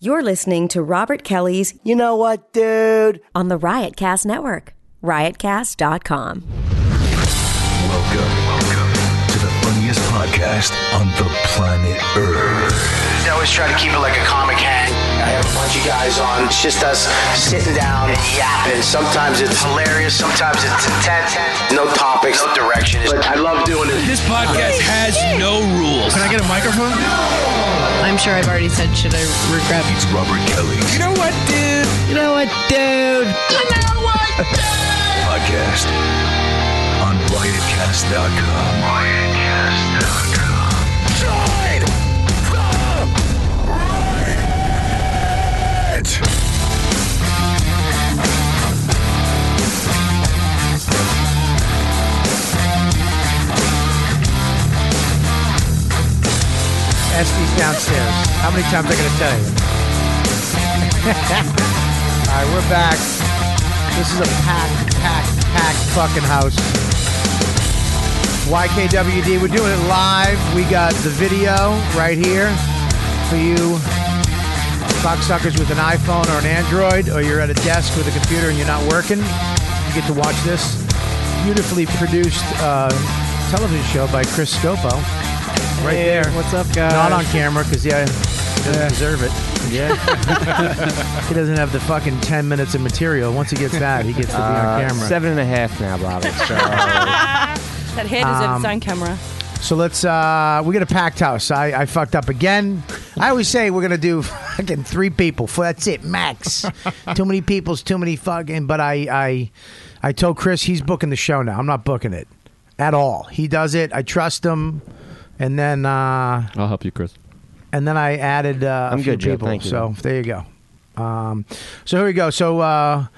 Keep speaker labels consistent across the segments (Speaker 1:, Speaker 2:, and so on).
Speaker 1: You're listening to Robert Kelly's
Speaker 2: You know what, dude?
Speaker 1: on the Riotcast Network, riotcast.com.
Speaker 3: Welcome, welcome to the funniest podcast on the planet Earth.
Speaker 4: I always try to keep it like a comic hang. I have a bunch of guys on. It's just us sitting down and yapping. Sometimes it's hilarious. Sometimes it's intense. No topics, no direction. But I love doing it.
Speaker 5: This podcast has no rules. Can I get a microphone?
Speaker 6: I'm sure I've already said should I regret.
Speaker 3: It's Robert Kelly's
Speaker 5: You know what, dude?
Speaker 2: You know what, dude?
Speaker 3: podcast on riotcast.com. Riotcast.com. Join the riot.
Speaker 2: Ask these downstairs. How many times I gonna tell you? All right, we're back. This is a packed, packed, packed fucking house. YKWd. We're doing it live. We got the video right here for you cocksuckers with an iPhone or an Android, or you're at a desk with a computer and you're not working. You get to watch this beautifully produced uh, television show by Chris Scopo. Right there.
Speaker 7: What's up, guys?
Speaker 2: Not on camera because yeah, he doesn't deserve it. Yeah, he doesn't have the fucking ten minutes of material. Once he gets that, he gets to be on camera.
Speaker 7: Uh, Seven and a half now, Bobby. So
Speaker 6: That head
Speaker 2: Um,
Speaker 6: is on camera.
Speaker 2: So let's. uh We got a packed house. I, I fucked up again. I always say we're gonna do fucking three people. For that's it, max. too many people's too many fucking. But I, I, I told Chris he's booking the show now. I'm not booking it at all. He does it. I trust him. And then, uh
Speaker 8: I'll help you, Chris.
Speaker 2: and then I added uh, a
Speaker 7: I'm
Speaker 2: few
Speaker 7: good, Joe.
Speaker 2: people.
Speaker 7: Thank you.
Speaker 2: so there you go. Um, so here we go. So uh,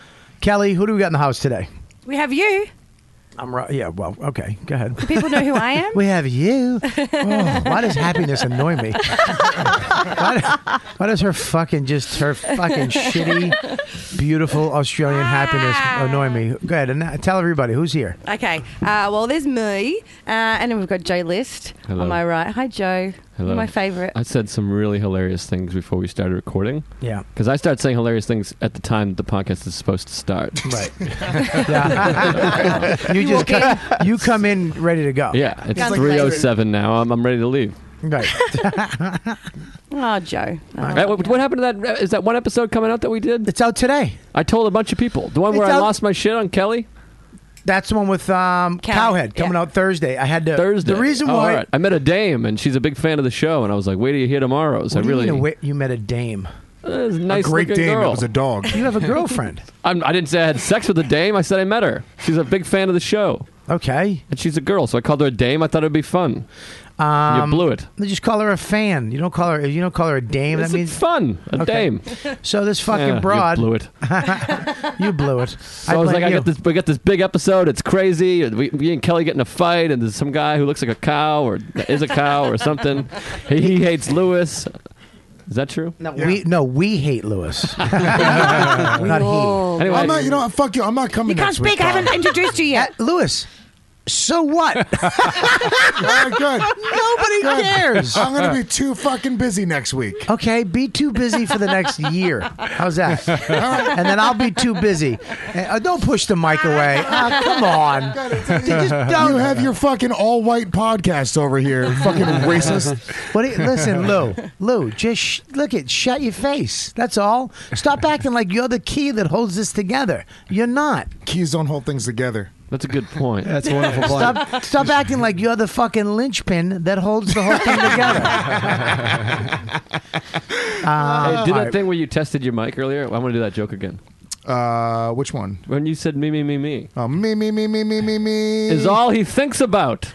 Speaker 2: Kelly, who do we got in the house today?
Speaker 9: We have you.
Speaker 2: I'm right. Yeah. Well. Okay. Go ahead.
Speaker 9: People know who I am.
Speaker 2: We have you. Oh, why does happiness annoy me? why, why does her fucking just her fucking shitty, beautiful Australian happiness annoy me? Go ahead and uh, tell everybody who's here.
Speaker 9: okay. Uh, well, there's me, uh, and then we've got Joe List
Speaker 8: Hello.
Speaker 9: on my right. Hi, Joe.
Speaker 8: Hello.
Speaker 9: My favorite.
Speaker 8: I said some really hilarious things before we started recording.
Speaker 2: Yeah.
Speaker 8: Because I started saying hilarious things at the time the podcast is supposed to start.
Speaker 2: Right. Yeah. you just come, you come in ready to go.
Speaker 8: Yeah, it's
Speaker 9: Sounds like
Speaker 8: 307 now. I'm, I'm ready to leave.
Speaker 2: Right.
Speaker 9: Oh, Joe. Oh.
Speaker 8: Hey, what, what happened to that? Is that one episode coming out that we did?
Speaker 2: It's out today.
Speaker 8: I told a bunch of people. The one where
Speaker 2: It's
Speaker 8: I
Speaker 2: out-
Speaker 8: lost my shit on Kelly
Speaker 2: That's the one with um,
Speaker 9: Cow-
Speaker 2: Cowhead coming
Speaker 9: yeah.
Speaker 2: out Thursday. I had to
Speaker 8: Thursday.
Speaker 2: The reason
Speaker 8: Oh,
Speaker 2: why
Speaker 8: all right. I met a dame and she's a big fan of the show, and I was like, "Wait till you hear tomorrow's."
Speaker 2: What
Speaker 8: I
Speaker 2: do you,
Speaker 8: really
Speaker 2: mean a wit- you met a dame.
Speaker 8: Uh, it was a nice
Speaker 10: great
Speaker 8: looking
Speaker 10: dame
Speaker 8: girl.
Speaker 10: that was a dog.
Speaker 2: You have a girlfriend.
Speaker 8: I'm, I didn't say I had sex with a dame. I said I met her. She's a big fan of the show,
Speaker 2: okay.
Speaker 8: and she's a girl, so I called her a dame. I thought it'd be fun. you blew it.
Speaker 2: Um, They just call her a fan. You don't call her. You don't call her a dame.
Speaker 8: It's
Speaker 2: that means
Speaker 8: fun. A dame.
Speaker 2: so. This fucking
Speaker 8: Yeah, you
Speaker 2: broad.
Speaker 8: blew it.
Speaker 2: You blew it.
Speaker 8: So I was like,
Speaker 2: blame
Speaker 8: I
Speaker 2: you.
Speaker 8: got this. We got this big episode. It's crazy. and We, me and Kelly get in a fight, and there's some guy who looks like a cow or is a cow or something. He, he hates Lewis. Is that true?
Speaker 2: No, we no. We hate Lewis. Not
Speaker 9: Oh.
Speaker 8: Anyway,
Speaker 10: I'm not. You know, what, fuck you. I'm not coming.
Speaker 9: You can't
Speaker 10: next week,
Speaker 9: speak. I haven't
Speaker 10: Bob.
Speaker 9: introduced you
Speaker 2: he.
Speaker 9: yet.
Speaker 2: At Lewis. So what?
Speaker 10: All right, good.
Speaker 2: Nobody
Speaker 10: Good.
Speaker 2: cares.
Speaker 10: I'm gonna be too fucking busy next week.
Speaker 2: Okay, be too busy for the next year. How's that? And then I'll be too busy. Uh, don't push the mic away. Ah, come on. You just don't.
Speaker 10: You have your fucking all white podcast over here, fucking racist.
Speaker 2: What do you, listen, Lou. Lou, just sh- look at shut your face. That's all. Stop acting like you're the key that holds this together. You're not.
Speaker 10: Keys don't hold things together.
Speaker 8: that's a good point.
Speaker 10: That's a wonderful point.
Speaker 2: Stop, stop acting like you're the fucking linchpin that holds the whole thing together. Uh,
Speaker 8: hey, do that thing where you tested your mic earlier. I want to do that joke again.
Speaker 10: Uh, which one?
Speaker 8: When you said me, me, me, me
Speaker 10: Oh, me, me, me, me, me, me, me.
Speaker 8: is all he thinks about.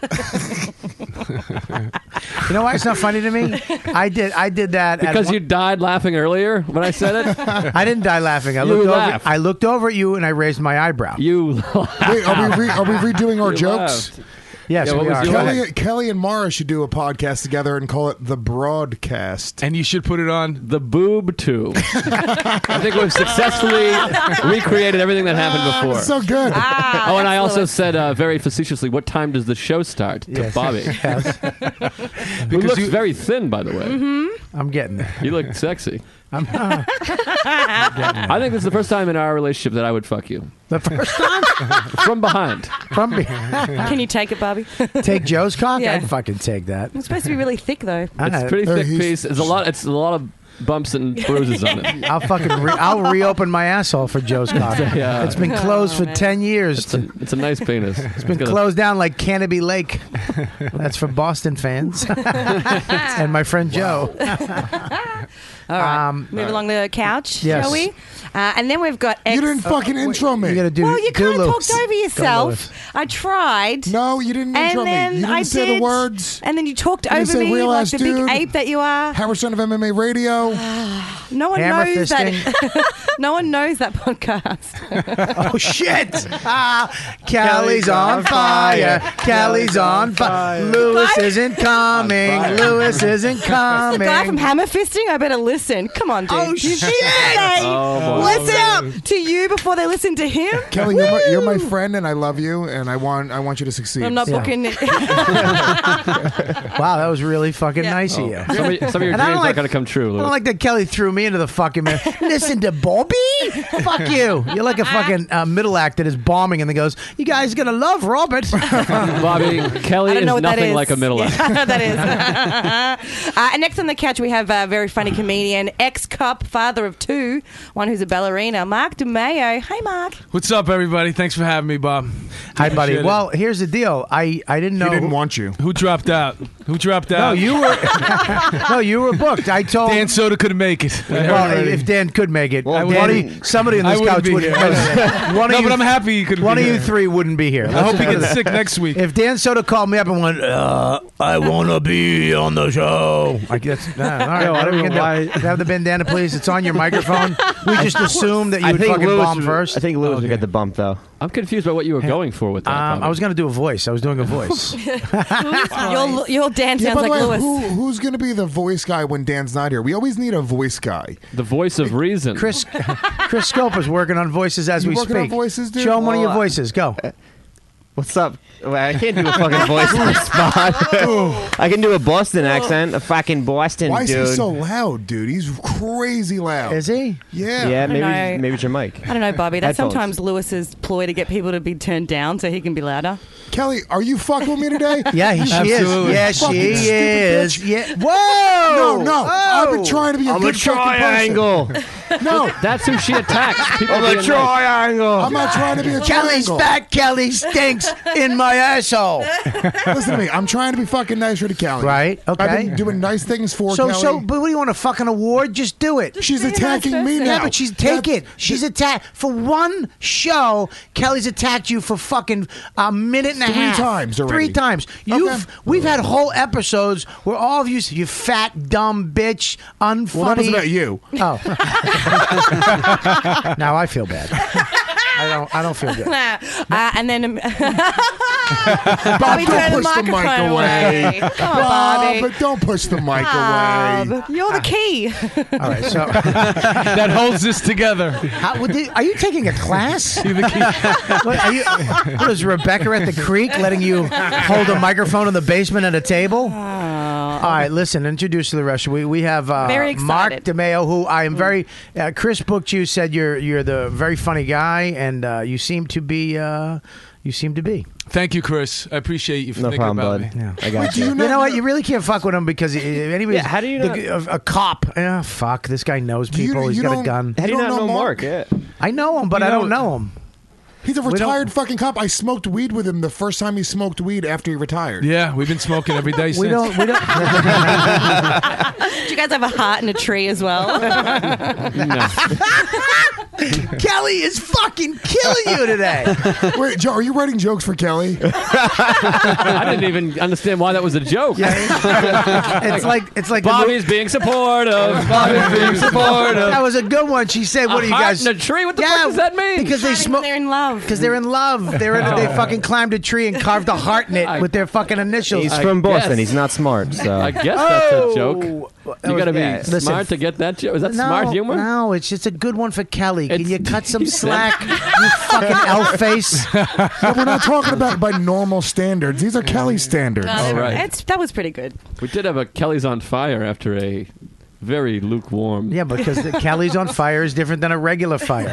Speaker 2: You know why it's not funny to me? I did. I did that at
Speaker 8: Because
Speaker 2: one-
Speaker 8: you died laughing earlier when I said it.
Speaker 2: I didn't die laughing. I
Speaker 8: You
Speaker 2: looked
Speaker 8: laughed.
Speaker 2: over. I looked over at you and I raised my eyebrow.
Speaker 8: You laughed.
Speaker 10: Wait, are we re- are we redoing our
Speaker 8: You
Speaker 10: jokes?
Speaker 8: laughed.
Speaker 2: yes,
Speaker 8: Yeah, what
Speaker 2: we
Speaker 8: was
Speaker 2: are.
Speaker 8: your-
Speaker 10: Kelly, Kelly and Mara should do a podcast together and call it the Broadcast.
Speaker 11: And you should put it on.
Speaker 8: The boob tube. I think we've successfully recreated everything that
Speaker 2: Ah,
Speaker 8: happened before.
Speaker 10: So good.
Speaker 8: Oh, and I
Speaker 9: Ah,
Speaker 8: also said uh, very facetiously, "What time does the show start?" to
Speaker 2: Yes.
Speaker 8: Bobby,
Speaker 2: Yes,
Speaker 8: who looks
Speaker 11: you-
Speaker 8: very thin, by the way.
Speaker 9: Mm-hmm.
Speaker 2: I'm getting there.
Speaker 8: You look sexy.
Speaker 2: I'm not.
Speaker 8: I think this is the first time in our relationship that I would fuck you.
Speaker 2: The first time?
Speaker 8: From behind.
Speaker 2: From
Speaker 9: Can you take it, Bobby?
Speaker 2: Take Joe's cock? Uh,
Speaker 9: Yeah.
Speaker 2: I'd fucking take that.
Speaker 9: It's supposed to be really thick, though.
Speaker 8: It's a pretty thick piece. It's a lot. It's a lot of bumps and bruises on it.
Speaker 2: I'll fucking re- I'll reopen my asshole for Joe's cock.
Speaker 8: Yeah.
Speaker 2: It's been closed
Speaker 9: Oh,
Speaker 2: for ten years.
Speaker 8: It's a, it's a nice penis. It's
Speaker 2: been closed down like Canopy Lake. That's for Boston fans and my friend Joe.
Speaker 9: All right.
Speaker 2: Um,
Speaker 9: Move along the couch,
Speaker 2: Yes. Oh,
Speaker 9: shall we? Uh, and then we've got. Ex-
Speaker 10: You didn't fucking intro me.
Speaker 2: You gotta do.
Speaker 9: well, you
Speaker 2: do
Speaker 9: kind of
Speaker 2: Lewis.
Speaker 9: talked over
Speaker 2: Lewis.
Speaker 9: yourself. I tried.
Speaker 10: no, you didn't
Speaker 9: And
Speaker 10: intro
Speaker 9: then
Speaker 10: me. You didn't
Speaker 9: I
Speaker 10: say
Speaker 9: did,
Speaker 10: the words.
Speaker 9: And then you talked
Speaker 10: didn't
Speaker 9: over
Speaker 10: say
Speaker 9: me
Speaker 10: real
Speaker 9: like
Speaker 10: ass
Speaker 9: the
Speaker 10: dude.
Speaker 9: big ape that you are.
Speaker 10: Howard Stern of MMA Radio.
Speaker 9: No one
Speaker 2: Hammer
Speaker 9: knows
Speaker 2: fisting.
Speaker 9: that. no one knows that podcast.
Speaker 2: Oh shit! Ah, Callie's on fire. Callie's on fire. Lewis
Speaker 9: Goodbye.
Speaker 2: isn't coming. Lewis isn't
Speaker 9: The
Speaker 2: coming.
Speaker 9: guy from Hammer Fisting. I better listen. Come on, dude.
Speaker 2: Oh,
Speaker 9: You
Speaker 2: shit.
Speaker 9: think they
Speaker 8: Oh, boy.
Speaker 9: listen to you before they listen to him.
Speaker 10: Kelly, you're my, you're my friend, and I love you, and I want I want you to succeed.
Speaker 9: I'm not
Speaker 2: Yeah.
Speaker 9: booking it.
Speaker 2: wow, that was really fucking
Speaker 9: Yeah.
Speaker 12: Oh.
Speaker 2: nice of you.
Speaker 8: Some of, y- some of your
Speaker 2: And
Speaker 8: dreams
Speaker 2: I don't
Speaker 8: aren't
Speaker 2: like-
Speaker 8: going to come true,
Speaker 2: I don't
Speaker 8: Louis.
Speaker 2: like that Kelly threw me into the fucking mirror. Listen to Bobby? Fuck you. You're like a fucking uh, middle act that is bombing and then goes, You guys going to love Robert.
Speaker 8: Bobby, Kelly
Speaker 9: I don't
Speaker 8: is
Speaker 9: know what that
Speaker 8: nothing
Speaker 9: is.
Speaker 8: like a middle act.
Speaker 9: Yeah, that is. uh, and next on the couch, we have a very funny comedian, ex cop, father of two, one who's a ballerina, Mark DeMeo. Hey, Mark.
Speaker 12: What's up, everybody? Thanks for having me, Bob.
Speaker 2: Hi, buddy.
Speaker 12: Appreciate it.
Speaker 2: Well, here's the deal. I, I didn't know.
Speaker 10: He didn't want you.
Speaker 12: who dropped out? Who dropped
Speaker 2: no,
Speaker 12: out?
Speaker 2: you were no, you were booked. I told
Speaker 12: Dan Soda couldn't make it. I heard
Speaker 2: well,
Speaker 12: already.
Speaker 2: if Dan could make it,
Speaker 12: I
Speaker 2: Danny-
Speaker 12: wouldn't-
Speaker 2: somebody on
Speaker 12: I
Speaker 2: this
Speaker 12: wouldn't
Speaker 2: couch
Speaker 12: be
Speaker 2: wouldn't.
Speaker 12: here.
Speaker 2: One
Speaker 12: no,
Speaker 2: of you,
Speaker 12: but I'm happy he couldn't.
Speaker 2: one
Speaker 12: be
Speaker 2: of you
Speaker 12: here.
Speaker 2: three wouldn't be here.
Speaker 12: I hope he gets sick next week.
Speaker 2: If Dan Soda called me up and went, uh, I want to be on the show. Like that's nah, all right.
Speaker 7: Yo, I
Speaker 2: what are we
Speaker 7: don't know
Speaker 2: gonna do?
Speaker 7: why-
Speaker 2: Can I Have the bandana, please. It's on your microphone. We just assumed that you would fucking bomb
Speaker 7: would-
Speaker 2: first.
Speaker 7: I think Lewis would get the bump though.
Speaker 8: I'm confused by what you were going for with that.
Speaker 2: um,
Speaker 8: Bobby.
Speaker 2: I was gonna do a voice. I was doing a voice.
Speaker 9: Your, your Dan
Speaker 10: Yeah,
Speaker 9: sounds
Speaker 10: by
Speaker 9: like
Speaker 10: the way,
Speaker 9: Lewis.
Speaker 10: who, who's going to be the voice guy when Dan's not here? We always need a voice guy.
Speaker 8: the voice of reason.
Speaker 2: Chris Chris Scopa's working on voices as
Speaker 10: You
Speaker 2: we
Speaker 10: working
Speaker 2: speak.
Speaker 10: on voices, dude?
Speaker 2: Show him one of your
Speaker 7: Well, I-
Speaker 2: voices. Go.
Speaker 7: What's up? Well, I can't do a fucking voice in this spot. I can do a Boston accent, a fucking Boston
Speaker 10: Why is
Speaker 7: dude.
Speaker 10: he so loud, dude? He's crazy loud.
Speaker 2: Is he?
Speaker 10: Yeah.
Speaker 7: yeah, maybe
Speaker 9: know.
Speaker 7: maybe it's your mic.
Speaker 9: I don't know, Bobby. That's
Speaker 7: Headphones.
Speaker 9: sometimes Lewis's ploy to get people to be turned down so he can be louder.
Speaker 10: Kelly, are you fucking with me today?
Speaker 2: Yeah, he, she
Speaker 12: Absolutely.
Speaker 2: is. Yeah,
Speaker 10: Fucking
Speaker 2: she
Speaker 10: stupid
Speaker 2: is.
Speaker 10: bitch.
Speaker 2: Yeah. Whoa.
Speaker 10: No, no. I've been trying to be Oh, a
Speaker 7: I'm a
Speaker 10: good fucking person.
Speaker 7: triangle.
Speaker 10: No,
Speaker 8: That's who she attacks. People
Speaker 7: I'm a
Speaker 8: being nice.
Speaker 7: triangle.
Speaker 10: I'm not trying to be a
Speaker 2: Kelly's
Speaker 10: triangle.
Speaker 2: fat. Kelly stinks in my asshole.
Speaker 10: Listen to me. I'm trying to be fucking nicer to Kelly.
Speaker 2: Right,
Speaker 10: I've
Speaker 2: okay.
Speaker 10: been doing nice things for
Speaker 2: So,
Speaker 10: Kelly.
Speaker 2: so, but what do you want a fucking award? Just do it.
Speaker 10: She's attacking me now.
Speaker 2: Yeah, but she's take it. She's attacked for one show. Kelly's attacked you for fucking a minute and a
Speaker 10: Three
Speaker 2: half.
Speaker 10: times already.
Speaker 2: Three times. You've we've had whole episodes where all of you, you fat dumb bitch, unfunny.
Speaker 10: Well, that was about you.
Speaker 2: Oh. now I feel bad. I don't. I don't feel good.
Speaker 9: uh, and then. Um, Bobby,
Speaker 10: don't
Speaker 9: turn
Speaker 10: push the mic
Speaker 9: microphone
Speaker 10: away.
Speaker 9: Come on,
Speaker 10: Bob,
Speaker 9: Bobby.
Speaker 10: but don't push the mic away.
Speaker 9: Bob, Um, you're the key.
Speaker 2: Ah. All right. So, how,
Speaker 12: that holds this together.
Speaker 2: would they- are you taking a class?
Speaker 12: You're the key.
Speaker 2: What, are you, what is Rebecca at the creek letting you hold a microphone in the basement at a
Speaker 9: Oh.
Speaker 2: table? All right, listen, introduce to the rest. We, we have uh,
Speaker 9: Very
Speaker 2: Mark
Speaker 9: excited. Mm.
Speaker 2: DeMeo, who I am very. Uh, Chris booked you, said you're you're the very funny guy, and uh, you seem to be. Uh, you seem to be.
Speaker 12: Thank you, Chris. I appreciate you for
Speaker 7: No
Speaker 12: thinking
Speaker 7: problem,
Speaker 12: about
Speaker 7: bud.
Speaker 12: me.
Speaker 7: I got
Speaker 10: do
Speaker 7: you.
Speaker 10: you
Speaker 2: You
Speaker 10: know,
Speaker 2: know what? You really can't fuck with him because if anybody.
Speaker 7: Yeah, how do you
Speaker 2: the- a, a cop? eh, fuck, this guy knows
Speaker 10: Do you-
Speaker 2: people. He's
Speaker 10: you
Speaker 2: got a
Speaker 10: don't-
Speaker 2: gun.
Speaker 7: How do you
Speaker 10: You don't
Speaker 7: not
Speaker 10: know
Speaker 7: know
Speaker 10: Mark?
Speaker 7: Mark? Yeah.
Speaker 2: I know him, but
Speaker 12: You
Speaker 2: I don't
Speaker 12: know-
Speaker 2: know him.
Speaker 10: He's a
Speaker 2: don't-
Speaker 10: retired fucking cop. I smoked weed with him the first time he smoked weed after he retired.
Speaker 12: Yeah, we've been smoking every day
Speaker 2: We
Speaker 12: since.
Speaker 2: don't. We don't.
Speaker 9: Do you guys have a heart and a tree as well?
Speaker 2: Kelly is fucking killing you today.
Speaker 10: Wait, Joe, are you writing jokes for Kelly?
Speaker 8: I didn't even understand why that was a joke.
Speaker 2: it's like it's like the
Speaker 8: Bobby's being supportive. Bobby's being
Speaker 2: movie-
Speaker 8: supportive.
Speaker 2: That was a good one. She said, "What
Speaker 8: a
Speaker 2: do you
Speaker 8: heart
Speaker 2: guys?"
Speaker 8: and a tree? What the fuck does that mean?
Speaker 2: Because they smoke.
Speaker 9: They're in love.
Speaker 2: Because they're in love. They're in, they fucking climbed a tree and carved a heart in it with their fucking initials.
Speaker 7: He's from Boston.
Speaker 8: guess.
Speaker 7: He's not smart. So
Speaker 8: I guess that's
Speaker 2: Oh,
Speaker 8: a joke. You gotta be
Speaker 7: yeah,
Speaker 8: smart to get that joke. Is that
Speaker 2: no,
Speaker 8: smart humor?
Speaker 2: No, it's just a good one for Kelly. Can
Speaker 8: It's-
Speaker 2: you cut some
Speaker 8: he said-
Speaker 2: slack, you fucking elf face?
Speaker 10: Yeah, we're not talking about by normal standards. These are Kelly standards.
Speaker 9: Oh,
Speaker 8: right.
Speaker 9: It's, that was pretty good.
Speaker 8: We did have a Kelly's on fire after a very lukewarm.
Speaker 2: Yeah, because the Kelly's on fire is different than a regular fire.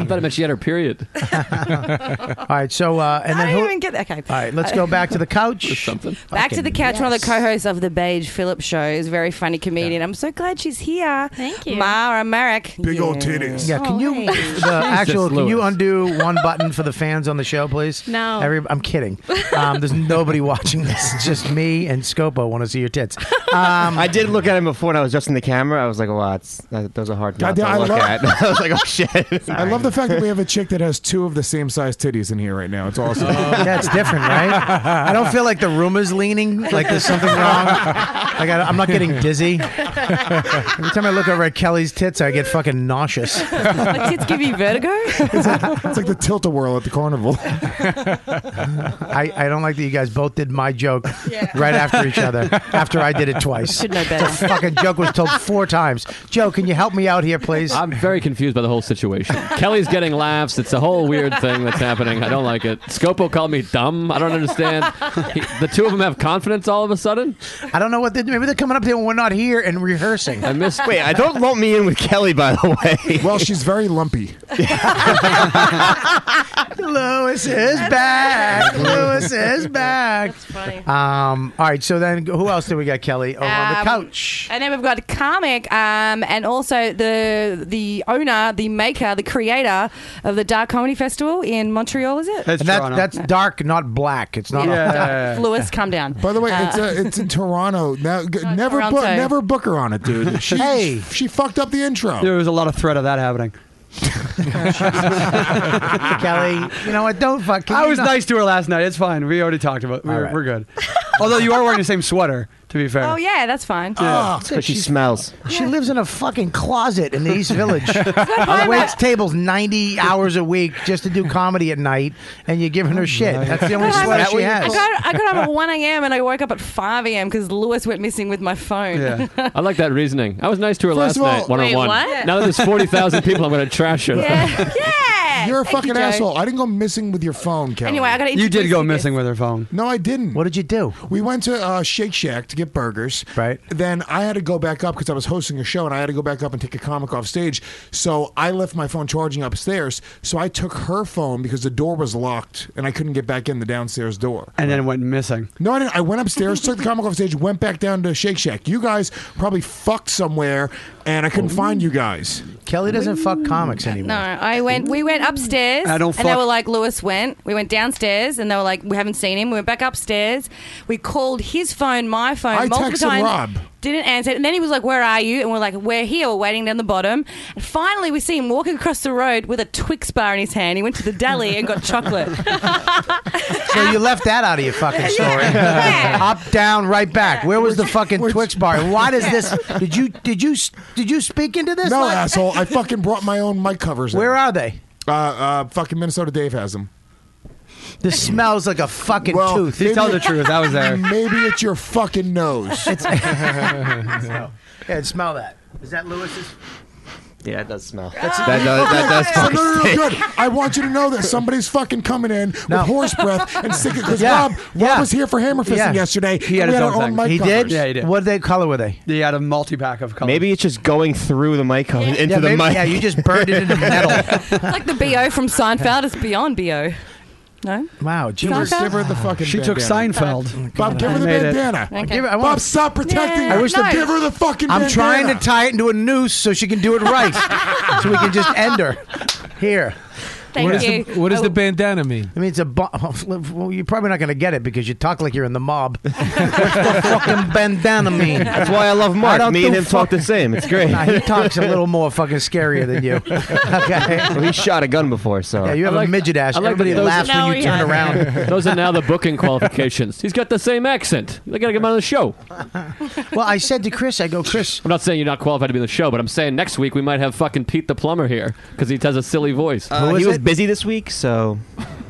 Speaker 8: I thought it meant she had her period.
Speaker 2: All right. So uh, and then
Speaker 9: I
Speaker 2: who,
Speaker 9: didn't even get that. Okay.
Speaker 2: All right, let's go back to the couch. something.
Speaker 9: Back to the couch, one of the co-hosts of the Beige Phillips show is a very funny comedian. I'm so glad she's here. Thank you, Mara Merrick.
Speaker 10: Big old titties.
Speaker 2: Yeah, can you the actual? Can you undo one button for the fans on the show, please?
Speaker 9: No.
Speaker 2: Every, I'm kidding. Um, there's nobody watching this. It's just me and Scopo want to see your tits. Um,
Speaker 7: Uh, I did look at him before, and I was just in the camera. I was like, "Wow, that's, that, those are hard not
Speaker 10: Goddamn, I
Speaker 7: to look
Speaker 10: love-
Speaker 7: at." I was like, "Oh shit!"
Speaker 10: I love the fact that we have a chick that has two of the same size titties in here right now. It's awesome.
Speaker 2: yeah, it's different, right? I don't feel like the room is leaning. Like there's something wrong. Like I, I'm not getting dizzy. Every time I look over at Kelly's tits, I get fucking nauseous.
Speaker 9: My tits give you vertigo.
Speaker 10: it's, like, it's like the tilt a whirl at the carnival.
Speaker 2: I, I don't like that you guys both did my joke right after each other. After I did it twice.
Speaker 9: Should know better.
Speaker 2: The fucking joke was told four times. Joe, can you help me out here, please?
Speaker 8: I'm very confused by the whole situation. Kelly's getting laughs. It's a whole weird thing that's happening. I don't like it. Scopo called me dumb. I don't understand. He- the two of them have confidence all of a sudden.
Speaker 2: I don't know what. They, maybe they're coming up there when we're not here and rehearsing.
Speaker 8: I missed.
Speaker 7: Wait, I don't lump me in with Kelly, by the way.
Speaker 10: well, she's very lumpy.
Speaker 2: Lewis is back. Lewis is back.
Speaker 9: Funny.
Speaker 2: Um. All right. So then, who else do we got, Kelly, Oh, over on the
Speaker 9: Um,
Speaker 2: couch?
Speaker 9: And then we've got comic, um, and also the the owner, the maker, the creator of the Dark Comedy Festival in Montreal. Is it?
Speaker 2: That's and that's, that's dark, not black. It's not.
Speaker 9: Lewis, come down.
Speaker 10: By the way, it's uh, it's in Toronto now. G- never
Speaker 9: Toronto.
Speaker 10: book, never book her on it, dude. She,
Speaker 2: Hey.
Speaker 10: she fucked up the intro.
Speaker 13: There was a lot of threat of that happening.
Speaker 2: Kelly, you know what? Don't fuck. can
Speaker 13: I
Speaker 2: you
Speaker 13: was
Speaker 2: not-
Speaker 13: nice to her last night. It's fine. We already talked about. We're,
Speaker 2: right.
Speaker 13: we're good. Although you are wearing the same sweater, to be fair.
Speaker 9: Oh yeah, that's fine.
Speaker 10: Ah,
Speaker 7: but she smells.
Speaker 2: Oh, She lives in a fucking closet in the East Village. Waits tables ninety hours a week just to do comedy at night, and you're giving her shit. That's the only
Speaker 9: God,
Speaker 2: sweater
Speaker 9: I,
Speaker 2: she has.
Speaker 9: got, I got up at 1 a.m. and I woke up at 5 a.m. because Lewis went missing with my phone.
Speaker 13: Yeah.
Speaker 8: I like that reasoning. I was nice to her last
Speaker 10: First of all-
Speaker 8: night, one on
Speaker 14: Wait,
Speaker 8: one.
Speaker 14: what?
Speaker 8: Now that there's forty thousand people, I'm going to trash her.
Speaker 9: yeah. Yeah.
Speaker 10: You're a
Speaker 9: Thank you,
Speaker 10: fucking
Speaker 9: Joe.
Speaker 10: asshole. I didn't go missing with your phone, Kelly.
Speaker 9: Anyway, I got to
Speaker 13: You did go missing with her phone.
Speaker 10: no, I didn't.
Speaker 2: What did you do?
Speaker 10: We went to uh, Shake Shack to get burgers.
Speaker 2: Right.
Speaker 10: Then I had to go back up because I was hosting a show and I had to go back up and take a comic off stage. So I left my phone charging upstairs. So I took her phone because the door was locked and I couldn't get back in the downstairs door.
Speaker 13: And then it went missing.
Speaker 10: No, I didn't. I went upstairs, took the comic off stage, went back down to Shake Shack. You guys probably fucked somewhere and I couldn't find you guys.
Speaker 2: Oh. Kelly doesn't fuck comics anymore.
Speaker 9: No, I went. We went upstairs,
Speaker 13: I don't
Speaker 9: and they
Speaker 13: fuck-
Speaker 9: were like, "Lewis went." We went downstairs, and they were like, "We haven't seen him." We went back upstairs. We called his phone, my phone,
Speaker 10: I
Speaker 9: multiple
Speaker 10: texted
Speaker 9: times.
Speaker 10: Rob.
Speaker 9: Didn't answer, and then he was like, "Where are you?" And we're like, "We're here. We're waiting down the bottom." And finally, we see him walking across the road with a Twix bar in his hand. He went to the deli and got chocolate.
Speaker 2: So you left that out of your fucking story.
Speaker 9: Yeah.
Speaker 2: Up, down, right back. Where was the fucking Twix bar? Why does this? Did you did you did you speak into this?
Speaker 10: No,
Speaker 2: Mike?
Speaker 10: asshole. I fucking brought my own mic covers in.
Speaker 2: Where are they?
Speaker 10: Uh, uh, fucking Minnesota Dave has them.
Speaker 2: This smells like a fucking
Speaker 10: Well,
Speaker 2: tooth.
Speaker 10: they-
Speaker 13: Please tell the truth. I was there.
Speaker 10: Maybe it's your fucking nose.
Speaker 2: yeah, smell that. Is that Lewis's?
Speaker 7: Yeah, it does smell.
Speaker 2: Ah.
Speaker 7: that does, that does
Speaker 10: No,
Speaker 7: fucking
Speaker 10: no, no, no,
Speaker 7: stink.
Speaker 10: good. I want you to know that somebody's fucking coming in
Speaker 2: No.
Speaker 10: with horse breath and sticking. Because
Speaker 2: Yeah.
Speaker 10: Rob, Rob
Speaker 2: Yeah.
Speaker 10: was here for hammer fisting
Speaker 2: Yeah.
Speaker 10: yesterday.
Speaker 13: He
Speaker 10: and
Speaker 13: had
Speaker 10: we
Speaker 13: his
Speaker 10: had
Speaker 13: own
Speaker 10: our own
Speaker 13: thing.
Speaker 10: mic
Speaker 2: He
Speaker 10: covers.
Speaker 2: did.
Speaker 13: Yeah, he did.
Speaker 2: What they color were they?
Speaker 13: They had a multi pack of colors.
Speaker 7: Maybe it's just going through the mic cover into
Speaker 2: yeah,
Speaker 7: the
Speaker 2: maybe-
Speaker 7: mic.
Speaker 2: yeah, you just burned it into metal.
Speaker 9: it's like the bo from Seinfeld. It's beyond bo. No,
Speaker 2: Wow,
Speaker 10: Give
Speaker 2: Jesus.
Speaker 10: her- Give her the fucking.
Speaker 13: She took
Speaker 10: bandana.
Speaker 13: Seinfeld.
Speaker 10: Bob, give her the
Speaker 13: I made it.
Speaker 10: bandana.
Speaker 9: Okay.
Speaker 2: Give it- I
Speaker 10: Bob,
Speaker 2: want-
Speaker 10: stop protecting
Speaker 9: Yeah.
Speaker 10: her.
Speaker 9: I wish the-
Speaker 10: give her the fucking.
Speaker 2: I'm
Speaker 10: bandana.
Speaker 2: trying to tie it into a noose so she can do it right, so we can just end her. Here,
Speaker 9: thank
Speaker 12: What, is
Speaker 9: you.
Speaker 12: the, what does
Speaker 9: I
Speaker 12: the
Speaker 9: will-
Speaker 12: bandana mean?
Speaker 2: I mean it's a. Bu- well, you're probably not going to get it because you talk like you're in the mob. What's the fucking bandana mean?
Speaker 7: That's why I love Mark.
Speaker 2: don't
Speaker 7: Me and
Speaker 2: do
Speaker 7: him talk the same. It's great.
Speaker 2: Nah, he talks a little more fucking scarier than you. Okay.
Speaker 7: we shot a gun before, so
Speaker 2: Yeah, you have
Speaker 8: I
Speaker 2: a
Speaker 8: like-
Speaker 2: midget ass.
Speaker 8: I like
Speaker 2: Everybody
Speaker 8: that those-
Speaker 2: laughs
Speaker 14: No,
Speaker 2: when you
Speaker 14: he
Speaker 2: turn
Speaker 14: hasn't.
Speaker 2: around.
Speaker 8: Those are now the booking qualifications. He's got the same accent. They got to get him on the show.
Speaker 2: Well, I said to Chris, I go, Chris,
Speaker 8: I'm not saying you're not qualified to be on the show, but I'm saying next week we might have fucking Pete the plumber here because he has a silly voice.
Speaker 7: Uh,
Speaker 2: Who is
Speaker 7: he was
Speaker 2: it?
Speaker 7: busy this week, so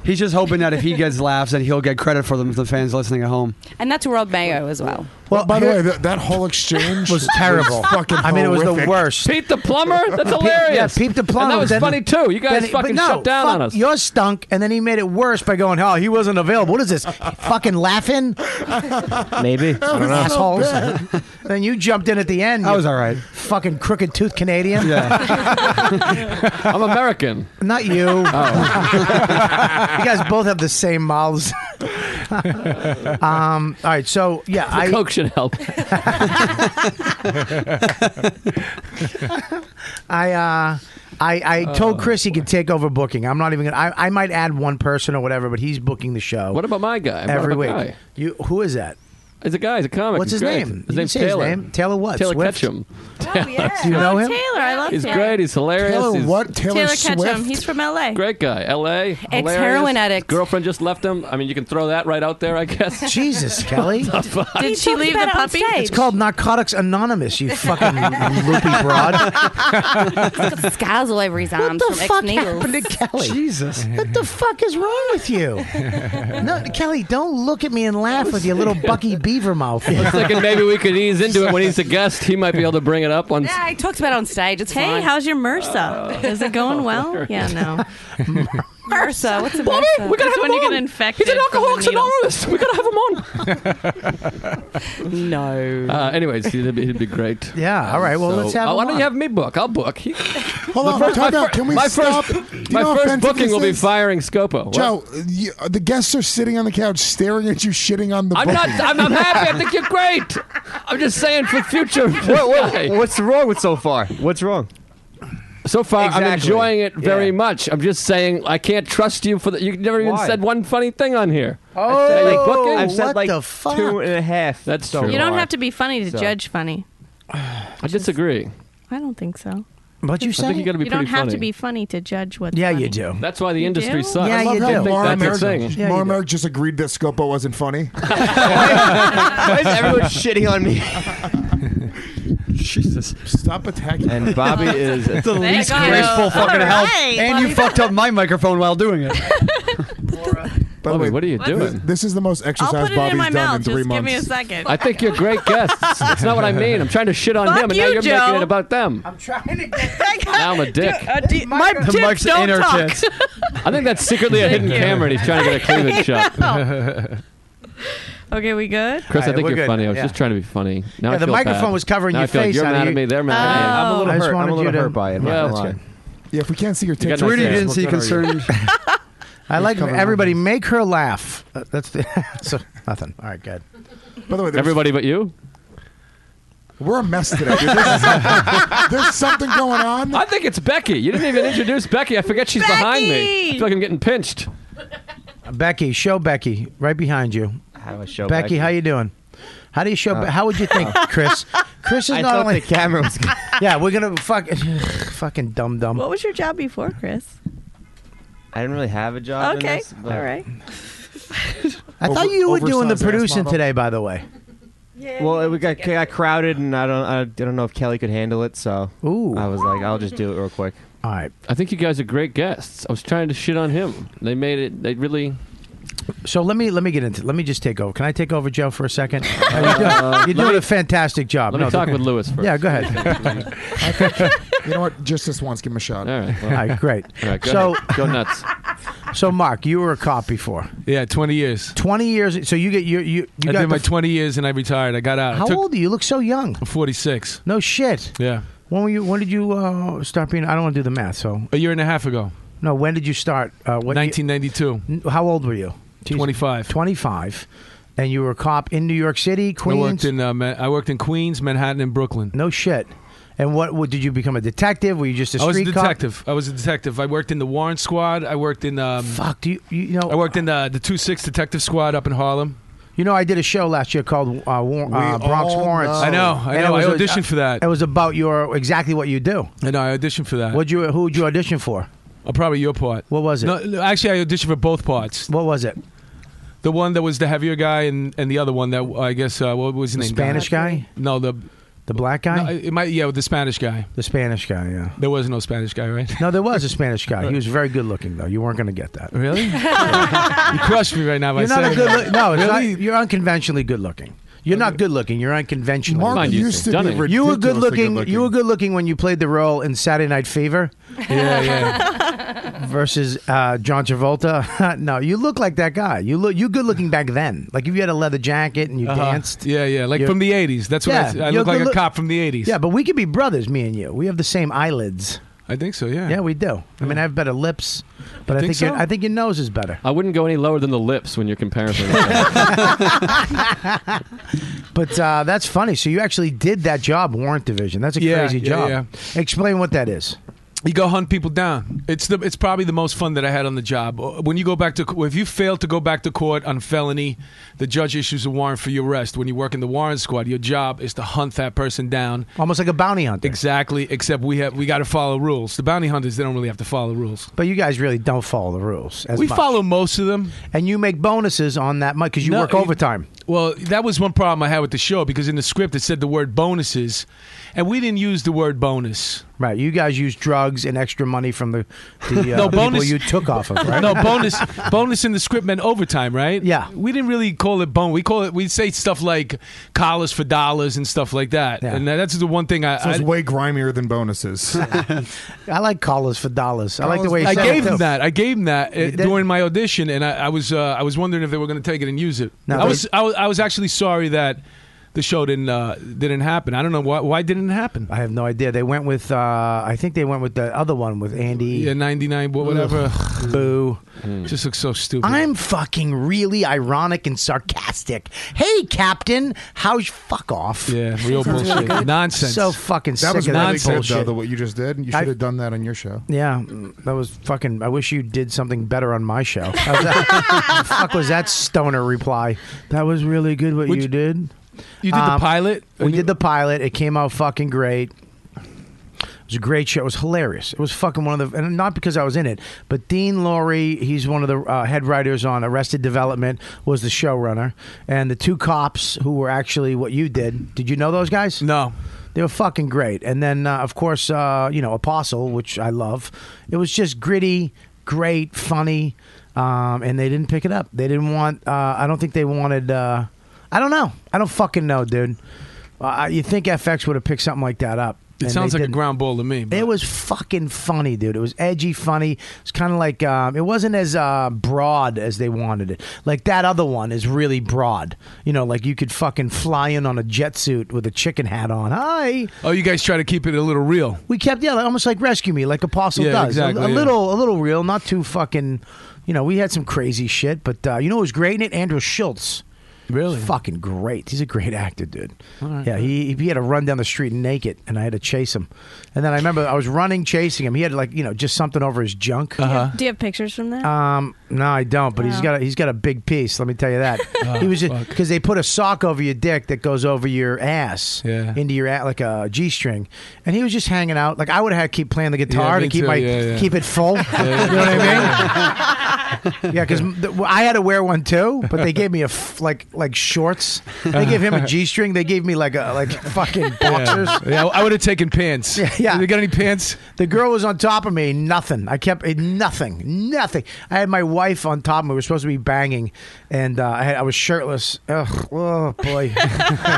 Speaker 13: He's just hoping that if he gets laughs, that he'll get credit for them to the fans listening at home.
Speaker 9: and that's Rob Mayo as well.
Speaker 10: Well, by the way, that, that whole exchange
Speaker 2: was terrible.
Speaker 10: fucking
Speaker 2: I mean, it was the
Speaker 10: horrific.
Speaker 2: worst.
Speaker 8: Pete the plumber? That's hilarious.
Speaker 2: Yeah, Pete the
Speaker 8: And that
Speaker 2: plumber.
Speaker 8: was funny, too. You guys
Speaker 2: but
Speaker 8: fucking
Speaker 2: no,
Speaker 8: shut down
Speaker 2: fuck,
Speaker 8: on us.
Speaker 2: Yours stunk, and then he made it worse by going, "Oh, he wasn't available." What is this? fucking laughing?
Speaker 7: Maybe. I don't know.
Speaker 2: Assholes. then you jumped in at the end. I was
Speaker 13: all right.
Speaker 2: Fucking crooked tooth Canadian.
Speaker 8: I'm American.
Speaker 2: Not you.
Speaker 8: Oh.
Speaker 2: you guys both have the same mouths. um, all right, so yeah,
Speaker 8: The
Speaker 2: I
Speaker 8: Coke should help.
Speaker 2: I uh, I, I
Speaker 8: Oh,
Speaker 2: told Chris he could take over booking. I'm not even gonna. I, I might add one person or whatever, but he's booking the show.
Speaker 8: What about my guy? I brought
Speaker 2: every
Speaker 8: up
Speaker 2: week?
Speaker 8: a guy.
Speaker 2: You who is that?
Speaker 8: He's a guy. He's a comic.
Speaker 2: What's
Speaker 8: He's
Speaker 2: his
Speaker 8: great.
Speaker 2: name?
Speaker 8: His
Speaker 2: You can
Speaker 8: name's
Speaker 2: say his
Speaker 8: Taylor.
Speaker 2: name. Taylor what?
Speaker 8: Taylor
Speaker 2: Swift?
Speaker 8: Ketchum.
Speaker 2: Do you know him?
Speaker 15: Oh, Taylor, I love
Speaker 8: He's
Speaker 15: Taylor.
Speaker 8: great. He's hilarious.
Speaker 10: Taylor
Speaker 8: He's
Speaker 10: what? Taylor
Speaker 15: Taylor
Speaker 10: Swift?
Speaker 15: Ketchum. He's from LA.
Speaker 8: Great guy. L.A.
Speaker 15: Ex-heroin
Speaker 8: hilarious.
Speaker 15: addict.
Speaker 8: Girlfriend just left him. I mean, you can throw that right out there, I guess.
Speaker 2: Jesus, Kelly.
Speaker 8: What the fuck?
Speaker 15: Did she leave the puppy?
Speaker 2: It's called Narcotics Anonymous. You fucking loopy broad.
Speaker 9: He's got scars all over his arms
Speaker 2: What
Speaker 9: from
Speaker 2: the fuck
Speaker 9: ex-needles.
Speaker 2: happened to Kelly?
Speaker 13: Jesus.
Speaker 2: What the fuck is wrong with you? No, Kelly, don't look at me and laugh with your little Bucky Beaver mouth.
Speaker 8: I was thinking maybe we could ease into it when he's a guest. He might be able to bring it up on. Uh,
Speaker 9: Yeah, I talked about it on stage. It's
Speaker 15: Hey,
Speaker 9: fine.
Speaker 15: how's your MRSA? Is it
Speaker 8: Oh,
Speaker 15: going well? Yeah, no. MRSA, what's a
Speaker 8: Bobby,
Speaker 15: MRSA?
Speaker 8: we gotta
Speaker 15: It's
Speaker 8: have
Speaker 15: when
Speaker 8: him
Speaker 15: you get
Speaker 8: on.
Speaker 15: infected.
Speaker 8: He's an
Speaker 15: from the
Speaker 8: alcoholics
Speaker 15: needle.
Speaker 8: anonymous. We gotta have him on.
Speaker 15: No.
Speaker 8: Uh, anyways, it'd be, it'd be great.
Speaker 2: Yeah. All right. Well,
Speaker 8: So-
Speaker 2: let's have.
Speaker 8: Oh,
Speaker 2: him
Speaker 8: why don't
Speaker 2: on.
Speaker 8: you have me book? I'll book. He-
Speaker 10: Hold
Speaker 8: The
Speaker 10: on,
Speaker 8: first-
Speaker 10: time
Speaker 8: my
Speaker 10: out.
Speaker 8: fir-
Speaker 10: Can we
Speaker 8: my
Speaker 10: stop?
Speaker 8: first-
Speaker 10: Do you
Speaker 8: my
Speaker 10: know how
Speaker 8: first
Speaker 10: offensive
Speaker 8: booking
Speaker 10: this
Speaker 8: will be
Speaker 10: is?
Speaker 8: firing Scopo. What?
Speaker 10: Joe, you, the guests are sitting on the couch staring at you, shitting on the.
Speaker 8: I'm not.
Speaker 10: booking.
Speaker 8: I'm, I'm happy. I think you're great. I'm just saying for future. this
Speaker 7: What- what-
Speaker 8: guy.
Speaker 7: what's wrong with so far? What's wrong?
Speaker 8: So far,
Speaker 7: Exactly.
Speaker 8: I'm enjoying it very
Speaker 7: Yeah.
Speaker 8: much. I'm just saying I can't trust you for the. You never even
Speaker 7: Why?
Speaker 8: said one funny thing on here.
Speaker 2: Oh,
Speaker 8: Are you booking?
Speaker 7: I've said
Speaker 2: what
Speaker 7: like
Speaker 2: the fuck?
Speaker 7: two and a half.
Speaker 8: That's
Speaker 7: so
Speaker 8: true.
Speaker 6: You don't
Speaker 7: far.
Speaker 6: have to be funny to
Speaker 7: So-
Speaker 6: judge funny.
Speaker 8: I disagree.
Speaker 6: I don't think so.
Speaker 2: What you
Speaker 8: I think you
Speaker 2: say?
Speaker 8: got to be pretty
Speaker 6: you don't have
Speaker 8: funny.
Speaker 6: to be funny to judge what's
Speaker 2: Yeah,
Speaker 6: funny.
Speaker 2: you do.
Speaker 8: That's why the
Speaker 6: You
Speaker 8: industry
Speaker 6: do?
Speaker 8: sucks.
Speaker 2: Yeah,
Speaker 8: I love
Speaker 2: you
Speaker 8: that
Speaker 2: do.
Speaker 8: they think
Speaker 10: Laura
Speaker 8: that's a
Speaker 10: Merrick,
Speaker 8: thing.
Speaker 2: Yeah, you
Speaker 10: Laura
Speaker 2: do.
Speaker 10: Merrick just agreed that Scopo wasn't funny.
Speaker 7: Why is everyone shitting on me?
Speaker 13: Jesus.
Speaker 10: Stop attacking.
Speaker 7: And Bobby is.
Speaker 13: It's the
Speaker 6: Thank
Speaker 13: least
Speaker 6: you.
Speaker 13: graceful fucking
Speaker 6: All
Speaker 13: help.
Speaker 6: right,
Speaker 13: and you fucked up my microphone while doing it.
Speaker 10: By the
Speaker 8: Bobby,
Speaker 10: way,
Speaker 8: what are you doing?
Speaker 10: This is the most
Speaker 6: I'll
Speaker 10: exercise
Speaker 6: put it
Speaker 10: Bobby's
Speaker 6: in my
Speaker 10: done
Speaker 6: mouth.
Speaker 10: in
Speaker 6: Just
Speaker 10: three
Speaker 6: give
Speaker 10: months.
Speaker 6: me a second.
Speaker 8: I think you're great guests. That's not what I mean. I'm trying to shit on
Speaker 6: Fuck
Speaker 8: him, and now
Speaker 6: you,
Speaker 8: you're
Speaker 6: Joe.
Speaker 8: making it about them.
Speaker 2: I'm trying to get.
Speaker 8: now I'm a dick.
Speaker 6: Uh, d- my
Speaker 2: The
Speaker 6: tits
Speaker 13: mic's
Speaker 6: don't
Speaker 13: in her
Speaker 6: talk.
Speaker 13: tits.
Speaker 8: I think that's secretly a hidden
Speaker 6: you.
Speaker 8: camera, and he's trying to get a cleavage shot.
Speaker 6: Okay, we good?
Speaker 8: Chris,
Speaker 2: All
Speaker 8: I
Speaker 2: right,
Speaker 8: think
Speaker 2: we're
Speaker 8: you're
Speaker 2: good.
Speaker 8: funny. I was
Speaker 2: Yeah.
Speaker 8: just trying to be funny. Now
Speaker 2: Yeah,
Speaker 8: I
Speaker 2: the
Speaker 8: feel
Speaker 2: microphone
Speaker 8: bad.
Speaker 2: was covering
Speaker 8: now
Speaker 2: your
Speaker 8: I feel
Speaker 2: face,
Speaker 8: Like you're
Speaker 2: honey.
Speaker 8: mad at me. They're mad at me.
Speaker 7: I'm a little
Speaker 2: I just
Speaker 7: hurt. I'm
Speaker 2: wanted
Speaker 7: a
Speaker 2: you
Speaker 7: little
Speaker 2: to-
Speaker 7: hurt by it. I'm
Speaker 8: Yeah,
Speaker 7: not
Speaker 8: that's
Speaker 7: gonna lie.
Speaker 8: good.
Speaker 10: Yeah, if we can't see your
Speaker 8: got
Speaker 10: tits,
Speaker 8: no
Speaker 10: we
Speaker 13: Weird you
Speaker 8: Yeah,
Speaker 13: didn't see
Speaker 10: We'll cover you.
Speaker 13: concerned.
Speaker 2: I like
Speaker 10: covering
Speaker 2: everybody. Make her laugh. Uh, That's the. so, nothing. All right, good.
Speaker 10: By the way, there's-
Speaker 8: Everybody but you.
Speaker 10: we're a mess today. Dude. This is- there's something going on.
Speaker 8: I think it's Becky. You didn't even introduce Becky. I forget she's behind me. I
Speaker 6: Becky!
Speaker 8: feel like I'm getting pinched.
Speaker 2: Becky, show Becky right behind you.
Speaker 7: I have a show. Oh.
Speaker 2: Becky, how you doing? How do you show? how would you think, Chris? Chris is
Speaker 7: I
Speaker 2: not
Speaker 7: thought
Speaker 2: only.
Speaker 7: the camera was.
Speaker 2: yeah, we're gonna fuck, fucking dumb dumb.
Speaker 6: What was your job before, Chris?
Speaker 7: I didn't really have a job. in
Speaker 6: Okay,
Speaker 7: this,
Speaker 6: all
Speaker 7: but-
Speaker 6: right.
Speaker 2: I thought you were
Speaker 10: Over-
Speaker 2: doing
Speaker 10: oversized
Speaker 2: the
Speaker 10: ass
Speaker 2: producing
Speaker 10: model.
Speaker 2: today, by the way.
Speaker 7: Well, it we got, got crowded, and I don't, I don't know if Kelly could handle it, so
Speaker 2: Ooh.
Speaker 7: I was like, I'll just do it real quick.
Speaker 2: All right.
Speaker 8: I think you guys are great guests. I was trying to shit on him. They made it. They really.
Speaker 2: So let me let me get into. Let me just take over. Can I take over, Joe, for a second?
Speaker 7: Uh,
Speaker 2: You're doing a fantastic job.
Speaker 8: Let me
Speaker 2: No,
Speaker 8: talk
Speaker 2: the-
Speaker 8: with Lewis first.
Speaker 2: Yeah, go ahead.
Speaker 10: You know what? Just this once, give him a shot.
Speaker 8: All right. well,
Speaker 2: All right, great.
Speaker 8: all right, go
Speaker 2: so
Speaker 8: ahead. go nuts.
Speaker 2: so Mark, you were a cop before.
Speaker 12: Yeah, 20 years.
Speaker 2: Twenty years. So you get you you you
Speaker 12: I
Speaker 2: got
Speaker 12: did my
Speaker 2: the-
Speaker 12: 20 years and I retired. I got out.
Speaker 2: How
Speaker 12: I Uh, took
Speaker 2: old are you? You look so young.
Speaker 12: 46.
Speaker 2: No shit.
Speaker 12: Yeah.
Speaker 2: When were you? When did you uh, start being? I don't want to do the math. So
Speaker 12: A year and a half ago.
Speaker 2: no. When did you start? Uh, what?
Speaker 12: 1992.
Speaker 2: n- how old were you?
Speaker 12: 25.
Speaker 2: Twenty-five, and you were a cop in New York City,
Speaker 12: I
Speaker 2: Queens.
Speaker 12: worked in uh, Ma- I worked in Queens, Manhattan, and Brooklyn.
Speaker 2: no shit. And what, what did you become a detective? Were you just a
Speaker 12: I was a
Speaker 2: street cop?
Speaker 12: detective. I was a detective. I worked in the Warren Squad. I worked in um,
Speaker 2: Fuck. Do you you know?
Speaker 12: I worked in the the two six Detective Squad up in Harlem.
Speaker 2: You know, I did a show last year called uh, War- uh, Bronx
Speaker 10: all
Speaker 2: Warrants.
Speaker 10: know.
Speaker 12: I know. I
Speaker 2: And
Speaker 12: know. I
Speaker 2: it was- uh,
Speaker 12: auditioned for that.
Speaker 2: It was about your exactly what you do.
Speaker 12: I know. I auditioned for that.
Speaker 2: What you who would you audition for?
Speaker 12: Uh, probably your part.
Speaker 2: What was it?
Speaker 12: No, no, actually, I auditioned for both parts.
Speaker 2: What was it?
Speaker 12: The one that was the heavier guy, and, and the other one that I guess uh, what was his
Speaker 2: The
Speaker 12: name?
Speaker 2: Spanish guy,
Speaker 12: No, the
Speaker 2: the black
Speaker 12: no,
Speaker 2: guy,
Speaker 12: it might yeah the Spanish guy.
Speaker 2: the Spanish guy. Yeah.
Speaker 12: There was no Spanish guy, right?
Speaker 2: No, there was a Spanish guy. He was very good looking though. You weren't going to get that.
Speaker 12: Really? you crushed me right now by
Speaker 2: You're not
Speaker 12: saying
Speaker 2: a good.
Speaker 12: that.
Speaker 2: Look- no, it's
Speaker 12: Really?
Speaker 2: not, you're unconventionally good looking. You're not good looking. You're unconventional.
Speaker 10: Mark Mind you, used to be done it.
Speaker 2: You were good
Speaker 10: ridiculously
Speaker 2: looking.
Speaker 10: good-looking.
Speaker 2: You were good looking when you played the role in Saturday Night Fever.
Speaker 10: Yeah,
Speaker 2: yeah. Versus uh, John Travolta. no, you look like that guy. You look. You good looking back then. Like if you had a leather jacket and you
Speaker 12: Uh-huh.
Speaker 2: danced.
Speaker 12: Yeah, yeah, like
Speaker 2: You're-
Speaker 12: from the '80s. That's what I- I,
Speaker 2: you're
Speaker 12: look like
Speaker 2: good
Speaker 12: a
Speaker 2: look-
Speaker 12: cop from the '80s.
Speaker 2: Yeah, but we could be brothers, me and you. We have the same eyelids.
Speaker 12: I think so. Yeah.
Speaker 2: Yeah, we do. I mean, I have better lips, but I
Speaker 8: think
Speaker 2: think, your,
Speaker 8: so?
Speaker 2: I think your nose is better.
Speaker 8: I wouldn't go any lower than the lips when you're comparison. That's
Speaker 2: But uh, that's funny. So you actually did that job, warrant division. That's a
Speaker 12: Yeah,
Speaker 2: crazy
Speaker 12: yeah,
Speaker 2: job.
Speaker 12: yeah.
Speaker 2: Explain what that is.
Speaker 12: You go hunt people down. It's the it's probably the most fun that I had on the job. Uh, When you go back to if you fail to go back to court on felony, the judge issues a warrant for your arrest. When you work in the warrant squad, your job is to hunt that person down.
Speaker 2: Almost like a bounty hunter.
Speaker 12: Exactly. Except we have we got to follow rules. The bounty hunters they don't really have to follow rules.
Speaker 2: But you guys really don't follow the rules. As
Speaker 12: we
Speaker 2: much.
Speaker 12: follow most of them,
Speaker 2: and you make bonuses on that money because you work overtime.
Speaker 12: Well, that was one problem I had with the show because in the script it said the word bonuses, and we didn't use the word bonus.
Speaker 2: Right. You guys use drugs and extra money from the, the uh, people you took off of, right?
Speaker 12: No bonus. bonus in the script meant overtime, right? Yeah. We didn't really call it bone. We call it. We say stuff like collars for dollars and stuff like that. And that's the one thing I.
Speaker 10: So it's
Speaker 12: I-
Speaker 10: way grimier than bonuses.
Speaker 2: I like collars for dollars. I like the way he
Speaker 12: I
Speaker 2: said
Speaker 12: gave
Speaker 2: it,
Speaker 12: him
Speaker 2: too.
Speaker 12: that. I gave him that uh,
Speaker 2: did?
Speaker 12: during my audition, and I, I was uh, I was wondering if they were going to take it and use it.
Speaker 2: No,
Speaker 12: I
Speaker 2: they-
Speaker 12: was I was I was actually sorry that the show didn't uh, didn't happen. I don't know why why didn't it happen.
Speaker 2: I have no idea. They went with, uh, I think they went with the other one with Andy.
Speaker 12: Yeah, ninety nine, whatever.
Speaker 2: Boo.
Speaker 12: Just looks so stupid.
Speaker 2: I'm fucking really ironic and sarcastic. Hey, Captain, how's fuck off?
Speaker 12: Yeah, real bullshit. Nonsense.
Speaker 2: So fucking
Speaker 10: That
Speaker 2: sick
Speaker 10: was
Speaker 2: of
Speaker 10: really
Speaker 2: that
Speaker 10: good,
Speaker 2: bullshit.
Speaker 10: though, the, what you just did. You
Speaker 2: I-
Speaker 10: should have done that on your show.
Speaker 2: yeah, that was fucking. I wish you did something better on my show. How's that- fuck was that stoner reply? That was really good what you did. Um,
Speaker 12: You did the pilot?
Speaker 2: We did the pilot. It came out fucking great. It was a great show. It was hilarious. It was fucking one of the, and not because I was in it, but Dean Laurie, he's one of the uh, head writers on Arrested Development, was the showrunner, and the two cops who were actually what you did. Did you know those guys?
Speaker 12: No.
Speaker 2: They were fucking great. And then, uh, of course, uh, you know, Apostle, which I love. It was just gritty, great, funny, um, and they didn't pick it up. They didn't want, uh, I don't think they wanted, uh, I don't know. I don't fucking know, dude. Uh, you think FX would have picked something like that up.
Speaker 12: It
Speaker 2: and
Speaker 12: sounds
Speaker 2: they
Speaker 12: like a
Speaker 2: didn't.
Speaker 12: ground ball to me.
Speaker 2: It was fucking funny, dude. It was edgy, funny. It's kind of like um, it wasn't as uh, broad as they wanted it. Like that other one is really broad. You know, like you could fucking fly in on a jet suit with a chicken hat on. Hi.
Speaker 12: Oh, you guys try to keep it a little real.
Speaker 2: We kept yeah, like, almost like rescue me, like Apostle
Speaker 12: Yeah,
Speaker 2: does. A-
Speaker 12: exactly,
Speaker 2: a,
Speaker 12: yeah.
Speaker 2: little, a little real, not too fucking. You know, we had some crazy shit, but uh, you know, who was great in it. Andrew Schultz.
Speaker 12: Really?
Speaker 2: Fucking great. He's a great actor, dude.
Speaker 12: All right.
Speaker 2: Yeah, he he had to run down the street naked, and I had to chase him. And then I remember I was running, chasing him. He had like you know just something over his junk.
Speaker 12: Uh-huh.
Speaker 15: Do you have pictures from that?
Speaker 2: Um, no, I don't. But he's
Speaker 15: Wow.
Speaker 2: got a, he's got a big piece. Let me tell you that.
Speaker 15: Oh,
Speaker 2: he was just because they put a sock over your dick that goes over your ass,
Speaker 12: Yeah.
Speaker 2: into your a- like a g string, and he was just hanging out. Like I would have had to keep playing the guitar
Speaker 12: me
Speaker 2: to keep
Speaker 12: too.
Speaker 2: my
Speaker 12: Yeah, yeah.
Speaker 2: keep it full.
Speaker 12: yeah.
Speaker 2: You know what I mean? yeah, because I had to wear one too, but they gave me a f- like like shorts. They gave him a g string. They gave me like a like fucking boxers.
Speaker 12: Yeah, yeah I would have taken pants. Yeah,
Speaker 2: Yeah.
Speaker 12: You got any pants?
Speaker 2: The girl was on top of me. Nothing. I kept it. Nothing. Nothing. I had my wife on top of me. We were supposed to be banging, and uh, I, had, I was shirtless. Ugh, oh boy.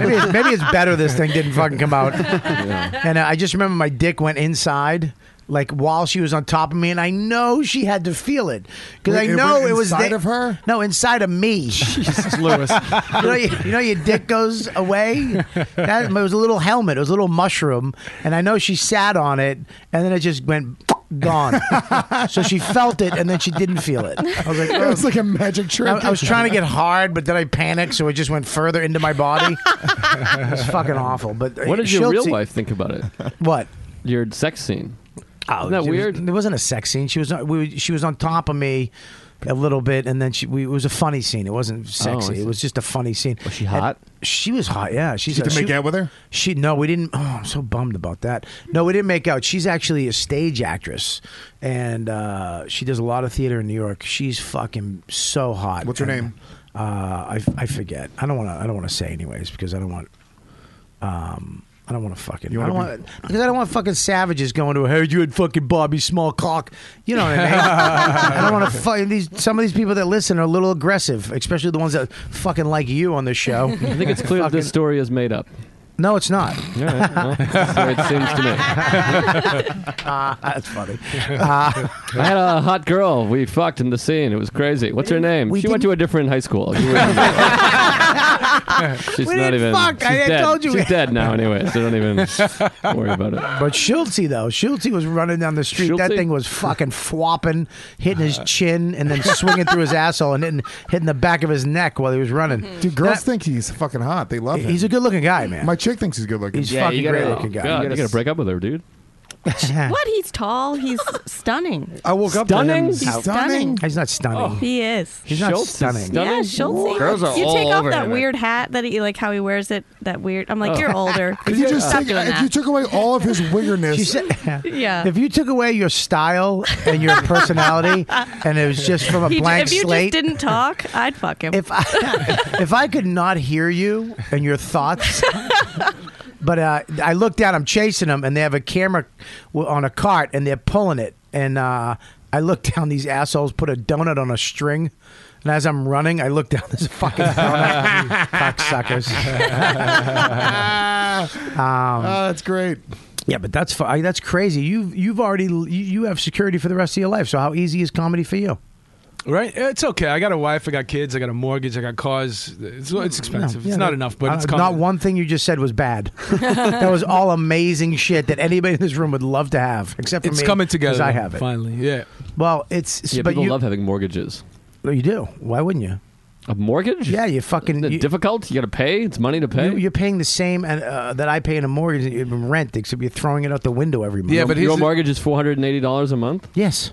Speaker 2: maybe, it's, maybe it's better this thing didn't fucking come out. And uh, I just remember my dick went inside. Like while she was on top of me, and I know she had to feel it because
Speaker 10: Wait,
Speaker 2: I
Speaker 10: it
Speaker 2: know
Speaker 10: went
Speaker 2: it, was
Speaker 10: inside
Speaker 2: the-
Speaker 10: of her?
Speaker 2: No, inside of me.
Speaker 10: Jesus, Lewis.
Speaker 2: you, know, you, you know your dick goes away. That it was a little helmet. It was a little mushroom, and I know she sat on it, and then it just went gone. so she felt it, and then she didn't feel it. I was like,
Speaker 10: It was
Speaker 2: "Oh."
Speaker 10: like a magic trick.
Speaker 2: I, I was trying to get hard, but then I panicked, so it just went further into my body. it was fucking awful. But uh,
Speaker 8: what did your
Speaker 2: Schultz-
Speaker 8: real wife think about it?
Speaker 2: What
Speaker 8: your sex scene?
Speaker 2: Oh,
Speaker 8: Isn't that
Speaker 2: it was-
Speaker 8: weird?
Speaker 2: there wasn't a sex scene. She was on- we, were- she was on top of me a little bit, and then she we, it was a funny scene. It wasn't
Speaker 8: Oh, I
Speaker 2: sexy.
Speaker 8: see.
Speaker 2: it was just a funny scene. Was she
Speaker 8: hot?
Speaker 2: she was hot. Yeah, she's.
Speaker 10: Did you
Speaker 2: she-
Speaker 10: make out with her?
Speaker 2: She no, we didn't. Oh, I'm so bummed about that. No, we didn't make out. She's actually a stage actress, and uh, she does a lot of theater in New York. She's fucking so hot.
Speaker 10: What's her
Speaker 2: And,
Speaker 10: name?
Speaker 2: Uh, I I forget. I don't want to. I don't want to say anyways because I don't want. Um, I don't want to fucking.
Speaker 10: You
Speaker 2: I
Speaker 10: wanna
Speaker 2: don't want because I don't want fucking savages going to. I heard you had fucking Bobby Small cock. You know what I mean? I don't want to fuck these. Some of these people that listen are a little aggressive, especially the ones that fucking like you on this show.
Speaker 8: I think it's clear that this story is made up.
Speaker 2: No, it's not.
Speaker 8: All right, well, that's the way it seems to me.
Speaker 2: Ah, that's funny. Uh,
Speaker 8: I had a hot girl. We fucked in the scene. It was crazy. What's her name?
Speaker 2: We
Speaker 8: she went to a different high school. You wouldn't know. she's
Speaker 2: We
Speaker 8: not
Speaker 2: didn't
Speaker 8: even.
Speaker 2: fuck.
Speaker 8: She's
Speaker 2: I
Speaker 8: dead.
Speaker 2: told you we-
Speaker 8: She's dead now, anyway. So don't even worry about it.
Speaker 2: But Schultzy though, Schultzy was running down the street. That thing was fucking flopping, hitting his chin, and then swinging through his asshole and hitting, hitting the back of his neck while he was running.
Speaker 10: Dude, girls think he's fucking hot. They love him.
Speaker 2: He's a good-looking guy, man.
Speaker 10: My chick thinks he's good-looking.
Speaker 2: He's Yeah, you fucking gotta-
Speaker 8: Oh, God, you gotta break up with her, dude.
Speaker 9: What? He's tall. He's stunning.
Speaker 10: I woke
Speaker 9: up to him. Stunning? He's stunning.
Speaker 2: He's not stunning.
Speaker 15: Oh, He is.
Speaker 2: He's not Schultz is stunning. stunning?
Speaker 15: Yeah, Schultz.
Speaker 2: Girls are
Speaker 15: you
Speaker 2: all
Speaker 15: take off
Speaker 2: over
Speaker 15: that
Speaker 2: him.
Speaker 15: weird hat that he like how he wears it. That weird. I'm like, you're
Speaker 2: Oh.
Speaker 15: older.
Speaker 10: If you just
Speaker 15: Stop
Speaker 10: take,
Speaker 15: doing
Speaker 10: if
Speaker 15: that.
Speaker 10: you took away all of his wiggerness,
Speaker 15: yeah.
Speaker 2: If you took away your style and your personality, and it was just from a
Speaker 15: He j-
Speaker 2: blank
Speaker 15: if you
Speaker 2: slate,
Speaker 15: just didn't talk, I'd fuck him. If
Speaker 2: I, if I could not hear you and your thoughts, but uh, I look down, I'm chasing them, and they have a camera w- on a cart, and they're pulling it, and uh, I look down. These assholes put a donut on a string. And as I'm running, I look down this fucking donut. Cocksuckers. um,
Speaker 10: oh, that's great.
Speaker 2: Yeah, but that's fu- I- that's crazy. You've you've already you, you have security for the rest of your life. So how easy is comedy for you?
Speaker 12: Right? It's okay. I got a wife. I got kids. I got a mortgage. I got cars. It's, it's expensive.
Speaker 2: Yeah,
Speaker 12: it's not
Speaker 2: that-
Speaker 12: enough, but
Speaker 2: uh,
Speaker 12: it's coming.
Speaker 2: not one thing you just said was bad. that was all amazing shit that anybody in this room would love to have, except for
Speaker 12: it's
Speaker 2: me.
Speaker 12: coming together.
Speaker 2: 'cause I have it.
Speaker 12: Finally. Yeah.
Speaker 2: Well, it's
Speaker 8: Yeah,
Speaker 2: but
Speaker 8: people
Speaker 2: you,
Speaker 8: love having mortgages.
Speaker 2: Well, you do. Why wouldn't you?
Speaker 8: A mortgage?
Speaker 2: Yeah, you fucking
Speaker 8: Isn't it difficult. You got to pay. It's money to pay.
Speaker 2: You, you're paying the same uh, that I pay in a mortgage in rent, except you're throwing it out the window every month.
Speaker 8: your, your mortgage is four hundred and eighty dollars a month.
Speaker 2: Yes.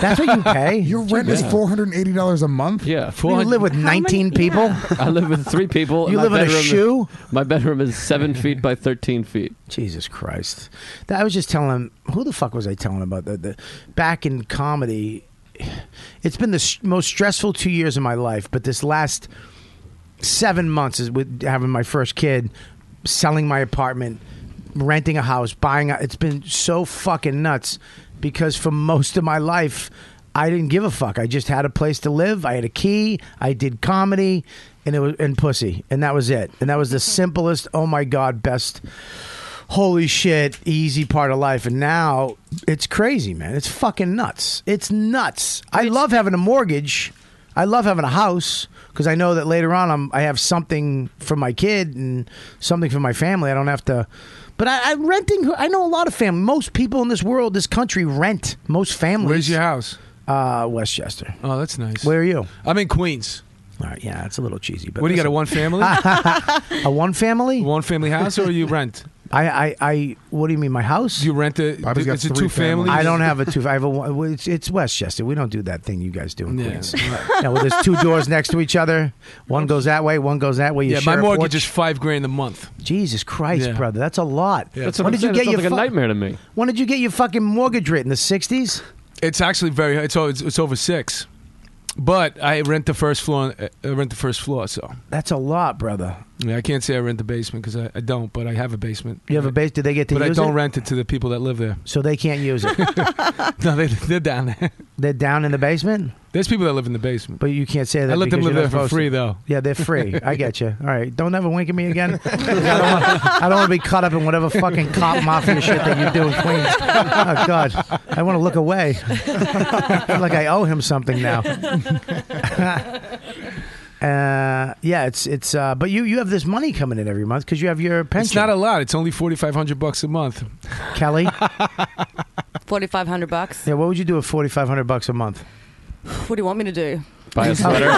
Speaker 2: That's what you pay.
Speaker 10: Your rent is
Speaker 8: Yeah.
Speaker 10: four hundred and eighty dollars a month.
Speaker 8: Yeah,
Speaker 2: You live with 19 people.
Speaker 8: I live with three people.
Speaker 2: You
Speaker 8: My
Speaker 2: live in a
Speaker 8: bedroom is-
Speaker 2: shoe?
Speaker 8: my bedroom is seven feet by thirteen feet.
Speaker 2: Jesus Christ. That, I was just telling him, who the fuck was I telling about that? The, back in comedy, it's been the s- most stressful two years of my life, but this last seven months is with having my first kid, selling my apartment, renting a house, buying. A, it's been so fucking nuts because for most of my life, I didn't give a fuck. I just had a place to live. I had a key. I did comedy, and it was and pussy, and that was it. And that was the simplest. Oh my god, best. Holy shit, easy part of life. And now it's crazy, man. It's fucking nuts. It's nuts. I love having a mortgage. I love having a house because I know that later on I'm, I have something for my kid and something for my family. I don't have to. But I, I'm renting. I know a lot of family. Most people in this world, this country, rent. Most families.
Speaker 12: Where's your house?
Speaker 2: Uh, Westchester.
Speaker 12: Oh, that's nice.
Speaker 2: Where are you?
Speaker 12: I'm in Queens.
Speaker 2: All right, yeah, it's a little cheesy, but
Speaker 12: What do you got?
Speaker 2: listen.
Speaker 12: A one family?
Speaker 2: a one family?
Speaker 12: One family house, or you rent?
Speaker 2: I, I, I, what do you mean, my house? You
Speaker 12: rent it? Bobby's got It's a three two-family? families.
Speaker 2: I don't have a two. I have a. one- well, It's, it's Westchester. We don't do that thing you guys do in
Speaker 12: Yeah.
Speaker 2: Queens. now, where there's two doors next to each other. One goes that way. One goes that way. You
Speaker 12: yeah,
Speaker 2: share
Speaker 12: my
Speaker 2: a
Speaker 12: mortgage
Speaker 2: porch.
Speaker 12: is five grand a month.
Speaker 2: Jesus Christ,
Speaker 12: Yeah.
Speaker 2: brother, that's a lot.
Speaker 12: Yeah. That's what I'm saying. That sounds like a nightmare to me.
Speaker 2: When did you get your fucking mortgage rate in the '60s?
Speaker 12: It's actually very. It's o- it's, it's over six, but I rent the first floor. uh, I rent the first floor, so
Speaker 2: that's a lot, brother.
Speaker 12: Yeah, I can't say I rent the basement because I, I don't, but I have a basement.
Speaker 2: You have a base. Did they get to
Speaker 12: but
Speaker 2: use
Speaker 12: I don't
Speaker 2: it?
Speaker 12: rent it to the people that live there.
Speaker 2: so they can't use it.
Speaker 12: No, they, they're down there.
Speaker 2: They're down in the basement.
Speaker 12: There's people that live in the basement.
Speaker 2: But you can't say that.
Speaker 12: I let them
Speaker 2: because
Speaker 12: live there
Speaker 2: you're not
Speaker 12: for
Speaker 2: supposed to.
Speaker 12: free, though.
Speaker 2: Yeah, they're free. I get you. All right, don't ever wink at me again. 'Cause I don't want- I don't want to be caught up in whatever fucking cop mafia shit that you do in Queens. Oh God, I want to look away. I feel like I owe him something now. Uh, yeah, it's it's. Uh, but you you have this money coming in every month because you have your pension.
Speaker 12: It's not a lot. It's only forty five hundred bucks a month.
Speaker 2: Kelly.
Speaker 9: Forty five hundred bucks.
Speaker 2: Yeah, what would you do with forty five hundred bucks a month?
Speaker 9: What do you want me to do?
Speaker 8: Buy a sweater.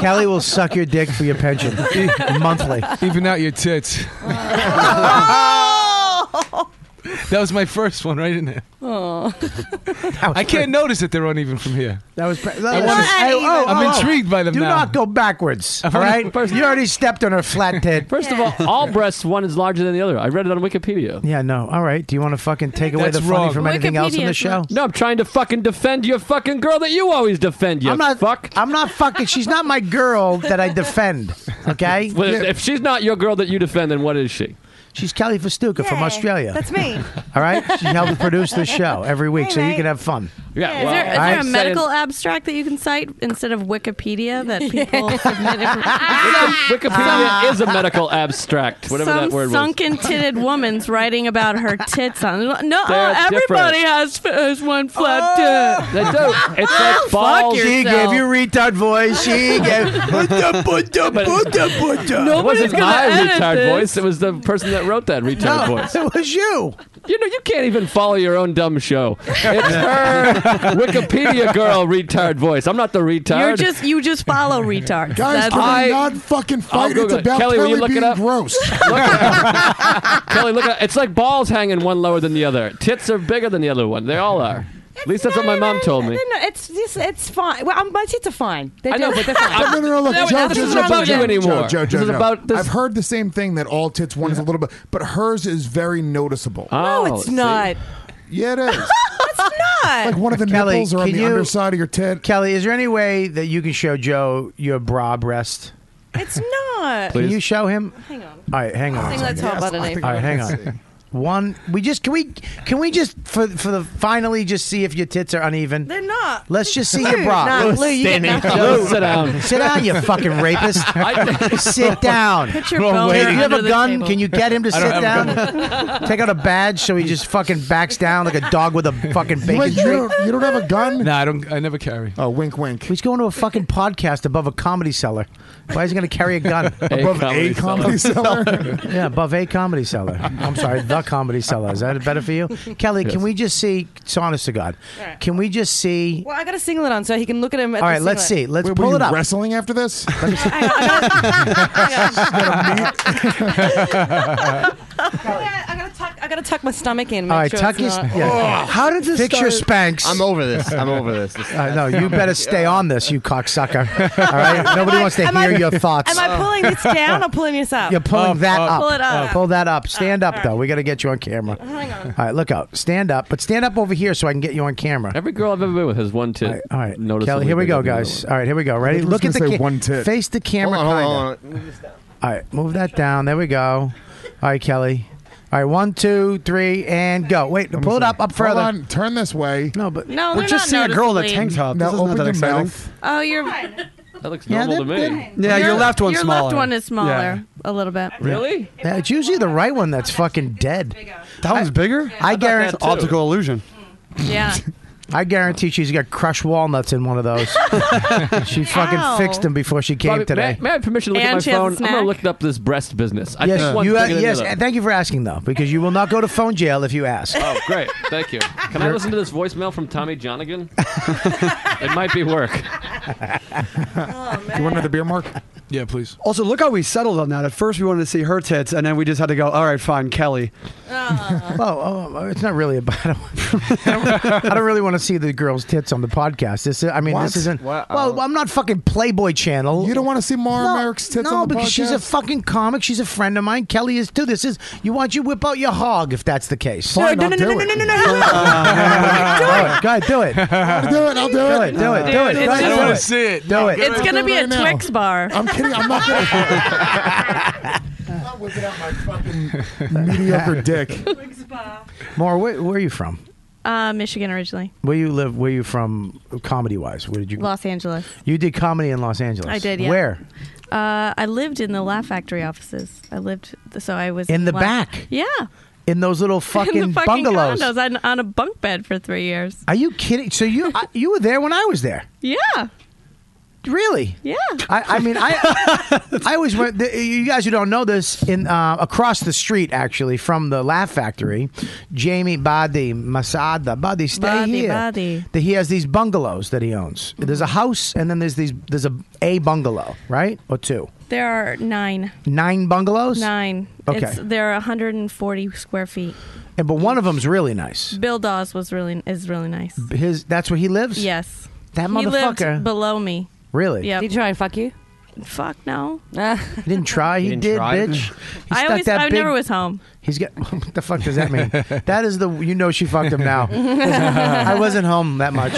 Speaker 2: Kelly will suck your dick for your pension monthly.
Speaker 12: Even out your tits. that was my first one, right in there.
Speaker 9: Oh.
Speaker 12: I can't notice that they're uneven from here.
Speaker 2: That was. Pre-
Speaker 12: I wanna-
Speaker 2: Hey,
Speaker 12: I'm intrigued by them
Speaker 2: Do
Speaker 12: now.
Speaker 2: not go backwards. All right, you already stepped on her flat tit.
Speaker 8: First of all, all breasts one is larger than the other. I read it on Wikipedia.
Speaker 2: Yeah, no. All right. Do you want to fucking take away
Speaker 8: That's
Speaker 2: the funny
Speaker 8: wrong.
Speaker 2: from anything else in the
Speaker 8: Wikipedia's
Speaker 2: show?
Speaker 8: No, I'm trying to fucking defend your fucking girl that you always defend. You
Speaker 2: I'm not.
Speaker 8: fuck.
Speaker 2: I'm not fucking. She's not my girl that I defend. Okay.
Speaker 8: Well, if she's not your girl that you defend, then what is she?
Speaker 2: She's Kelly Festuca from
Speaker 9: Yay,
Speaker 2: Australia.
Speaker 9: that's me.
Speaker 2: All right, she helps produce this show every week, so you can have fun.
Speaker 15: Yeah, is there, is there a medical abstract that you can cite instead of Wikipedia that people submit?
Speaker 8: Wikipedia is a medical abstract, whatever
Speaker 15: Ah. Some
Speaker 8: that word was.
Speaker 15: sunken titted woman's writing about her tits on. No,
Speaker 8: They're
Speaker 15: everybody
Speaker 8: different.
Speaker 15: has, has one flat
Speaker 6: Ah!
Speaker 15: tit.
Speaker 8: They do. It's like
Speaker 15: Fuck
Speaker 8: balls.
Speaker 2: She gave you retard voice. She gave. Buddha, Buddha, Buddha, Buddha.
Speaker 8: it wasn't my retired voice. It was the person that wrote that retired
Speaker 2: No,
Speaker 8: voice.
Speaker 2: it was you.
Speaker 8: You know, you can't even follow your own dumb show. It's her Wikipedia girl retired voice. I'm not the retard.
Speaker 15: You're just you just follow retards.
Speaker 6: Guys,
Speaker 15: That's-
Speaker 6: can we not fucking
Speaker 8: I'll
Speaker 6: fight? It's
Speaker 8: Google it.
Speaker 6: about
Speaker 8: Kelly, will you look it
Speaker 6: being
Speaker 8: up?
Speaker 6: gross.
Speaker 8: Kelly, look at it's like balls hanging one lower than the other. Tits are bigger than the other one. They all are. At least that's what my mom told me.
Speaker 9: No, it's just, it's fine. Well, um, my tits are fine. They're
Speaker 6: I know, but
Speaker 9: doing- they're fine.
Speaker 6: no, no, no, look,
Speaker 9: No,
Speaker 6: Joe,
Speaker 9: nothing's
Speaker 6: Joe, Joe,
Speaker 9: wrong with
Speaker 6: Joe,
Speaker 9: them.
Speaker 6: Joe,
Speaker 8: anymore.
Speaker 6: Joe, Joe,
Speaker 8: This is
Speaker 6: Joe.
Speaker 8: about this-
Speaker 6: I've heard the same thing that all tits one is a little bit, but hers is very noticeable.
Speaker 8: Oh,
Speaker 9: No, it's not.
Speaker 6: Yeah, it is.
Speaker 9: It's not.
Speaker 6: Like one of the
Speaker 2: Kelly,
Speaker 6: nipples are on
Speaker 2: can
Speaker 6: the
Speaker 2: you-
Speaker 6: underside of your tit.
Speaker 2: Kelly, is there any way that you can show Joe your bra breast?
Speaker 9: It's not.
Speaker 2: Can you show him?
Speaker 9: Hang on.
Speaker 2: All right, hang on.
Speaker 9: I think
Speaker 2: a
Speaker 9: let's
Speaker 2: second.
Speaker 9: talk about it Yes, I think
Speaker 2: All right, hang
Speaker 9: I
Speaker 2: on. One, we just can we can we just for for the finally just see if your tits are uneven.
Speaker 9: They're not.
Speaker 2: Let's just see
Speaker 9: Dude,
Speaker 2: your bra.
Speaker 9: nah, Lou, you get nothing.
Speaker 8: Joe, sit down.
Speaker 2: Sit down, you fucking rapist. sit down.
Speaker 15: Put your phone
Speaker 2: Wait, do you have
Speaker 15: under
Speaker 2: a
Speaker 15: the
Speaker 2: gun?
Speaker 15: table.
Speaker 2: Can you get him to
Speaker 15: I don't
Speaker 2: sit
Speaker 15: have a
Speaker 2: down? Take out a badge so he just fucking backs down like a dog with a fucking bacon
Speaker 6: Wait, you
Speaker 2: treat.
Speaker 6: don't, you don't have a gun?
Speaker 16: No, I don't. I never carry.
Speaker 6: Oh, wink, wink.
Speaker 2: He's going to a fucking podcast above a comedy cellar. Why is he going to carry a gun
Speaker 6: Above a comedy cellar?
Speaker 2: yeah, above a comedy cellar. I'm sorry, the comedy cellar. Is that better for you, Kelly? Can we just see? It's honest to God.
Speaker 9: Alright.
Speaker 2: Can we just see?
Speaker 9: Well, I got a singlet on so he can look at him. At
Speaker 2: All right,
Speaker 9: the
Speaker 2: let's see.
Speaker 9: singlet.
Speaker 2: Let's
Speaker 6: Wait,
Speaker 2: pull
Speaker 6: were
Speaker 2: it
Speaker 6: you
Speaker 2: up.
Speaker 6: wrestling after this?
Speaker 9: I gotta tuck. I gotta tuck my stomach in.
Speaker 2: All right, tuck his. yeah.
Speaker 8: Oh.
Speaker 2: How did this? Fix your spanks.
Speaker 7: I'm over this. I'm over this. This-
Speaker 2: Uh, no, you better stay on this, you cocksucker. All right, nobody wants to
Speaker 9: Am
Speaker 2: hear
Speaker 9: I-
Speaker 2: your thoughts.
Speaker 9: Am I pulling this down or pulling this up?
Speaker 2: You're
Speaker 8: Oh,
Speaker 2: pulling that up. Oh,
Speaker 9: Pull it up.
Speaker 2: Pull that up. Stand up, though. We got to get you on camera. Hang on. All right, look up. Stand up, but stand up over here so I can get you on camera.
Speaker 8: Every girl I've ever been with has one tit.
Speaker 2: All right, Kelly, here we go, guys. All right, here we go. Ready?
Speaker 6: was
Speaker 2: Look at
Speaker 6: gonna
Speaker 2: the
Speaker 6: say
Speaker 2: ca-
Speaker 6: one tit.
Speaker 2: Face the camera,
Speaker 7: Hold on, hold on,
Speaker 2: kind of. All right, move that down. There we go. All right, Kelly. All right, one, two, three, and go. Wait, pull it up, up
Speaker 6: Hold
Speaker 2: further.
Speaker 6: on, turn this way.
Speaker 2: No, but
Speaker 15: No,
Speaker 13: We're
Speaker 15: they're
Speaker 13: just
Speaker 15: not
Speaker 13: seeing a girl in a
Speaker 15: noticeably-
Speaker 13: tank top.
Speaker 6: Now
Speaker 13: This is not
Speaker 6: open
Speaker 13: that
Speaker 6: your
Speaker 13: exciting.
Speaker 6: mouth.
Speaker 15: Oh, your
Speaker 8: That looks
Speaker 2: Yeah,
Speaker 8: normal
Speaker 2: that-
Speaker 8: to me.
Speaker 13: Yeah, your, left one's
Speaker 15: your
Speaker 13: smaller.
Speaker 15: left one is smaller
Speaker 13: Yeah.
Speaker 15: a little bit.
Speaker 8: Really?
Speaker 2: Yeah, it's usually the right one that's fucking dead.
Speaker 13: That one's bigger?
Speaker 2: I guarantee.
Speaker 13: It's optical illusion.
Speaker 15: Yeah.
Speaker 2: I guarantee she's got crushed walnuts in one of those. she fucking
Speaker 15: Ow.
Speaker 2: fixed them before she came
Speaker 8: Bobby,
Speaker 2: today.
Speaker 8: May, I- may I have permission to look
Speaker 15: And she
Speaker 8: at my
Speaker 15: has a
Speaker 8: phone? I'm
Speaker 15: snack.
Speaker 8: gonna look up this breast business. I
Speaker 2: yes,
Speaker 8: think one
Speaker 2: you
Speaker 8: thing
Speaker 2: uh,
Speaker 8: and
Speaker 2: yes.
Speaker 8: another.
Speaker 2: and Thank you for asking though, because you will not go to phone jail if you ask.
Speaker 8: Oh, great. Thank you. Can I listen to this voicemail from Tommy Johnigan? it might be work.
Speaker 6: You want another beer, Mark?
Speaker 16: Yeah, please.
Speaker 13: Also, look how we settled on that. At first, we wanted to see her tits, and then we just had to go, all right, fine, Kelly.
Speaker 2: oh, oh, oh, it's not really about. I don't, I don't really want to see the girls' tits on the podcast. This, is- I mean, this
Speaker 6: What?
Speaker 2: isn't.
Speaker 7: Wow.
Speaker 2: Well, I'm not fucking Playboy Channel.
Speaker 6: You don't want to see Mara
Speaker 2: no,
Speaker 6: Merrick's tits
Speaker 2: no,
Speaker 6: on the
Speaker 2: because she's a
Speaker 6: podcast?
Speaker 2: fucking comic. She's a friend of mine. Kelly is too. This is you want you whip out your hog if that's the case.
Speaker 6: Fine,
Speaker 9: No,
Speaker 6: I'll
Speaker 9: no, no,
Speaker 6: do
Speaker 9: no,
Speaker 6: it.
Speaker 9: no, no, no, no, no.
Speaker 2: Go ahead, do it.
Speaker 6: I'll do it. I'll do
Speaker 2: Do
Speaker 6: it.
Speaker 2: it. Do it. Do it.
Speaker 15: Dude,
Speaker 2: Go
Speaker 15: it's
Speaker 2: ahead,
Speaker 16: I don't
Speaker 2: do
Speaker 16: want
Speaker 2: it.
Speaker 16: to see it.
Speaker 2: Do it.
Speaker 15: It's gonna be a
Speaker 6: Right now.
Speaker 15: Twix bar.
Speaker 6: I'm kidding. I'm not going to. I'm not whipping out my fucking mediocre dick.
Speaker 2: More, where, where are you from?
Speaker 15: Uh, Michigan originally,
Speaker 2: Where you live? Where you from? Comedy wise, where did you?
Speaker 15: Los Angeles.
Speaker 2: you did comedy in Los Angeles.
Speaker 15: I did, yeah.
Speaker 2: Where?
Speaker 15: Uh, I lived in the Laugh Factory offices. I lived, so I was
Speaker 2: In the
Speaker 15: La-
Speaker 2: back?
Speaker 15: Yeah,
Speaker 2: In those little fucking,
Speaker 15: in the fucking
Speaker 2: bungalows.
Speaker 15: condos. I'm on a bunk bed for three years.
Speaker 2: Are you kidding? So you I, you were there when I was there?
Speaker 15: Yeah,
Speaker 2: Really?
Speaker 15: yeah.
Speaker 2: I, I mean, I I always went. The, you guys who don't know this, in uh, across the street, actually, from the Laugh Factory, Jamie Badi Masada Badi stay
Speaker 15: Badi,
Speaker 2: here.
Speaker 15: Badi.
Speaker 2: That he has these bungalows that he owns. There's a house, and then there's these. There's a a bungalow, right, or two,
Speaker 15: There are nine,
Speaker 2: nine bungalows.
Speaker 15: nine.
Speaker 2: Okay.
Speaker 15: It's, there are 140 square feet.
Speaker 2: And, but one of them's really nice.
Speaker 15: Bill Dawes was really is really nice.
Speaker 2: His that's where he lives.
Speaker 15: Yes,
Speaker 2: That
Speaker 15: he lived
Speaker 2: motherfucker.
Speaker 15: below me.
Speaker 2: really?
Speaker 15: Yeah,
Speaker 9: Did you try and fuck you?
Speaker 15: fuck no.
Speaker 2: He didn't try.
Speaker 15: He
Speaker 2: He,
Speaker 15: didn't
Speaker 2: did,
Speaker 15: try.
Speaker 2: bitch.
Speaker 15: I
Speaker 2: stuck
Speaker 15: always-
Speaker 2: that
Speaker 15: I
Speaker 2: big-
Speaker 15: never was home.
Speaker 2: He's got. What the fuck does that mean? that is the. You know she fucked him now. I wasn't home that much.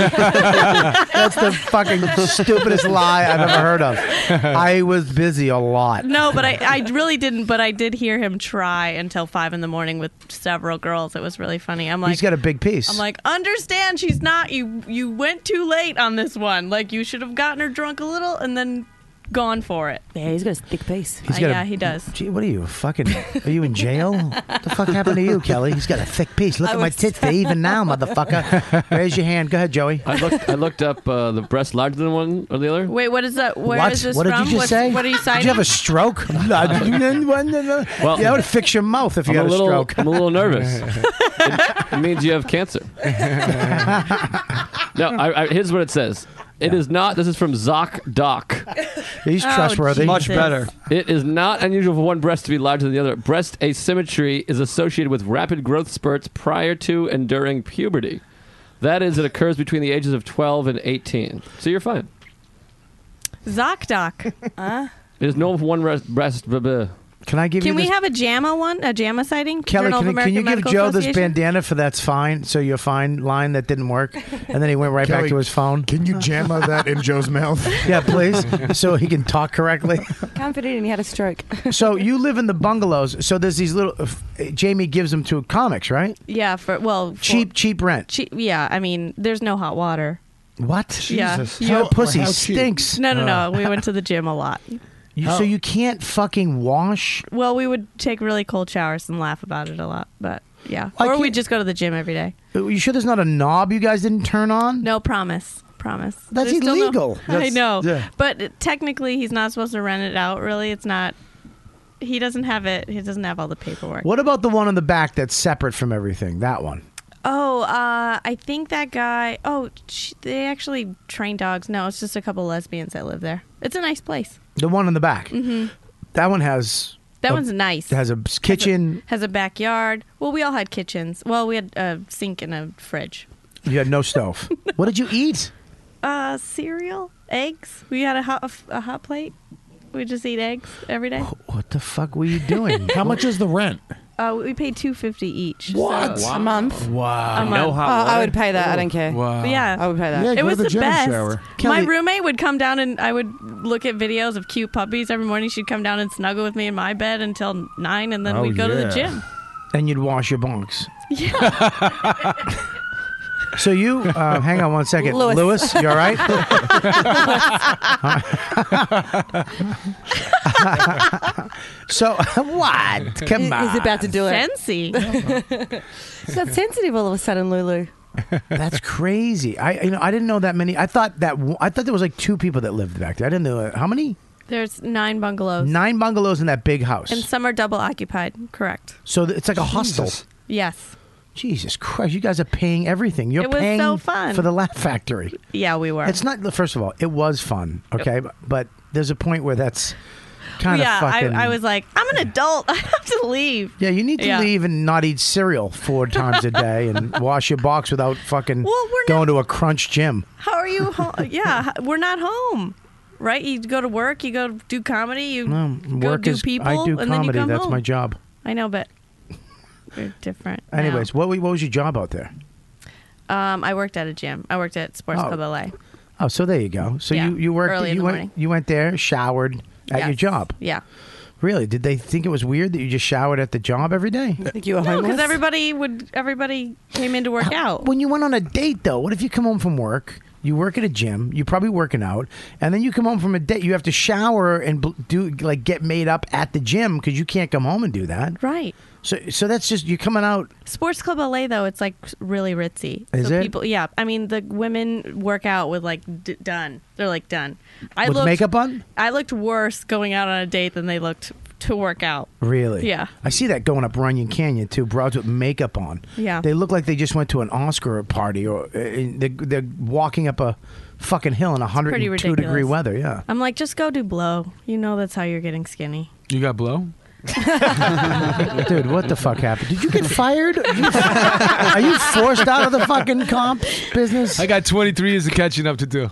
Speaker 2: That's the fucking stupidest lie I've ever heard of. I was busy a lot.
Speaker 15: No, but I, I really didn't. But I did hear him try until five in the morning with several girls. It was really funny. I'm like,
Speaker 2: He's got a big piece.
Speaker 15: I'm like, understand, she's not. You you went too late on this one. Like you should have gotten her drunk a little and then gone for it.
Speaker 9: Yeah, he's got a thick piece.
Speaker 2: He's
Speaker 15: Uh,
Speaker 2: got a-
Speaker 15: yeah, he does.
Speaker 2: Gee, what are you? Fucking? Are you in jail? what the fuck happened to you, Kelly? He's got a thick piece. Look
Speaker 15: I
Speaker 2: at my
Speaker 15: was-
Speaker 2: tits. They even now, motherfucker. Raise your hand. Go ahead, Joey.
Speaker 8: I looked. I looked up uh, the breast larger than one or the other.
Speaker 15: Wait, what is that? Where is
Speaker 2: what?
Speaker 15: this
Speaker 2: what
Speaker 15: from?
Speaker 2: did you just
Speaker 15: What's-
Speaker 2: say?
Speaker 15: What are you
Speaker 2: Did
Speaker 15: citing?
Speaker 2: you have a stroke? well, yeah, I would fix your mouth if you
Speaker 8: I'm
Speaker 2: had
Speaker 8: a little.
Speaker 2: stroke.
Speaker 8: I'm a little nervous. it, it means you have cancer. no, I, I, here's what it says. It is not. This is from Zoc Doc.
Speaker 2: He's Oh, trustworthy. Much Jesus. better.
Speaker 8: It is not unusual for one breast to be larger than the other. Breast asymmetry is associated with rapid growth spurts prior to and during puberty. That is, it occurs between the ages of 12 and 18. So you're fine.
Speaker 15: Zocdoc. Uh,
Speaker 8: It is normal for one breast. breast blah, blah.
Speaker 2: Can I give
Speaker 15: can we have a JAMA one? A JAMA sighting?
Speaker 2: Kelly,
Speaker 15: Journal
Speaker 2: can,
Speaker 15: of
Speaker 2: can you
Speaker 15: American
Speaker 2: give
Speaker 15: Medical
Speaker 2: Joe this
Speaker 15: Association?
Speaker 2: bandana for that's fine, so you're fine line that didn't work? And then he went right back
Speaker 6: Kelly,
Speaker 2: to his phone. Can you jammer that in Joe's mouth? Yeah, please, so he can talk correctly.
Speaker 9: Can't fit it in. He had a stroke.
Speaker 2: So you live in the bungalows, so there's these little. uh, Jamie gives them to comics, right?
Speaker 15: Yeah, for well, for-
Speaker 2: Cheap, cheap rent.
Speaker 15: cheap. Yeah, I mean, there's no hot water.
Speaker 2: What?
Speaker 15: Yeah,
Speaker 2: Your pussy stinks. Uh.
Speaker 15: No, no, no. We went to the gym a lot.
Speaker 2: You, so you can't fucking wash.
Speaker 15: Well, we would take really cold showers and laugh about it a lot, but yeah,
Speaker 2: I
Speaker 15: or we
Speaker 2: can't-
Speaker 15: just go to the gym every day.
Speaker 2: Uh, You sure there's not a knob you guys didn't turn on?
Speaker 15: No, promise, promise.
Speaker 2: That's
Speaker 15: There's still no-
Speaker 2: illegal.
Speaker 15: I
Speaker 2: That's-
Speaker 15: know,
Speaker 2: yeah.
Speaker 15: but technically, he's not supposed to rent it out. Really, it's not. He doesn't have it. He doesn't have all the paperwork.
Speaker 2: What about the one on the back that's separate from everything? That one.
Speaker 15: Oh, uh, I think that guy. Oh, sh- they actually train dogs. No, it's just a couple lesbians that live there. It's a nice place.
Speaker 2: The one on the back.
Speaker 15: hmm
Speaker 2: That one has.
Speaker 15: That
Speaker 2: a-
Speaker 15: one's nice.
Speaker 2: Has a s- kitchen.
Speaker 15: Has a backyard. Well, we all had kitchens. Well, we had a sink and a fridge.
Speaker 2: You had no stove. what did you eat?
Speaker 15: Uh, cereal, eggs. We had a hot a, f- a hot plate. We just eat eggs every day.
Speaker 2: What the fuck were you doing?
Speaker 6: How much is the rent?
Speaker 15: Uh, we paid two fifty each.
Speaker 6: What?
Speaker 15: so-
Speaker 6: Wow.
Speaker 9: A month.
Speaker 6: Wow.
Speaker 15: A month. No hot
Speaker 9: Oh, I
Speaker 15: water?
Speaker 9: would pay that. I don't care.
Speaker 15: But Yeah,
Speaker 9: I would pay that.
Speaker 15: it was the, best.
Speaker 9: Kelly-
Speaker 15: My roommate would come down and I would look at videos of cute puppies every morning. She'd come down and snuggle with me in my bed until nine, and then
Speaker 2: Oh,
Speaker 15: we'd go to the
Speaker 2: yeah.
Speaker 15: gym.
Speaker 2: And you'd wash your bonks.
Speaker 15: Yeah.
Speaker 2: So you, uh, hang on one second.
Speaker 15: Louis.
Speaker 2: you all right? so, what? Come
Speaker 9: He-
Speaker 2: on.
Speaker 9: He's about to do it.
Speaker 15: Fancy.
Speaker 9: He's got sensitive all of a sudden, Lulu.
Speaker 2: That's crazy. I you know I didn't know that many. I thought that w- I thought there was like two people that lived back there. I didn't know uh, how many.
Speaker 15: There's nine bungalows,
Speaker 2: Nine bungalows in that big house.
Speaker 15: and some are double occupied. Correct.
Speaker 2: so th- it's like a hostel.
Speaker 15: Yes.
Speaker 2: Jesus Christ! You guys are paying everything. You're
Speaker 15: It was
Speaker 2: paying
Speaker 15: so fun.
Speaker 2: for the Laugh Factory.
Speaker 15: Yeah, we were.
Speaker 2: It's not. First of all, it was fun. Okay, but, but there's a point where that's kind of
Speaker 15: yeah,
Speaker 2: fucking.
Speaker 15: I, I was like, I'm an adult. I have to leave.
Speaker 2: Yeah, you need to
Speaker 15: Yeah.
Speaker 2: leave and not eat cereal four times a day and wash your box without fucking going to a crunch gym.
Speaker 15: How are you? Home? yeah, h- we're not home, right? You go to work, you go do comedy, you
Speaker 2: No,
Speaker 15: go
Speaker 2: work
Speaker 15: do
Speaker 2: is
Speaker 15: people,
Speaker 2: I do
Speaker 15: and then you
Speaker 2: comedy.
Speaker 15: come
Speaker 2: That's
Speaker 15: home.
Speaker 2: my job.
Speaker 15: I know, but we're different. now.
Speaker 2: Anyways, what what was your job out there?
Speaker 15: um, I worked at a gym. I worked at Sports
Speaker 2: Oh.
Speaker 15: Club LA.
Speaker 2: Oh, so there you go. So
Speaker 15: Yeah,
Speaker 2: you you worked
Speaker 15: early in
Speaker 2: you
Speaker 15: the
Speaker 2: went
Speaker 15: morning.
Speaker 2: you went there, showered at your
Speaker 15: Yes.
Speaker 2: job.
Speaker 15: Yeah,
Speaker 2: Really? Did they think it was weird that you just showered at the job every day? Oh, I
Speaker 9: think you were
Speaker 15: no, because everybody would everybody came in to work out.
Speaker 2: When you went on a date though, what if you come home from work? You work at a gym. You're probably working out, and then you come home from a date. You have to shower and bl- do like get made up at the gym because you can't come home and do that.
Speaker 15: Right.
Speaker 2: So, so that's just you're coming out.
Speaker 15: Sports Club LA though, it's like really ritzy.
Speaker 2: Is
Speaker 15: so
Speaker 2: it?
Speaker 15: People, yeah. I mean, the women work out with like d- done. They're like done. I
Speaker 2: With
Speaker 15: looked,
Speaker 2: makeup on?
Speaker 15: I looked worse going out on a date than they looked to work out.
Speaker 2: Really?
Speaker 15: Yeah.
Speaker 2: I see that going up Runyon Canyon too. Broads with makeup on.
Speaker 15: Yeah.
Speaker 2: They look like they just went to an Oscar party, or uh, they're, they're walking up a fucking hill in
Speaker 15: pretty
Speaker 2: 102 degree
Speaker 15: ridiculous.
Speaker 2: weather. Yeah.
Speaker 15: I'm like, just go do blow. You know that's how you're getting skinny.
Speaker 17: You got blow?
Speaker 6: Dude, what the fuck happened? Did you get fired? Are you- Are you forced out of the fucking comp business?
Speaker 18: I got 23 years of catching up to do.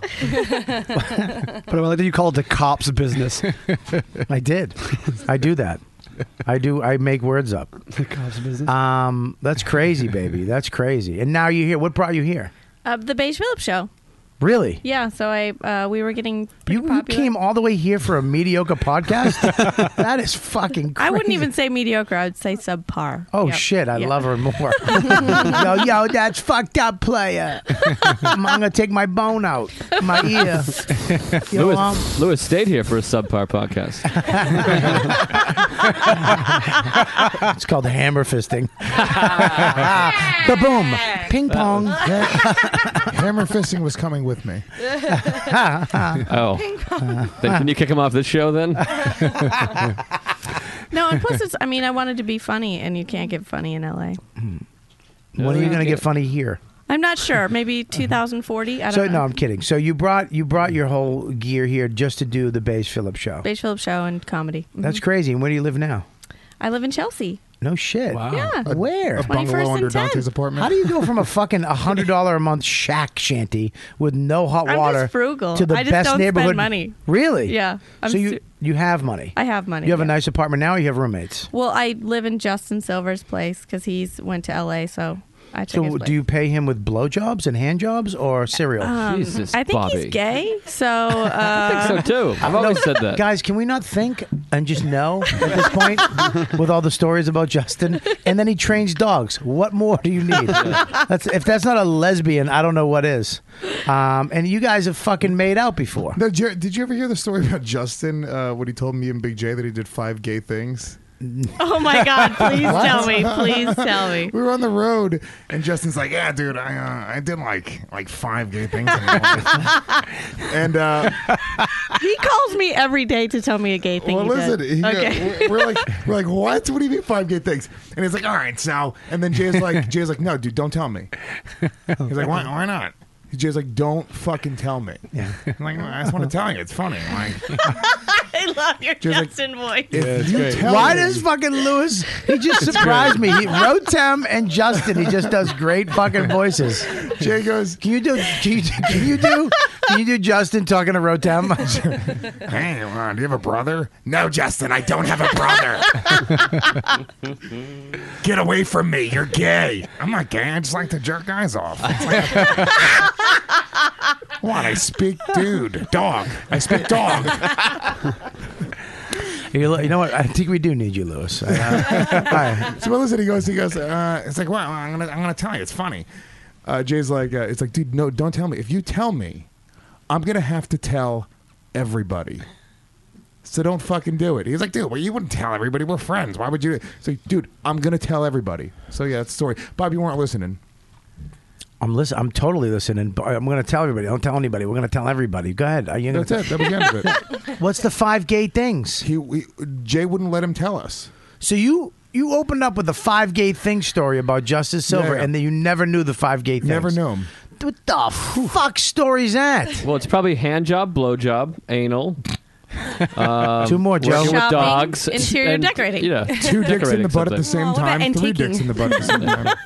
Speaker 6: But I like that you call it the cops business. I did. I do that. I do. I make words up. The cops business.
Speaker 2: Um, that's crazy, baby. That's crazy. And now you're here. What brought you here?
Speaker 15: Uh, the Beige Phillips show.
Speaker 2: Really?
Speaker 15: Yeah, so I uh, we were getting
Speaker 2: You, you came all the way here for a mediocre podcast? that is fucking crazy.
Speaker 15: I wouldn't even say mediocre. I would say subpar.
Speaker 2: Oh
Speaker 15: Yep.
Speaker 2: shit! I
Speaker 15: Yeah.
Speaker 2: love her more. yo, yo, that's fucked up, player. I'm, I'm gonna take my bone out, my ear. Yo,
Speaker 8: Lewis,
Speaker 2: um,
Speaker 8: Lewis stayed here for a subpar podcast.
Speaker 2: it's called hammer fisting. the boom, ping pong.
Speaker 10: Hammer fisting was coming with me.
Speaker 2: Uh-huh.
Speaker 8: oh, then can you kick him off this show then?
Speaker 15: No, and plus it's. I mean, I wanted to be funny, and you can't get funny in L.A.
Speaker 2: when are you gonna get funny here?
Speaker 15: I'm not sure. Maybe 2040. I don't
Speaker 2: Uh-huh. So
Speaker 15: know.
Speaker 2: no, I'm kidding. So you brought you brought your whole gear here just to do the Bass Phillips show.
Speaker 15: Beige Phillips show and comedy. Mhm.
Speaker 2: That's crazy. And where do you live now?
Speaker 15: I live in Chelsea.
Speaker 2: No shit.
Speaker 15: Wow. Yeah. A-
Speaker 2: Where?
Speaker 15: a bungalow 21st and under 10. Dante's apartment.
Speaker 2: How do you go from a fucking hundred dollar a month shack shanty with no hot
Speaker 15: I'm just
Speaker 2: water
Speaker 15: frugal.
Speaker 2: to the
Speaker 15: I just
Speaker 2: best
Speaker 15: don't spend
Speaker 2: neighborhood?
Speaker 15: money.
Speaker 2: Really?
Speaker 15: Yeah, I'm
Speaker 2: so you
Speaker 15: su-
Speaker 2: you have money.
Speaker 15: I have money,
Speaker 2: You have a
Speaker 15: yeah.
Speaker 2: nice apartment now. Or you have roommates.
Speaker 15: Well, I live in Justin Silver's place because he's went to L.A. So I took his
Speaker 2: So
Speaker 15: place.
Speaker 2: do you pay him with blowjobs and hand jobs or cereal?
Speaker 15: Um, I think he's gay. So uh,
Speaker 8: I think so too. I've always said that.
Speaker 2: Uh, Guys, can we not think and just know at this point with all the stories about Justin? And then he trains dogs. What more do you need? That's, if that's not a lesbian, I don't know what is. Um, and you guys have fucking made out before.
Speaker 10: No, Jer- did you ever hear the story about Justin? Uh, what he told me and Big J that he did five gay things.
Speaker 15: Oh my God! Please
Speaker 10: What?
Speaker 15: tell me. Please tell me.
Speaker 10: We were on the road, and Justin's like, "Yeah, dude, I uh, I did like like five gay things." in my life." and uh,
Speaker 15: He calls me every day to tell me a gay thing.
Speaker 10: well,
Speaker 15: he
Speaker 10: listen,
Speaker 15: did.
Speaker 10: he- uh,
Speaker 15: okay.
Speaker 10: we're, we're like, we're like, what? What do you mean five gay things? And he's like, all right, so. And then Jay's like, Jay's like, no, dude, don't tell me. He's like, why? Why not? Jay's like, don't fucking tell me. Yeah. I'm like, I just want to tell you. It's funny. Like,
Speaker 15: I love your
Speaker 10: Just like-
Speaker 15: Justin voice.
Speaker 10: Yeah, it's you great. tell
Speaker 2: Why
Speaker 10: me-
Speaker 2: does fucking Lewis? He just
Speaker 10: It's
Speaker 2: surprised me.
Speaker 10: great.
Speaker 2: He, Rotem and Justin. He just does great fucking voices.
Speaker 10: Jay goes,
Speaker 2: "Can you do? Can you, can you do? Can you do Justin talking to Rotem?"
Speaker 10: hey, uh, do you have a brother? No, Justin, I don't have a brother. Get away from me. You're gay. I'm not gay. I just like to jerk guys off. It's like- what? I speak dude. Dog. I speak dog.
Speaker 2: You, lo- you know what? I think we do need you, Lewis. I, uh,
Speaker 10: So well, listen, he goes, he goes, uh, it's like, well, I'm gonna, I'm gonna tell you, it's funny. Uh, Jay's like, uh, it's like, dude, no, don't tell me. If you tell me, I'm gonna have to tell everybody. So don't fucking do it. He's like, dude, well, you wouldn't tell everybody. We're friends. Why would you? So, dude, I'm gonna tell everybody. So yeah, that's the story. Bob, you weren't listening.
Speaker 2: I'm listen. I'm totally listening. But I'm going to tell everybody. Don't tell anybody. We're going to tell everybody. Go ahead. Are you gonna
Speaker 10: That's it. That was the end of
Speaker 2: it. What's the five gay things?
Speaker 10: He, we, Jay wouldn't let him tell us.
Speaker 2: So you you opened up with the five gay thing story about Justice Silver,
Speaker 10: Yeah.
Speaker 2: and then you never knew the five gay things.
Speaker 10: Never knew him.
Speaker 2: What the fuck story's that?
Speaker 8: Well, it's probably hand job, blow job, anal. um,
Speaker 2: Two more, Joe.
Speaker 8: Working with
Speaker 2: Shopping,
Speaker 8: dogs.
Speaker 15: interior decorating.
Speaker 8: Yeah.
Speaker 10: Two dicks in the butt at the same
Speaker 1: what about
Speaker 10: time. Three
Speaker 1: antiquing?
Speaker 10: dicks in the butt at the same time.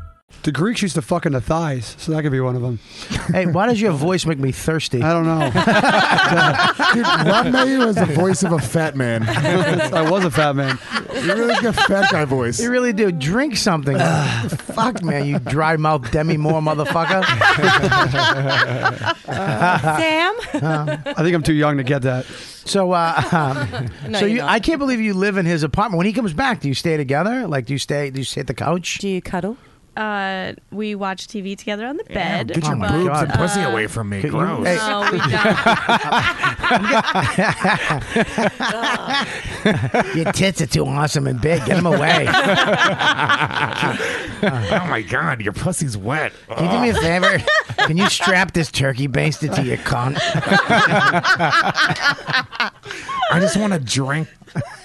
Speaker 13: The Greeks used to fuck in the thighs, so that could be one of them.
Speaker 2: Hey, why does your voice make me thirsty?
Speaker 13: I don't know.
Speaker 10: Dude, Rob Mayu has the voice of a fat man.
Speaker 13: I was a fat man.
Speaker 10: You really got fat guy voice.
Speaker 2: You really do. Drink something. Fuck, man, you dry mouth Demi Moore motherfucker.
Speaker 19: Sam?
Speaker 13: I think I'm too young to get that.
Speaker 2: So, uh, um,
Speaker 13: No,
Speaker 2: so you,
Speaker 13: you're not.
Speaker 2: I can't believe you live in his apartment. When he comes back, do you stay together? Like, do you stay? Do you stay at the couch? Do
Speaker 19: you cuddle?
Speaker 15: uh, we watch TV together on the
Speaker 10: Yeah,
Speaker 15: bed.
Speaker 10: get
Speaker 2: Oh
Speaker 10: your
Speaker 15: but,
Speaker 10: boobs and
Speaker 15: uh,
Speaker 10: pussy away from me.
Speaker 15: Could you-
Speaker 10: Gross.
Speaker 15: Hey. No, we
Speaker 2: Your tits are too awesome and big. Get them away.
Speaker 10: oh my god, your pussy's wet.
Speaker 2: Can you do me a favor? Can you strap this turkey baster to your cunt? I
Speaker 10: just want to drink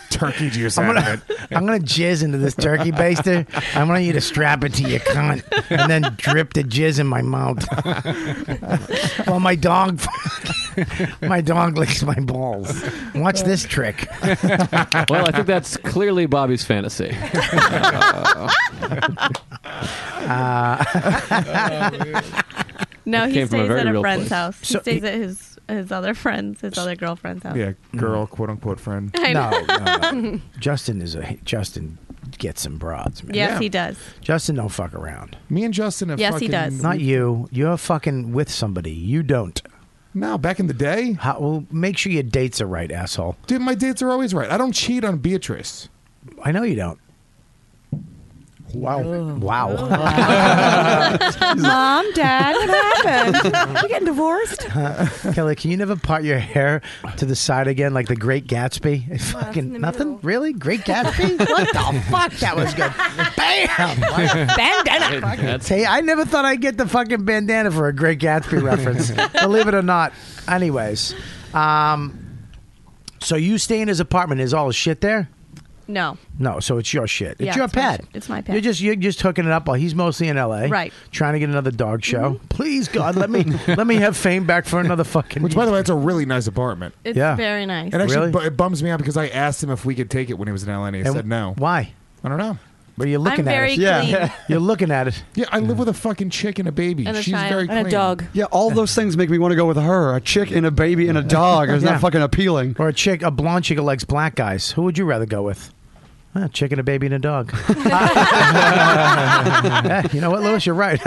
Speaker 10: turkey juice
Speaker 2: I'm
Speaker 10: out
Speaker 2: gonna,
Speaker 10: of it.
Speaker 2: I'm gonna jizz into this turkey baster. I want you to strap it to your cunt and then drip the jizz in my mouth. While my dog, my dog licks my balls. Watch this trick.
Speaker 8: well, I think that's clearly Bobby's fantasy. Uh,
Speaker 15: No,
Speaker 2: Uh,
Speaker 8: That
Speaker 15: he
Speaker 8: came from a
Speaker 15: stays
Speaker 8: very
Speaker 15: at a
Speaker 8: real
Speaker 15: friend's
Speaker 8: place.
Speaker 15: house. He stays at his his other friend's, his other girlfriend's house.
Speaker 10: Yeah, girl, quote unquote friend.
Speaker 15: Oh. Mm-hmm. I know.
Speaker 2: No, no, no. Justin is a Justin gets some broads. Man.
Speaker 15: Yes, he does.
Speaker 2: Justin don't fuck around.
Speaker 10: Me and Justin have
Speaker 15: Yes, he fucking- does.
Speaker 2: Not you. You're fucking with somebody. You don't.
Speaker 10: No, back in the day.
Speaker 2: How, well, make sure your dates are right, asshole.
Speaker 10: Dude, my dates are always right. I don't cheat on Beatrice.
Speaker 2: I know you don't. Wow. Wow.
Speaker 9: Mom, Dad, what happened? we getting divorced?
Speaker 2: Kelly, can you never part your hair to the side again like the Great Gatsby? fucking nothing, really? Great Gatsby? what the fuck? That was good. Bam!
Speaker 8: Bandana. That's-
Speaker 2: Hey, I never thought I'd get the fucking bandana for a Great Gatsby reference. Believe it or not. Anyways, um, so you stay in his apartment? Is all his shit there?
Speaker 15: No.
Speaker 2: No, so it's your shit.
Speaker 15: Yeah,
Speaker 2: It's your
Speaker 15: it's my
Speaker 2: pet.
Speaker 15: shit. It's my pet.
Speaker 2: You're just you're just hooking it up. While he's mostly in L.A.
Speaker 15: Right. Mm-hmm.
Speaker 2: Trying to get another dog show. Please God, let me let me have fame back for another fucking.
Speaker 10: Which, by the way, it's a really nice apartment.
Speaker 15: It's very nice.
Speaker 10: It actually bu- it bums me out because I asked him if we could take it when he was in LA and he
Speaker 2: And
Speaker 10: said no.
Speaker 2: Why?
Speaker 10: I don't know.
Speaker 2: But you're looking
Speaker 15: I'm
Speaker 2: at
Speaker 15: very
Speaker 2: it.
Speaker 15: clean.
Speaker 2: you're looking at it.
Speaker 10: Yeah, I live with a fucking chick and a baby.
Speaker 15: And a
Speaker 10: She's
Speaker 15: child.
Speaker 10: very clean.
Speaker 15: And a dog.
Speaker 13: Yeah, all those things make me want to go with her. A chick and a baby and a dog. It's
Speaker 2: Yeah.
Speaker 13: not fucking appealing.
Speaker 2: Or a chick, a blonde chick that likes black guys. Who would you rather go with? Ah, chicken, a baby, and a dog. Yeah, you know what, Lewis? You're right.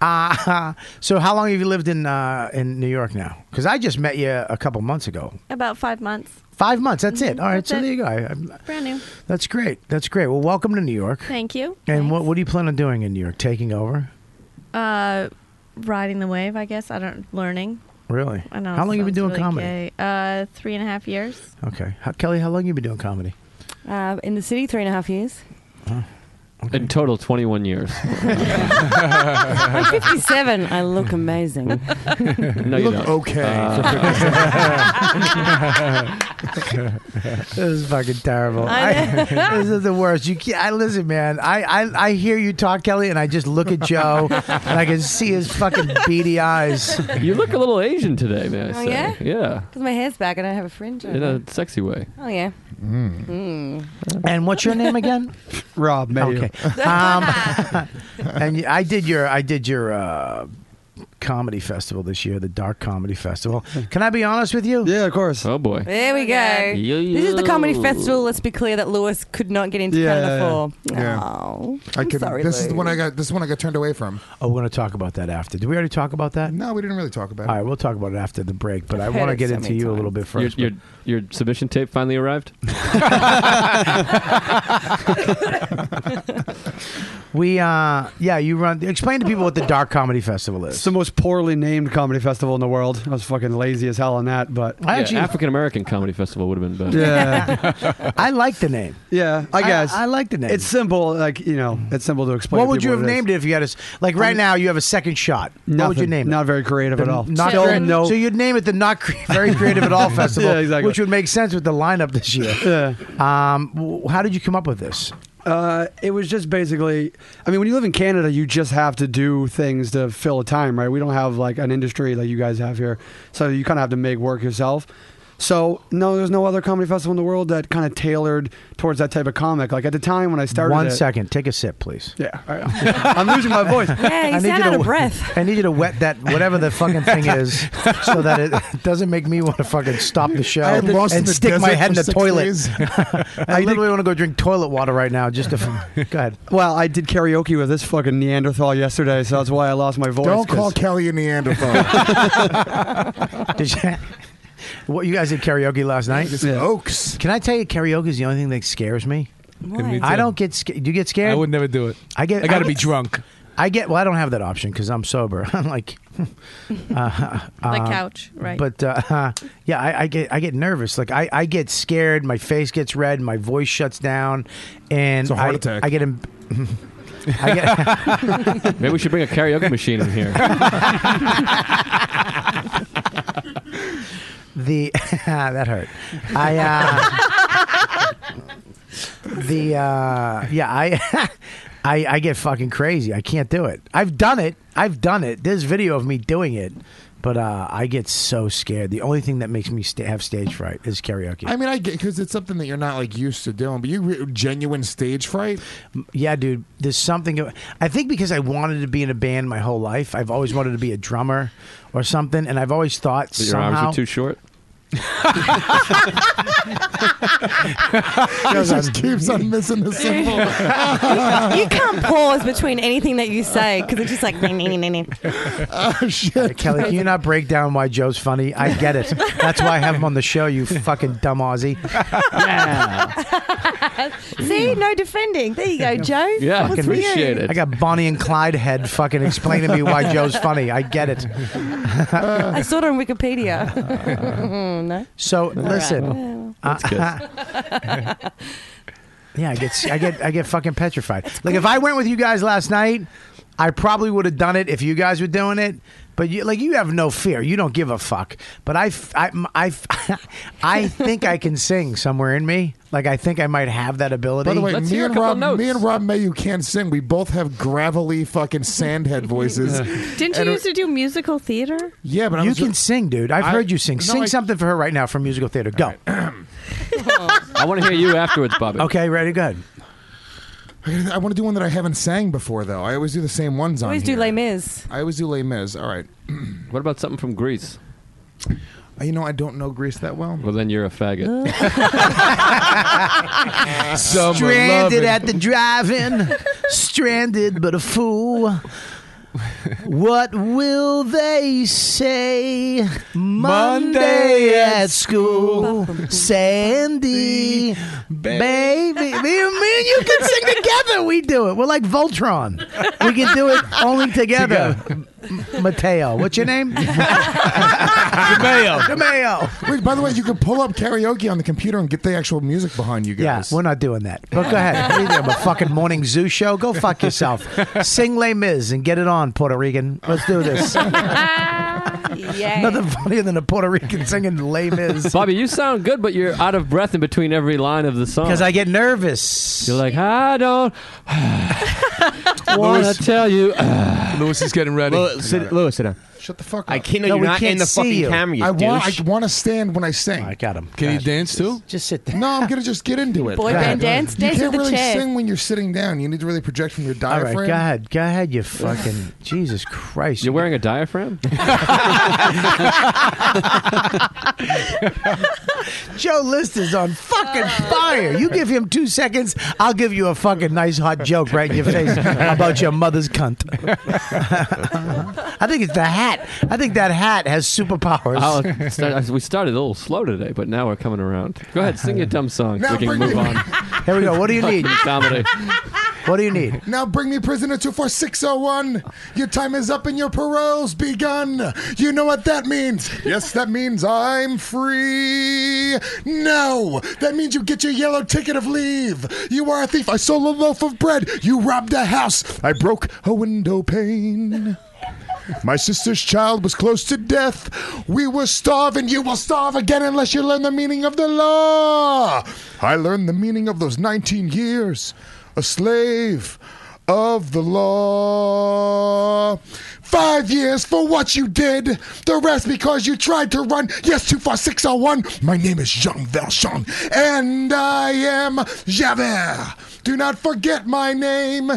Speaker 2: uh, so, how long have you lived in uh, in New York now? Because I just met you a couple months ago.
Speaker 15: About five months.
Speaker 2: Five months. That's it.
Speaker 15: Mhm,
Speaker 2: All right.
Speaker 15: that's
Speaker 2: so
Speaker 15: it.
Speaker 2: there you go. I, I'm-
Speaker 15: Brand new.
Speaker 2: that's great. That's great. Well, welcome to New York.
Speaker 15: Thank you.
Speaker 2: And what what do you plan on doing in New York? Taking over?
Speaker 15: Uh, riding the wave, I guess. I don't learning.
Speaker 2: Really?
Speaker 15: I know.
Speaker 2: How long
Speaker 15: it
Speaker 2: you been
Speaker 15: sounds
Speaker 2: doing
Speaker 15: really
Speaker 2: comedy?
Speaker 15: gay. Uh, three and a half years.
Speaker 2: Okay. How, Kelly, how long you been doing comedy?
Speaker 9: Uh, in the city, three and a half years.
Speaker 8: In total, 21 years.
Speaker 20: I'm 57. I look amazing.
Speaker 8: No, you,
Speaker 10: look
Speaker 8: don't.
Speaker 10: okay
Speaker 8: Uh,
Speaker 2: This is fucking terrible.
Speaker 20: I
Speaker 2: Oh, I- this is the worst. You can't, I listen, man. I, I I hear you talk, Kelly, and I just look at Joe, and I can see his fucking beady eyes.
Speaker 8: you look a little Asian today, may I
Speaker 9: Oh,
Speaker 8: say?
Speaker 9: yeah?
Speaker 8: Yeah.
Speaker 9: Because my hair's back and I have a fringe on.
Speaker 8: In a sexy way.
Speaker 9: Oh, yeah. Mm.
Speaker 2: And what's your name again?
Speaker 13: Rob, maybe.
Speaker 2: Okay. Um, and I did your I did your uh, comedy festival this year, the Dark Comedy Festival. Can I be honest with you?
Speaker 13: Yeah, of course.
Speaker 8: Oh boy.
Speaker 9: There we go.
Speaker 8: Yo,
Speaker 9: This is the comedy
Speaker 8: yo.
Speaker 9: festival. Let's be clear that Lewis could not get into
Speaker 13: Yeah,
Speaker 9: Canada
Speaker 13: yeah,
Speaker 9: for.
Speaker 10: yeah.
Speaker 9: Oh,
Speaker 10: I
Speaker 9: I'm
Speaker 10: could,
Speaker 9: sorry,
Speaker 10: this is
Speaker 9: Lou.
Speaker 10: the one I got. This is the one I got turned away from.
Speaker 2: Oh, we're gonna talk about that after. Did we already talk about that?
Speaker 10: No, we didn't really talk about
Speaker 2: All
Speaker 10: it.
Speaker 2: right, we'll talk about it after the break. But I
Speaker 9: I've heard
Speaker 2: want to
Speaker 9: it
Speaker 2: get
Speaker 9: so
Speaker 2: into
Speaker 9: many
Speaker 2: you a little bit
Speaker 8: Your,
Speaker 2: first.
Speaker 8: your, your submission tape finally arrived?
Speaker 2: We uh, yeah, you run. Explain to people what the Dark Comedy Festival is.
Speaker 13: It's the most poorly named comedy festival in the world. I was fucking lazy as hell on that, but
Speaker 8: Yeah, African American Comedy Festival would have been better.
Speaker 13: yeah,
Speaker 2: I like the name.
Speaker 13: yeah. I guess
Speaker 2: I, like the name.
Speaker 13: it's simple. Like you know, it's simple to explain.
Speaker 2: what would you have named it if you had a s- like right now? You have a second shot. What would you name it?
Speaker 13: Not very creative at
Speaker 2: The
Speaker 13: all.
Speaker 2: Not
Speaker 13: Still
Speaker 2: very-
Speaker 13: no.
Speaker 2: So you'd name it the Not cre- Very Creative at All Festival,
Speaker 13: Yeah, exactly.
Speaker 2: which would make sense with the lineup this year.
Speaker 13: Yeah.
Speaker 2: Um, w- how did you come up with this?
Speaker 13: Uh, it was just basically. I mean, when you live in Canada, you just have to do things to fill a time, right? We don't have like an industry like you guys have here, so you kind of have to make work yourself. So no, there's no other comedy festival in the world that kind of tailored towards that type of comic. Like at the time when I started,
Speaker 2: One
Speaker 13: it-
Speaker 2: second, take a sip, please.
Speaker 13: Yeah, I- I'm losing my voice.
Speaker 9: Yeah, you sound out of breath.
Speaker 2: I need you to wet that whatever the fucking thing is, so that it doesn't make me want to fucking stop the show
Speaker 10: I had lost in
Speaker 2: and
Speaker 10: the
Speaker 2: stick my
Speaker 10: desert
Speaker 2: head in
Speaker 10: for
Speaker 2: the
Speaker 10: six
Speaker 2: toilet.
Speaker 10: days.
Speaker 2: I literally want to go drink toilet water right now. Just to f- go ahead.
Speaker 13: Well, I did karaoke with this fucking Neanderthal yesterday, so that's why I lost my voice.
Speaker 10: Don't
Speaker 13: 'cause-
Speaker 10: call Kelly a Neanderthal.
Speaker 2: Did you? What you guys did karaoke last night?
Speaker 10: Just Oaks.
Speaker 2: Can I tell you, karaoke is the only thing that scares me.
Speaker 10: Why? And me
Speaker 2: I
Speaker 10: too.
Speaker 2: don't get scared. Do you get scared?
Speaker 10: I would never do it.
Speaker 2: I get.
Speaker 10: I gotta
Speaker 2: I
Speaker 10: be
Speaker 2: get-
Speaker 10: drunk.
Speaker 2: I get. Well, I don't have that option because I'm sober. I'm like uh,
Speaker 15: The couch, right.
Speaker 2: But uh, yeah, I, I get. I get nervous. Like I, I get scared. My face gets red. My voice shuts down, and
Speaker 8: It's a heart
Speaker 2: I,
Speaker 8: attack.
Speaker 2: I get. Em- I get.
Speaker 8: Maybe we should bring a karaoke machine in here.
Speaker 2: The ah, that hurt. I uh, the uh, yeah I. I, I get fucking crazy. I can't do it. I've done it. I've done it. There's video of me doing it, but uh, I get so scared. The only thing that makes me sta have stage fright is karaoke.
Speaker 10: I mean, I get because it's something that you're not like used to doing, but you re- genuine stage fright.
Speaker 2: Yeah, dude. There's something. I think because I wanted to be in a band my whole life. I've always wanted to be a drummer or something, and I've always thought
Speaker 8: That your
Speaker 2: somehow
Speaker 8: arms are too short.
Speaker 10: He just keeps on missing the symbol.
Speaker 9: you, you can't pause between anything that you say because it's just like. "Nee, nee, nee, nee, nee."
Speaker 10: Oh shit,
Speaker 2: Kelly, can you not break down why Joe's funny? I get it. That's why I have him on the show. You fucking dumb Aussie.
Speaker 9: See, no defending. There you go, Joe. That was you.
Speaker 2: I got Bonnie and Clyde head fucking explaining to me why Joe's funny. I get it.
Speaker 9: I saw it on Wikipedia. Mm, no.
Speaker 2: So
Speaker 9: right.
Speaker 2: listen,
Speaker 10: Uh,
Speaker 9: That's
Speaker 2: yeah, I get, I get, I get fucking petrified. Like if I went with you guys last night, I probably would have done it if you guys were doing it. But you, like, you have no fear. You don't give a fuck. But I, f- I, m- I f- I think I can sing somewhere in me. Like I think I might have that ability.
Speaker 10: By the way, me and, Rob, me and Rob May, you can't sing. We both have gravelly fucking sandhead voices.
Speaker 15: Didn't you
Speaker 10: And-
Speaker 15: used to do musical theater?
Speaker 10: Yeah, but I
Speaker 2: you
Speaker 10: was
Speaker 2: can
Speaker 10: just-
Speaker 2: sing, dude. I've
Speaker 10: I-
Speaker 2: heard you sing.
Speaker 10: No,
Speaker 2: sing
Speaker 10: I-
Speaker 2: something for her right now from musical theater. Go.
Speaker 8: I want to hear you afterwards, Bobby.
Speaker 2: Okay, ready? Good.
Speaker 10: I gotta- I want to do one that I haven't sang before, though. I always do the same ones on
Speaker 9: Always do
Speaker 10: here.
Speaker 9: Les Mis.
Speaker 10: I always do Les Mis. All right.
Speaker 8: What about something from Greece?
Speaker 10: You know, I don't know Greece that well.
Speaker 8: Well, then you're a faggot.
Speaker 2: Stranded at the drive-in, stranded but a fool. What will they say Monday at school? Sandy, baby, me, and- me and you can sing together. We do it. We're like Voltron. We can do it only together. M- Mateo, what's your name?
Speaker 10: Jameo.
Speaker 2: Jameo.
Speaker 10: Wait, by the way, you can pull up karaoke on the computer and get the actual music behind you guys.
Speaker 2: Yeah, we're not doing that. But go ahead. What are you doing, a fucking morning zoo show? Go fuck yourself. Sing Les Mis and get it on, Puerto Rican. Let's do this. Nothing funnier than a Puerto Rican singing Les Mis.
Speaker 8: Bobby, you sound good, but you're out of breath in between every line of the song. Because
Speaker 2: I get nervous.
Speaker 8: You're like, I don't want
Speaker 12: Louis-
Speaker 8: to tell you.
Speaker 12: Lewis is getting ready.
Speaker 7: Lewis, sit, Lewis, sit down.
Speaker 10: Shut the fuck up.
Speaker 7: I can't- no, No, you're we not can't in the see fucking you. camera, you
Speaker 10: I want,
Speaker 7: douche.
Speaker 10: I want to stand when I sing. I
Speaker 2: got him.
Speaker 12: Can you dance too?
Speaker 2: Just sit there.
Speaker 10: No, I'm gonna just get into it.
Speaker 2: Boy Go band ahead. dance?
Speaker 10: You
Speaker 2: Dance
Speaker 10: can't
Speaker 2: with a
Speaker 10: really
Speaker 2: chair.
Speaker 10: sing when you're sitting down. You need to really project from your
Speaker 2: All
Speaker 10: diaphragm.
Speaker 2: right, go ahead. Go ahead, you fucking. Jesus Christ. You're
Speaker 8: wearing a diaphragm?
Speaker 2: Joe List is on fucking fire. You give him two seconds, I'll give you a fucking nice hot joke right in your face about your mother's cunt. I think it's the hat. I think that hat has superpowers.
Speaker 8: I'll start, we started a little slow today, but now we're coming around. Go ahead, sing your dumb song. so
Speaker 10: Now
Speaker 8: we can
Speaker 10: bring
Speaker 8: move
Speaker 10: it-
Speaker 8: on.
Speaker 2: Here we go. What do you
Speaker 8: Fucking
Speaker 2: need?
Speaker 8: Comedy.
Speaker 2: What do you need?
Speaker 10: Now bring me prisoner 24601. Your time is up and your parole's begun. You know what that means. Yes, that means I'm free. No, that means you get your yellow ticket of leave. You are a thief. I stole a loaf of bread. You robbed a house. I broke a window pane. My sister's child was close to death. We were starving. You will starve again unless you learn the meaning of the law. I learned the meaning of those 19 years. A slave of the law. Five years for what you did. The rest because you tried to run. Yes, 24601. oh, My name is Jean Valjean, and I am Javert. Do not forget my name.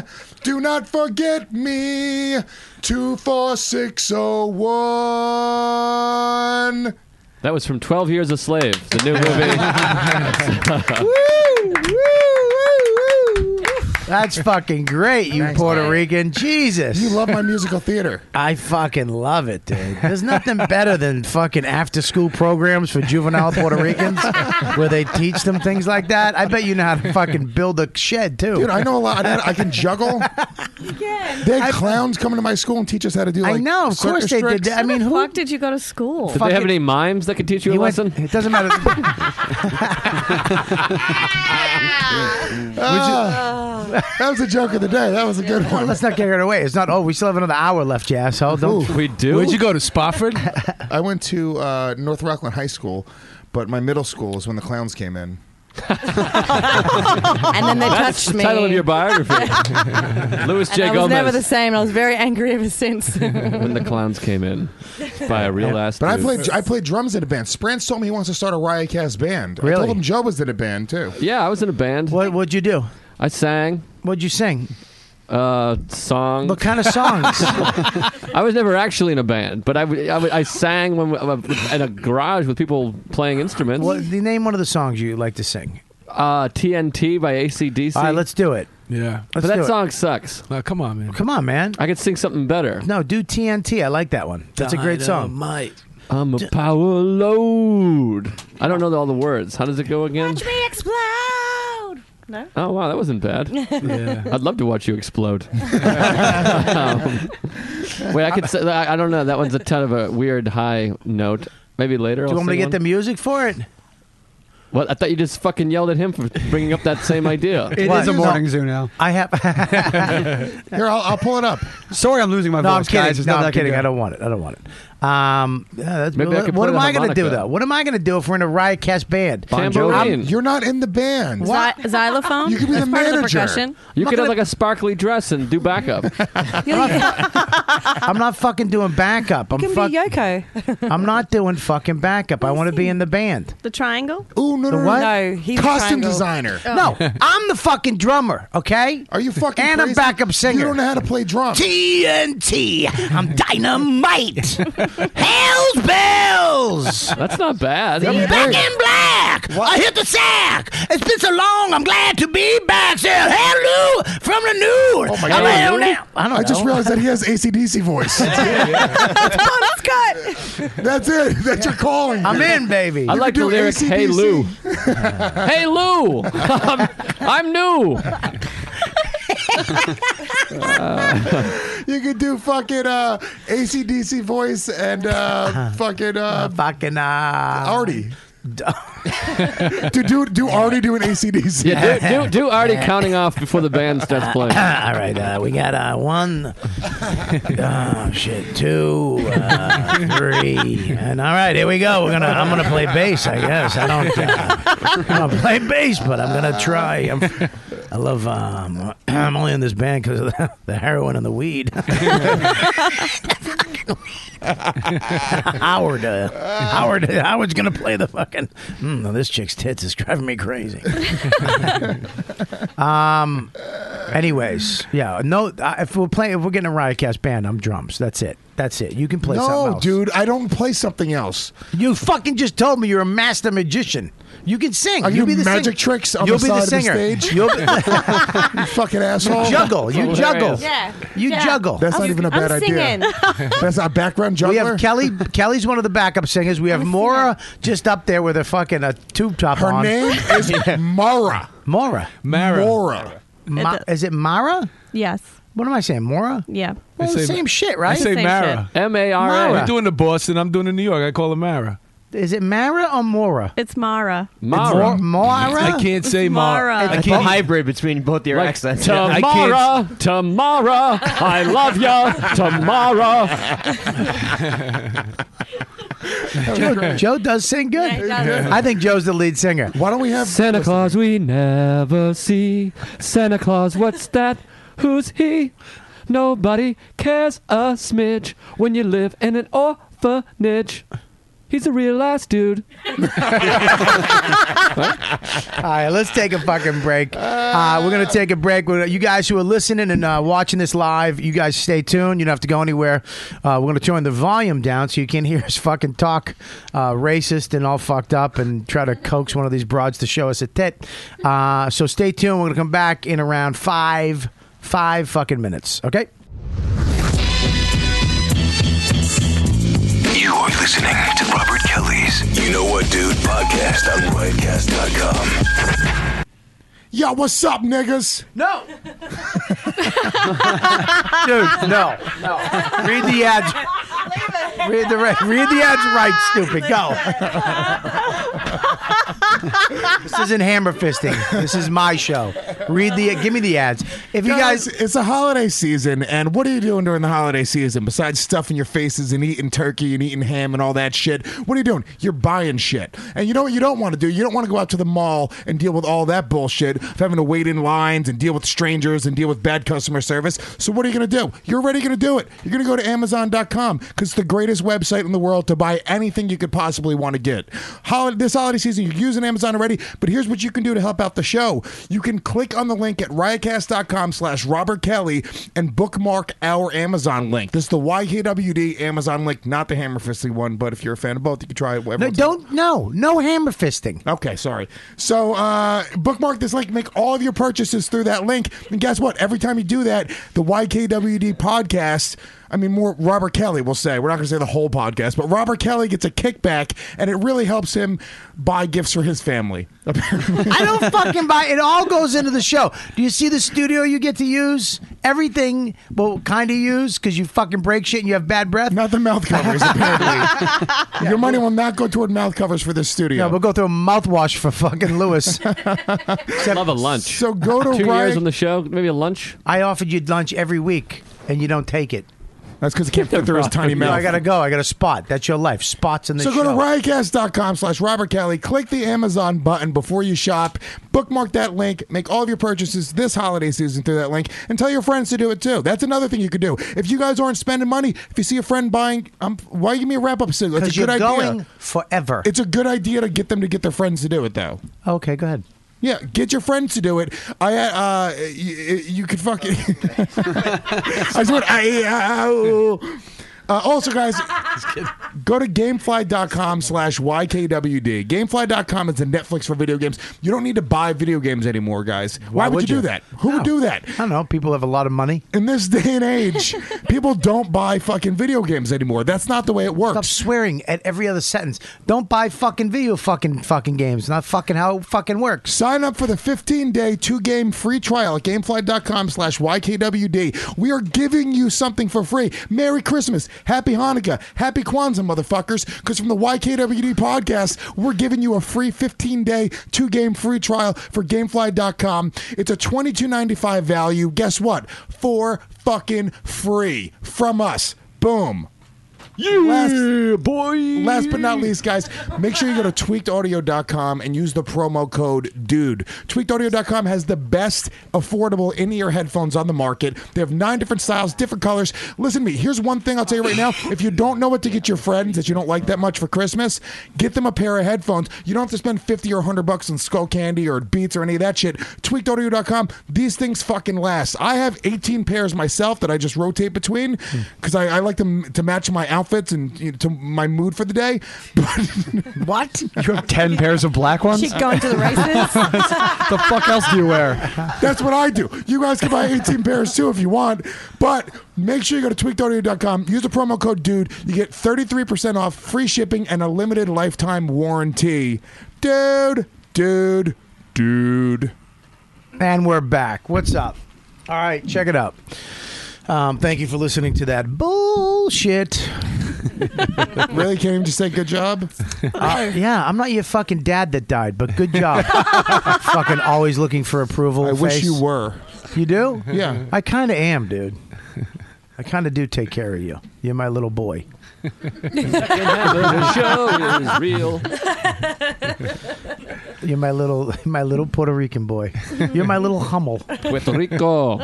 Speaker 10: Do not forget me. oh, 24601.
Speaker 8: That was from 12 Years a Slave, the new movie.
Speaker 2: That's fucking great, you Puerto Rican. Jesus. You love my musical theater. I fucking love it, dude. There's nothing better than fucking after school programs for juvenile Puerto Ricans where they teach them things like that. I bet you know how to fucking build a shed, too.
Speaker 10: Dude, I know a lot. I, I can juggle. They had clowns coming to my school and teach us how to do. Like,
Speaker 2: I know, of course
Speaker 10: circus
Speaker 2: they did
Speaker 10: tricks.
Speaker 2: that. I mean, who
Speaker 15: fuck did you go to school?
Speaker 8: Did they have any mimes that could teach you a lesson?
Speaker 2: it doesn't matter.
Speaker 10: Ah. that was a joke of the day. That was a good one.
Speaker 2: Let's not get it away. It's not. Oh, we still have another hour left, you asshole. Don't
Speaker 10: Where'd you go to Spofford? I went to uh, North Rockland High School, but my middle school is when the clowns came in.
Speaker 9: and then they
Speaker 8: That's
Speaker 9: touched
Speaker 8: the
Speaker 9: me.
Speaker 8: title of your biography. Louis
Speaker 9: And
Speaker 8: J.
Speaker 9: I was
Speaker 8: Gomez.
Speaker 9: never the same. I was very angry ever since.
Speaker 8: when the clowns came in by a real ass.
Speaker 10: But I
Speaker 8: dude.
Speaker 10: played I played drums in a band. Sprance told me he wants to start a Riot Cast band. I
Speaker 8: Really?
Speaker 10: told him Joe was in a band too.
Speaker 8: Yeah, I was in a band.
Speaker 2: What What'd you do?
Speaker 8: I sang.
Speaker 2: What'd you sing?
Speaker 8: Uh, song.
Speaker 2: What kind of songs?
Speaker 8: I was never actually in a band, but I, w- I, w- I sang when we- uh, in a garage with people playing instruments.
Speaker 2: Well, you name one of the songs you like to sing.
Speaker 8: Uh, TNT by ACDC.
Speaker 2: All right, let's do it.
Speaker 12: Yeah.
Speaker 8: but
Speaker 2: let's do
Speaker 8: that
Speaker 2: it.
Speaker 8: song sucks.
Speaker 12: No, come on, man.
Speaker 2: Come on, man.
Speaker 8: I could sing something better.
Speaker 2: No, do TNT. I like that one. That's a great song.
Speaker 12: Might.
Speaker 8: I'm a power load. I don't know all the words. How does it go again?
Speaker 9: me explode. No.
Speaker 8: Oh wow, that wasn't bad.
Speaker 9: Yeah.
Speaker 8: I'd love to watch you explode. Um, wait, I could. Say, I I don't know. That one's a ton of a weird high note. Maybe later.
Speaker 2: Do you
Speaker 8: I'll
Speaker 2: want me to
Speaker 8: sing one.
Speaker 2: get the music for it?
Speaker 8: What? I thought you just fucking yelled at him for bringing up that same idea.
Speaker 13: It is a morning zoo now.
Speaker 2: I have.
Speaker 10: Here, I'll, I'll pull it up.
Speaker 13: Sorry, I'm losing my
Speaker 2: no, I'm
Speaker 13: voice,
Speaker 2: kidding.
Speaker 13: guys. There's
Speaker 2: no,
Speaker 13: nothing
Speaker 2: I'm
Speaker 13: can
Speaker 2: kidding.
Speaker 13: do.
Speaker 2: I don't want it. I don't want it. Um, yeah, that's,
Speaker 13: Maybe I
Speaker 2: what
Speaker 13: could
Speaker 2: what
Speaker 13: play
Speaker 2: am
Speaker 13: the
Speaker 2: I going to do
Speaker 13: harmonica.
Speaker 2: though? What am I going to do if we're in a riot cast band?
Speaker 8: Bon Jovi. Tambourine.
Speaker 2: I'm-
Speaker 10: You're not in the band.
Speaker 15: Xy- xylophone.
Speaker 10: You could be
Speaker 15: That's
Speaker 10: the
Speaker 15: part Of the
Speaker 10: manager.
Speaker 15: percussion.
Speaker 8: You could have like a sparkly dress and do backup.
Speaker 2: I'm not fucking doing backup. I'm
Speaker 9: can be
Speaker 2: fuck-
Speaker 9: Yoko.
Speaker 2: I'm not doing fucking backup. I want to be in the band.
Speaker 15: The triangle. Oh.
Speaker 10: Ooh, no,
Speaker 2: The
Speaker 10: no,
Speaker 2: what?
Speaker 10: no, costume designer.
Speaker 2: No, I'm the fucking drummer. Okay.
Speaker 10: Are you fucking
Speaker 2: And I'm
Speaker 10: crazy?
Speaker 2: backup singer.
Speaker 10: You don't know how to play drums.
Speaker 2: TNT. I'm dynamite. Hell's bells.
Speaker 8: That's not bad.
Speaker 2: I'm back in black. I hit the sack. It's been so long. I'm glad to be back. Say hello from the new. Oh
Speaker 10: my God.
Speaker 2: now. I don't know.
Speaker 10: just realized that he has ACDC voice. That's it. That's your calling.
Speaker 2: I'm in, baby.
Speaker 8: I like the
Speaker 10: do
Speaker 8: lyric "Hey
Speaker 10: AC/DC.
Speaker 8: Lou, Hey Lou, I'm, I'm new."
Speaker 2: Uh,
Speaker 10: You could do fucking uh, ACDC voice and uh, fucking uh,
Speaker 2: fucking uh,
Speaker 10: Artie. do do do Artie do an ACDC?
Speaker 8: Yeah, do, do, do already counting off before the band starts playing.
Speaker 2: All right, uh, we got uh, one, oh shit, two, uh, three, and all right, here we go. We're gonna, I'm gonna play bass, I guess. I don't, uh, I'm gonna play bass, but I'm gonna try. I'm, I love, um, I'm only in this band because of the, the heroin and the weed. Howard, uh, Howard, Howard's gonna play the fucking. Mm, now this chick's tits is driving me crazy. um. Anyways, yeah. No, uh, if we're playing, if we're getting a Riotcast band, I'm drums. That's it. That's it. You can play something
Speaker 10: no,
Speaker 2: else.
Speaker 10: dude, I don't play something else.
Speaker 2: You fucking just told me you're a master magician. You can sing.
Speaker 10: I
Speaker 2: You'll
Speaker 10: do
Speaker 2: be the
Speaker 10: magic
Speaker 2: sing-
Speaker 10: tricks on
Speaker 2: You'll
Speaker 10: the
Speaker 2: be
Speaker 10: side
Speaker 2: the singer.
Speaker 10: of the stage.
Speaker 2: You'll be-
Speaker 10: you fucking asshole.
Speaker 2: you juggle. You
Speaker 10: Hilarious.
Speaker 2: juggle.
Speaker 10: Yeah.
Speaker 2: You
Speaker 10: Yeah.
Speaker 2: juggle.
Speaker 10: That's not even a bad idea. That's a background juggler.
Speaker 2: We have Kelly. Kelly's one of the backup singers. We have Mora just up there with a fucking a tube top
Speaker 10: Her
Speaker 2: on.
Speaker 10: name is Mara.
Speaker 2: Mora.
Speaker 12: Mara.
Speaker 10: Mora.
Speaker 2: Ma- is it Mara?
Speaker 15: Yes.
Speaker 2: What am I saying? Mora?
Speaker 15: Yeah.
Speaker 2: Well, the
Speaker 12: say-
Speaker 2: same shit,
Speaker 12: I
Speaker 2: right?
Speaker 12: say Mara.
Speaker 8: M A R
Speaker 12: You're
Speaker 8: A.
Speaker 12: doing the Boston. I'm doing the New York. I call it Mara.
Speaker 2: Is it Mara or Mora?
Speaker 15: It's Mara.
Speaker 8: Mara.
Speaker 2: Mor- Mora?
Speaker 12: I can't say
Speaker 15: It's
Speaker 12: Mara.
Speaker 15: Mara.
Speaker 12: I
Speaker 7: It's a
Speaker 12: can't.
Speaker 7: hybrid between both your
Speaker 8: Like,
Speaker 7: accents.
Speaker 12: I can't-
Speaker 8: Tamara, Tamara, I love ya, Tamara.
Speaker 2: Joe, Joe does sing good. I think Joe's the lead singer.
Speaker 10: Why don't we have
Speaker 8: Santa Claus we never see. Santa Claus, what's that? Who's he? Nobody cares a smidge when you live in an orphanage. He's a real ass dude.
Speaker 2: All right, let's take a fucking break. Uh, we're gonna take a break. We're, you guys who are listening and uh, watching this live, you guys stay tuned. You don't have to go anywhere. Uh, we're gonna turn the volume down so you can hear us fucking talk uh, racist and all fucked up and try to coax one of these broads to show us a tit. Uh, so stay tuned. We're gonna come back in around five, five fucking minutes. Okay.
Speaker 6: You are listening to Robert Kelly's You Know What Dude podcast on riotcast.com.
Speaker 10: Yo, what's up, niggas?
Speaker 2: No. Dude, no, no. Read the ads. Read the re- read the ads right, stupid. Go. this isn't hammer fisting. This is my show. Read the give me the ads. If you guys,
Speaker 10: it's the holiday season, and what are you doing during the holiday season besides stuffing your faces and eating turkey and eating ham and all that shit? What are you doing? You're buying shit, and you know what you don't want to do. You don't want to go out to the mall and deal with all that bullshit of having to wait in lines and deal with strangers and deal with bad customer service. So what are you gonna do? You're already gonna do it. You're gonna go to Amazon.com because it's the greatest website in the world to buy anything you could possibly want to get. Holiday, this holiday season, you're using Amazon already, but here's what you can do to help out the show. You can click on the link at riotcast.com slash Robert Kelly and bookmark our Amazon link. This is the YKWD Amazon link, not the hammer fisting one, but if you're a fan of both, you can try it. No,
Speaker 2: don't, no, no hammer fisting.
Speaker 10: Okay, sorry. So uh, bookmark this link, make all of your purchases through that link. And guess what? Every time you do that, the YKWD podcast. I mean, more Robert Kelly, we'll say. We're not going to say the whole podcast, but Robert Kelly gets a kickback, and it really helps him buy gifts for his family.
Speaker 2: I don't fucking buy it. All goes into the show. Do you see the studio you get to use? Everything, well, kind of use because you fucking break shit and you have bad breath.
Speaker 10: Not the mouth covers, apparently. Your money will not go toward mouth covers for this studio.
Speaker 2: No, we'll go through a mouthwash for fucking Lewis.
Speaker 8: Love a lunch.
Speaker 10: So go to
Speaker 8: two
Speaker 10: Riot-
Speaker 8: years on the show, maybe a lunch.
Speaker 2: I offered you lunch every week, and you don't take it.
Speaker 10: That's because it can't fit through his tiny
Speaker 2: No,
Speaker 10: mouth.
Speaker 2: I gotta go. I got a spot. That's your life. Spots in the
Speaker 10: So go
Speaker 2: show.
Speaker 10: to riotcast.com slash Robert Kelly, click the Amazon button before you shop, bookmark that link, make all of your purchases this holiday season through that link, and tell your friends to do it too. That's another thing you could do. If you guys aren't spending money, if you see a friend buying, um, why give me a wrap up single? It's a
Speaker 2: 'Cause you're
Speaker 10: good
Speaker 2: going
Speaker 10: idea.
Speaker 2: forever.
Speaker 10: It's a good idea to get them to get their friends to do it though.
Speaker 2: Okay, go ahead.
Speaker 10: Yeah, get your friends to do it. I uh, you, you could fucking. I swear, I, ow. Uh, also, guys, go to gamefly.com slash YKWD. Gamefly.com is the Netflix for video games. You don't need to buy video games anymore, guys. Why, would, you, do that? Who would do that? I
Speaker 2: don't know. People have a lot of money.
Speaker 10: In this day and age, people don't buy fucking video games anymore. That's not the way it works.
Speaker 2: Stop swearing at every other sentence. Don't buy fucking video fucking fucking games. Not fucking how it fucking works.
Speaker 10: Sign up for the 15-day two-game free trial at gamefly.com slash YKWD. We are giving you something for free. Merry Christmas, Happy Hanukkah, Happy Kwanzaa, motherfuckers, because from the YKWD podcast, we're giving you a free 15-day two-game free trial for gamefly.com. It's a $22.95 value. Guess what? For fucking free from us. Boom. Yeah, last, boy. Last but not least, guys, make sure you go to tweakedaudio.com and use the promo code DUDE. Tweakedaudio.com has the best affordable in ear headphones on the market. They have nine different styles, different colors. Listen to me. Here's one thing I'll tell you right now. If you don't know what to get your friends that you don't like that much for Christmas, get them a pair of headphones. You don't have to spend 50 or 100 bucks on skull candy or beats or any of that shit. Tweakedaudio.com. These things fucking last. I have 18 pairs myself that I just rotate between
Speaker 21: Hmm.
Speaker 10: because I, I like them to match my outfits and you know, to my mood for the day. But
Speaker 2: what?
Speaker 21: You have ten pairs of black ones.
Speaker 10: She's going to the races?
Speaker 21: the fuck else do you wear?
Speaker 10: That's what I do. You guys can buy 18 pairs too if you want. But make sure you go to tweakedaudio.com, use the promo code DUDE. You get 33% off, free shipping, and a limited lifetime warranty. Dude, dude, dude.
Speaker 2: And we're back. What's up? All right, check it out. Um, thank you for listening to that bullshit.
Speaker 10: really can't even just say good job.
Speaker 2: Uh, yeah, I'm not your fucking dad that died, but good job. fucking always looking for approval.
Speaker 10: I wish
Speaker 2: face.
Speaker 10: you were.
Speaker 2: You do?
Speaker 10: Yeah.
Speaker 2: I kind of am, dude. I kind of do take care of you. You're my little boy.
Speaker 8: the show is real.
Speaker 2: You're my little my little Puerto Rican boy. You're my little Hummel.
Speaker 8: Puerto Rico.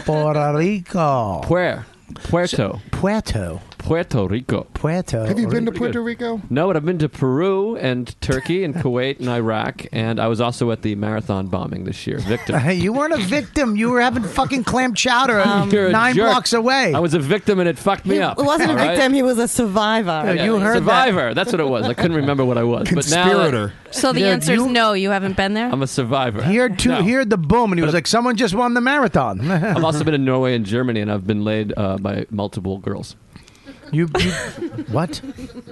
Speaker 2: Puerto Rico.
Speaker 8: Puer. Puerto.
Speaker 2: Puerto.
Speaker 8: Puerto Rico.
Speaker 2: Puerto.
Speaker 10: Have you been to Puerto Rico?
Speaker 8: No, but I've been to Peru and Turkey and Kuwait and Iraq, and I was also at the marathon bombing this year. Victim.
Speaker 2: you weren't a victim. You were having fucking clam chowder
Speaker 8: Um, You're a
Speaker 2: Um, nine
Speaker 8: jerk.
Speaker 2: blocks away.
Speaker 8: I was a victim, and it fucked me
Speaker 2: He
Speaker 8: up.
Speaker 9: wasn't a
Speaker 8: all right?
Speaker 9: victim. He was a survivor.
Speaker 8: Yeah, survivor. That's what it was. I couldn't remember what I was. But now,
Speaker 2: Conspirator.
Speaker 15: So the
Speaker 2: Dude,
Speaker 15: answer is
Speaker 2: you-
Speaker 15: no. You haven't been there.
Speaker 8: I'm a survivor.
Speaker 2: He heard two.
Speaker 8: No.
Speaker 2: He heard the boom, and he was like, "Someone just won the marathon."
Speaker 8: I've also been in Norway and Germany, and I've been laid uh, by multiple girls.
Speaker 2: You, you what?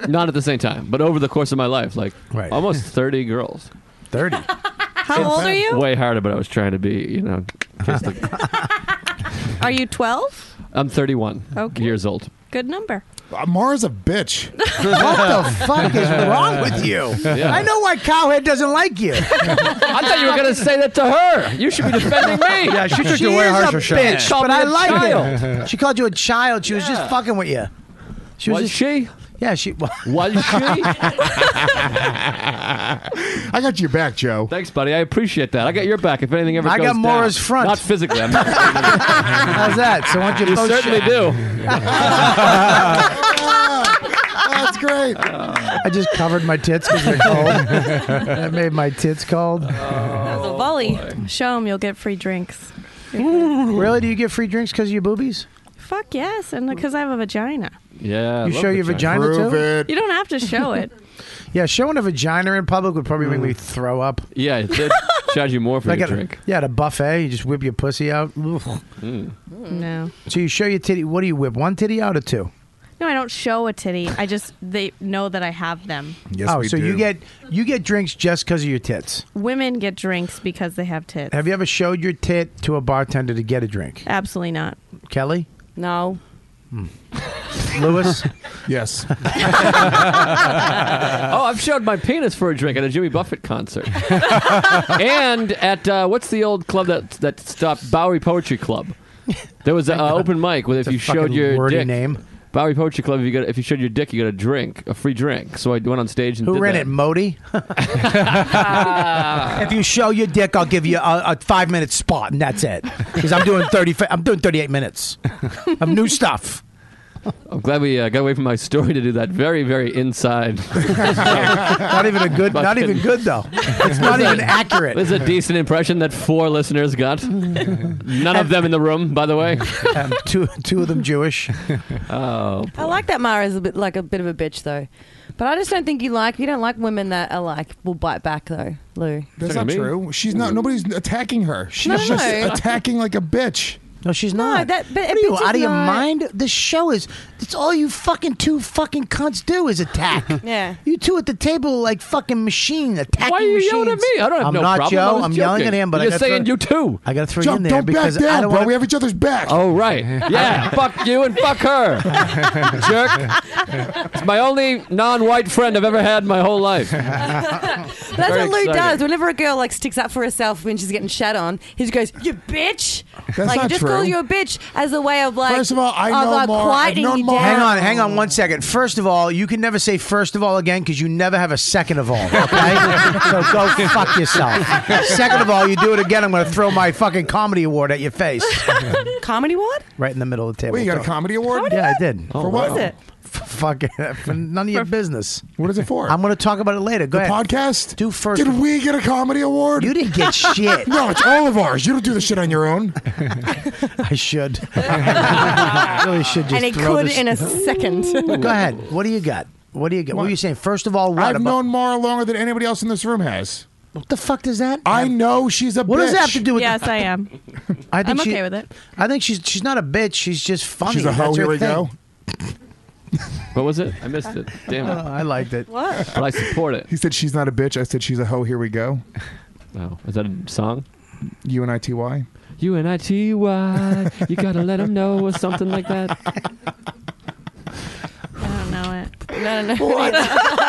Speaker 8: Not at the same time, but over the course of my life, like almost thirty girls.
Speaker 2: Thirty.
Speaker 15: How old are you?
Speaker 8: Way harder, but I was trying to be, you know. kiss the-
Speaker 15: Are you 12?
Speaker 8: I'm 31
Speaker 15: Okay.
Speaker 8: years old.
Speaker 15: Good number.
Speaker 10: Uh, Mara's a bitch.
Speaker 2: what the fuck is wrong with you?
Speaker 10: Yeah.
Speaker 2: I know why Cowhead doesn't like you.
Speaker 8: I thought you were going to say that to her. You should be defending me.
Speaker 2: Yeah, she took
Speaker 8: She
Speaker 2: you way
Speaker 8: is a
Speaker 2: harsher shot.
Speaker 8: bitch, Called
Speaker 2: but
Speaker 8: me
Speaker 2: I
Speaker 8: a
Speaker 2: like
Speaker 8: child.
Speaker 2: it. She called you a child. She was just fucking with you. She was,
Speaker 10: Was
Speaker 2: just,
Speaker 8: she?
Speaker 2: Yeah, she was.
Speaker 10: I got your back, Joe.
Speaker 8: Thanks, buddy. I appreciate that. I got your back. If anything ever
Speaker 2: I
Speaker 8: goes
Speaker 2: got Maura's
Speaker 8: down.
Speaker 2: front.
Speaker 8: Not physically. I'm not-
Speaker 2: How's that? So why don't you?
Speaker 8: you
Speaker 2: post
Speaker 8: certainly
Speaker 2: shit?
Speaker 8: do.
Speaker 2: Oh,
Speaker 10: That's great.
Speaker 2: I just covered my tits because they're cold. that made my tits cold.
Speaker 15: That
Speaker 12: Oh,
Speaker 15: was a volley. Show him. You'll get free drinks.
Speaker 12: Hmm?
Speaker 2: Really? Do you get free drinks because of your boobies?
Speaker 15: Fuck yes, and because I have a vagina.
Speaker 8: Yeah. I
Speaker 2: You
Speaker 8: love
Speaker 2: show your vagina too?
Speaker 15: You don't have to show it.
Speaker 2: Yeah, showing a vagina in public would probably make
Speaker 8: Mm.
Speaker 2: me throw up.
Speaker 8: Yeah, it did charge you more for
Speaker 2: Like
Speaker 8: your
Speaker 2: at a-
Speaker 8: drink.
Speaker 2: Yeah, at a buffet, you just whip your pussy out. Ugh.
Speaker 8: Mm.
Speaker 12: Hmm.
Speaker 15: no.
Speaker 2: So you show your titty. What do you whip? One titty out or two?
Speaker 15: No, I don't show a titty. I just they know that I have them.
Speaker 2: oh, so you get you get drinks just because of your tits.
Speaker 15: women get drinks because they have tits.
Speaker 2: Have you ever showed your tit to a bartender to get a drink?
Speaker 15: Absolutely not.
Speaker 2: Kelly,
Speaker 15: No.
Speaker 2: Lewis,
Speaker 10: yes.
Speaker 8: oh, I've showed my penis for a drink at a Jimmy Buffett concert, and at uh, what's the old club that that stopped Bowery Poetry Club. There was an uh, open mic with if you showed
Speaker 2: fucking
Speaker 8: your
Speaker 2: wordy
Speaker 8: dick,
Speaker 2: name.
Speaker 8: Bowery Poetry Club. If you got if you showed your dick, you got a drink, a free drink. So I went on stage and
Speaker 2: who
Speaker 8: did
Speaker 2: ran
Speaker 8: that.
Speaker 2: it? Modi. if you show your dick, I'll give you a, a five minute spot, and that's it. Because I'm doing thirty. fi- I'm doing thirty eight minutes of new stuff.
Speaker 8: I'm glad we uh, got away from my story to do that. Very very inside.
Speaker 2: Not even a good. Not even good though. It's not even accurate.
Speaker 8: This is a decent impression that four listeners got. None of them in the room, by the way.
Speaker 2: Um, two two of them Jewish.
Speaker 8: Oh,
Speaker 9: I like that Mara is a bit like a bit of a bitch though, but I just don't think you like you don't like women that are like will bite back though, Lou.
Speaker 10: That's not true. She's not. Nobody's attacking her. She's
Speaker 9: No,
Speaker 10: just
Speaker 9: no.
Speaker 10: attacking like a bitch.
Speaker 2: No, she's not.
Speaker 9: that- but
Speaker 2: what are you
Speaker 9: bitch is
Speaker 2: out of your
Speaker 9: not-
Speaker 2: mind? This show is. It's all you fucking two fucking cunts do is attack.
Speaker 9: Yeah.
Speaker 2: You two at the table are like fucking machine attacking.
Speaker 8: Why are you yelling at
Speaker 2: machines.
Speaker 8: me? I don't have
Speaker 2: I'm
Speaker 8: no
Speaker 2: not
Speaker 8: problem. I
Speaker 2: Joe.
Speaker 8: was
Speaker 2: I'm yelling at
Speaker 8: joking.
Speaker 2: him, but
Speaker 8: You're
Speaker 2: I gotta
Speaker 8: saying
Speaker 2: throw,
Speaker 8: you too.
Speaker 2: I got to throw you in
Speaker 10: Jump,
Speaker 2: there
Speaker 10: don't back
Speaker 2: because I
Speaker 10: down,
Speaker 2: don't
Speaker 10: bro.
Speaker 2: want
Speaker 10: We have each other's back.
Speaker 8: Oh right, yeah. fuck you and fuck her, jerk. It's my only non-white friend I've ever had in my whole life.
Speaker 9: That's
Speaker 8: Very
Speaker 9: what Lou
Speaker 8: exciting.
Speaker 9: does. Whenever a girl like sticks up for herself when she's getting shat on, he just goes, "You bitch!"
Speaker 2: That's
Speaker 9: like
Speaker 2: not
Speaker 9: just calls
Speaker 2: true.
Speaker 9: you a bitch as a way of like.
Speaker 10: First of all, I know
Speaker 9: like,
Speaker 10: more. I've
Speaker 9: quieting
Speaker 10: known
Speaker 9: you
Speaker 10: more.
Speaker 9: down.
Speaker 2: Hang on, hang on one second. First of all, you can never say first of all again because you never have a second of all. Okay? so go fuck yourself. Second of all, you do it again, I'm going to throw my fucking comedy award at your face.
Speaker 9: Comedy award? Oh,
Speaker 2: Right in the middle of the table.
Speaker 10: Wait, you got a comedy award?
Speaker 2: yeah, I did.
Speaker 10: For
Speaker 9: What
Speaker 10: what?
Speaker 9: is it?
Speaker 2: F- fuck it. For none of your business.
Speaker 10: What is it for?
Speaker 2: I'm going to talk about it later. Go
Speaker 10: the
Speaker 2: ahead.
Speaker 10: podcast?
Speaker 2: Do first.
Speaker 10: Did we get a comedy award?
Speaker 2: You didn't get shit.
Speaker 10: no, it's all of ours. You don't do the shit on your own.
Speaker 2: I should. I really should just
Speaker 9: And it
Speaker 2: throw
Speaker 9: could
Speaker 2: this-
Speaker 9: in a second.
Speaker 2: Go ahead. What do you got? What do you got? What, are you saying? First of all, what
Speaker 10: I've
Speaker 2: about-
Speaker 10: known Mara longer than anybody else in this room has.
Speaker 2: What the fuck does that?
Speaker 10: I know she's a bitch.
Speaker 2: What does that have to do with?
Speaker 15: Yes, I am.
Speaker 2: I
Speaker 15: I'm
Speaker 2: she-
Speaker 15: okay with it.
Speaker 2: I think she's she's not a bitch. She's just funny.
Speaker 10: She's a hoe.
Speaker 2: That's her
Speaker 10: Here we
Speaker 2: thing.
Speaker 10: go.
Speaker 8: What was it? I missed it. Damn
Speaker 2: Oh,
Speaker 8: it.
Speaker 2: I liked it.
Speaker 9: What?
Speaker 8: But I support it.
Speaker 10: He said she's not a bitch. I said she's a hoe. Here we go.
Speaker 8: Oh, is that a song?
Speaker 10: U N I T Y.
Speaker 8: U N I T Y. You gotta let them know or something like that.
Speaker 15: I don't know it.
Speaker 9: No, no, no.
Speaker 10: What?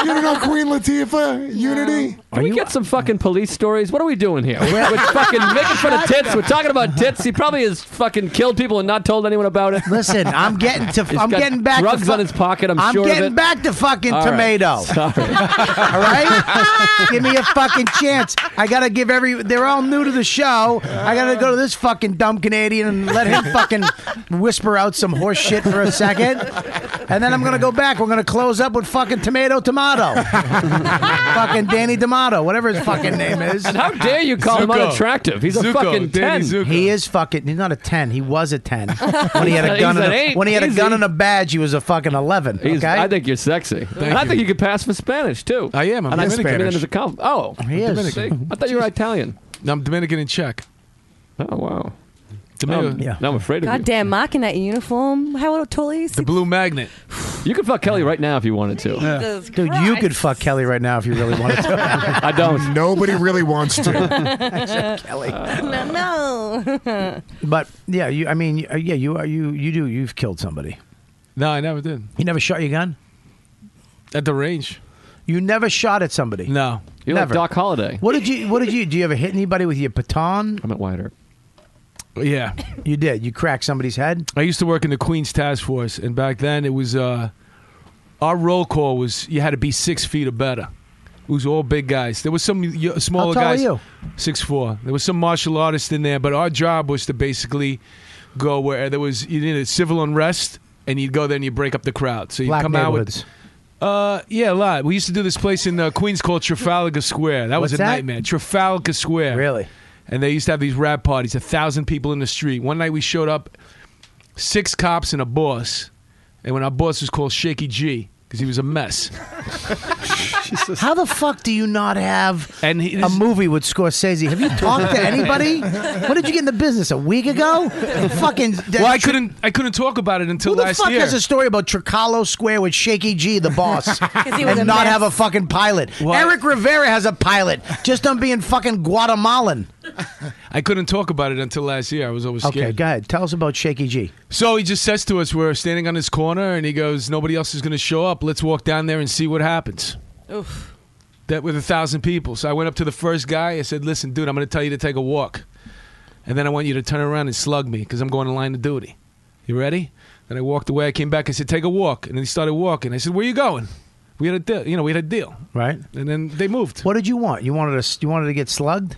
Speaker 10: you don't know Queen Latifah? Unity?
Speaker 8: Can we get some fucking police stories? What are we doing here? We're, we're fucking making fun of tits. We're talking about tits. He probably has fucking killed people and not told anyone about it.
Speaker 2: Listen, I'm getting to.
Speaker 8: He's
Speaker 2: I'm
Speaker 8: got
Speaker 2: getting back.
Speaker 8: drugs
Speaker 2: to fu-
Speaker 8: on his pocket. I'm, sure
Speaker 2: getting
Speaker 8: of it.
Speaker 2: back to fucking
Speaker 8: All right.
Speaker 2: tomato.
Speaker 8: Sorry.
Speaker 2: All right, give me a fucking chance. I gotta give every. They're all new to the show. I gotta go to this fucking dumb Canadian and let him fucking whisper out some horse shit for a second. and then I'm gonna go back. We're gonna close up with fucking tomato, tomato, fucking Danny D'Amato, whatever his fucking name is.
Speaker 8: And how dare you call him Zuko. unattractive? He's a Zuko, fucking Danny 10.
Speaker 2: He is fucking. He's not a ten. He was a ten when he had a
Speaker 8: He's
Speaker 2: gun.
Speaker 8: an
Speaker 2: And a,
Speaker 8: eight.
Speaker 2: when he had a
Speaker 8: Easy.
Speaker 2: gun and a badge, he was a fucking eleven.
Speaker 8: He's-
Speaker 2: Okay.
Speaker 8: I think you're sexy. and I
Speaker 2: you.
Speaker 8: think you could pass for Spanish too. I am.
Speaker 12: I'm
Speaker 8: and I think
Speaker 12: Dominican.
Speaker 8: coming in as a comp. Oh,
Speaker 12: He is.
Speaker 8: See? I thought you were Italian.
Speaker 12: No, I'm Dominican and Czech.
Speaker 8: Oh wow.
Speaker 12: Dominican.
Speaker 8: Um, Now I'm afraid of you.
Speaker 9: Goddamn, Mark in that uniform. How tall is
Speaker 12: The
Speaker 9: he?
Speaker 12: blue magnet.
Speaker 8: You could fuck Kelly right now if you wanted to.
Speaker 9: Jesus
Speaker 2: Dude, you could fuck Kelly right now if you really wanted to.
Speaker 8: I don't.
Speaker 10: Nobody really wants to.
Speaker 2: Kelly.
Speaker 6: no, no.
Speaker 2: But yeah, you. I mean, uh, yeah, you are. You you do. You've killed somebody.
Speaker 12: No, I never did.
Speaker 2: You never shot your gun
Speaker 12: at the range.
Speaker 2: You never shot at somebody.
Speaker 12: No,
Speaker 8: You're like
Speaker 2: never.
Speaker 8: Doc Holliday.
Speaker 2: What did you? What did you? Do you ever hit anybody with your baton?
Speaker 8: I'm at Wider.
Speaker 12: Yeah.
Speaker 2: You did. You cracked somebody's head.
Speaker 12: I used to work in the Queen's Task Force, and back then it was uh, our roll call was you had to be six feet or better. It was all big guys. There was some y- smaller
Speaker 2: How tall are
Speaker 12: guys.
Speaker 2: you?
Speaker 12: Six four. There was some martial artists in there, but our job was to basically go where there was you needed civil unrest, and you'd go there and you break up the crowd. So you
Speaker 2: Black
Speaker 12: come out with.
Speaker 2: neighborhoods.
Speaker 12: Uh, yeah, a lot. We used to do this place in uh, Queens called Trafalgar Square. That was
Speaker 2: What's
Speaker 12: a
Speaker 2: that?
Speaker 12: nightmare. Trafalgar Square.
Speaker 2: Really?
Speaker 12: And they used to have these rap parties, a thousand people in the street. One night we showed up, six cops and a boss. And when our boss was called Shaky G, because he was a mess.
Speaker 2: How the fuck do you not have
Speaker 12: And he,
Speaker 2: a movie with Scorsese? Have you talked to anybody? What did you get in the business a week ago? Fucking. uh,
Speaker 12: well, I couldn't, I couldn't talk about it until
Speaker 2: Who the
Speaker 12: last
Speaker 2: fuck
Speaker 12: year.
Speaker 2: has a story about Tricalo Square with Shaky G, the boss,
Speaker 12: 'Cause he was
Speaker 2: and
Speaker 12: a
Speaker 2: not
Speaker 12: mess.
Speaker 2: have a fucking pilot? Eric Rivera has a pilot just on being fucking Guatemalan.
Speaker 12: I couldn't talk about it until last year. I was always
Speaker 2: Okay,
Speaker 12: scared.
Speaker 2: go ahead. Tell us about Shaky G.
Speaker 12: So he just says to us, we're standing on this corner, and he goes, nobody else is going to show up. Let's walk down there and see what happens.
Speaker 6: Oof.
Speaker 12: that with a thousand people. So I went up to the first guy. I said, "Listen, dude, I'm going to tell you to take a walk, and then I want you to turn around and slug me because I'm going to line of duty. You ready?" Then I walked away. I came back. I said, "Take a walk," and then he started walking. I said, "Where you going?" We had a deal. You know, we had a deal.
Speaker 2: Right.
Speaker 12: And then they moved.
Speaker 2: What did you want? You wanted to. You wanted to get slugged.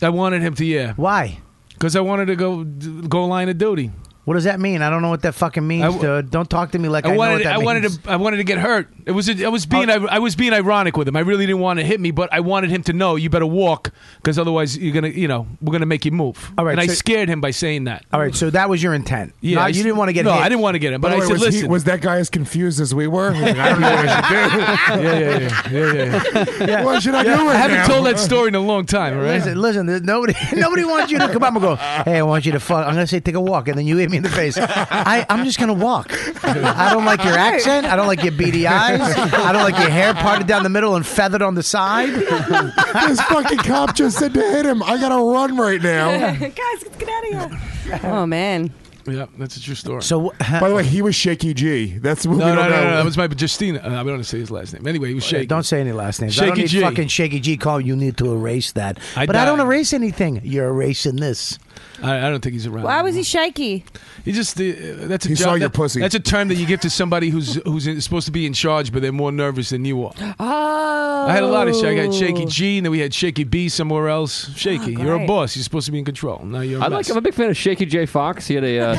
Speaker 12: I wanted him to yeah.
Speaker 2: Why?
Speaker 12: Because I wanted to go go line of duty.
Speaker 2: What does that mean? I don't know what that fucking means,
Speaker 12: I w-
Speaker 2: dude. Don't talk to me like I,
Speaker 12: I
Speaker 2: know what
Speaker 12: wanted.
Speaker 2: that
Speaker 12: I
Speaker 2: means. Oh.
Speaker 12: wanted to. I wanted to get hurt. It was. I was being. I, I was being ironic with him. I really didn't want to hit me, but I wanted him to know you better walk because otherwise you're gonna. You know, we're gonna make you move.
Speaker 2: All right,
Speaker 12: And I
Speaker 2: so-
Speaker 12: scared him by saying that.
Speaker 2: All right, so that was your intent.
Speaker 12: Yeah,
Speaker 2: Not-
Speaker 12: I
Speaker 2: you
Speaker 12: s-
Speaker 2: didn't want to get
Speaker 12: no,
Speaker 2: hit.
Speaker 12: I didn't want to get him, but
Speaker 10: By the
Speaker 12: I
Speaker 10: way,
Speaker 12: said,
Speaker 10: was, he-
Speaker 12: "Listen."
Speaker 10: was that guy as confused as we were? Like, I don't know what I should do.
Speaker 12: yeah, yeah, yeah, yeah, yeah.
Speaker 10: What should I
Speaker 12: Yeah,
Speaker 10: do?
Speaker 12: I
Speaker 10: right
Speaker 12: haven't
Speaker 10: now?
Speaker 12: told that story in a long time. All right.
Speaker 2: Listen, listen. there's Nobody, nobody wants you to come up and go. Hey, I want you to fuck. I'm gonna say take a walk, and then you hit me in the face. I, I'm just gonna walk. I don't like your accent. I don't like your beady eyes. I don't like your hair parted down the middle and feathered on the side.
Speaker 10: this fucking cop just said to hit him. I gotta run right now.
Speaker 6: Guys, get out of here.
Speaker 2: Um,
Speaker 9: Oh, man.
Speaker 12: Yeah, that's a true story.
Speaker 2: So,
Speaker 10: By the way, he was Shaky G. That's what
Speaker 12: no,
Speaker 10: we
Speaker 12: no,
Speaker 10: don't
Speaker 12: no, no,
Speaker 10: know.
Speaker 12: That was my Justina. Uh, I don't want to say his last name. Anyway, he was shaking.
Speaker 2: Uh, Don't say any last names. I don't
Speaker 12: Shaky
Speaker 2: need
Speaker 12: G.
Speaker 2: fucking shaky G. Call you need to erase that.
Speaker 12: I
Speaker 2: but I don't
Speaker 12: died.
Speaker 2: erase anything. You're erasing this.
Speaker 12: I, I don't think he's around.
Speaker 6: Why was he shaky?
Speaker 12: He just uh, that's a
Speaker 10: He
Speaker 12: job,
Speaker 10: saw your
Speaker 12: that-
Speaker 10: pussy.
Speaker 12: That's a term that you give to somebody who's who's in, supposed to be in charge, but they're more nervous than you are.
Speaker 6: Oh.
Speaker 12: I had a lot of shaky. I had
Speaker 2: Oh.
Speaker 12: Shaky G, and then we had Shaky B somewhere else.
Speaker 2: Ah,
Speaker 12: Shaky, you're a
Speaker 6: great.
Speaker 12: boss. You're supposed to be in control. Now you're. a
Speaker 8: I like.
Speaker 12: mess.
Speaker 8: I'm a big fan of Shaky J. Fox. He had a. Uh,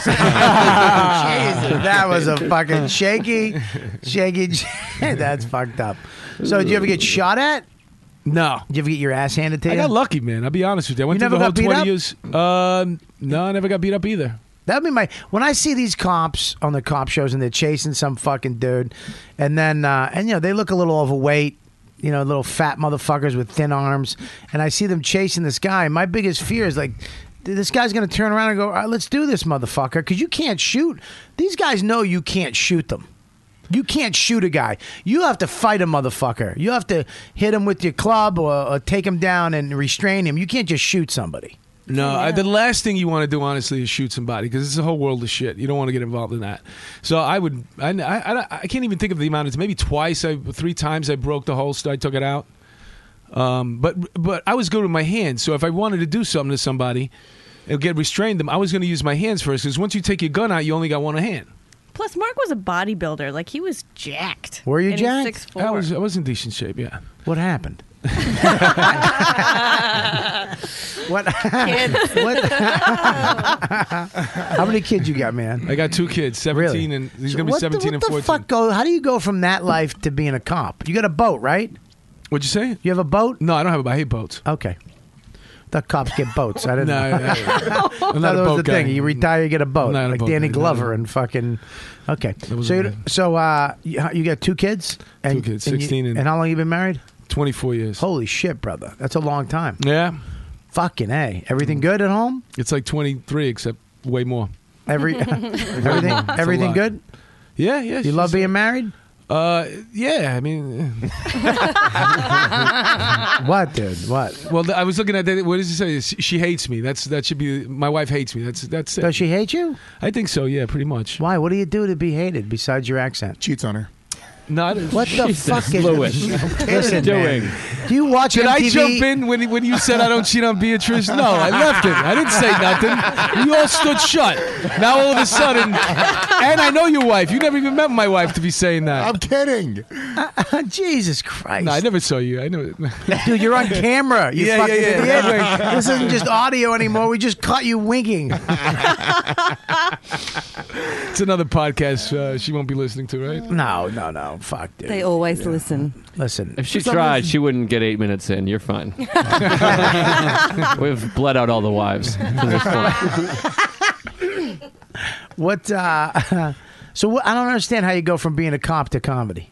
Speaker 2: Ah, That was a fucking shaky, shaky. G. That's fucked up. So, did you ever get shot at?
Speaker 12: No.
Speaker 2: Did you ever get your ass handed to you?
Speaker 12: I got lucky, man. I'll be honest with you. I went
Speaker 2: You
Speaker 12: through
Speaker 2: never got
Speaker 12: the
Speaker 2: beat
Speaker 12: whole 20
Speaker 2: up?
Speaker 12: years. Um, no, I never got beat up either.
Speaker 2: That'd be my when I see these cops on the cop shows and they're chasing some fucking dude, and then uh, and you know they look a little overweight, you know, little fat motherfuckers with thin arms, and I see them chasing this guy. My biggest fear is like. th- This guy's going to turn around and go, All right, let's do this, motherfucker, because you can't shoot. These guys know you can't shoot them. You can't shoot a guy. You have to fight a motherfucker. You have to hit him with your club or, or take him down and restrain him. You can't just shoot somebody.
Speaker 12: No, I, the last thing you want to do, honestly, is shoot somebody because it's a whole world of shit. You don't want to get involved in that. So I would, I, I, I, I can't even think of the amount of maybe twice, I, three times I broke the holster. I took it out. Um, but but I was good with my hands. So if I wanted to do something to somebody, and get restrained them, I was going to use my hands first because once you take your gun out, you only got one hand.
Speaker 15: Plus, Mark was a bodybuilder. Like he was jacked.
Speaker 12: Were you
Speaker 15: And he's
Speaker 12: jacked?
Speaker 15: 6'4".
Speaker 12: I was I was in decent shape. Yeah.
Speaker 2: What happened?
Speaker 6: What? How
Speaker 2: many kids you got, man?
Speaker 12: I got two kids, 17
Speaker 2: Really?
Speaker 12: and he's
Speaker 2: So
Speaker 12: going to be
Speaker 2: what the-
Speaker 12: 17
Speaker 2: what
Speaker 12: and
Speaker 2: the
Speaker 12: 14.
Speaker 2: fuck go? How do you go from that life to being a cop? You got a boat, right?
Speaker 12: What'd you say?
Speaker 2: You have a boat?
Speaker 12: No, I don't have a boat. I hate boats.
Speaker 2: Okay. The cops get boats. I didn't
Speaker 12: No,
Speaker 2: know.
Speaker 12: no, no. I'm not
Speaker 2: that
Speaker 12: a
Speaker 2: was
Speaker 12: boat
Speaker 2: the
Speaker 12: guy.
Speaker 2: thing. You retire, you get a boat,
Speaker 12: not a
Speaker 2: like
Speaker 12: boat
Speaker 2: Danny
Speaker 12: guy, no,
Speaker 2: Glover
Speaker 12: no.
Speaker 2: and fucking. Okay, so you, so uh, you, you got two kids? And,
Speaker 12: Two kids,
Speaker 2: and you-
Speaker 12: 16 and-
Speaker 2: and how long you been married?
Speaker 12: 24 years.
Speaker 2: Holy shit, brother! That's a long time.
Speaker 12: Yeah.
Speaker 2: Fucking a. Everything good at home?
Speaker 12: It's like 23, except way more.
Speaker 2: Every
Speaker 12: Way more.
Speaker 2: everything
Speaker 12: It's a
Speaker 2: everything
Speaker 12: lot.
Speaker 2: good?
Speaker 12: Yeah, yeah.
Speaker 2: You love being married?
Speaker 12: Uh, yeah. I mean,
Speaker 2: what, dude? What?
Speaker 12: Well, th- I was looking at that. What does it say? She- She hates me. That's that should be. My wife hates me. That's that's it.
Speaker 2: Does she hate you?
Speaker 12: I think so. Yeah, pretty much.
Speaker 2: Why? What do you do to be hated besides your accent?
Speaker 10: Cheats on her.
Speaker 12: Not
Speaker 2: What the fuck is Listen, man.
Speaker 12: doing?
Speaker 2: Do you watch
Speaker 12: Did I
Speaker 2: MTV?
Speaker 12: jump in when when you said I don't cheat on Beatrice? No, I left it. I didn't say nothing. You all stood shut. Now all of a sudden, and I know your wife. You never even met my wife to be saying that. I'm
Speaker 10: kidding.
Speaker 2: Uh, Jesus Christ!
Speaker 12: No, I never saw you. I never.
Speaker 2: Dude, you're on camera. You
Speaker 12: Yeah,
Speaker 2: fucking
Speaker 12: yeah, yeah.
Speaker 2: did the N-word. This isn't just audio anymore. We just caught you winking.
Speaker 12: It's another podcast. Uh, she won't be listening to, right?
Speaker 2: No, no, no. Fuck, dude.
Speaker 20: They always listen.
Speaker 2: Listen.
Speaker 8: If she tried, she wouldn't get eight minutes in. You're fine. We've bled out all the wives to this point.
Speaker 2: What? Uh, so what, I don't understand how you go from being a cop to comedy.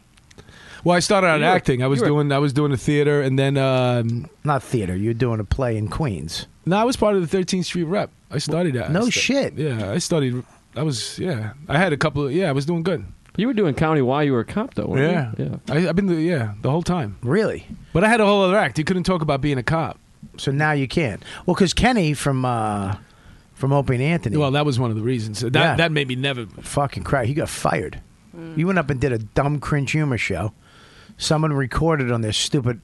Speaker 12: Well, I started out
Speaker 2: You were-
Speaker 12: acting. I was
Speaker 2: you were-
Speaker 12: doing I was doing the theater, and then um,
Speaker 2: not theater. You're doing a play in Queens.
Speaker 12: No, I was part of the 13th Street Rep. I studied that.
Speaker 2: No
Speaker 12: I stu-
Speaker 2: shit.
Speaker 12: Yeah, I studied. I was yeah. I had a couple. of... Yeah, I was doing good.
Speaker 8: You were doing comedy while you were a cop, though. Weren't
Speaker 12: Yeah,
Speaker 8: You?
Speaker 12: I, I've been the, yeah the whole time.
Speaker 2: Really?
Speaker 12: But I had a whole other act. You couldn't talk about being a cop.
Speaker 2: So now you can't. Well, because Kenny from uh, from Opie and Anthony.
Speaker 12: Well, that was one of the reasons. That
Speaker 2: Yeah.
Speaker 12: that made me never.
Speaker 2: fucking crap. He got fired. You went up and did a dumb cringe humor show. Someone recorded on their stupid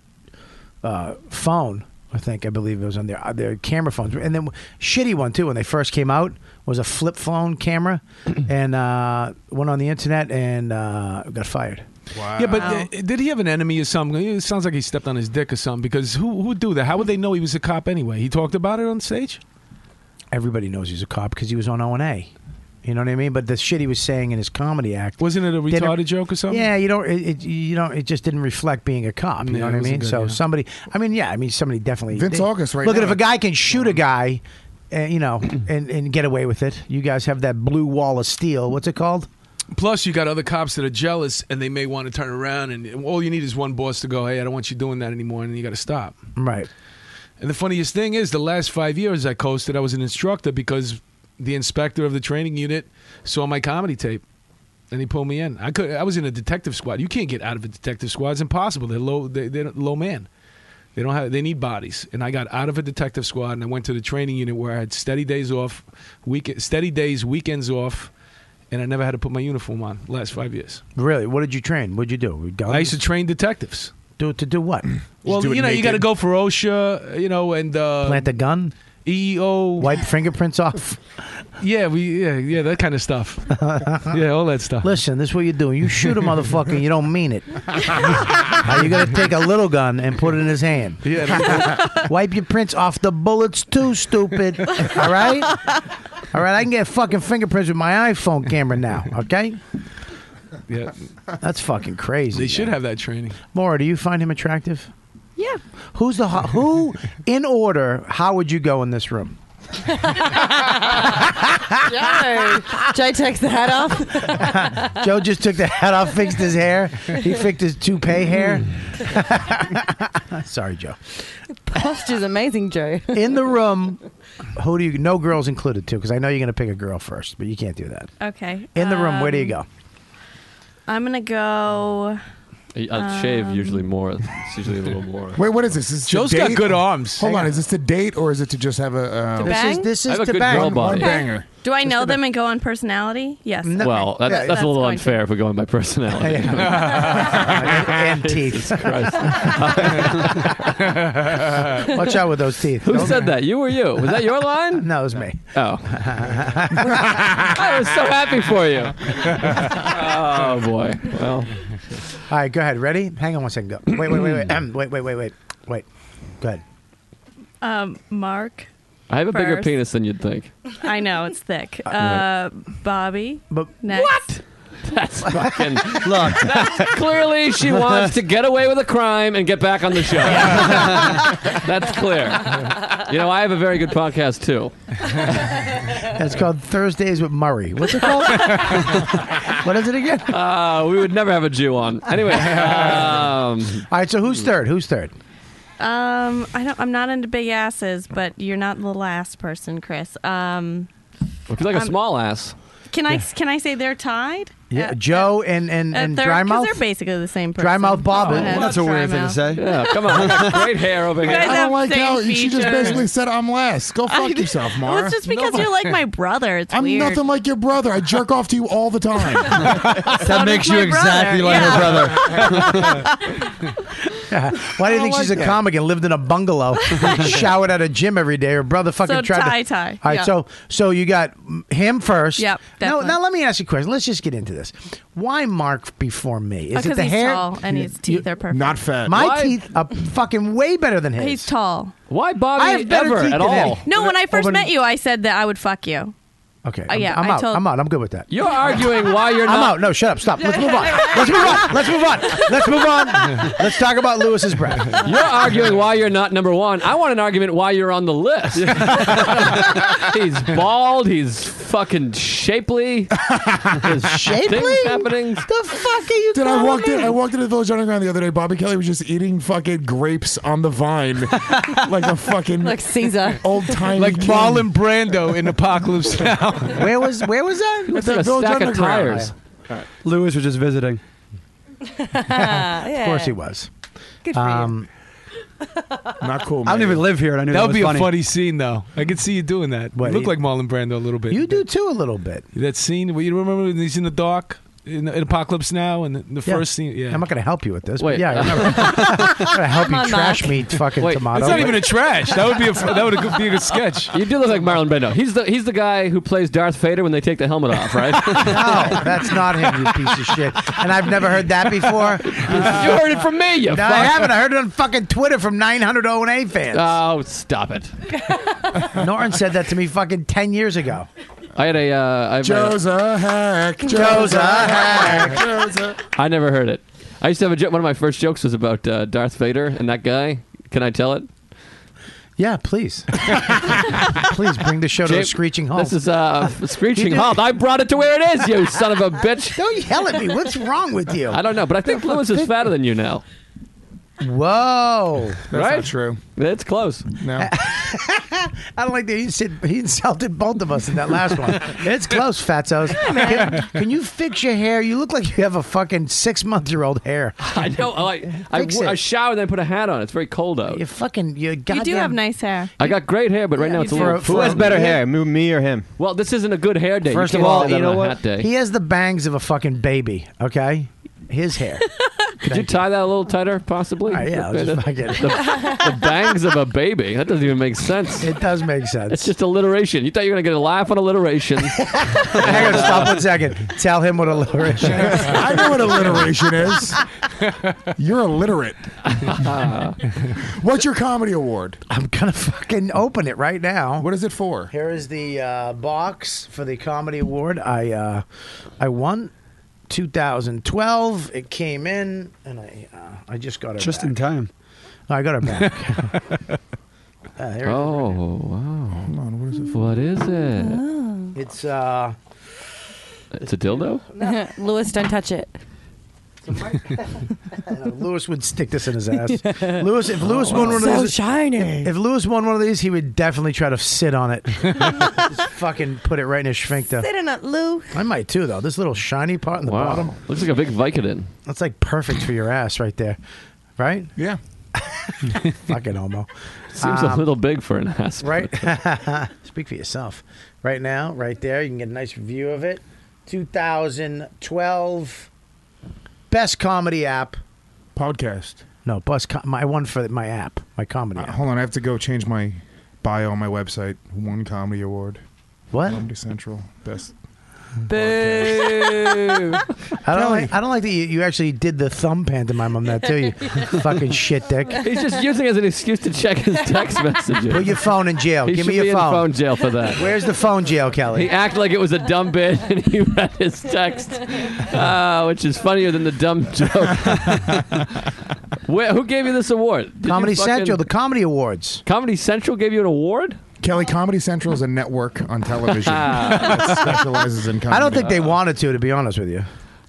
Speaker 2: uh, phone. I think I believe it was on their uh, their camera phones, and then shitty one too. When they first came out, was a flip phone camera, and uh, went on the internet and uh, got fired.
Speaker 12: Yeah, but uh, did he have an enemy or something? It sounds like he stepped on his dick or something. Because who who would do that? How would they know he was a cop anyway? He talked about it on stage.
Speaker 2: Everybody knows he's a cop because he was on O and A. You know what I mean? But the shit he was saying in his comedy act
Speaker 12: wasn't it a retarded joke or something?
Speaker 2: Yeah, you don't. It, it, you don't. It just didn't reflect being a cop. You
Speaker 12: Yeah,
Speaker 2: know what
Speaker 12: it
Speaker 2: I
Speaker 12: wasn't
Speaker 2: mean?
Speaker 12: good,
Speaker 2: so
Speaker 12: yeah.
Speaker 2: somebody. I mean, yeah. I mean, somebody definitely.
Speaker 10: Vince August right
Speaker 2: Look at
Speaker 10: now.
Speaker 2: if a guy can shoot a guy, uh, you know, and and get away with it. You guys have that blue wall of steel. What's it called?
Speaker 12: Plus, you got other cops that are jealous, and they may want to turn around. And all you need is one boss to go, "Hey, I don't want you doing that anymore," and you got to stop.
Speaker 2: Right.
Speaker 12: And the funniest thing is, the last five years I coasted. I was an instructor because the inspector of the training unit saw my comedy tape, and he pulled me in. I could. I was in a detective squad. You can't get out of a detective squad. It's impossible. They're low. They, they're low man. They don't have. They need bodies. And I got out of a detective squad, and I went to the training unit where I had steady days off, week steady days, weekends off, and I never had to put my uniform on. Last five years.
Speaker 2: Really? What did you train? What'd you do? Guns?
Speaker 12: I used to train detectives.
Speaker 2: Do to do what?
Speaker 12: Well,
Speaker 2: do it
Speaker 12: you know, you
Speaker 2: naked.
Speaker 12: got to go for OSHA, you know, and uh,
Speaker 2: Plant a gun.
Speaker 12: EEO.
Speaker 2: Wipe fingerprints off.
Speaker 12: E Yeah, we yeah yeah that kind of stuff. yeah, all that stuff.
Speaker 2: Listen, this is what you're doing. You shoot a motherfucker, and you don't mean it. Now you're gonna take a little gun and put it in his hand. Wipe your prints off the bullets too, stupid. All right? All right, I can get fucking fingerprints with my iPhone camera now, okay?
Speaker 12: Yeah,
Speaker 2: That's fucking crazy.
Speaker 12: they should have that training.
Speaker 2: Maura, do you find him attractive? Yeah. Who's the ho- who in order, how would you go in this room?
Speaker 9: Joe. Joe takes the hat off.
Speaker 2: Joe just took the hat off, fixed his hair. He fixed his toupee hair. Sorry, Joe.
Speaker 9: Posture's amazing, Joe.
Speaker 2: In the room, who do you no girls included too? Because I know you're gonna pick a girl first, but you can't do that.
Speaker 15: Okay.
Speaker 2: In the room, where do you
Speaker 15: um,
Speaker 2: go?
Speaker 15: I'm gonna go.
Speaker 8: I shave usually more. It's usually a little more.
Speaker 10: Wait, what is this? Is this to
Speaker 8: Joe's got
Speaker 10: date?
Speaker 8: good arms.
Speaker 10: Hold
Speaker 8: Hang
Speaker 10: on,
Speaker 8: on.
Speaker 10: is this to date or is it to just have a? Uh,
Speaker 15: To This bang? is-
Speaker 2: this
Speaker 8: I have is a to good bang. girl body.
Speaker 10: One banger.
Speaker 15: Do I know them and go on personality? Yes.
Speaker 8: Well, that's, that's, a little
Speaker 15: going to-
Speaker 8: unfair if we're going by personality.
Speaker 2: and teeth. Watch out with those teeth.
Speaker 8: Um, uh, Who said that? You or you? Was that your line?
Speaker 2: No, it was me.
Speaker 8: Oh. I was so happy for you. Oh boy. Well.
Speaker 22: Um,
Speaker 2: All right, go ahead. Ready? Hang on one second. Go. Wait, wait, wait, wait. Ahem. wait, wait, wait, wait. Wait. Go ahead.
Speaker 15: Um, Mark.
Speaker 8: I have a bigger
Speaker 15: First.
Speaker 8: penis than you'd think.
Speaker 15: I know it's thick.
Speaker 8: Uh,
Speaker 15: Uh, Bobby.
Speaker 2: But
Speaker 15: next. what?
Speaker 8: That's fucking look. clearly, she wants to get away with a crime and get back on the show. That's clear. You know, I have a very good podcast too.
Speaker 2: That's called Thursdays with Murray. What's it called? what is it again?
Speaker 8: Uh, we would never have a Jew on. Anyway. Um,
Speaker 2: All right, so who's third? Who's third?
Speaker 15: Um, I don't. I'm not into big asses, but you're not the last person, Chris. Um,
Speaker 8: If you like a
Speaker 15: Um,
Speaker 8: small ass.
Speaker 15: can I can I say they're tied?
Speaker 2: Yeah, Joe and and,
Speaker 15: Uh,
Speaker 2: and
Speaker 15: they're, 'cause
Speaker 2: Drymouth.
Speaker 15: They're basically the same person. Oh,
Speaker 2: Drymouth Bob.
Speaker 15: Go ahead.
Speaker 8: Yeah, come on. I got great hair over
Speaker 15: You
Speaker 8: here.
Speaker 15: guys
Speaker 10: I
Speaker 15: have
Speaker 10: don't like
Speaker 15: same
Speaker 10: how she just
Speaker 15: features.
Speaker 10: basically said I'm last. Go fuck
Speaker 15: I-
Speaker 10: yourself, Mara.
Speaker 15: Well, it's just because you're like my brother. It's
Speaker 10: I'm
Speaker 15: weird.
Speaker 10: nothing like your brother. I jerk off to you all the time.
Speaker 15: That
Speaker 2: makes you exactly like her Why do you
Speaker 10: I
Speaker 2: think
Speaker 10: don't
Speaker 2: she's
Speaker 10: like
Speaker 2: a
Speaker 10: that.
Speaker 2: comic and lived in a bungalow, showered at a gym every day? Her brother fucking
Speaker 15: So
Speaker 2: tried to.
Speaker 15: tie-tie,
Speaker 2: All right,
Speaker 15: yeah.
Speaker 2: so so you got him first.
Speaker 15: Yep,
Speaker 2: No,
Speaker 15: definitely.
Speaker 2: now let me ask you a question. Let's just get into this. Why Mark before me? Is
Speaker 15: Oh,
Speaker 2: it
Speaker 15: 'cause
Speaker 2: the
Speaker 15: he's
Speaker 2: hair?
Speaker 15: tall and his
Speaker 2: You-
Speaker 15: teeth are perfect.
Speaker 10: Not fat.
Speaker 2: My
Speaker 15: Why-
Speaker 2: teeth are fucking way better than his.
Speaker 15: He's tall.
Speaker 8: Why
Speaker 2: I have
Speaker 8: Bobby
Speaker 2: better
Speaker 8: ever
Speaker 2: teeth
Speaker 8: at
Speaker 2: than him.
Speaker 8: all?
Speaker 15: No, when I first
Speaker 2: Open-
Speaker 15: met you, I said that I would fuck you.
Speaker 2: Okay,
Speaker 15: Oh,
Speaker 2: I'm,
Speaker 15: yeah,
Speaker 2: I'm
Speaker 15: I
Speaker 2: out.
Speaker 15: told-
Speaker 2: I'm out. I'm good with that.
Speaker 8: You're arguing why you're
Speaker 2: I'm
Speaker 8: not.
Speaker 2: out. No, shut up. Stop. Let's move on. Let's move on. Let's move on. Let's move on. Let's talk about Lewis's breath.
Speaker 8: You're arguing why you're not number one. I want an argument why you're on the list. he's bald. He's fucking shapely. There's
Speaker 2: Shapely?
Speaker 8: Things happening.
Speaker 2: The fuck are you
Speaker 10: Dude,
Speaker 22: Oh
Speaker 10: I
Speaker 2: calling
Speaker 10: walked in.
Speaker 2: me?
Speaker 10: I walked into the Village Underground the other day. Bobby Kelly was just eating fucking grapes on the vine, like a fucking
Speaker 20: Like Caesar.
Speaker 10: old timey
Speaker 12: Like Marlon Brando in Apocalypse Now.
Speaker 2: Where was where was that?
Speaker 12: It's
Speaker 8: like a stack of tires.
Speaker 13: Lewis was just visiting.
Speaker 2: Of course he was. Um,
Speaker 13: Good for you.
Speaker 10: Not cool.
Speaker 13: I don't even live here, and I knew
Speaker 12: that
Speaker 13: that
Speaker 12: would
Speaker 13: was
Speaker 12: be
Speaker 13: funny.
Speaker 12: a funny scene, though. I could see you doing that.
Speaker 2: What,
Speaker 12: you look
Speaker 2: you-
Speaker 12: like Marlon Brando a little bit.
Speaker 2: You do too a little bit.
Speaker 12: that scene where you remember when he's in the dark in, in Apocalypse Now and the, the first scene. Yeah,
Speaker 2: I'm not going to help you with this.
Speaker 12: Wait.
Speaker 2: but yeah, I remember. I'm going to help you trash me fucking
Speaker 12: Wait,
Speaker 2: tomato.
Speaker 12: It's not even a trash. That would be a that would be a good sketch.
Speaker 8: You do look like Marlon Brando. He's the he's the guy who plays Darth Vader when they take the helmet off, right?
Speaker 2: no, that's not him, you piece of shit. And I've never heard that before.
Speaker 8: you heard it from me. You
Speaker 2: no,
Speaker 8: fuck.
Speaker 2: I haven't. I heard it on fucking Twitter from 900 O&A fans.
Speaker 8: Oh, stop it!
Speaker 2: Norton said that to me fucking 10 years ago.
Speaker 8: I had a. Uh, I-
Speaker 10: Joe's a hack.
Speaker 2: Joe's a hack.
Speaker 10: Joe's a-
Speaker 8: I never heard it. I used to have a joke. One of my first jokes was about uh, Darth Vader and that guy. Can I tell it?
Speaker 2: Yeah, please. please bring the show to a
Speaker 8: Jake,
Speaker 2: screeching halt.
Speaker 8: This is uh, a
Speaker 2: You
Speaker 8: screeching
Speaker 2: did-
Speaker 8: halt. I brought it to where it is, you son of a bitch.
Speaker 2: Don't yell at me. What's wrong with you?
Speaker 8: I don't know, but I think Lewis is fatter than you now.
Speaker 2: Whoa.
Speaker 10: That's
Speaker 8: Right?
Speaker 10: not true.
Speaker 8: It's close.
Speaker 10: No.
Speaker 2: I don't like that he, said, he insulted both of us in that last one. It's close, fatzos. Can, can you fix your hair? You look like you have a fucking six month year old hair.
Speaker 8: I know. I, like, I,
Speaker 2: Fix
Speaker 8: wo-
Speaker 2: it.
Speaker 8: I showered and then put a hat on. It's very cold out.
Speaker 2: You fucking, you
Speaker 15: You
Speaker 2: goddamn.
Speaker 15: do have nice hair.
Speaker 8: I got great hair, but right now it's a little.
Speaker 7: Who has better hair, me, me or him?
Speaker 8: Well, this isn't a good hair day.
Speaker 2: First
Speaker 8: you
Speaker 2: of
Speaker 8: can't
Speaker 2: all,
Speaker 8: say that
Speaker 2: you know
Speaker 8: on a
Speaker 2: what?
Speaker 8: Hat day.
Speaker 2: He has the bangs of a fucking baby, okay? His hair.
Speaker 8: Could you tie that a little tighter, possibly?
Speaker 2: Ah, yeah, I'll
Speaker 8: the,
Speaker 2: just fucking-
Speaker 8: the bangs of a baby. That doesn't even make sense.
Speaker 2: it does make sense.
Speaker 8: It's just alliteration. You thought you were going to get a laugh on alliteration.
Speaker 2: Hang on, stop one second. Tell him what alliteration is.
Speaker 10: I know what alliteration is. You're illiterate. What's your comedy award?
Speaker 2: I'm gonna fucking open it right now.
Speaker 10: What is it for?
Speaker 2: Here is the uh, box for the comedy award. I uh, I won 2012. It came in, and I uh, I just got it.
Speaker 13: Just
Speaker 2: back.
Speaker 13: in time.
Speaker 2: I got it back. uh, here it is.
Speaker 8: oh, wow.
Speaker 10: Hold on, what is it for?
Speaker 8: What is it?
Speaker 2: Oh. It's uh,
Speaker 8: It's a dildo?
Speaker 20: Lewis, don't touch it.
Speaker 2: Lewis would stick this in his ass. Lewis, if Lewis
Speaker 9: Oh,
Speaker 2: won one of
Speaker 20: Oh, So
Speaker 2: these,
Speaker 20: shiny.
Speaker 2: if Lewis won one of these, he would definitely try to sit on it. Just fucking put it right in his sphincter.
Speaker 9: Sit in it, Lou.
Speaker 2: I might too, though. This little shiny part in the
Speaker 8: Wow.
Speaker 2: bottom.
Speaker 8: Looks like a big Vicodin.
Speaker 2: That's like perfect for your ass right there. Right?
Speaker 10: Yeah.
Speaker 2: Fucking homo.
Speaker 8: Seems a
Speaker 2: Um,
Speaker 8: little big for an ass.
Speaker 2: Right? Speak for yourself. Right now, right there, you can get a nice view of it. 2012 best comedy app.
Speaker 10: Podcast.
Speaker 2: No, best com- my one for my app, my comedy
Speaker 10: Uh,
Speaker 2: app.
Speaker 10: hold on, I have to go change my bio on my website. One comedy award.
Speaker 2: What?
Speaker 10: Comedy Central. Best
Speaker 9: Boo.
Speaker 2: I don't. Like, I don't like that you, you actually did the thumb pantomime on that too. You fucking shit dick.
Speaker 8: He's just using it as an excuse to check his text messages.
Speaker 2: Put your phone in jail.
Speaker 8: He
Speaker 2: Give
Speaker 8: should
Speaker 2: me your
Speaker 8: be in
Speaker 2: phone.
Speaker 8: phone jail for that.
Speaker 2: Where's the phone jail, Kelly?
Speaker 8: He acted like it was a dumb bit, and he read his text, uh, which is funnier than the dumb joke. Where, who gave you this award? Did you
Speaker 2: Comedy
Speaker 8: fucking-
Speaker 2: Central, the Comedy Awards.
Speaker 8: Comedy Central gave you an award.
Speaker 10: Kelly, Comedy Central is a network on television that specializes in comedy.
Speaker 2: I don't think they wanted to, to be honest with you.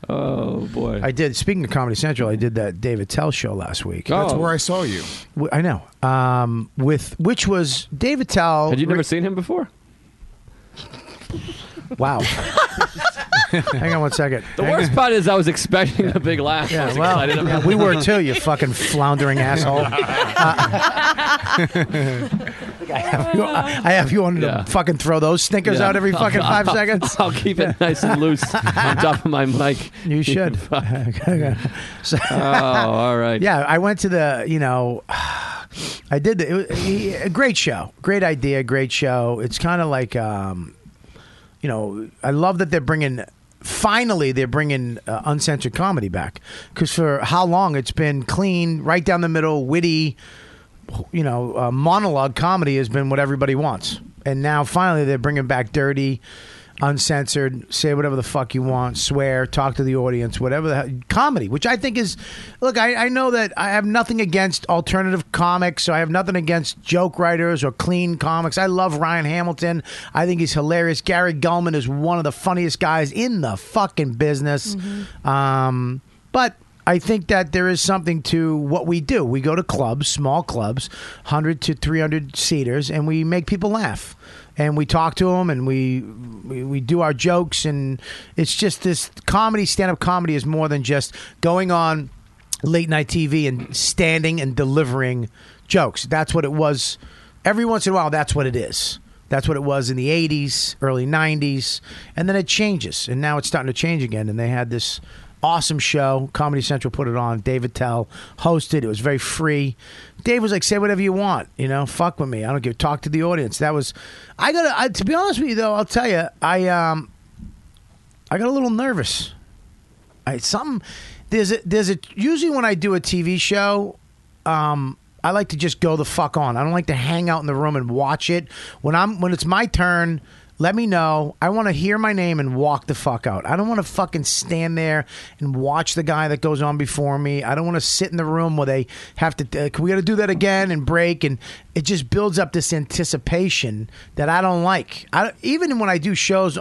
Speaker 8: Oh boy!
Speaker 2: I did. Speaking of Comedy Central, I did that David Tell show last week.
Speaker 8: Oh.
Speaker 10: That's where I saw you.
Speaker 2: W- I know. Um, with which was David Tell.
Speaker 8: Had you never seen him before?
Speaker 2: Wow. Hang on one second.
Speaker 8: The worst part is I was expecting a big laugh. I was
Speaker 2: Well,
Speaker 8: excited about
Speaker 2: yeah, we were too. You fucking floundering asshole. Uh, I have you, I have you wanted to fucking throw those snickers out every
Speaker 8: I'll-
Speaker 2: fucking
Speaker 8: I'll-
Speaker 2: 5 seconds.
Speaker 8: I'll keep it nice and loose on top of my mic.
Speaker 2: You should.
Speaker 8: Fuck.
Speaker 2: So-
Speaker 8: oh, all right.
Speaker 2: Yeah, I went to the, you know, I did the, it was, he, a great show. Great idea, great show. It's kind of like, um, you know, I love that they're bringing, finally, they're bringing uh, uncensored comedy back. Because for how long it's been clean, right down the middle, witty, you know, uh, monologue comedy has been what everybody wants. And now finally they're bringing back dirty, uncensored, say whatever the fuck you want, swear, talk to the audience, whatever the hell, comedy, which I think is, look, I, I know that I have nothing against alternative comics, so I have nothing against joke writers or clean comics. I love Ryan Hamilton. I think he's hilarious. Gary Gulman is one of the funniest guys in the fucking business. Um, but I think that there is something to what we do. We go to clubs, small clubs, 100 to 300 seaters, and we make people laugh. And we talk to them and we, we, we do our jokes. And it's just this comedy, stand up comedy is more than just going on late night TV and standing and delivering jokes. That's what it was. Every once in a while, that's what it is. That's what it was in the 80s, early 90s. And then it changes. And now it's starting to change again. And they had this awesome show. Comedy Central put it on. David Tell hosted. It was very free. Dave was like, say whatever you want. You know, fuck with me. I don't give talk to the audience. That was, I got to, I, to be honest with you though, I'll tell you, I, um, I got a little nervous. I some there's a there's a usually when I do a TV show, um, I like to just go the fuck on. I don't like to hang out in the room and watch it. When I'm when it's my turn, let me know. I want to hear my name and walk the fuck out. I don't want to fucking stand there and watch the guy that goes on before me. I don't want to sit in the room where they have to. Uh, we got to do that again and break, and it just builds up this anticipation that I don't like. I even when I do shows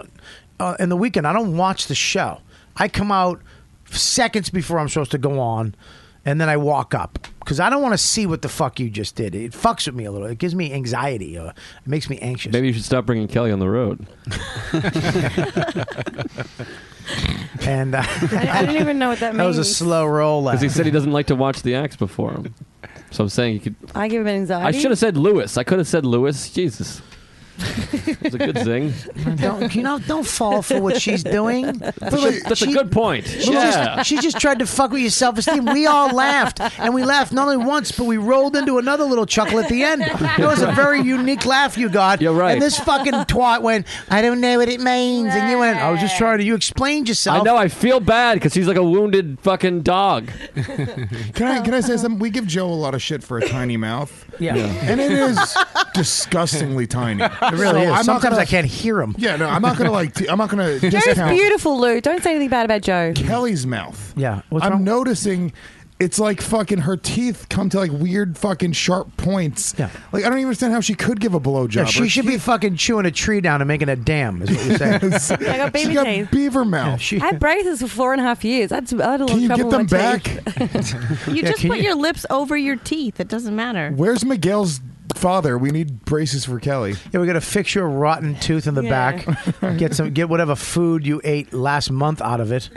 Speaker 2: uh, in the weekend, I don't watch the show. I come out seconds before I'm supposed to go on, and then I walk up because I don't want to see what the fuck you just did. It fucks with me a little. It gives me anxiety. Or it makes me anxious.
Speaker 8: Maybe you should stop bringing Kelly on the road.
Speaker 2: And uh,
Speaker 20: I don't even know what that
Speaker 2: That was a
Speaker 20: means.
Speaker 2: slow roll.
Speaker 8: Because he said he doesn't like to watch the acts before him. So I'm saying he could.
Speaker 20: I give him
Speaker 8: I
Speaker 20: anxiety.
Speaker 8: should have said Lewis. I could have said Lewis. Jesus. It's a good zing.
Speaker 2: don't you know? Don't fall for what she's doing.
Speaker 8: That's, a, that's a good point.
Speaker 2: She,
Speaker 8: yeah.
Speaker 2: just, she just tried to fuck with your self esteem. We all laughed, and we laughed not only once, but we rolled into another little chuckle at the end. It was a very unique laugh you got. You're
Speaker 8: right.
Speaker 2: And this fucking twat went, "I don't know what it means," and you went, "I was just trying to." You explained yourself.
Speaker 8: I know. I feel bad because he's like a wounded fucking dog.
Speaker 10: Can I can I say something? We give Joe a lot of shit for a tiny mouth.
Speaker 8: Yeah. Yeah.
Speaker 10: and it is disgustingly tiny. It
Speaker 2: really is. Sometimes I can't hear him.
Speaker 10: Yeah, no, I'm not gonna like. T- I'm not gonna
Speaker 20: Joe's
Speaker 10: discount
Speaker 20: beautiful, Lou. Don't say anything bad about Joe.
Speaker 10: Kelly's mouth.
Speaker 2: Yeah,
Speaker 10: I'm noticing. It's like fucking her teeth come to like weird fucking sharp points. Yeah. Like I don't even understand how she could give a blowjob.
Speaker 2: Yeah,
Speaker 10: Her
Speaker 2: she should be fucking chewing a tree down and making a dam. Is what you're saying.
Speaker 10: Yes. I got
Speaker 20: baby
Speaker 2: She
Speaker 20: teeth.
Speaker 10: beaver mouth.
Speaker 2: she-
Speaker 20: I had braces for four and a half years. I had, I had a lot
Speaker 10: Can
Speaker 20: of
Speaker 10: you
Speaker 20: trouble
Speaker 10: get them
Speaker 20: with my teeth.
Speaker 10: back?
Speaker 15: You
Speaker 10: Yeah,
Speaker 15: just
Speaker 10: can
Speaker 15: put
Speaker 10: you-
Speaker 15: your lips over your teeth. It doesn't matter.
Speaker 10: Where's Miguel's father? We need braces for Kelly.
Speaker 2: Yeah, we got to fix your rotten tooth in the
Speaker 15: Yeah.
Speaker 2: back. Get some, get whatever food you ate last month out of it.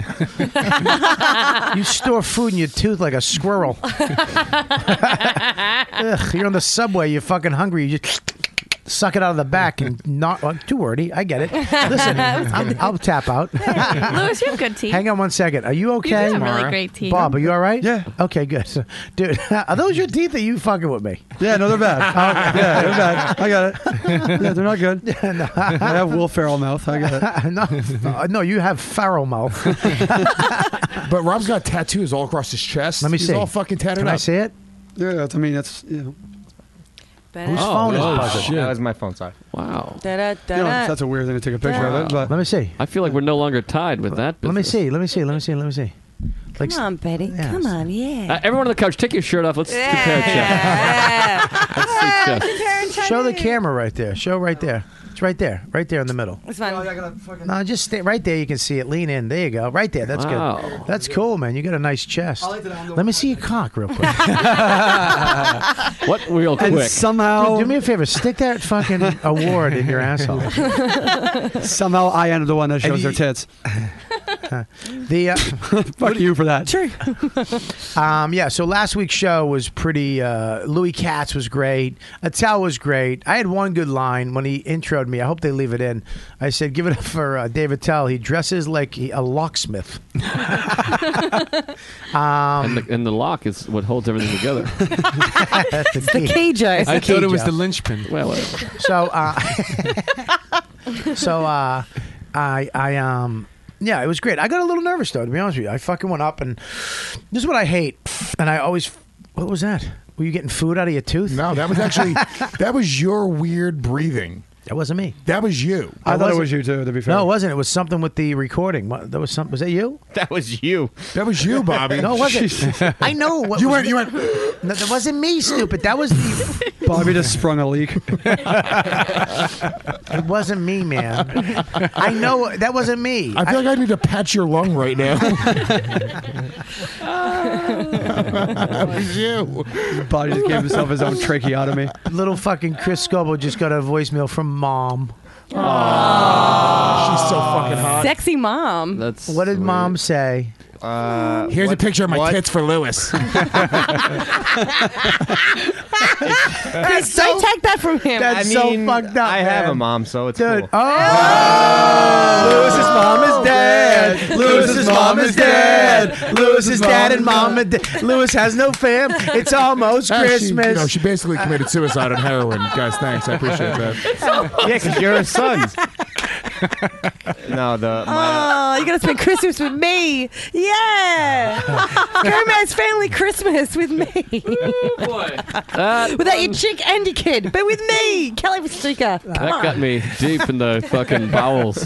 Speaker 2: you store food in your tooth like a squirrel. Ugh, you're on the subway. You're fucking hungry. You just suck it out of the back and not well, too wordy. I get it. Listen, I'll, I'll tap out.
Speaker 15: Louis, you have good teeth.
Speaker 2: Hang on one second. Are you okay?
Speaker 15: have really great teeth.
Speaker 2: Bob, are you all right? Yeah. Okay, good. So, dude, are those your teeth? Or are you fucking with me?
Speaker 13: Yeah, no, they're bad.
Speaker 2: Oh.
Speaker 13: yeah, they're bad. I got it. Yeah, they're not good. I have Will Ferrell mouth. I got
Speaker 2: it. no, uh, no, you have Farrow mouth.
Speaker 10: but Rob's got tattoos all across his chest.
Speaker 2: Let me
Speaker 10: He's
Speaker 2: see.
Speaker 10: all fucking tatted
Speaker 2: Can
Speaker 10: up.
Speaker 2: I see it?
Speaker 13: Yeah, that's, I mean that's. Yeah.
Speaker 7: Whose
Speaker 13: Oh,
Speaker 7: phone
Speaker 13: oh,
Speaker 7: is buzzing?
Speaker 13: shit.
Speaker 7: That was my phone. Sorry.
Speaker 8: Wow.
Speaker 13: You know, that's a weird thing to take a picture of it. But
Speaker 2: let me see.
Speaker 8: I feel like we're no longer tied with that.
Speaker 2: Let me see. Let me see. Let me see. Let me see. Like,
Speaker 8: Come
Speaker 20: on, Betty. Come on, yeah.
Speaker 8: Uh, everyone on the couch, take your shirt off. Let's compare chest. Let's see chest.
Speaker 2: Show the camera right there. Show right there. It's right there. Right there in the middle.
Speaker 9: It's fine.
Speaker 2: No, just stay right there. You can see it. Lean in. There you go. Right there. That's
Speaker 9: Wow.
Speaker 2: good. That's cool, man. You got a nice chest. Let me see your cock real quick.
Speaker 8: what real
Speaker 2: And
Speaker 13: quick? somehow-
Speaker 2: Dude, do me a favor. Stick that fucking award in your asshole.
Speaker 13: Somehow I ended the one that shows
Speaker 2: you-
Speaker 13: their tits.
Speaker 2: The uh,
Speaker 13: fuck you for that.
Speaker 2: True. um, yeah. So last week's show was pretty. Uh, Louis Katz was great. Attell was great. I had one good line when he introed me. I hope they leave it in. I said, "Give it up for uh, Dave Attell. He dresses like he, a locksmith." um,
Speaker 8: And the, and the lock is what holds everything together.
Speaker 2: that's the key. That's the
Speaker 12: I thought
Speaker 2: key,
Speaker 12: it was
Speaker 2: Joe.
Speaker 12: the linchpin.
Speaker 8: Well,
Speaker 2: so uh, so uh, I I um yeah, it was great. I got a little nervous though, to be honest with you. I fucking went up and this is what I hate. And I always what was that? Were you getting food out of your tooth?
Speaker 10: No, that was actually that was your weird breathing.
Speaker 2: That wasn't me.
Speaker 10: That was you.
Speaker 2: I I thought it wasn't- was you,
Speaker 13: too. To be
Speaker 2: No, it wasn't. It was something with the recording. What, that was something. Was that you?
Speaker 7: That was you.
Speaker 10: That was you, Bobby.
Speaker 2: No, it wasn't. I know. What
Speaker 10: You
Speaker 2: was
Speaker 10: went-
Speaker 2: it.
Speaker 10: you went-
Speaker 2: No, that wasn't me, stupid. That was the.
Speaker 13: Bobby just sprung a leak.
Speaker 2: It wasn't me, man. I know that wasn't me.
Speaker 10: I feel like I need to pat your lung right now.
Speaker 2: that
Speaker 10: was you.
Speaker 13: Bobby just gave himself his own tracheotomy.
Speaker 2: Little fucking Chris Scoble just got a voicemail from mom.
Speaker 10: She's so fucking hot.
Speaker 9: Sexy mom.
Speaker 8: That's
Speaker 2: what did mom say?
Speaker 7: Uh,
Speaker 10: Here's a picture of my tits for Lewis.
Speaker 9: Chris, don't take that from him.
Speaker 7: I mean, I have a
Speaker 2: man.
Speaker 7: mom, so it's cool.
Speaker 2: Lewis's mom is dead. Oh, Lewis's mom is dead. Lewis's dad and mom are dead. Lewis has no fam. It's almost
Speaker 10: Ah, She, you know,
Speaker 2: Christmas.
Speaker 10: she basically committed suicide on heroin. Guys, thanks. I appreciate that.
Speaker 7: Yeah, because you're her sons. no, Uh,
Speaker 8: Uh,
Speaker 7: the
Speaker 8: Ah,
Speaker 7: my,
Speaker 9: Oh, you're gonna spend Christmas with me. Yeah. Gomez family Christmas with me.
Speaker 8: Oh, Uh,
Speaker 9: Without your chick and your kid, but with me, Kelly Mastika. Come
Speaker 8: um, That
Speaker 9: on.
Speaker 8: got me deep in the fucking bowels.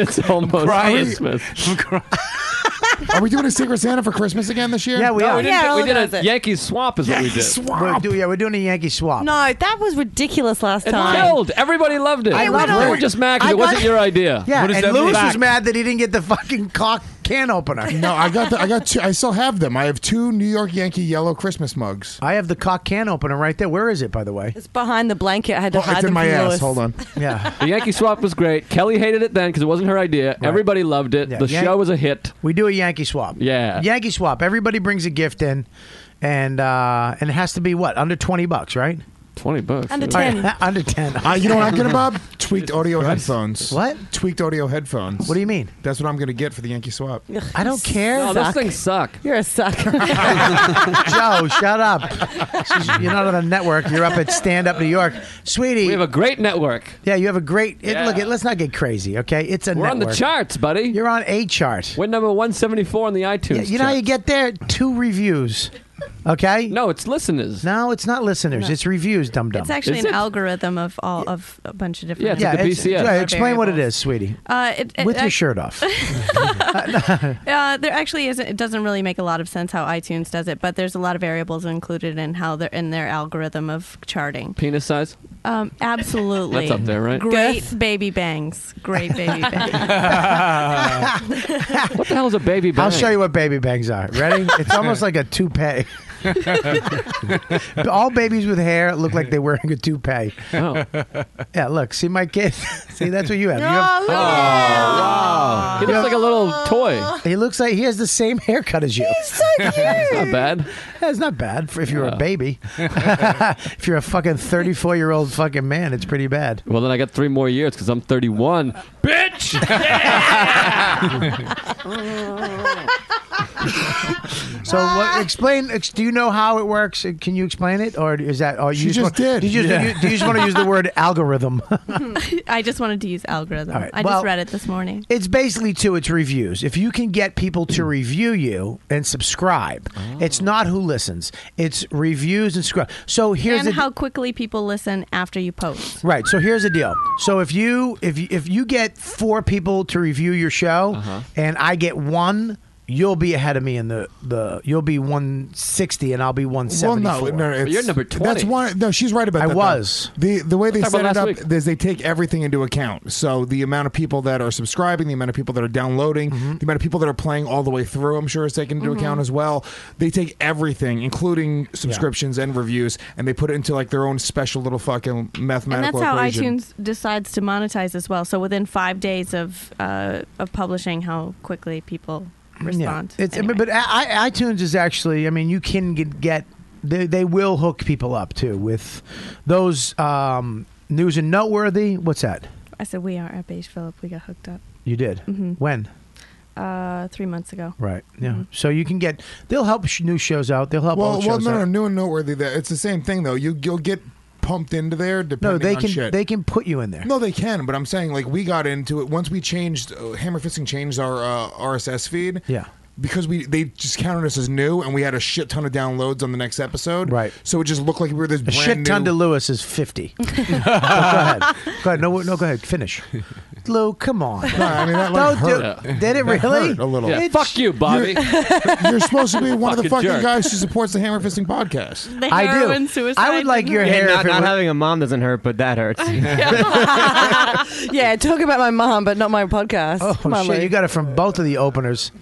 Speaker 8: it's almost
Speaker 10: crying.
Speaker 8: Christmas.
Speaker 10: Are we doing a Secret Santa for Christmas again this year?
Speaker 2: Yeah, we
Speaker 8: No,
Speaker 2: are.
Speaker 8: we, didn't, we did a Yankee swap is
Speaker 10: Yankee
Speaker 8: what we did.
Speaker 10: swap.
Speaker 2: We're, do, yeah, we're doing a Yankee swap.
Speaker 9: No, that was ridiculous last
Speaker 8: It
Speaker 9: time.
Speaker 8: killed. Everybody loved it.
Speaker 2: I loved
Speaker 8: We
Speaker 2: it.
Speaker 8: were just mad 'cause
Speaker 2: I
Speaker 8: it wasn't
Speaker 2: got-
Speaker 8: your idea.
Speaker 2: Yeah,
Speaker 10: What does
Speaker 2: and
Speaker 10: that
Speaker 2: Lewis
Speaker 10: mean?
Speaker 2: was mad that he didn't get the fucking cock can opener.
Speaker 10: No, I got the, I got two, I still have them. I have two New York Yankee yellow Christmas mugs.
Speaker 2: I have the cock can opener right there. Where is it, by the way?
Speaker 9: It's behind the blanket. I had to
Speaker 10: Oh,
Speaker 9: hide
Speaker 10: it's in
Speaker 9: them
Speaker 10: my
Speaker 9: from
Speaker 10: ass.
Speaker 9: Lewis.
Speaker 10: Hold on.
Speaker 2: Yeah.
Speaker 8: The Yankee swap was great. Kelly hated it then because it wasn't her idea. Everybody loved it.
Speaker 2: Yeah,
Speaker 8: the
Speaker 2: Yan-
Speaker 8: show was a hit.
Speaker 2: We do a Yankee swap.
Speaker 8: Yeah.
Speaker 2: Yankee swap. Everybody brings a gift in, and uh, and it has to be what under twenty bucks, right?
Speaker 8: Twenty bucks.
Speaker 9: Under
Speaker 2: All right,
Speaker 9: 10.
Speaker 2: under ten.
Speaker 10: Uh, you know what I'm getting, Bob? Tweaked audio headphones.
Speaker 2: What?
Speaker 10: Tweaked audio headphones. What
Speaker 2: do you mean?
Speaker 10: That's what I'm going to get for the Yankee swap.
Speaker 2: I don't care.
Speaker 8: No, those things suck.
Speaker 9: You're a sucker.
Speaker 2: Joe, shut up. She's- You're not on a network. You're up at Stand Up New York, sweetie.
Speaker 8: We have a great network.
Speaker 2: yeah, you have a great. it-
Speaker 8: Yeah.
Speaker 2: Look, it- let's not get crazy, okay? It's a
Speaker 8: We're on the
Speaker 2: network.
Speaker 8: charts, buddy.
Speaker 2: You're on a chart.
Speaker 8: We're number one seventy four on the iTunes.
Speaker 2: Yeah, you know how you
Speaker 8: chart.
Speaker 2: get there? Two reviews, okay?
Speaker 8: No, it's listeners.
Speaker 2: No, it's not listeners. It's reviews, dum dum.
Speaker 15: It's actually
Speaker 8: Is
Speaker 15: an
Speaker 8: it?
Speaker 15: algorithm of all of a bunch of different.
Speaker 2: yeah, explain what it is, sweetie.
Speaker 15: Uh, it, it,
Speaker 2: With
Speaker 15: ac-
Speaker 2: your shirt off.
Speaker 15: Uh, there actually isn't. It doesn't really make a lot of sense how iTunes does it, but there's a lot of variables included in how they're in their algorithm of charting.
Speaker 8: Penis size.
Speaker 15: Um, absolutely,
Speaker 8: That's up there, right?
Speaker 15: Great baby bangs. Great baby bangs. Uh,
Speaker 8: What the hell is a baby bang?
Speaker 2: I'll show you what baby bangs are. Ready? It's almost like a toupee. All babies with hair look like they're wearing a toupee.
Speaker 8: Oh.
Speaker 2: Yeah, look. See my kid. see, that's what you have. You have
Speaker 8: Oh, He looks like a little little toy.
Speaker 2: He looks like he has the same haircut as you. He's
Speaker 9: so cute.
Speaker 8: It's not bad.
Speaker 2: That's not bad for if you're
Speaker 8: Yeah.
Speaker 2: a baby. if you're a fucking 34 year old fucking man, it's pretty bad.
Speaker 8: Well, then I got three more years because I'm 31. Bitch!
Speaker 2: So
Speaker 10: Ah.
Speaker 2: what, explain. Ex, do you know how it works? Uh, Can you explain it, or is that? Or you
Speaker 10: She just
Speaker 2: wanna-
Speaker 10: did.
Speaker 2: Do you just,
Speaker 10: Yeah.
Speaker 2: do you- do you just want to use the word algorithm?
Speaker 15: I just wanted to use algorithm.
Speaker 2: All right,
Speaker 15: I
Speaker 2: well-
Speaker 15: just read it this morning.
Speaker 2: It's basically to its reviews. If you can get people to review you and subscribe,
Speaker 10: Oh.
Speaker 2: it's not who listens. It's reviews and subscribe. So here's
Speaker 15: and
Speaker 2: the,
Speaker 15: how quickly people listen after you post.
Speaker 2: Right. So here's the deal. So if you if you, if you get four people to review your show,
Speaker 10: Uh-huh.
Speaker 2: and I get one. You'll be ahead of me in the, the you'll be 160 and I'll be 174.
Speaker 10: Well, no, no, it's, That's one. No, she's right about
Speaker 2: I
Speaker 10: that. though.
Speaker 2: was.
Speaker 10: the the way they
Speaker 2: Let's talk
Speaker 10: set
Speaker 2: about
Speaker 10: it up
Speaker 2: last week.
Speaker 10: is they take everything into account. So the amount of people that are subscribing, the amount of people that are downloading,
Speaker 2: Mm-hmm.
Speaker 10: the amount of people that are playing all the way through, I'm sure is taken into
Speaker 2: Mhm.
Speaker 10: account as well. They take everything, including subscriptions and reviews, and they put it into like their own special little fucking
Speaker 15: and
Speaker 10: mathematical
Speaker 15: that's how
Speaker 10: equation.
Speaker 15: iTunes decides to monetize as well. So within five days of uh, of publishing, how quickly people respond.
Speaker 2: Yeah. It's, But I, I- iTunes is actually, I mean, you can get, get they, they will hook people up too with those um, news and noteworthy. What's that?
Speaker 15: I said we are at Beige Phillip. We got hooked up
Speaker 2: You did.
Speaker 9: Mm-hmm.
Speaker 15: Mhm.
Speaker 2: When?
Speaker 15: uh, three months ago.
Speaker 2: Right. Yeah. So you can get, they'll help sh- new shows out. They'll help
Speaker 10: Well,
Speaker 2: old
Speaker 10: well,
Speaker 2: shows
Speaker 10: no, no,
Speaker 2: out.
Speaker 10: new and noteworthy. That it's the same thing though. You you'll get pumped into there depending
Speaker 2: No, they
Speaker 10: on
Speaker 2: can
Speaker 10: shit.
Speaker 2: they can put you in there.
Speaker 10: No, they can, but I'm saying like we got into it once we changed uh, Hammer Fisting changed our uh, RSS feed.
Speaker 2: Yeah.
Speaker 10: Because we they just counted us as new, and we had a shit ton of downloads on the next episode. Right. So it just looked like we were this
Speaker 2: A
Speaker 10: brand
Speaker 2: shit ton
Speaker 10: new.
Speaker 2: to Lewis is fifty. But go ahead, go ahead. No, no, go ahead. Finish. Lou, come on.
Speaker 10: No, I mean that like
Speaker 2: Don't do-
Speaker 10: hurt.
Speaker 2: Did it
Speaker 10: That
Speaker 2: really?
Speaker 10: hurt a little.
Speaker 2: It's-
Speaker 8: Fuck you, Bobby.
Speaker 10: You're, you're supposed to be one of the
Speaker 8: Fucking
Speaker 10: fucking
Speaker 8: jerk.
Speaker 10: guys who supports the Hammer Fisting podcast.
Speaker 7: I do. I would like your
Speaker 2: Yeah,
Speaker 7: hair.
Speaker 2: not-
Speaker 7: Not,
Speaker 2: not
Speaker 7: having a mom doesn't hurt, but that hurts.
Speaker 9: yeah, talk about my mom, but not my podcast.
Speaker 2: Oh
Speaker 9: Come on,
Speaker 2: shit!
Speaker 9: Lou.
Speaker 2: You got it from both of the openers.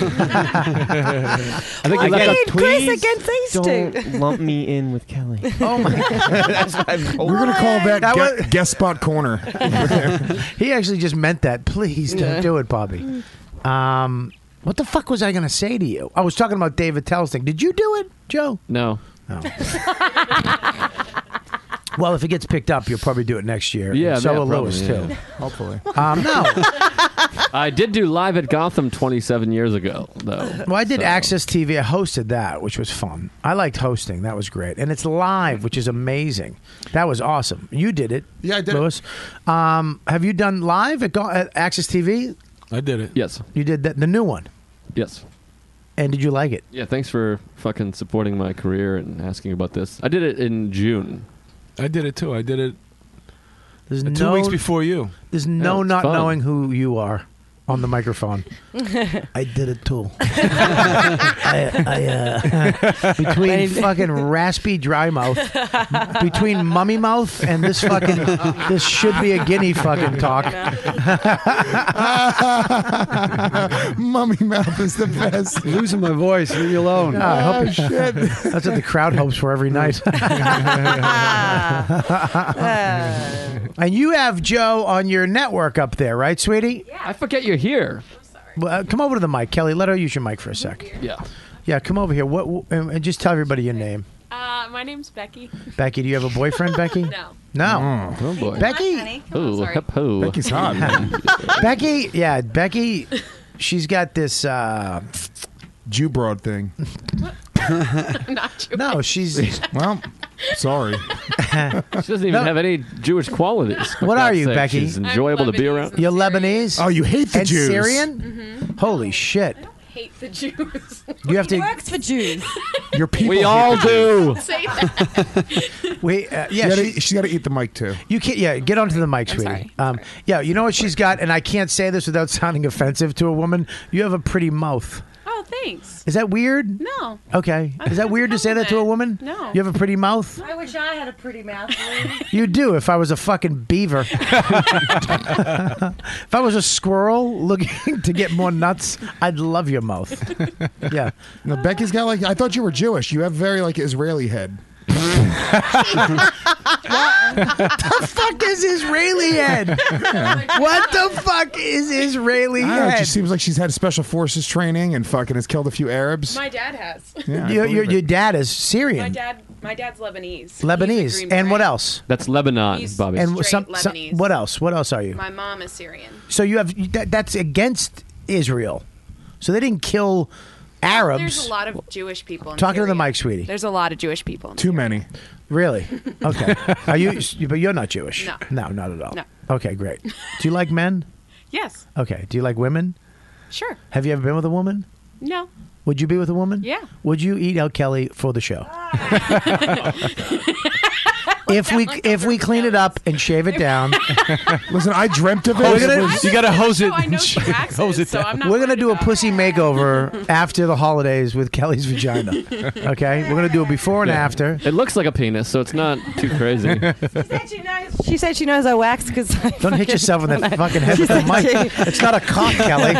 Speaker 7: I
Speaker 9: I need Chris against these
Speaker 7: don't
Speaker 9: two.
Speaker 7: lump me in with Kelly.
Speaker 2: Oh my
Speaker 7: That's what I've-
Speaker 10: We're gonna call that,
Speaker 2: That
Speaker 10: gue- guest spot corner.
Speaker 2: he actually just meant that. Please don't
Speaker 10: Yeah.
Speaker 2: do it, Bobby. Um, what the fuck was I going to say to you? I was talking about David Tell's thing. Did you do it, Joe? Oh.
Speaker 8: No.
Speaker 2: Well, if it gets picked up, you'll probably do it next year.
Speaker 8: Yeah,
Speaker 2: And so
Speaker 8: yeah,
Speaker 2: will
Speaker 8: probably,
Speaker 2: Lewis
Speaker 8: yeah.
Speaker 2: too.
Speaker 10: Hopefully.
Speaker 2: Um, no,
Speaker 8: I did do live at Gotham 27 years ago, though.
Speaker 2: well, I did
Speaker 8: So-
Speaker 2: Access TV. I hosted that, which was fun. I liked hosting. That was great, and it's live, which is amazing. That was awesome. You did it. Yeah, I did. Lewis, Um, have you done live at, Go- at Access TV?
Speaker 12: I did it.
Speaker 8: Yes.
Speaker 2: You did that, the new one,
Speaker 8: Yes.
Speaker 2: and did you like it?
Speaker 8: Yeah, thanks for fucking supporting my career and asking about this. I did it in June.
Speaker 12: I did it too. I did it
Speaker 2: There's
Speaker 12: two
Speaker 2: no-
Speaker 12: weeks before you.
Speaker 2: There's no
Speaker 12: Yeah, it's
Speaker 2: not
Speaker 12: fun.
Speaker 2: knowing who you are on the microphone. I did it too. I, I, uh, between fucking raspy dry mouth, between mummy mouth and this fucking, this should be a guinea fucking talk.
Speaker 10: Mummy mouth is the best.
Speaker 13: Losing my voice. Leave me alone.
Speaker 2: Yeah, I hope-
Speaker 10: Oh, shit.
Speaker 2: That's what the crowd hopes for every night. and you have Joe on your network up there, right, sweetie? Yeah.
Speaker 8: I forget you're here.
Speaker 2: Well, uh, come over to the mic, Kelly. Let her use your mic for a sec.
Speaker 8: Yeah.
Speaker 2: Yeah, come over here. What? wh- And and just tell everybody your name.
Speaker 22: Uh, my name's Becky.
Speaker 2: Becky, do you have a boyfriend, Becky?
Speaker 22: No.
Speaker 2: No.
Speaker 8: Oh boy.
Speaker 2: Becky.
Speaker 8: Oh, hep ho.
Speaker 2: Becky's hot. Becky, yeah, Becky, she's got this uh
Speaker 10: Jew broad thing.
Speaker 2: no, she's
Speaker 10: well. Sorry.
Speaker 8: She doesn't even
Speaker 2: No.
Speaker 8: have any Jewish qualities. For
Speaker 2: What
Speaker 8: God's
Speaker 2: are you,
Speaker 8: sake,
Speaker 2: Becky?
Speaker 8: She's enjoyable to be around.
Speaker 2: You're Lebanese? Mm-hmm. Oh, you hate
Speaker 22: the
Speaker 2: and
Speaker 22: Jews.
Speaker 2: Syrian? Holy shit.
Speaker 22: Hate the Jews.
Speaker 2: You have to
Speaker 22: works for Jews.
Speaker 2: Your people
Speaker 22: We all
Speaker 2: do.
Speaker 22: Say that.
Speaker 2: We uh,
Speaker 10: Yeah,
Speaker 2: yeah, she,
Speaker 10: she, has got to eat the mic too.
Speaker 2: you can't yeah, get onto the mic, sweetie. Um yeah, you know what she's got and I can't say this without sounding offensive to a woman. You have a pretty mouth.
Speaker 22: Oh, thanks.
Speaker 2: Is that weird?
Speaker 22: No.
Speaker 2: Okay.
Speaker 22: I
Speaker 2: Is
Speaker 22: think
Speaker 2: that weird to
Speaker 22: it's a
Speaker 2: say that to a woman?
Speaker 22: compliment. No.
Speaker 2: You have a pretty mouth?
Speaker 22: I wish I had a pretty mouth.
Speaker 2: You do if I was a fucking beaver. if I was a squirrel looking to get more nuts, I'd love your mouth. Yeah.
Speaker 10: No, Becky's got like I thought you were Jewish. You have very like Israeli head.
Speaker 2: the fuck is Israeli head? What the fuck is Israeli
Speaker 10: I don't know,
Speaker 2: head?
Speaker 10: She seems like she's had special forces training and fucking has killed a few Arabs.
Speaker 22: My dad has.
Speaker 10: Yeah, I
Speaker 2: your, your,
Speaker 10: believe
Speaker 2: your
Speaker 10: it.
Speaker 2: dad is Syrian,
Speaker 22: My dad, my dad's Lebanese. He's a
Speaker 2: Lebanese,
Speaker 22: Green
Speaker 2: and what
Speaker 22: Beret.
Speaker 2: else?
Speaker 8: That's Lebanon,
Speaker 22: He's
Speaker 8: Bobby.
Speaker 2: And
Speaker 22: straight
Speaker 2: some, some-
Speaker 22: Lebanese.
Speaker 2: what else? What else are you?
Speaker 22: My mom is Syrian.
Speaker 2: So you have that, that's against Israel. So they didn't kill Arabs.
Speaker 22: There's a lot of Jewish people. In
Speaker 2: Talking to the
Speaker 22: Syria.
Speaker 2: mic, sweetie.
Speaker 22: There's a lot of Jewish people.
Speaker 2: Too many. Really? Okay. Are you? But you're not Jewish.
Speaker 22: No.
Speaker 2: No, not at all.
Speaker 22: No.
Speaker 2: Okay, great. Do you like men?
Speaker 22: Yes.
Speaker 2: Okay. Do you like women?
Speaker 22: Sure.
Speaker 2: Have you ever been with a woman?
Speaker 22: No.
Speaker 2: Would you be with a woman?
Speaker 22: Yeah.
Speaker 2: Would you eat L. Kelly for the show? if we if we clean it up and shave it down. Listen, I dreamt of
Speaker 10: it. Hose it. You gotta hose it.
Speaker 22: I know she waxes,
Speaker 10: Hose it
Speaker 22: so I'm not.
Speaker 2: We're gonna do a pussy makeover after the holidays with Kelly's vagina. Okay, we're gonna do a before and after.
Speaker 8: It looks like a penis, so it's not too crazy.
Speaker 20: She said she knows I wax because
Speaker 2: Don't hit yourself in the fucking head with the mic. It's not a cock, Kelly.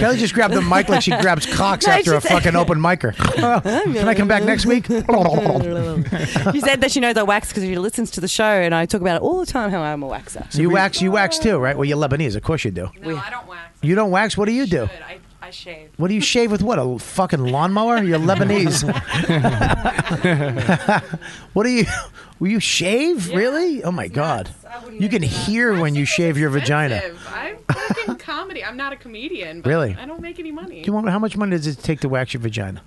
Speaker 2: Kelly just grabbed the mic like she grabs cocks
Speaker 20: No,
Speaker 2: after
Speaker 20: she
Speaker 2: a
Speaker 20: said-
Speaker 2: fucking open micer. Can I come back next week?
Speaker 20: she said that she knows I wax because she listens to the show, and I talk about it all the time how I'm a waxer.
Speaker 2: you wax, you wax too, right? Well, you're Lebanese, of course you do.
Speaker 22: No, I don't wax.
Speaker 2: You don't wax. What do you do?
Speaker 22: I, I shave.
Speaker 2: What do you shave with? What a fucking lawnmower? You're Lebanese. what do you? Will you shave? Really? Oh my god! You can hear when you shave your vagina.
Speaker 22: I'm fucking comedy. I'm not a comedian. But
Speaker 2: Really?
Speaker 22: I don't make any money.
Speaker 2: Do you want? How much money does it take to wax your vagina?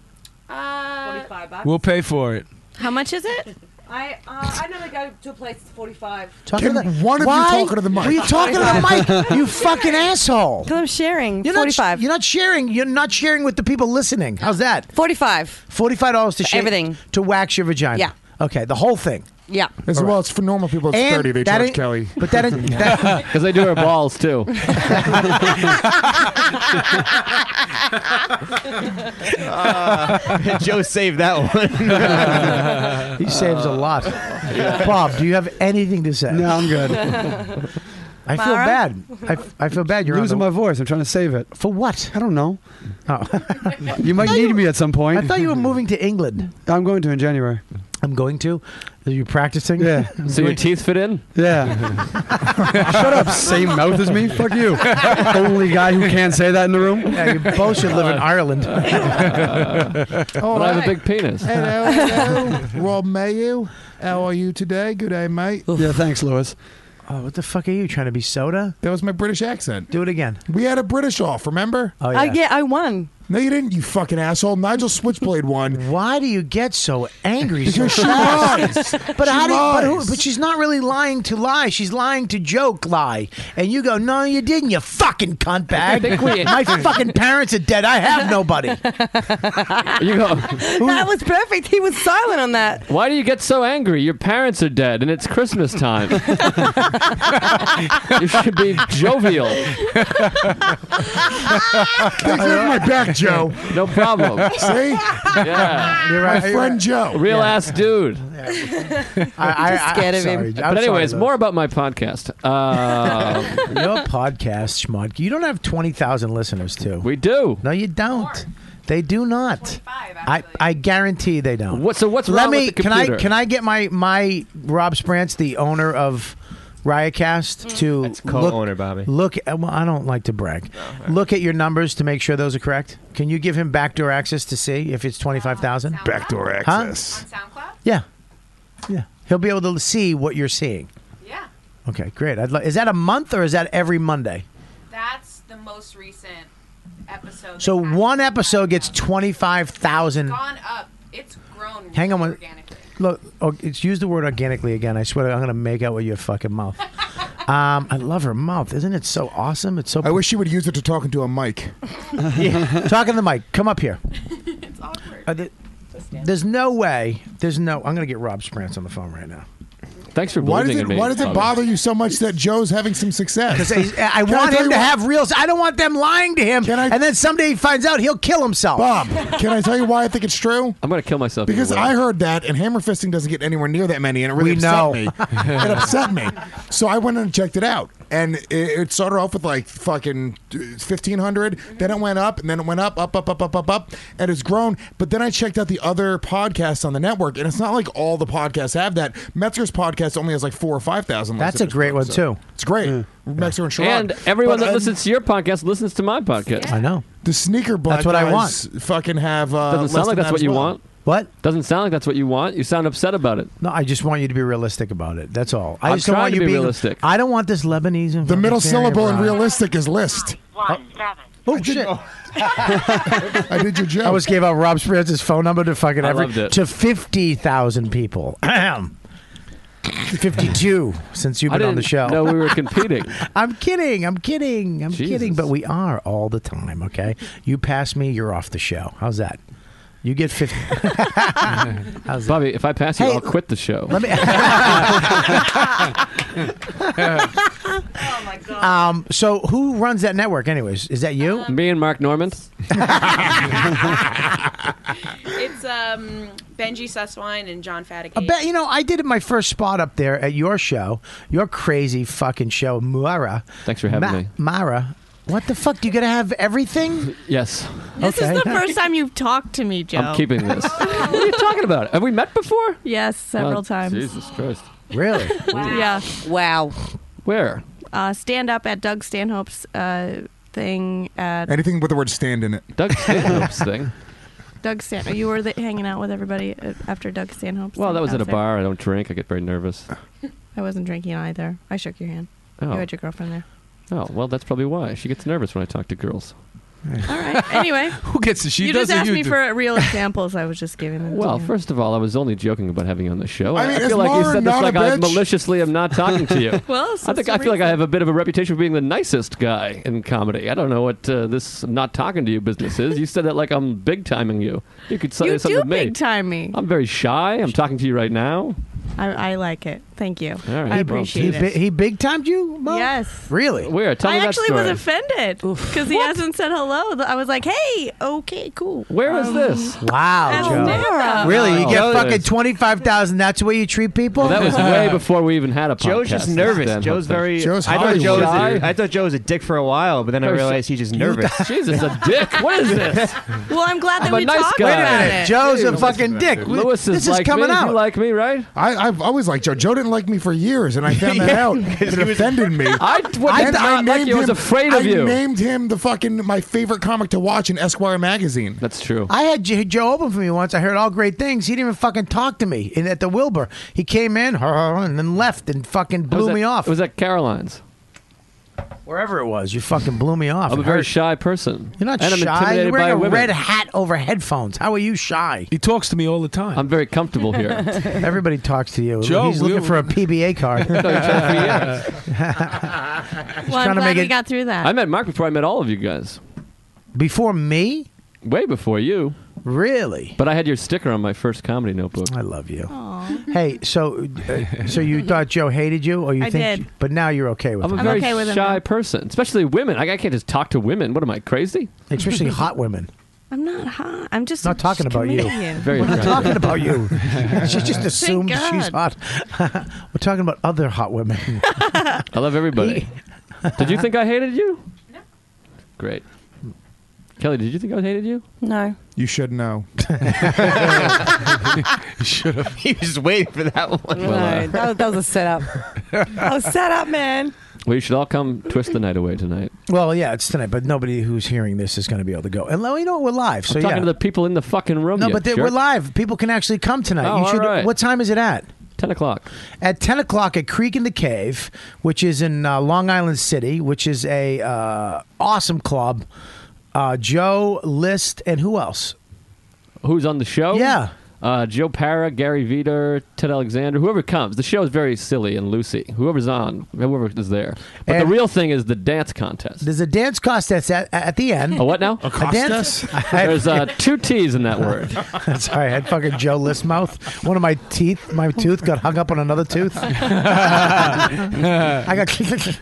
Speaker 22: Uh, 45 bucks.
Speaker 12: We'll pay for it.
Speaker 15: How much is it?
Speaker 20: I uh, I never go to a place that's 45.
Speaker 2: Talking
Speaker 10: Can
Speaker 2: to the,
Speaker 10: one of you
Speaker 2: Why
Speaker 10: talking to the mic?
Speaker 2: Were you talking to the mic? You fucking asshole!
Speaker 20: Because I'm sharing.
Speaker 2: You're not. You're not sharing. You're not sharing with the people listening. How's that?
Speaker 20: Forty-five.
Speaker 2: Forty-five dollars to
Speaker 20: For
Speaker 2: shave
Speaker 20: everything.
Speaker 2: to wax your vagina.
Speaker 20: Yeah.
Speaker 2: Okay, the whole thing.
Speaker 20: Yeah.
Speaker 10: As well, it's for normal people. It's
Speaker 2: And
Speaker 10: thirty. They
Speaker 2: that
Speaker 10: charge
Speaker 2: ain't-
Speaker 10: Kelly.
Speaker 2: but that ain't- that-
Speaker 8: Because they do her balls too.
Speaker 7: Joe saved that one.
Speaker 2: he saves a lot. Bob, do you have anything to say?
Speaker 13: No, I'm good.
Speaker 2: I feel
Speaker 13: Mara?
Speaker 2: bad. I, I feel bad. You're on
Speaker 13: losing
Speaker 2: the-
Speaker 13: my voice. I'm trying to save it.
Speaker 2: For what?
Speaker 13: I don't know.
Speaker 2: Oh.
Speaker 13: you might need me at some point.
Speaker 2: I thought you were moving to England.
Speaker 13: I'm going to in January.
Speaker 2: I'm going to. Are you practicing?
Speaker 13: Yeah.
Speaker 8: So your teeth fit in?
Speaker 13: Yeah. Shut up. Same mouth as me. Fuck you. Only guy who can't say that in the room.
Speaker 2: Yeah, you both should live in Ireland.
Speaker 10: All
Speaker 8: but Uh, I have a
Speaker 10: right.
Speaker 8: big penis.
Speaker 10: Hello, hello. Rob Mayu. How are you today? Good day, mate.
Speaker 13: Yeah, thanks, Lewis.
Speaker 2: Oh, what the fuck are you trying to be soda?
Speaker 10: That was my British accent.
Speaker 2: Do it again.
Speaker 10: We had a British off, remember?
Speaker 2: Oh
Speaker 20: Uh, yeah, I won.
Speaker 10: No, you didn't, you fucking asshole. Nigel Switchblade won.
Speaker 2: Why do you get so angry? so
Speaker 10: Because she
Speaker 2: fast?
Speaker 10: lies.
Speaker 2: But
Speaker 10: She
Speaker 2: how do you, but, who,
Speaker 10: lies.
Speaker 2: but she's not really lying to lie. She's lying to joke lie. And you go, no, you didn't. You fucking cunt bag.
Speaker 8: I think we-
Speaker 2: My fucking parents are dead. I have nobody.
Speaker 8: You go.
Speaker 20: That was perfect. He was silent on that.
Speaker 8: Why do you get so angry? Your parents are dead, and it's Christmas time. you should be jovial.
Speaker 10: Thanks for having my back, Joe.
Speaker 8: No problem.
Speaker 10: See?
Speaker 8: Yeah.
Speaker 2: You're
Speaker 10: My
Speaker 2: right.
Speaker 10: friend Joe.
Speaker 8: Real ass dude.
Speaker 2: I,
Speaker 20: I'm scared of him.
Speaker 2: sorry. I'm
Speaker 8: but anyways,
Speaker 2: sorry,
Speaker 8: more about my podcast. Uh,
Speaker 2: Lou. your podcast, schmuck. You don't have twenty thousand listeners, too.
Speaker 8: we do.
Speaker 2: No, you don't. They do not. I, I guarantee they don't.
Speaker 8: What, so what's
Speaker 2: Let
Speaker 8: wrong
Speaker 2: me.
Speaker 8: with the
Speaker 2: can I
Speaker 8: computer?
Speaker 2: can I get my my Rob Sprance, the owner of Riotcast, to
Speaker 7: co-owner,
Speaker 2: look,
Speaker 7: Bobby.
Speaker 2: Look, at, well, I don't like to brag. Look at your numbers to make sure those are correct. Can you give him backdoor access to see if it's twenty five thousand?
Speaker 10: Backdoor access.
Speaker 2: Yeah, yeah. He'll be able to see what you're seeing.
Speaker 22: Yeah.
Speaker 2: Okay, great. I'd li- is that a month or is that every Monday?
Speaker 22: That's the most recent episode.
Speaker 2: So one episode gets twenty five thousand.
Speaker 22: Gone up. It's grown.
Speaker 2: Hang on one.
Speaker 22: Organically.
Speaker 2: Look, oh, it's use the word organically again. I swear, I'm gonna make out with your fucking mouth. Um, I love her mouth. Isn't it so awesome? It's so.
Speaker 10: I wish she would use it to talking to a mic.
Speaker 2: Yeah. Talking to the mic. Come up here. Uh, th- there's no way. There's no. I'm gonna get Rob Sprance on the phone right now.
Speaker 8: Thanks for
Speaker 10: Why does
Speaker 8: believing
Speaker 10: it
Speaker 8: in me.
Speaker 10: Why does it
Speaker 8: Bobby.
Speaker 10: bother you so much that Joe's having some success?
Speaker 2: Because I, I
Speaker 10: Can I
Speaker 2: want
Speaker 10: tell
Speaker 2: him
Speaker 10: you
Speaker 2: to
Speaker 10: why-
Speaker 2: have real. I don't want them lying to him.
Speaker 10: Can I-
Speaker 2: and then someday he finds out, he'll kill himself.
Speaker 10: Bob, can I tell you why I think it's true?
Speaker 8: I'm gonna kill myself.
Speaker 10: Because
Speaker 8: anyway.
Speaker 10: I heard that, and hammer fisting doesn't get anywhere near that many, and it really
Speaker 2: We
Speaker 10: upset
Speaker 2: know.
Speaker 10: me. it upset me. So I went and checked it out. and it, it started off with like fucking fifteen Then it went up, and then it went up, up, up, up, up, up, up, and it's grown. But then I checked out the other podcasts on the network, and it's not like all the podcasts have that. Metzger's podcast only has like four or five thousand.
Speaker 2: That's a great one too.
Speaker 10: It's great. Metzger and Sherrod.
Speaker 8: And everyone
Speaker 10: But,
Speaker 8: that
Speaker 10: uh,
Speaker 8: listens to your podcast listens to my podcast.
Speaker 2: I know.
Speaker 10: The sneaker black
Speaker 8: That's what I
Speaker 10: guys Fucking have. Uh,
Speaker 8: Doesn't sound
Speaker 10: less
Speaker 8: like
Speaker 10: than
Speaker 8: that's
Speaker 10: that
Speaker 8: what
Speaker 10: as
Speaker 8: you
Speaker 10: well.
Speaker 8: want.
Speaker 2: What?
Speaker 8: Doesn't sound like that's what you want. You sound upset about it.
Speaker 2: No, I just want you to be realistic about it. That's all. I
Speaker 8: I'm
Speaker 2: just don't
Speaker 8: trying
Speaker 2: want
Speaker 8: to
Speaker 2: you
Speaker 8: be
Speaker 2: being
Speaker 8: realistic.
Speaker 2: I don't want this Lebanese. and
Speaker 10: The
Speaker 2: fucking
Speaker 10: middle
Speaker 2: Syrian
Speaker 10: syllable in
Speaker 2: broad.
Speaker 10: realistic is list.
Speaker 2: Oh shit!
Speaker 10: I did your job.
Speaker 2: I almost gave out Rob Spirit's phone number to fucking
Speaker 10: I
Speaker 2: every
Speaker 10: loved it.
Speaker 2: to fifty thousand people. Ahem. Fifty-two since you've
Speaker 8: I
Speaker 2: been on the show.
Speaker 8: didn't know we were competing.
Speaker 2: I'm kidding. I'm kidding. I'm kidding.
Speaker 8: Jesus.
Speaker 2: But we are all the time. Okay, you pass me, you're off the show. How's that? You get fifty.
Speaker 8: Bobby, if I pass you, I'll quit the show.
Speaker 2: Let me. Um, so who runs that network, anyways? Is that you?
Speaker 8: Me and Mark Norman.
Speaker 22: It's um, Benji Susswine and John Fatigan.
Speaker 2: I bet you know I did my first spot up there at your show, your crazy fucking show, Mara.
Speaker 8: Thanks for having me.
Speaker 2: Mara. What the fuck? Do you gotta have everything?
Speaker 8: Yes.
Speaker 15: This is the first time you've talked to me, Joe.
Speaker 8: I'm keeping this. what are you talking about? Have we met before?
Speaker 15: Yes, several
Speaker 8: Oh,
Speaker 15: times.
Speaker 8: Jesus Christ.
Speaker 2: Really?
Speaker 15: Yeah.
Speaker 9: Wow.
Speaker 8: Where?
Speaker 15: Uh, stand up at Doug Stanhope's uh, thing at
Speaker 10: Anything with the word stand in it.
Speaker 8: Doug Stanhope's thing.
Speaker 15: Doug Stanhope. You were the, hanging out with everybody uh, after Doug Stanhope's.
Speaker 8: Well,
Speaker 15: thing
Speaker 8: that was
Speaker 15: out
Speaker 8: at a
Speaker 15: there.
Speaker 8: bar. I don't drink. I get very nervous.
Speaker 15: I wasn't drinking either. I shook your hand.
Speaker 8: Oh.
Speaker 15: You had your girlfriend there.
Speaker 8: Oh, well, that's probably why. She gets nervous when I talk to girls.
Speaker 15: All right. Anyway,
Speaker 12: Who gets it? She
Speaker 15: you
Speaker 12: does
Speaker 15: just
Speaker 12: it,
Speaker 15: asked
Speaker 12: you
Speaker 15: me
Speaker 12: do.
Speaker 15: for real examples. I was just giving them. to
Speaker 8: Well,
Speaker 15: you.
Speaker 8: first of all, I was only joking about having you on the show.
Speaker 15: I
Speaker 8: I,
Speaker 15: mean,
Speaker 8: I
Speaker 15: is
Speaker 8: feel like you
Speaker 15: Lauren
Speaker 8: said
Speaker 15: not
Speaker 8: this like
Speaker 15: a
Speaker 8: I
Speaker 15: bitch?
Speaker 8: maliciously am not talking to you.
Speaker 15: Well,
Speaker 8: I
Speaker 15: so
Speaker 8: think
Speaker 15: it's
Speaker 8: I
Speaker 15: a
Speaker 8: feel like I have a bit of a reputation for being the nicest guy in comedy. I don't know what uh, this not talking to you business is. You said that like I'm big timing you. You could say
Speaker 15: you
Speaker 8: something
Speaker 15: do
Speaker 8: to me.
Speaker 15: big time me.
Speaker 8: I'm very shy. I'm talking to you right now.
Speaker 15: I, I like it. Thank you.
Speaker 8: All right,
Speaker 15: I
Speaker 8: well,
Speaker 15: appreciate
Speaker 8: he
Speaker 15: it.
Speaker 8: bi-
Speaker 2: he big timed you?
Speaker 15: Yes.
Speaker 2: Really?
Speaker 8: Where? Tell me
Speaker 15: I
Speaker 8: that
Speaker 15: actually
Speaker 8: story.
Speaker 15: was offended because he hasn't said hello. Th- I was like, "Hey, okay, cool."
Speaker 8: Where is this?
Speaker 2: Wow,
Speaker 15: At stand-up.
Speaker 2: Really? You
Speaker 8: Oh,
Speaker 2: get
Speaker 8: that
Speaker 2: fucking
Speaker 8: is-
Speaker 2: twenty five thousand? That's the way you treat people?
Speaker 8: Well, that was way before we even had a podcast.
Speaker 7: Joe's just nervous.
Speaker 8: Stand-up
Speaker 7: Joe's
Speaker 8: thing.
Speaker 7: very. I thought Joe, was a, I thought Joe was a dick for a while, but then I
Speaker 8: Very shy.
Speaker 7: realized he's just
Speaker 8: You
Speaker 7: nervous.
Speaker 8: thought- Jesus, a dick. What is this?
Speaker 15: Well, I'm glad that
Speaker 8: I'm a
Speaker 15: we
Speaker 8: nice
Speaker 15: talked
Speaker 8: guy.
Speaker 15: about
Speaker 8: Wait a minute.
Speaker 15: it.
Speaker 2: Joe's a fucking dick. We-
Speaker 8: Lewis
Speaker 2: this
Speaker 8: is
Speaker 2: is
Speaker 8: like
Speaker 2: coming
Speaker 8: me.
Speaker 2: out.
Speaker 8: You like me, right?
Speaker 10: I, I've always liked Joe. Joe didn't like me for years, and I found that out. It offended me.
Speaker 8: I d- what did
Speaker 10: And
Speaker 8: not like
Speaker 10: named
Speaker 8: you? I was
Speaker 10: him-
Speaker 8: afraid of
Speaker 10: I
Speaker 8: you.
Speaker 10: named him the fucking my favorite comic to watch in Esquire magazine.
Speaker 8: That's true.
Speaker 2: I had J- Joe open for me once. I heard all great things. He didn't even fucking talk to me in, at the Wilbur. He came in and then left and fucking
Speaker 8: It was
Speaker 2: blew
Speaker 8: at-
Speaker 2: me off.
Speaker 8: It was at Caroline's.
Speaker 2: Wherever it was, you fucking blew me off.
Speaker 8: I'm a
Speaker 2: It
Speaker 8: very
Speaker 2: hurt.
Speaker 8: shy person.
Speaker 2: You're not
Speaker 8: and I'm
Speaker 2: shy.
Speaker 8: intimidated
Speaker 2: You're
Speaker 8: by
Speaker 2: wearing a
Speaker 8: women.
Speaker 2: red hat over headphones. How are you shy?
Speaker 12: He talks to me all the time.
Speaker 8: I'm very comfortable here.
Speaker 2: Everybody talks to you.
Speaker 8: Joe,
Speaker 2: He's looking
Speaker 8: we-
Speaker 2: for a PBA card.
Speaker 8: I've known each other for years.
Speaker 15: Well, I'm
Speaker 2: trying to
Speaker 15: glad
Speaker 2: make
Speaker 15: we
Speaker 2: it-
Speaker 15: got through that.
Speaker 8: I met Mark before I met all of you guys.
Speaker 2: Before me?
Speaker 8: Way before you.
Speaker 2: Really?
Speaker 8: But I had your sticker on my first comedy notebook.
Speaker 2: I love you. hey, so uh, so you thought Joe hated you, or you
Speaker 8: I
Speaker 2: think?
Speaker 8: did.
Speaker 2: But now you're okay with
Speaker 8: I'm
Speaker 2: him.
Speaker 8: a very shy person, especially women. Like, I can't just talk to women. What am I crazy?
Speaker 2: Especially hot women.
Speaker 15: I'm not hot. I'm just
Speaker 2: Not talking about you.
Speaker 15: comedian.
Speaker 8: Very
Speaker 2: We're not
Speaker 8: attractive.
Speaker 2: talking about you. she just
Speaker 15: Thank
Speaker 2: assumed she's
Speaker 15: God.
Speaker 2: hot. We're talking about other hot women.
Speaker 8: I love everybody. did you think I hated you? No. Great. Kelly, did you think I hated you?
Speaker 20: No.
Speaker 10: You should know.
Speaker 12: you should have.
Speaker 7: He was waiting for that one.
Speaker 9: No,
Speaker 8: uh,
Speaker 9: that, was, that was a setup. that was set up, man.
Speaker 8: Well, you should all come twist the night away tonight.
Speaker 2: well, yeah, it's tonight, but nobody who's hearing this is going to be able to go. And well, you know, we're live, so
Speaker 8: I'm talking
Speaker 2: yeah.
Speaker 8: to the people in the fucking room.
Speaker 2: no,
Speaker 8: you
Speaker 2: but they-
Speaker 8: jerk.
Speaker 2: we're live. People can actually come tonight.
Speaker 8: Oh,
Speaker 2: you should.
Speaker 8: all right.
Speaker 2: What time is it at?
Speaker 8: Ten o'clock.
Speaker 2: At ten o'clock at Creek in the Cave, which is in uh, Long Island City, which is a uh, awesome club. Uh, Joe List and who else?
Speaker 8: Who's on the show?
Speaker 2: Yeah.
Speaker 8: Uh, Joe Para, Gary Veter, Ted Alexander, whoever comes. The show is very silly and loosey. Whoever's on, whoever is there. But the
Speaker 2: And-
Speaker 8: real thing is the dance contest.
Speaker 2: There's a dance contest at, at the end.
Speaker 8: A what now?
Speaker 2: A dance-
Speaker 8: There's uh, two T's in that word.
Speaker 2: Sorry, I had fucking Joe List mouth. One of my teeth, my tooth got hung up on another tooth. I got.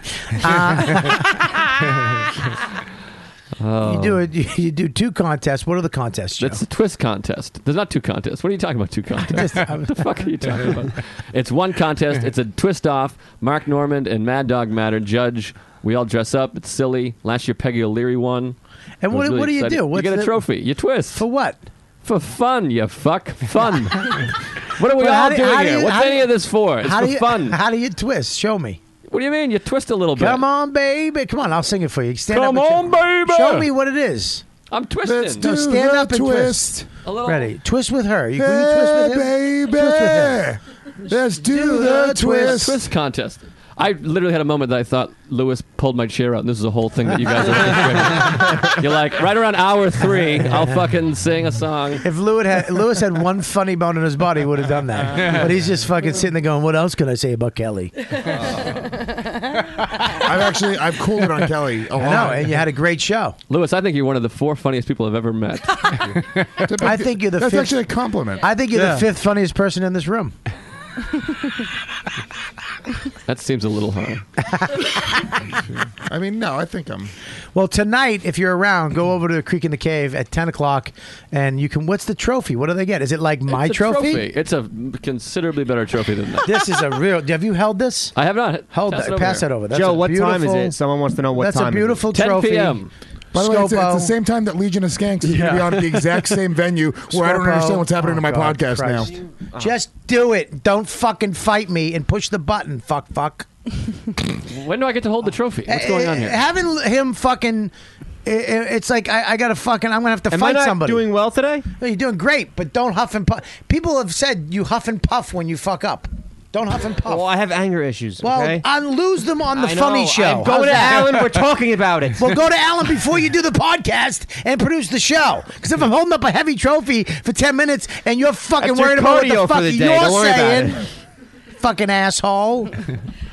Speaker 2: Uh, You do it. You, you do two contests. What are the contests? Joe?
Speaker 8: Oh. That's the twist contest. There's not two contests. What are you talking about? Two contests? what the fuck are you talking about? It's one contest. It's a twist off. Mark Norman and Mad Dog Matter judge. We all dress up. It's silly. Last year Peggy O'Leary won.
Speaker 2: And
Speaker 8: It was
Speaker 2: what- what do you do?
Speaker 8: you
Speaker 2: What's
Speaker 8: get a
Speaker 2: the-
Speaker 8: trophy. You twist. For
Speaker 2: what?
Speaker 8: For fun. You fuck fun. what are we all
Speaker 2: But how do-
Speaker 8: doing
Speaker 2: how do
Speaker 8: here?
Speaker 2: you-
Speaker 8: What's
Speaker 2: how do
Speaker 8: any
Speaker 2: you-
Speaker 8: of this for? It's
Speaker 2: how
Speaker 8: for
Speaker 2: do you,
Speaker 8: fun.
Speaker 2: How do you twist? Show me.
Speaker 8: What do you mean? You twist a little bit.
Speaker 2: Come on, baby. Come on. I'll sing it for you. Stand
Speaker 8: Come
Speaker 2: up
Speaker 8: on,
Speaker 2: and
Speaker 8: baby.
Speaker 2: Show me what it is.
Speaker 8: I'm twisting.
Speaker 2: Let's do No, stand the up and twist. twist.
Speaker 8: A little.
Speaker 2: Ready? Twist with her. You, will you twist
Speaker 10: Hey,
Speaker 2: with him? Twist with
Speaker 10: baby.
Speaker 2: her.
Speaker 10: Let's do the twist.
Speaker 8: Twist contest. I literally had a moment that I thought Lewis pulled my chair out, and this is a whole thing that you guys are doing. You're like, right around hour three, I'll fucking sing a song.
Speaker 2: If Lewis had, Lewis had one funny bone in his body, he would have done
Speaker 10: Uh,
Speaker 2: that. But he's just fucking sitting there going, "What else can I say about Kelly?"
Speaker 10: I've actually I've cooled it on Kelly a
Speaker 2: I
Speaker 10: lot.
Speaker 2: know, and you had a great show.
Speaker 8: Lewis, I think you're one of the four funniest people I've ever met.
Speaker 2: I think you're the
Speaker 10: That's
Speaker 2: fifth.
Speaker 10: actually a compliment.
Speaker 2: I think you're
Speaker 8: Yeah.
Speaker 2: the fifth funniest person in this room.
Speaker 8: That seems a little high.
Speaker 10: I mean, no, I think I'm.
Speaker 2: Well, tonight, if you're around, go over to the Creek in the Cave at 10 o'clock, and you can. What's the trophy? What do they get? Is it like my
Speaker 8: It's a
Speaker 2: trophy?
Speaker 8: It's a considerably better trophy than that.
Speaker 2: This is a real. Have you held this?
Speaker 8: I have not.
Speaker 2: Hold
Speaker 8: Pass
Speaker 2: that.
Speaker 8: it over
Speaker 2: pass
Speaker 8: here.
Speaker 2: that over. That's
Speaker 7: Joe,
Speaker 2: a
Speaker 7: what time is
Speaker 2: beautiful-
Speaker 7: it? Someone wants to know what
Speaker 2: that's
Speaker 7: time.
Speaker 2: a beautiful
Speaker 7: is it.
Speaker 2: trophy.
Speaker 10: By the way, it's, it's the
Speaker 2: Scopo.
Speaker 10: same time that Legion of Skanks is going to be
Speaker 2: Yeah.
Speaker 10: on at the exact same venue where I don't
Speaker 2: Scopo.
Speaker 10: understand what's happening
Speaker 2: Oh,
Speaker 10: to my
Speaker 2: God,
Speaker 10: podcast
Speaker 2: Christ. Uh-huh.
Speaker 10: now.
Speaker 2: Just do it. Don't fucking fight me and push the button. Fuck, fuck.
Speaker 8: When do I get to hold the trophy? What's going on here?
Speaker 2: Uh, Having him fucking. i- i- It's like I, I gotta fucking. I'm gonna have to
Speaker 7: Am I
Speaker 2: fight
Speaker 7: not
Speaker 2: somebody.
Speaker 7: doing well today?
Speaker 2: No, you're doing great, but don't huff and puff. People have said you huff and puff when you fuck up. Don't huff and puff.
Speaker 7: Well, I have anger issues.
Speaker 2: Well,
Speaker 7: Oh, okay?
Speaker 2: I lose them on the
Speaker 7: I know.
Speaker 2: funny show.
Speaker 7: I'm
Speaker 2: How's
Speaker 7: going to
Speaker 2: that?
Speaker 7: Alan. We're talking about it.
Speaker 2: Well, go to Alan before you do the podcast and produce the show. Because if I'm holding up a heavy trophy for ten minutes and you're fucking
Speaker 7: That's your
Speaker 2: worried about what
Speaker 7: cardio
Speaker 2: the
Speaker 7: for
Speaker 2: fuck
Speaker 7: the day.
Speaker 2: you're
Speaker 7: Don't worry about
Speaker 2: saying, fucking asshole.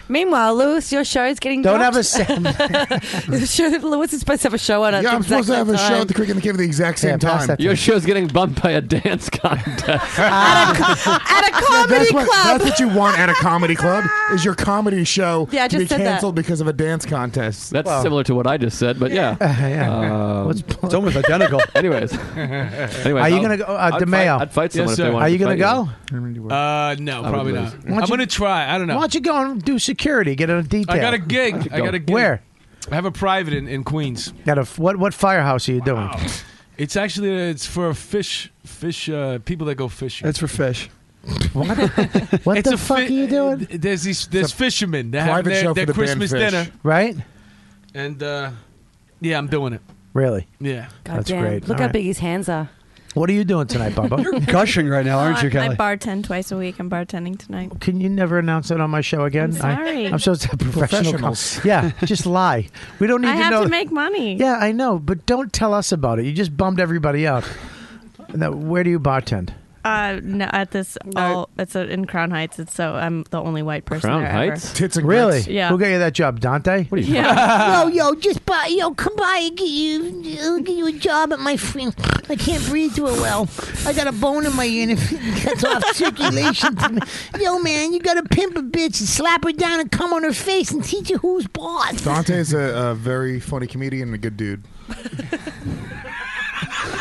Speaker 20: Meanwhile, Lewis, your show is getting.
Speaker 2: Don't
Speaker 20: dropped.
Speaker 2: have a se-
Speaker 20: The show- Lewis is supposed to have a show on. At
Speaker 10: Yeah,
Speaker 20: the
Speaker 10: I'm supposed to
Speaker 20: exact
Speaker 10: have a
Speaker 20: same
Speaker 10: show
Speaker 20: time.
Speaker 10: at the Creek in the Cave at the exact same time.
Speaker 8: Your show's getting bumped by a dance contest.
Speaker 2: Ah,
Speaker 20: at a
Speaker 10: Yeah,
Speaker 20: comedy
Speaker 10: that's, what,
Speaker 20: club.
Speaker 10: that's what you want at a comedy club is your comedy show
Speaker 20: Yeah, I
Speaker 10: to be
Speaker 20: just said that.
Speaker 10: canceled because of a dance contest.
Speaker 8: That's similar to what I just said, but yeah. Um,
Speaker 13: it's almost identical.
Speaker 8: anyways. anyways
Speaker 2: Are you
Speaker 8: I'll-
Speaker 2: gonna go, uh,
Speaker 8: I'd
Speaker 2: DeMeo?
Speaker 8: Fight, I'd fight someone
Speaker 2: Yes,
Speaker 8: if
Speaker 2: sir.
Speaker 8: they wanted
Speaker 2: Are you
Speaker 8: to
Speaker 2: gonna go?
Speaker 12: Uh, no,
Speaker 8: would
Speaker 12: probably
Speaker 8: lose.
Speaker 12: not.
Speaker 2: Why
Speaker 12: I'm
Speaker 2: don't you-
Speaker 12: gonna try. I don't know.
Speaker 2: Why don't you go and do security? Get a detail.
Speaker 12: I got a gig.
Speaker 2: Why don't you
Speaker 12: I got
Speaker 2: go?
Speaker 12: a gig.
Speaker 2: Where?
Speaker 12: I have a private in, in Queens.
Speaker 2: Got a what? What firehouse are you doing?
Speaker 12: It's actually uh, it's for fish fish uh, people that go fishing.
Speaker 13: It's for fish.
Speaker 2: What
Speaker 12: It's
Speaker 2: the
Speaker 12: a
Speaker 2: fuck
Speaker 12: fi- uh,
Speaker 2: are you doing?
Speaker 12: There's these there's fishermen that have
Speaker 10: private show
Speaker 12: their, their
Speaker 10: for the band
Speaker 12: Christmas
Speaker 10: Fish.
Speaker 12: dinner,
Speaker 2: Right?
Speaker 12: and uh, yeah, I'm doing it.
Speaker 2: Really?
Speaker 12: Yeah,
Speaker 20: God
Speaker 2: That's
Speaker 20: damn.
Speaker 2: great.
Speaker 20: Look
Speaker 2: All
Speaker 20: how
Speaker 2: right.
Speaker 20: big his hands are.
Speaker 2: What are you doing tonight, Bubba?
Speaker 13: You're gushing right now, aren't you,
Speaker 15: I, I
Speaker 13: Kelly?
Speaker 15: bartend twice a week. I'm bartending tonight.
Speaker 2: Can you never announce it on my show again?
Speaker 15: I'm sorry.
Speaker 2: I, am supposed to have professional. com-
Speaker 10: Professionals.
Speaker 2: yeah, just lie. We don't need
Speaker 15: I
Speaker 2: to
Speaker 15: have
Speaker 2: know.
Speaker 15: to make money.
Speaker 2: yeah, I know, but don't tell us about it. You just bummed everybody out. Now, where do you bartend?
Speaker 15: Uh, no, at this, all, it's uh in Crown Heights. It's so I'm the only white person
Speaker 8: Crown
Speaker 15: there
Speaker 8: Heights?
Speaker 15: ever.
Speaker 10: Tits and
Speaker 2: Really?
Speaker 10: grits.
Speaker 15: Yeah.
Speaker 2: Who got you that job, Dante? What
Speaker 8: are
Speaker 15: you- Yeah.
Speaker 3: yo, yo, just buy, yo, come by and get you, I'll get you a job at my friend. I can't breathe real well. I got a bone in my ear and it cuts off circulation to me. Yo, man, you gotta pimp a bitch and slap her down and come on her face and teach her who's boss.
Speaker 10: Dante is a, a very funny comedian and a good dude.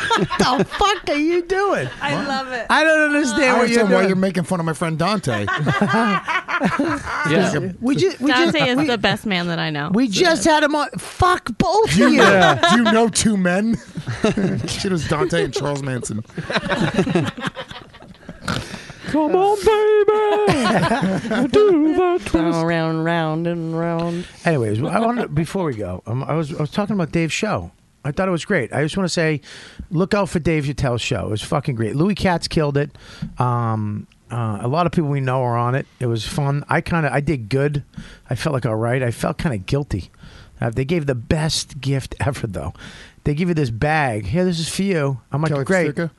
Speaker 2: What the fuck are you doing?
Speaker 20: I love it.
Speaker 2: I don't understand
Speaker 10: I
Speaker 2: what you're
Speaker 10: understand why
Speaker 2: doing.
Speaker 10: you're making fun of my friend Dante.
Speaker 8: Yeah.
Speaker 2: we just, we
Speaker 15: Dante
Speaker 2: just,
Speaker 15: is
Speaker 2: we,
Speaker 15: the best man that I know.
Speaker 2: we just had him on. Fuck both of
Speaker 10: Do you,
Speaker 2: you.
Speaker 10: do you know two men? Shit was Dante and Charles Manson.
Speaker 8: Come on, baby. Do the twist.
Speaker 20: Round, round, and round.
Speaker 2: Anyways, I wanted to- before we go, um, I was I was talking about Dave's show. I thought it was great. I just want to say, look out for Dave Chappelle's show. It was fucking great. Louis Katz killed it. Um, uh, a lot of people we know are on it. It was fun. I kind of I did good. I felt like all right. I felt kind of guilty. Uh, they gave the best gift ever though. They give you this bag. Here, this is for you. I'm like,
Speaker 10: Kelly
Speaker 2: great.
Speaker 10: Pastuca?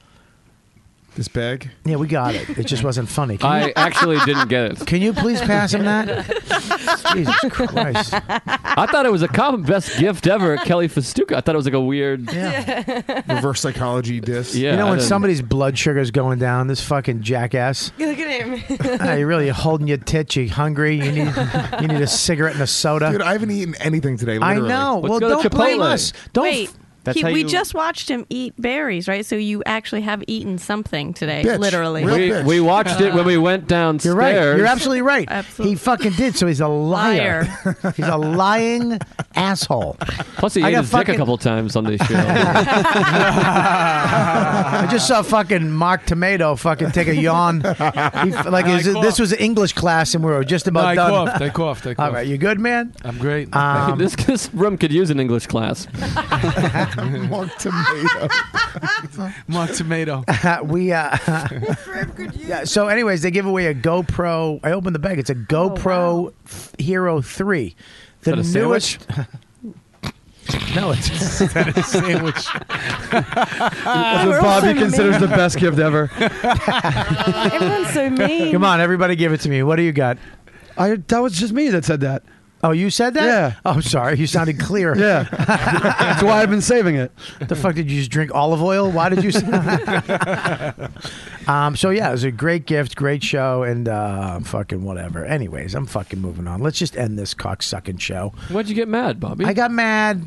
Speaker 10: This bag.
Speaker 2: Yeah, we got it. It just wasn't funny. Can
Speaker 8: I
Speaker 2: you,
Speaker 8: actually didn't get it.
Speaker 2: can you please pass him that? Jesus Christ.
Speaker 8: I thought it was a common best gift ever, Kelly Festuca. I thought it was like a weird.
Speaker 10: Reverse psychology disc.
Speaker 8: Yeah,
Speaker 2: you know
Speaker 8: I
Speaker 2: when
Speaker 8: didn't-
Speaker 2: somebody's blood sugar's going down, this fucking jackass.
Speaker 20: Look at him.
Speaker 2: Ah, you're really holding your tit. You hungry? You need you need a cigarette and a soda.
Speaker 10: Dude, I haven't eaten anything today.
Speaker 2: I
Speaker 10: Literally.
Speaker 2: know. well,
Speaker 8: go to
Speaker 2: don't blame
Speaker 8: Chipotle.
Speaker 2: us. Don't
Speaker 15: Wait,
Speaker 7: That's
Speaker 15: he,
Speaker 7: how
Speaker 15: we
Speaker 7: you-
Speaker 15: just watched him eat berries, right? So you actually have eaten something today,
Speaker 2: Bitch.
Speaker 15: literally.
Speaker 2: Real
Speaker 8: We,
Speaker 2: bitch.
Speaker 8: we watched it when we went downstairs.
Speaker 2: You're right. You're absolutely right.
Speaker 15: Absolutely.
Speaker 2: He fucking did. So he's a liar. he's a lying asshole.
Speaker 8: Plus, he
Speaker 2: I
Speaker 8: ate
Speaker 2: got
Speaker 8: his dick
Speaker 2: fucking-
Speaker 8: a couple times on the show.
Speaker 2: I just saw fucking Mark Tomato fucking take a yawn. He f- like
Speaker 12: No,
Speaker 2: it was-
Speaker 12: I coughed.
Speaker 2: this was an English class and we were just
Speaker 12: No,
Speaker 2: about
Speaker 12: I
Speaker 2: done.
Speaker 12: coughed. I coughed. I coughed.
Speaker 2: All right, you good, man?
Speaker 12: I'm great.
Speaker 2: Um,
Speaker 8: this, this room could use an English class.
Speaker 10: Mark Tomato.
Speaker 12: Mark Tomato.
Speaker 2: we uh, yeah, so anyways, they give away a GoPro. I opened the bag. It's a GoPro f- Hero 3. The
Speaker 12: that a sandwich?
Speaker 2: newest No, it's
Speaker 12: That is sandwich.
Speaker 13: That's what Bobby considers the best gift ever.
Speaker 9: Everyone's so mean.
Speaker 2: Come on, everybody give it to me. What do you got?
Speaker 13: I that was just me that said that.
Speaker 2: Oh, you said that?
Speaker 13: Yeah.
Speaker 2: Oh, I'm sorry. You sounded clear.
Speaker 13: Yeah. That's why I've been saving it.
Speaker 2: The fuck did you just drink olive oil? Why did you? um. So yeah, it was a great gift, great show, and uh, fucking whatever. Anyways, I'm fucking moving on. Let's just end this cocksucking show.
Speaker 8: Why'd you get mad, Bobby?
Speaker 2: I got mad.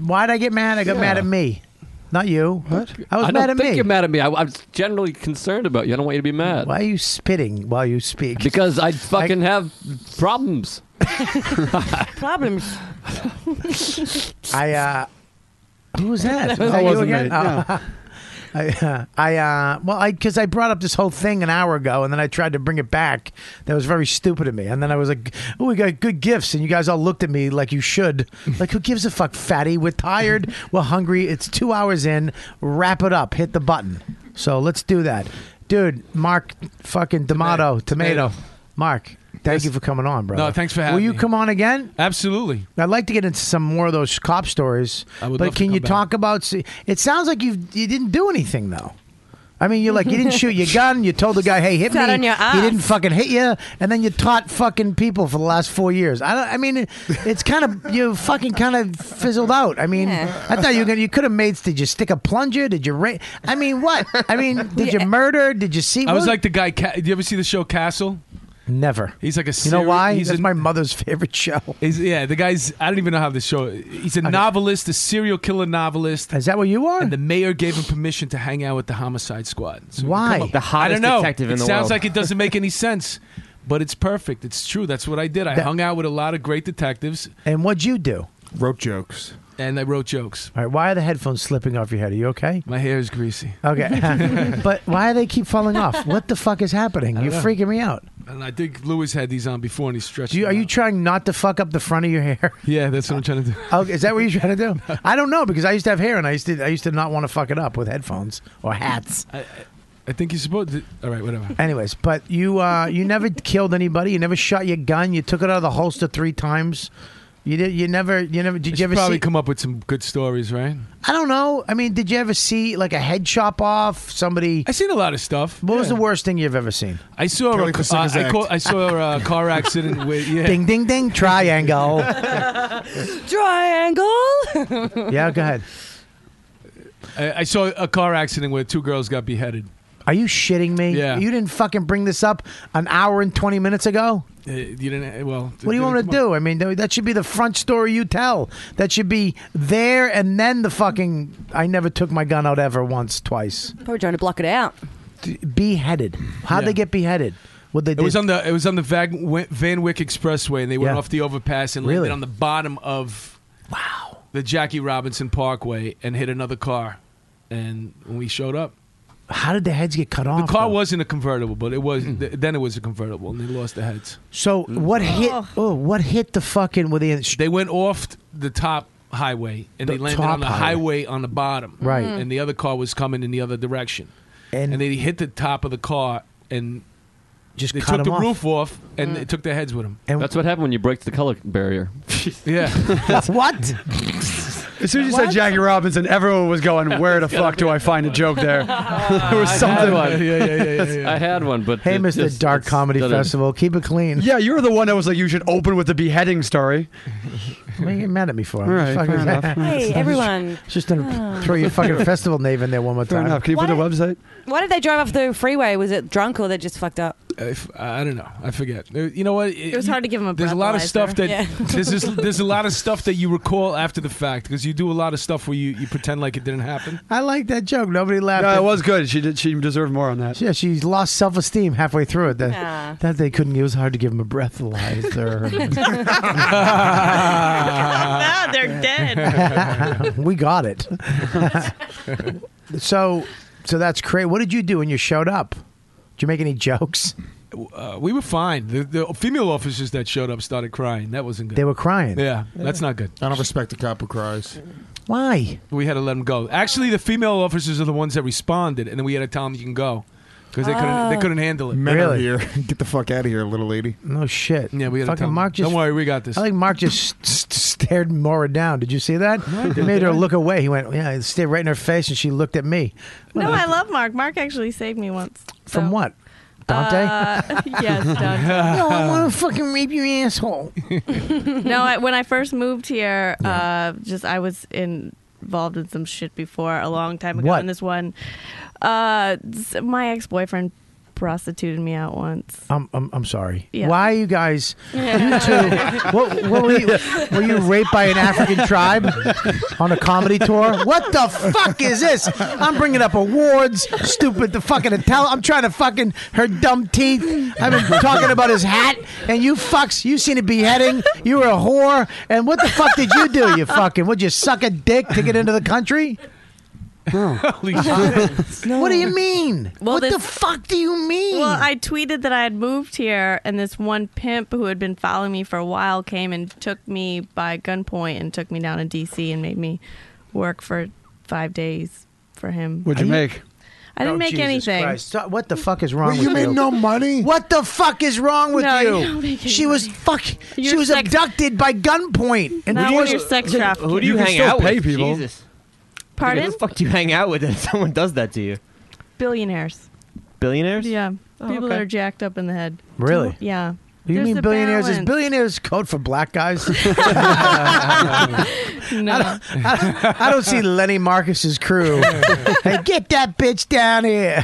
Speaker 2: Why'd I get mad? I got
Speaker 8: Yeah.
Speaker 2: mad at me, not you. What? I was
Speaker 8: I
Speaker 2: mad
Speaker 8: don't
Speaker 2: at
Speaker 8: think
Speaker 2: me.
Speaker 8: you're mad at me. I, I'm generally concerned about you. I don't want you to be mad.
Speaker 2: Why are you spitting while you speak?
Speaker 8: Because I fucking have problems.
Speaker 9: Problems.
Speaker 2: I uh, who was that? Was
Speaker 9: That
Speaker 2: you
Speaker 9: wasn't
Speaker 2: again?
Speaker 9: me,
Speaker 2: Oh. I, uh, I uh, well, I because I brought up this whole thing an hour ago, and then I tried to bring it back. That was very stupid of me. And then I was like, "Oh, we got good gifts," and you guys all looked at me like you should. Like, who gives a fuck, fatty? We're tired. We're hungry. It's two hours in. Wrap it up. Hit the button. So let's do that, dude. Mark, fucking tomato, tomato. Mark, thank you for coming on, bro.
Speaker 12: No, thanks for
Speaker 2: Will
Speaker 12: having
Speaker 2: you
Speaker 12: me.
Speaker 2: come on again?
Speaker 12: Absolutely.
Speaker 2: I'd like to get into some more of those cop stories.
Speaker 12: I would
Speaker 2: but
Speaker 12: love to
Speaker 2: can you
Speaker 12: come back.
Speaker 2: talk about? see, It sounds like you you didn't do anything though. I mean, you're like you didn't shoot your gun. You told the guy, "Hey, hit
Speaker 20: It's not
Speaker 2: me."
Speaker 20: on your
Speaker 2: He
Speaker 20: ass.
Speaker 2: didn't fucking hit you, and then you taught fucking people for the last four years. I don't. I mean, it- it's kind of you fucking kind of fizzled out. I mean, I thought you were gonna. You could have made. Did you stick a plunger? Did you rape? I mean, what? I mean, did you murder? Did you see?
Speaker 12: I was
Speaker 2: what-
Speaker 12: like the guy. Ca- Do you ever see the show Castle?
Speaker 2: never.
Speaker 12: He's like a.
Speaker 2: You know
Speaker 12: seri-
Speaker 2: why?
Speaker 12: He's
Speaker 2: That's
Speaker 12: a,
Speaker 2: my mother's favorite show.
Speaker 12: He's, yeah, the guy's. I don't even know how this show. He's a novelist, a serial killer novelist.
Speaker 2: Is that what you are?
Speaker 12: And the mayor gave him permission to hang out with the homicide squad. So you
Speaker 2: Why?
Speaker 12: come up-
Speaker 2: The
Speaker 12: I
Speaker 2: hottest
Speaker 12: don't know.
Speaker 2: detective in
Speaker 12: it
Speaker 2: the
Speaker 12: sounds
Speaker 2: world.
Speaker 12: like it doesn't make any sense, but it's perfect. It's true. That's what I did. I
Speaker 2: That-
Speaker 12: hung out with a lot of great detectives,
Speaker 2: And what'd you do?
Speaker 10: Wrote jokes.
Speaker 12: and I wrote jokes.
Speaker 2: All right, why are the headphones slipping off your head? Are you okay?
Speaker 12: My hair is greasy.
Speaker 2: Okay. but why do they keep falling off? What the fuck is happening?
Speaker 12: don't
Speaker 2: You're
Speaker 12: know.
Speaker 2: freaking me out.
Speaker 12: And I think Lewis had these on before, and he stretched.
Speaker 2: Do you,
Speaker 12: them
Speaker 2: are you
Speaker 12: out.
Speaker 2: trying not to fuck up the front of your hair?
Speaker 12: Yeah, that's what I'm trying to do.
Speaker 2: Okay, is that what you're trying to do? I don't know because I used to have hair and I used to I used to not want to fuck it up with headphones or hats.
Speaker 12: I, I- I think you're supposed. To, all right, whatever.
Speaker 2: Anyways, but you uh, you never killed anybody. You never shot your gun. You took it out of the holster three times. You did. You never. You never. Did
Speaker 12: You
Speaker 2: you ever
Speaker 12: probably
Speaker 2: see?
Speaker 12: come up with some good stories, right?
Speaker 2: I don't know. I mean, did you ever see like a head chop off somebody?
Speaker 12: I seen a lot of stuff.
Speaker 2: What was the worst thing you've ever seen?
Speaker 12: I saw
Speaker 2: Kelly
Speaker 12: a, ca-
Speaker 2: Kosaka's
Speaker 12: uh, I,
Speaker 2: act.
Speaker 12: ca- I saw a car accident with yeah.
Speaker 2: Ding ding ding triangle.
Speaker 9: Triangle.
Speaker 2: yeah, go ahead.
Speaker 12: I, I saw a car accident where two girls got beheaded.
Speaker 2: Are you shitting me?
Speaker 12: Yeah.
Speaker 2: You didn't fucking bring this up an hour and 20 minutes ago?
Speaker 12: Uh, you didn't. Well,
Speaker 2: What do you want me to do? I mean, th- that should be the front story you tell. That should be there and then the fucking. I never took my gun out ever once, twice.
Speaker 9: Probably trying to block it out.
Speaker 2: D- Beheaded. How'd
Speaker 12: Yeah.
Speaker 2: they get beheaded? What they
Speaker 12: It
Speaker 2: did?
Speaker 12: was on the it was on the Van, Wi- Van Wyck Expressway, and they went
Speaker 2: Yeah.
Speaker 12: off the overpass and landed
Speaker 2: Really?
Speaker 12: on the bottom of wow the Jackie Robinson Parkway and hit another car. And when we showed up,
Speaker 2: How did the heads get cut off?
Speaker 12: the car
Speaker 2: though? Hmm.
Speaker 12: wasn't a convertible, but it was th- then it was a convertible, and they lost the heads.
Speaker 2: So what hit? Oh, what hit the fucking? Were they in,
Speaker 12: They went off the top highway and
Speaker 2: The
Speaker 12: they landed
Speaker 2: top
Speaker 12: on the highway.
Speaker 2: highway.
Speaker 12: on the bottom.
Speaker 2: Right. Mhm.
Speaker 12: And the other car was coming in the other direction.
Speaker 2: And-
Speaker 12: And, they hit the top of the car and
Speaker 2: just
Speaker 12: they
Speaker 2: cut
Speaker 12: took
Speaker 2: 'em
Speaker 12: the
Speaker 2: off.
Speaker 12: roof off and they took their heads with them.
Speaker 8: That's what happened when you break the color barrier.
Speaker 12: Yeah.
Speaker 2: what?
Speaker 13: As soon as you said Jackie Robinson, everyone was going, "Where the fuck do I find a joke there?" there was
Speaker 8: I
Speaker 13: something.
Speaker 8: had one.
Speaker 12: Yeah, yeah, yeah, yeah,
Speaker 8: I had one, but
Speaker 13: Hey,
Speaker 8: it
Speaker 13: Mr.
Speaker 8: just-
Speaker 2: Dark
Speaker 8: it's
Speaker 2: Comedy
Speaker 8: done it.
Speaker 2: Festival. Keep it clean.
Speaker 13: Yeah, you were the one that was like, "You should open with the beheading story."
Speaker 2: What are you mad at me for? I'm
Speaker 13: All
Speaker 2: just
Speaker 13: right,
Speaker 2: fucking-
Speaker 13: fair enough.
Speaker 2: I'm
Speaker 13: Hey,
Speaker 2: just-
Speaker 13: everyone.
Speaker 2: Just gonna
Speaker 20: Ah.
Speaker 2: throw your fucking festival name in there one more
Speaker 13: Fair
Speaker 2: time.
Speaker 13: enough. Can you put the website?
Speaker 20: Why did they drive off the freeway? Was it drunk or they just fucked up?
Speaker 12: Uh, If, I don't know. I forget. Uh, You know what?
Speaker 15: It was hard to give him a
Speaker 12: There's a lot of
Speaker 15: breathalyzer.
Speaker 12: stuff that
Speaker 15: Yeah.
Speaker 12: there's this, there's a lot of stuff that you recall after the fact because you do a lot of stuff where you, you pretend like it didn't happen.
Speaker 2: I like that joke. Nobody laughed.
Speaker 13: No,
Speaker 2: at-
Speaker 13: it was good. She did. She deserved more on that.
Speaker 2: Yeah, she lost self esteem halfway through it. That
Speaker 13: Nah.
Speaker 2: that they couldn't. It was hard to give him a breathalyzer.
Speaker 15: no, they're
Speaker 2: we got it. so, so that's great. What did you do when you showed up? Did you make any jokes?
Speaker 12: Uh, we were fine. The, the female officers that showed up started crying. That wasn't good.
Speaker 2: They were crying.
Speaker 12: Yeah, that's not good.
Speaker 10: I don't respect a cop who cries.
Speaker 2: Why?
Speaker 12: We had to let them go. Actually, the female officers are the ones that responded, and then we had to tell them you can go because they couldn't
Speaker 15: Ah.
Speaker 12: they
Speaker 2: Oh.
Speaker 12: couldn't handle it.
Speaker 10: Men are here. Get the fuck out of here, little lady.
Speaker 2: No shit.
Speaker 12: Yeah, we had to tell
Speaker 2: Fucking
Speaker 12: them.
Speaker 2: Mark just.
Speaker 12: Don't worry, we got this.
Speaker 2: I think Mark just st- stared Maura down. Did you see that? He made her look away. He went, yeah, he stared right in her face, and she looked at me.
Speaker 15: No, I love Mark. Mark actually saved me once.
Speaker 2: From what? Dante.
Speaker 15: Uh, yes, Dante.
Speaker 3: No, I want to fucking rape your asshole.
Speaker 15: no, I, when I first moved here, uh, just I was in, involved in some shit before a long time ago.
Speaker 2: What?
Speaker 15: And this one, uh, s- my ex boyfriend prostituted me out once.
Speaker 2: I'm, I'm, I'm sorry.
Speaker 15: Yeah.
Speaker 2: Why are you guys? You two. What, what were, you, were you raped by an African tribe on a comedy tour? What the fuck is this? I'm bringing up awards. Stupid. The fucking Ital- I'm trying to fucking her dumb teeth. I've been talking about his hat, and you fucks. You seen a beheading. You were a whore. And what the fuck did you do? You fucking. Would you suck a dick to get into the country? What do you mean?
Speaker 15: Well,
Speaker 2: what the
Speaker 15: this-
Speaker 2: fuck do you mean?
Speaker 15: Well, I tweeted that I had moved here, and this one pimp who had been following me for a while came and took me by gunpoint and took me down to D.C. and made me work for five days for him.
Speaker 13: What'd you
Speaker 15: I-
Speaker 13: make?
Speaker 15: I didn't
Speaker 2: Oh,
Speaker 15: make
Speaker 2: Jesus
Speaker 15: anything.
Speaker 2: Christ. Stop- What the fuck is wrong
Speaker 15: Well,
Speaker 2: with
Speaker 15: you
Speaker 2: you?
Speaker 15: made no
Speaker 10: money.
Speaker 2: What the fuck is wrong with
Speaker 15: No,
Speaker 2: you?
Speaker 15: you don't make
Speaker 2: she was fuck. she
Speaker 15: You're
Speaker 2: was
Speaker 15: sex-
Speaker 2: abducted by gunpoint.
Speaker 15: Not when you're sex Who do you trafficking.
Speaker 7: hang out with? Jesus.
Speaker 15: Pardon?
Speaker 7: Who the fuck do you hang out with if someone does that to you?
Speaker 15: Billionaires.
Speaker 7: Billionaires?
Speaker 15: Yeah.
Speaker 7: Oh,
Speaker 15: People
Speaker 7: okay.
Speaker 15: that are jacked up in the head.
Speaker 7: Really?
Speaker 15: Yeah.
Speaker 2: You
Speaker 15: There's
Speaker 2: mean
Speaker 15: a
Speaker 2: billionaires? Is
Speaker 15: balance.
Speaker 2: billionaires code for black guys?
Speaker 15: No.
Speaker 2: I, don't, I don't see Lenny Marcus's crew. hey, get that bitch down here.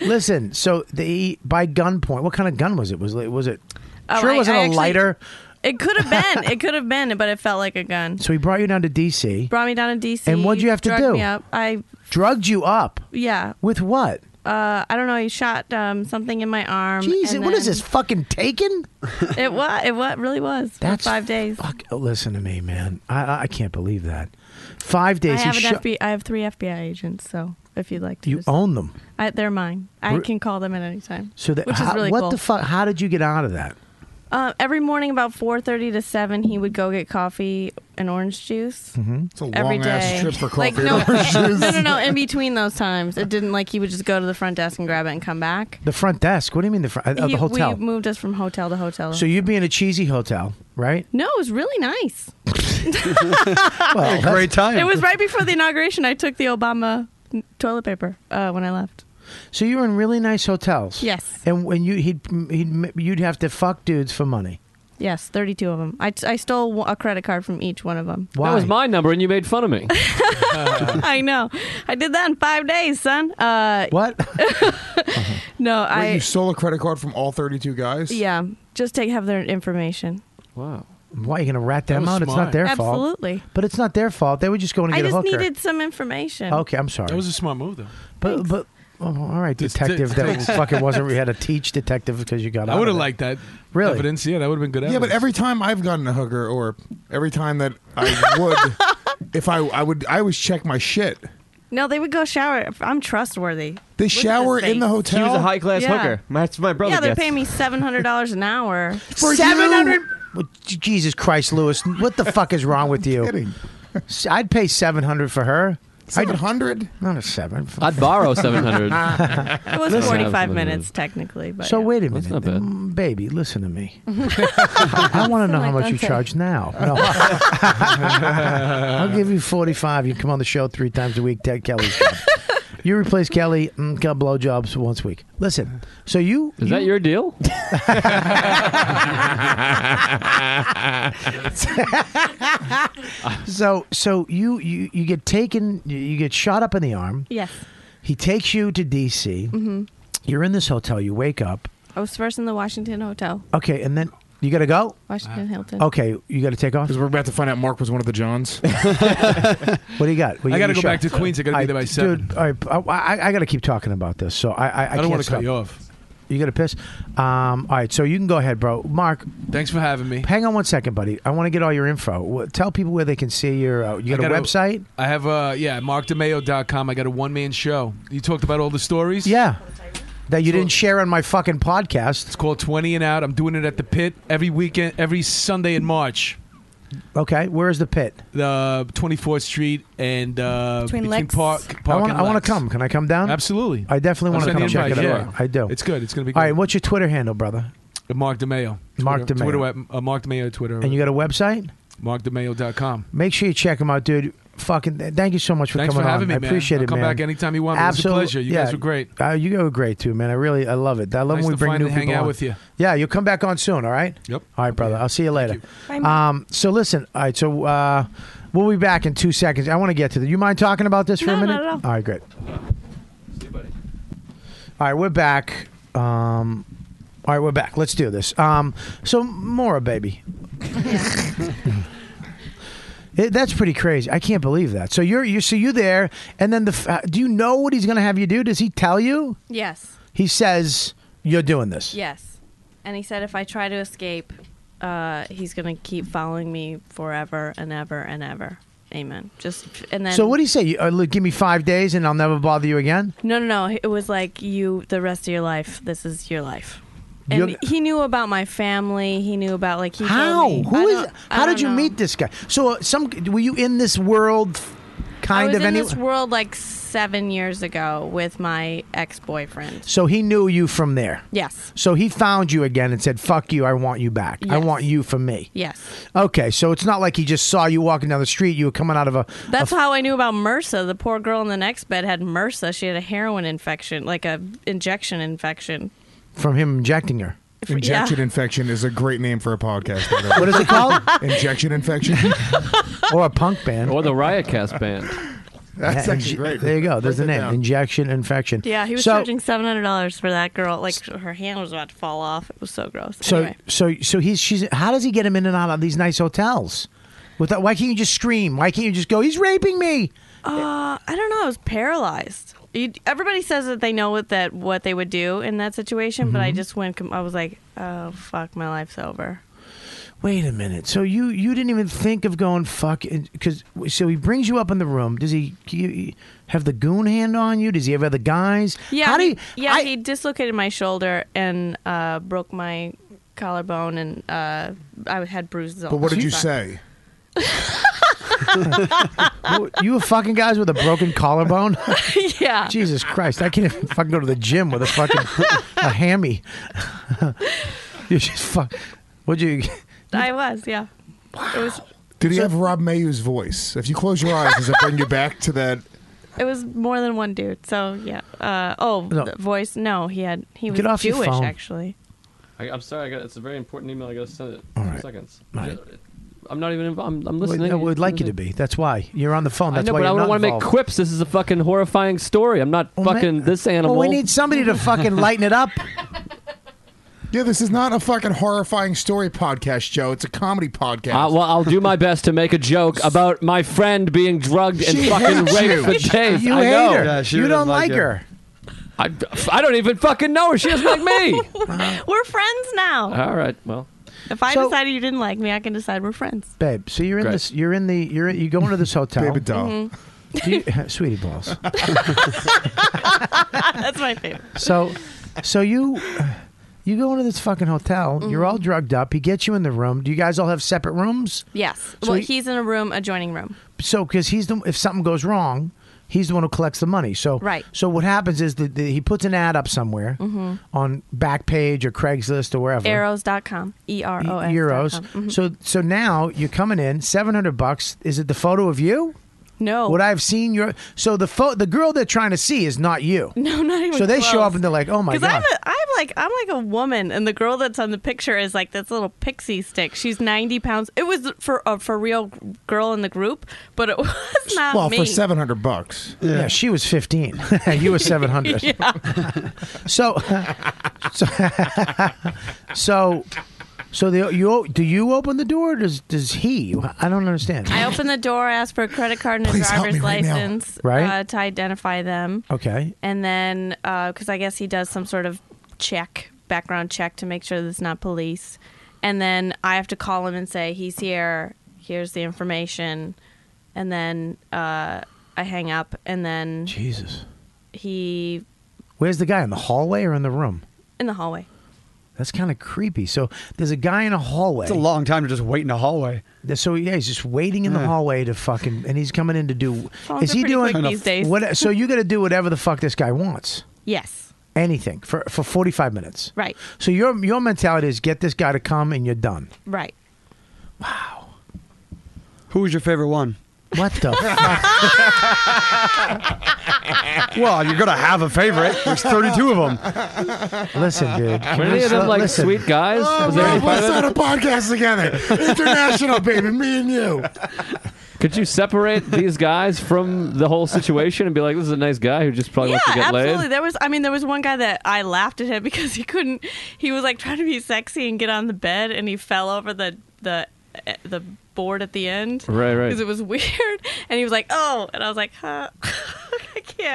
Speaker 2: Listen, so they by gunpoint. What kind of gun was it? Was it was it?
Speaker 15: Oh,
Speaker 2: sure,
Speaker 15: I-
Speaker 2: it wasn't
Speaker 15: I
Speaker 2: a
Speaker 15: actually-
Speaker 2: lighter.
Speaker 15: It could have been. It could have been, but it felt like a gun.
Speaker 2: So he brought you down to D.C.
Speaker 15: Brought me down to D.C.
Speaker 2: And what'd you have to
Speaker 15: drugged
Speaker 2: do?
Speaker 15: Me up. I
Speaker 2: Drugged you up
Speaker 15: yeah.
Speaker 2: with what?
Speaker 15: Uh, I don't know. He shot um, something in my arm.
Speaker 2: Jeez,
Speaker 15: and
Speaker 2: what is
Speaker 15: then-
Speaker 2: this fucking taken?
Speaker 15: It was. It was, really was. for
Speaker 2: That's
Speaker 15: five days.
Speaker 2: Fuck, oh, listen to me, man. I- I I can't believe that. Five
Speaker 15: I
Speaker 2: days.
Speaker 15: have
Speaker 2: he
Speaker 15: an
Speaker 2: sho-
Speaker 15: FBI. I have three FBI agents. So if you'd like to,
Speaker 2: you
Speaker 15: just-
Speaker 2: own them.
Speaker 15: I, they're mine. I
Speaker 2: Re-
Speaker 15: can call them at any time.
Speaker 2: So that
Speaker 15: which
Speaker 2: how-
Speaker 15: is really
Speaker 2: what
Speaker 15: cool.
Speaker 2: the fuck? How did you get out of that?
Speaker 15: Uh, every morning about 4.30 to 7, he would go get coffee and orange juice.
Speaker 2: Mhm.
Speaker 10: It's a
Speaker 15: every
Speaker 10: long-ass
Speaker 15: day.
Speaker 10: trip for
Speaker 15: Like,
Speaker 10: coffee
Speaker 15: no,
Speaker 10: and orange
Speaker 15: no,
Speaker 10: juice.
Speaker 15: no, no. In between those times, it didn't like he would just go to the front desk and grab it and come back.
Speaker 2: The front desk. What do you mean the front? Uh,
Speaker 15: He-
Speaker 2: the hotel.
Speaker 15: We moved us from hotel to hotel.
Speaker 2: so you'd be in a cheesy hotel, right?
Speaker 15: no, it was really nice.
Speaker 2: Well, great
Speaker 15: It was right before the inauguration. I took the Obama n- toilet paper uh, when I left.
Speaker 2: So you were in really nice hotels.
Speaker 15: Yes.
Speaker 2: And when you he'd, he'd you'd have to fuck dudes for money.
Speaker 15: Yes, 32 of them. I, I stole wa- a credit card from each one of them.
Speaker 8: That was my number, and you made fun of me.
Speaker 15: I know. I did that in five days, son. Uh,
Speaker 2: what? Uh-huh.
Speaker 15: no,
Speaker 10: Wait,
Speaker 15: I.
Speaker 10: you stole a credit card from all 32 guys?
Speaker 15: Yeah, just take have their information.
Speaker 8: Wow.
Speaker 2: Why are you going to rat
Speaker 10: That
Speaker 2: them
Speaker 10: was
Speaker 2: out? It's not
Speaker 10: smart.
Speaker 2: their fault.
Speaker 15: Absolutely.
Speaker 2: But it's not their fault. They were just going to
Speaker 15: I
Speaker 2: get
Speaker 15: just
Speaker 2: a hooker.
Speaker 15: needed some information.
Speaker 2: Okay, I'm sorry.
Speaker 12: That was a smart move, though.
Speaker 2: But but oh, all right,
Speaker 12: Just
Speaker 2: detective. That
Speaker 12: thanks.
Speaker 2: fucking wasn't. We had to teach detective because you got.
Speaker 12: I
Speaker 2: out
Speaker 12: would have
Speaker 2: of it.
Speaker 12: liked that
Speaker 2: Really?
Speaker 12: evidence. Yeah, that would have been good
Speaker 10: Yeah,
Speaker 12: evidence.
Speaker 10: but every time I've gotten a hooker, or every time that I would, if I, I would, I always check my shit.
Speaker 15: No, they would go shower. I'm trustworthy.
Speaker 10: They
Speaker 15: Look at
Speaker 10: shower
Speaker 15: this
Speaker 10: in the
Speaker 15: thing.
Speaker 10: hotel? She was a high-class
Speaker 15: Yeah.
Speaker 7: Hooker. That's my brother.
Speaker 15: Oh. yeah, they're
Speaker 7: gets.
Speaker 15: paying me seven hundred dollars an hour.
Speaker 2: For Seven hundred. Jesus Christ, Lewis! What the fuck is wrong with you? S- I'd pay seven hundred for her.
Speaker 10: Seven hundred?
Speaker 2: Not a seven.
Speaker 8: I'd borrow 700.
Speaker 15: It was
Speaker 2: Listen.
Speaker 15: forty-five minutes technically, but
Speaker 2: So
Speaker 15: yeah.
Speaker 2: wait a minute, Mm, baby. Listen to me. I want to know
Speaker 15: Sound like
Speaker 2: how much you
Speaker 15: Dante.
Speaker 2: charge now. No. I'll give you forty-five. You come on the show three times a week, Ted Kelly's. job. You replace Kelly. Mm, got blowjobs once a week. Listen. So you
Speaker 8: Is that your deal?
Speaker 2: so so you, you you get taken. You you get shot up in the arm.
Speaker 15: Yes.
Speaker 2: He takes you to D.C.
Speaker 15: Mhm.
Speaker 2: You're in this hotel. You wake up.
Speaker 15: I was first in the Washington Hotel,
Speaker 2: Okay, and then you got to go.
Speaker 15: Washington Hilton.
Speaker 2: Okay, you got to take off.
Speaker 10: Because we're about to find out Mark was one of the Johns.
Speaker 2: What do you got? What
Speaker 10: I
Speaker 2: you-
Speaker 10: gotta
Speaker 2: you
Speaker 10: go
Speaker 2: shot?
Speaker 10: back to Queens. I gotta be
Speaker 2: All
Speaker 10: there by
Speaker 2: right,
Speaker 10: seven.
Speaker 2: Dude, all right, I, I, I got to keep talking about this, so I I, I,
Speaker 12: I don't
Speaker 2: want
Speaker 12: wanna
Speaker 2: to
Speaker 12: cut you off.
Speaker 2: You got to piss. Um, all right, so you can go ahead, bro. Mark,
Speaker 12: Thanks for having me.
Speaker 2: hang on one second, buddy. I want to get all your info. Wh- Tell people where they can see your. Uh, you got,
Speaker 12: I
Speaker 2: a
Speaker 12: gotta-
Speaker 2: website?
Speaker 12: I have uh yeah, markdemeo.com. I got a one man show. You talked about all the stories?
Speaker 2: Yeah. That you didn't share on my fucking podcast.
Speaker 12: It's called 20 and Out. I'm doing it at the pit every weekend, every Sunday in March.
Speaker 2: Okay, where is the pit?
Speaker 12: The 24th Street and uh,
Speaker 2: Between Lex.
Speaker 12: Park,
Speaker 2: I
Speaker 12: Park
Speaker 2: want.
Speaker 12: and
Speaker 2: I want
Speaker 12: Lex.
Speaker 2: to come. Can I come down?
Speaker 12: Absolutely.
Speaker 2: I definitely want to
Speaker 12: I'll send
Speaker 2: come
Speaker 12: you an
Speaker 2: check it out.
Speaker 12: invite, yeah.
Speaker 2: I do.
Speaker 12: It's good. It's gonna be
Speaker 2: All
Speaker 12: good.
Speaker 2: right. What's your Twitter handle, brother?
Speaker 12: Mark DeMeo.
Speaker 2: Mark
Speaker 12: Twitter-
Speaker 2: DeMeo.
Speaker 12: Twitter at, uh, Mark DeMeo Twitter.
Speaker 2: And you got a website?
Speaker 12: markdemeo.com.
Speaker 2: Make sure you check him out, dude. Fucking thank you so much for
Speaker 12: Thanks
Speaker 2: coming
Speaker 12: for having
Speaker 2: on.
Speaker 12: me,
Speaker 2: I
Speaker 12: man.
Speaker 2: appreciate
Speaker 12: I'll
Speaker 2: it,
Speaker 12: come
Speaker 2: man.
Speaker 12: back anytime you want, man. It was a
Speaker 2: Absolutely.
Speaker 12: pleasure. You
Speaker 2: yeah.
Speaker 12: guys were great.
Speaker 2: Uh, you guys were great too, man. I really I love it. I love
Speaker 12: Nice
Speaker 2: when
Speaker 12: to
Speaker 2: we bring new
Speaker 12: finally
Speaker 2: people
Speaker 12: hang out
Speaker 2: on.
Speaker 12: with you.
Speaker 2: Yeah, you'll come back on soon. All right.
Speaker 12: Yep.
Speaker 2: All right, brother. I'll see you later.
Speaker 12: Bye, Mike.
Speaker 2: um. So listen. All right. So uh, we'll be back in two seconds. I want to get to the. You mind talking about this for a
Speaker 12: No, not
Speaker 2: minute?
Speaker 12: at all.
Speaker 2: All right. Great. All right, we're back. Um, all right, we're back. Let's do this. Um, so Mora, baby, It- that's pretty crazy. I can't believe that. So you're you so you there, and then the f- uh, do you know what he's going to have you do? Does he tell you?
Speaker 15: Yes.
Speaker 2: He says you're doing this.
Speaker 15: Yes. And he said if I try to escape, uh, he's going to keep following me forever and ever and ever. Amen. Just and then
Speaker 2: so what do you say? You, uh, look, give me five days, and I'll never bother you again.
Speaker 15: No, no, no. It was like you the rest of your life. This is your life. And
Speaker 2: You're-
Speaker 15: he knew about my family. He knew about like he told
Speaker 2: How?
Speaker 15: me-
Speaker 2: Who
Speaker 15: I
Speaker 2: is?
Speaker 15: don't- I
Speaker 2: How did
Speaker 15: don't
Speaker 2: you
Speaker 15: know.
Speaker 2: meet this guy? So uh, some were you in this world? Kind
Speaker 15: I was
Speaker 2: of
Speaker 15: in
Speaker 2: any.
Speaker 15: this world like seven years ago with my ex boyfriend.
Speaker 2: so he knew you from there.
Speaker 15: Yes.
Speaker 2: So he found you again and said, "Fuck you! I want you back. I
Speaker 15: Yes.
Speaker 2: want you for me."
Speaker 15: Yes.
Speaker 2: Okay, so it's not like he just saw you walking down the street. You were coming out of a.
Speaker 15: That's how I knew about MRSA. The poor girl in the next bed had MRSA. She had a heroin infection, like a injection infection.
Speaker 2: from him injecting her.
Speaker 10: Injection infection is a great name for a podcast. by the way.
Speaker 2: What is it called?
Speaker 10: Injection infection.
Speaker 2: or a punk band.
Speaker 8: Or the Riotcast band.
Speaker 10: That's
Speaker 2: Yeah,
Speaker 10: actually
Speaker 2: inje-
Speaker 10: great.
Speaker 2: There you go. There's the
Speaker 10: Write that
Speaker 2: name:
Speaker 10: down.
Speaker 2: injection infection.
Speaker 15: Yeah, he was
Speaker 2: so,
Speaker 15: charging seven hundred dollars for that girl. Like her hand was about to fall off. It was so gross.
Speaker 2: So,
Speaker 15: anyway.
Speaker 2: so, so he's she's. How does he get him in and out of these nice hotels? Without, why can't you just scream? Why can't you just go? He's raping me.
Speaker 15: Uh, I don't know. I was paralyzed. You, everybody says that they know what that what they would do in that situation, but I
Speaker 2: Mhm.
Speaker 15: just went. com- I was like, oh fuck, my life's over.
Speaker 2: Wait a minute. So you you didn't even think of going fuck because so he brings you up in the room. Does he, he have the goon hand on you? Does he have other guys?
Speaker 15: Yeah,
Speaker 2: How do
Speaker 15: he-
Speaker 2: you,
Speaker 15: yeah. he dislocated my shoulder and uh, broke my collarbone, and uh, I had bruises. all
Speaker 10: But what
Speaker 15: over
Speaker 10: did you
Speaker 15: my-
Speaker 10: say?
Speaker 2: you, you were fucking guys with a broken collarbone?
Speaker 15: yeah.
Speaker 2: Jesus Christ. I can't even fucking go to the gym with a fucking a hammy. you just fuck. What'd you.
Speaker 15: I was, yeah. It was.
Speaker 10: Did he have Rob Mayu's voice? If you close your eyes, does it bring you back to that?
Speaker 15: It was more than one dude. So yeah. Uh, oh,
Speaker 10: No.
Speaker 15: the voice. No, he had. He was
Speaker 2: Get off your
Speaker 15: Jewish,
Speaker 2: phone.
Speaker 15: actually.
Speaker 8: I, I'm sorry. I got, it's a very important email. I got to send it.
Speaker 2: All
Speaker 8: in
Speaker 2: right.
Speaker 8: Seconds.
Speaker 2: All right.
Speaker 8: I'm not even. Inv- I'm, I'm
Speaker 2: We'd,
Speaker 8: listening.
Speaker 2: no, we'd like you to be. That's why. You're on the phone.
Speaker 8: I
Speaker 2: That's
Speaker 8: know,
Speaker 2: why
Speaker 8: but I
Speaker 2: you're
Speaker 8: don't
Speaker 2: not
Speaker 8: want to make
Speaker 2: involved.
Speaker 8: quips. This is a fucking horrifying story. I'm not
Speaker 2: Well, ma-
Speaker 8: fucking this animal.
Speaker 2: Well, we need somebody to fucking lighten it up.
Speaker 10: Yeah, this is not a fucking horrifying story podcast show. It's a comedy podcast.
Speaker 8: Uh, well, I'll do my best to make a joke about my friend being drugged and
Speaker 10: She
Speaker 8: fucking
Speaker 10: hates
Speaker 8: raped
Speaker 10: you.
Speaker 8: for days.
Speaker 10: You
Speaker 8: I
Speaker 10: hate
Speaker 8: know.
Speaker 10: her. Yeah, she You doesn't don't like like her.
Speaker 8: I, I don't even fucking know her. She doesn't like me.
Speaker 15: We're friends now.
Speaker 8: All right. Well,
Speaker 15: If I
Speaker 2: So-
Speaker 15: decided you didn't like me, I can decide we're friends.
Speaker 2: Babe, so you're in this. You're in the. You're you go into this hotel.
Speaker 10: Baby doll.
Speaker 15: Mhm.
Speaker 2: Do you, sweetie balls.
Speaker 15: That's my favorite.
Speaker 2: So, so you you go into this fucking hotel. You're
Speaker 15: Mm-hmm.
Speaker 2: all drugged up. He gets you in the room. Do you guys all have separate rooms?
Speaker 15: Yes. well,
Speaker 2: So he-
Speaker 15: he's in a room, adjoining room.
Speaker 2: So, because he's the if something goes wrong, he's the one who collects the money. So,
Speaker 15: Right.
Speaker 2: So what happens is that the, he puts an ad up somewhere
Speaker 15: Mhm.
Speaker 2: on Backpage or Craigslist or wherever.
Speaker 15: Arrows.com. E R O S.
Speaker 2: euros.
Speaker 15: dot com. Mhm.
Speaker 2: So so now you're coming in, seven hundred bucks. Is it the photo of you?
Speaker 15: No.
Speaker 2: Would I have seen your? So the fo- the girl they're trying to see is not you.
Speaker 15: No, not even
Speaker 2: So they show
Speaker 15: close.
Speaker 2: up and they're like, "Oh my
Speaker 15: Because
Speaker 2: god."
Speaker 15: I'm, a- I'm like I'm like a woman, and the girl that's on the picture is like this little pixie stick. She's 90 pounds. It was for a for real girl in the group, but it was not
Speaker 2: well,
Speaker 15: me.
Speaker 2: for seven hundred bucks. Yeah. she was fifteen. you were seven hundred.
Speaker 15: Yeah.
Speaker 2: So, so, so, so the, you o- do you open the door? Or does does he? I don't understand.
Speaker 15: I opened the door, asked for a credit card and a
Speaker 2: Please help
Speaker 15: driver's
Speaker 2: me right now.
Speaker 15: license
Speaker 2: Right.
Speaker 15: uh, to identify them.
Speaker 2: Okay.
Speaker 15: And then, because I guess he does some sort of check, background check to make sure that it's not police. And then I have to call him and say, he's here, here's the information. And then uh, I hang up, and then.
Speaker 2: Jesus.
Speaker 15: He.
Speaker 2: Where's the guy in the hallway or in the room?
Speaker 15: in the hallway.
Speaker 2: That's kind of creepy. So there's a guy in a hallway.
Speaker 13: It's a long time to just wait in a hallway.
Speaker 2: So yeah, he's just waiting in the hallway to fucking, and he's coming in to do.
Speaker 15: Phones
Speaker 2: is
Speaker 15: are
Speaker 2: he
Speaker 15: pretty
Speaker 2: doing
Speaker 15: quick these days.
Speaker 2: what? So you got to do whatever the fuck this guy wants.
Speaker 15: Yes.
Speaker 2: Anything for for 45 minutes.
Speaker 15: Right.
Speaker 2: So your your mentality is get this guy to come and you're done.
Speaker 15: Right.
Speaker 13: Who was your favorite one?
Speaker 2: What the?
Speaker 13: well, you're gonna have a favorite. There's 32 of them.
Speaker 2: Listen, dude.
Speaker 8: Were any of them like sweet guys?
Speaker 10: Oh,
Speaker 8: Was there any
Speaker 10: Rob,
Speaker 8: part
Speaker 10: let's
Speaker 8: of
Speaker 10: start a
Speaker 8: them?
Speaker 10: podcast together. International, baby, me and you.
Speaker 8: Could you separate these guys from the whole situation and be like, this is a nice guy who just probably
Speaker 15: yeah,
Speaker 8: wants to get
Speaker 15: absolutely.
Speaker 8: laid?
Speaker 15: There was, I mean, there was one guy that I laughed at him because he couldn't. He was like trying to be sexy and get on the bed, and he fell over the the eh, the board at the end.
Speaker 10: Right, right.
Speaker 15: Because it was weird, and he was like, "Oh," and I was like, "Huh."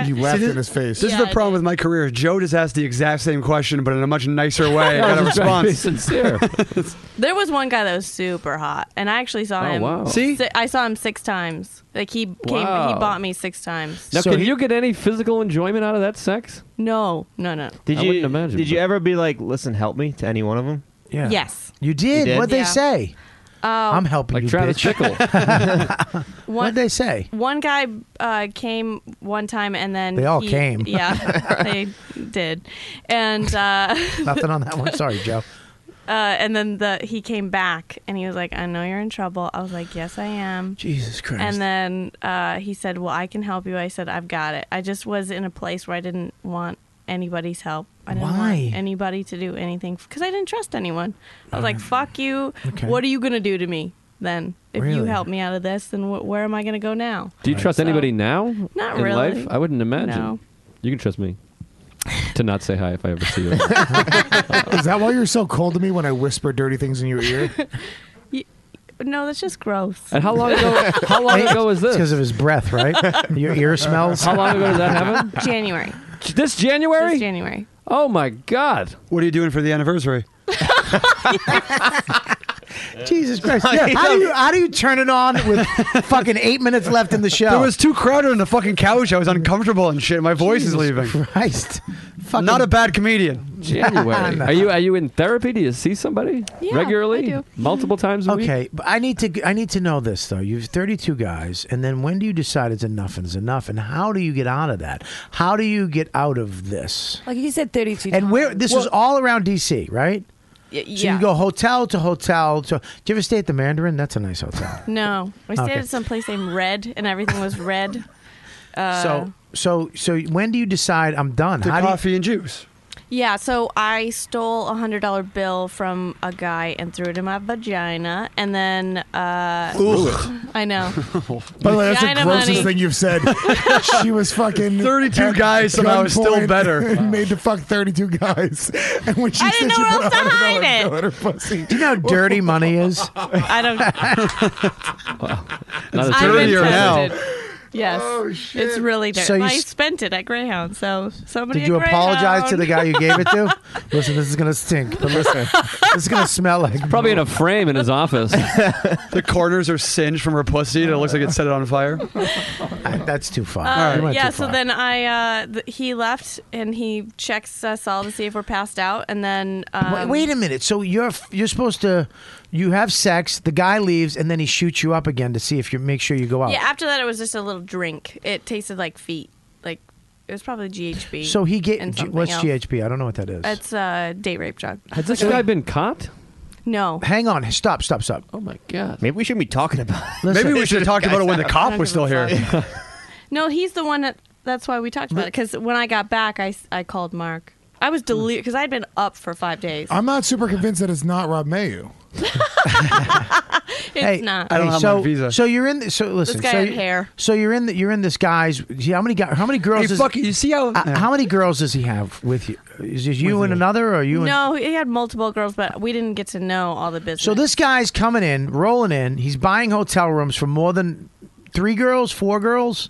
Speaker 10: You laughed in his face.
Speaker 13: This is
Speaker 15: Yeah,
Speaker 13: the
Speaker 15: I
Speaker 13: problem with my career. Joe just asked the exact same question, but in a much nicer way. I got a
Speaker 8: was just trying to be
Speaker 13: response.
Speaker 8: sincere.
Speaker 15: There was one guy that was super hot, and I actually saw
Speaker 8: Oh,
Speaker 15: him.
Speaker 8: wow.
Speaker 13: See?
Speaker 15: si- I saw him six times. Like he came, he
Speaker 8: Wow.
Speaker 15: bought me six times.
Speaker 8: Now, can you get any physical enjoyment out of that sex?
Speaker 15: No, no, no.
Speaker 7: Did
Speaker 8: I
Speaker 7: you
Speaker 8: wouldn't imagine,
Speaker 7: Did you
Speaker 8: but-
Speaker 7: ever be like, listen, help me to any one of them?
Speaker 2: Yeah.
Speaker 15: Yes.
Speaker 2: You did.
Speaker 7: You did?
Speaker 2: What'd they
Speaker 15: Yeah.
Speaker 2: say?
Speaker 15: Oh,
Speaker 2: I'm helping
Speaker 7: Like
Speaker 2: you,
Speaker 7: Travis
Speaker 2: bitch. What'd they say?
Speaker 15: One guy uh, came one time, and then
Speaker 2: They all
Speaker 15: he-
Speaker 2: came.
Speaker 15: Yeah, they did, and uh,
Speaker 2: Nothing on that one. Sorry, Joe.
Speaker 15: Uh, and then the he came back, and he was like, "I know you're in trouble." I was like, "Yes, I am."
Speaker 2: Jesus Christ.
Speaker 15: And then uh, he said, "Well, I can help you." I said, "I've got it." I just was in a place where I didn't want anybody's help. I didn't
Speaker 2: Why?
Speaker 15: want anybody to do anything because I didn't trust anyone. I was like, "Fuck you! What are you gonna do to me then? If you
Speaker 8: Really?
Speaker 15: help me out of this, then wh- where am I gonna go now?"
Speaker 8: Do you trust
Speaker 15: So-
Speaker 8: anybody now?
Speaker 15: Not
Speaker 8: in
Speaker 15: really.
Speaker 8: life? I wouldn't imagine.
Speaker 15: No.
Speaker 8: You can trust me to not say hi if I ever see you.
Speaker 10: Is that why you're so cold to me when I whisper dirty things in your ear?
Speaker 15: No, that's just gross.
Speaker 8: And how long ago? How long ago was
Speaker 2: It's
Speaker 8: this?
Speaker 2: because of his breath, right? Your ear smells.
Speaker 8: How long ago did that happen?
Speaker 15: January.
Speaker 8: This January?
Speaker 15: This January.
Speaker 8: Oh my God!
Speaker 13: What are you doing for the anniversary?
Speaker 2: Jesus Christ! Yeah, how do you how do you turn it on with fucking eight minutes left in the show?
Speaker 13: There was too crowded on the fucking couch. I was uncomfortable and shit. My voice is
Speaker 2: Jesus
Speaker 13: leaving.
Speaker 2: Christ. Fucking-
Speaker 13: Not a bad comedian.
Speaker 8: January. Are you are you in therapy? Do you see somebody
Speaker 15: Yeah,
Speaker 8: regularly?
Speaker 15: I do.
Speaker 8: Multiple times a week.
Speaker 2: Okay, but I need to I need to know this though. You've 32 guys, and then when do you decide it's enough and it's enough, and how do you get out of that? How do you get out of this?
Speaker 9: Like you said, 32
Speaker 2: And where this was
Speaker 9: Well-
Speaker 2: all around DC, right?
Speaker 15: Y-
Speaker 2: So
Speaker 15: yeah.
Speaker 2: you go hotel to hotel to. Do you ever stay at the Mandarin? That's a nice hotel.
Speaker 15: No, we stayed
Speaker 2: Okay.
Speaker 15: at some place named Red, and everything was red. Uh,
Speaker 2: so so so when do you decide I'm done?
Speaker 13: The
Speaker 2: How do you-
Speaker 13: coffee and juice.
Speaker 15: yeah, so I stole a hundred dollar bill from a guy and threw it in my vagina, and then uh,
Speaker 10: Ugh.
Speaker 15: I know.
Speaker 10: By the way, that's the
Speaker 15: Vagina
Speaker 10: grossest
Speaker 15: money.
Speaker 10: thing you've said. she was fucking
Speaker 13: 32
Speaker 10: at
Speaker 13: guys somehow is still
Speaker 10: gunpoint
Speaker 13: better.
Speaker 10: and made to fuck 32 guys. And when she
Speaker 15: I
Speaker 10: said
Speaker 15: didn't
Speaker 10: she
Speaker 15: know where
Speaker 10: put
Speaker 15: else to
Speaker 10: $100
Speaker 15: hide
Speaker 10: bill
Speaker 15: it.
Speaker 10: in her pussy.
Speaker 2: Do you know how dirty money is?
Speaker 15: I don't.
Speaker 8: Not
Speaker 15: I've
Speaker 8: a
Speaker 15: been
Speaker 8: dirtier now.
Speaker 15: tempted.
Speaker 2: Oh.
Speaker 15: Yes, it's really dirty.
Speaker 2: So you
Speaker 15: I
Speaker 2: s-
Speaker 15: spent it at Greyhound, so somebody.
Speaker 2: Did you
Speaker 15: at
Speaker 2: apologize to
Speaker 15: Greyhound.
Speaker 2: the guy you gave it to? listen, this is gonna stink. But listen, this is gonna smell like
Speaker 8: Probably in a frame in his office.
Speaker 13: The corners are singed from her pussy. And it looks like it set it on fire.
Speaker 2: that's too far.
Speaker 15: Uh, yeah, so then I uh, th- he left and he checks us all to see if we're passed out, and then um,
Speaker 2: Wait, wait a minute. So you're you're supposed to you have sex, the guy leaves, and then he shoots you up again to see if you make sure you go out.
Speaker 15: Yeah, after that it was just a little drink. It tasted like feet, like it was probably GHB.
Speaker 2: so he get
Speaker 15: and
Speaker 2: G-
Speaker 15: something
Speaker 2: what's
Speaker 15: else. Uh,
Speaker 2: GHB? I don't know what that is.
Speaker 15: It's a date rape drug.
Speaker 8: Has this guy been caught?
Speaker 15: No.
Speaker 2: Hang on. Stop, stop, stop.
Speaker 8: Oh, my God.
Speaker 7: Maybe we shouldn't be talking about it.
Speaker 13: Maybe we should have talked about it when the cop was still here.
Speaker 15: No, he's the one that. That's why we talked about it. Because when I got back, I, s- I called Mark. I
Speaker 2: Hmm.
Speaker 15: was delirious because I'd been up for five days.
Speaker 10: I'm not super convinced that it's not Rob Mayu.
Speaker 15: It's
Speaker 2: Hey,
Speaker 15: not.
Speaker 2: hey, so, So you're in. The, so listen.
Speaker 15: guy
Speaker 2: so
Speaker 15: had
Speaker 2: you-
Speaker 15: hair.
Speaker 2: So you're in. The, you're in this guy's. see, How many? guy- How many girls?
Speaker 15: Hey,
Speaker 2: does, Uh,
Speaker 15: fuck
Speaker 13: you see how?
Speaker 2: how many girls does he have with you? Is it you and another, or you? and-
Speaker 15: no, he had multiple girls, but we didn't get to know all the business.
Speaker 2: So this guy's coming in, rolling in. He's buying hotel rooms for more than three girls, four girls.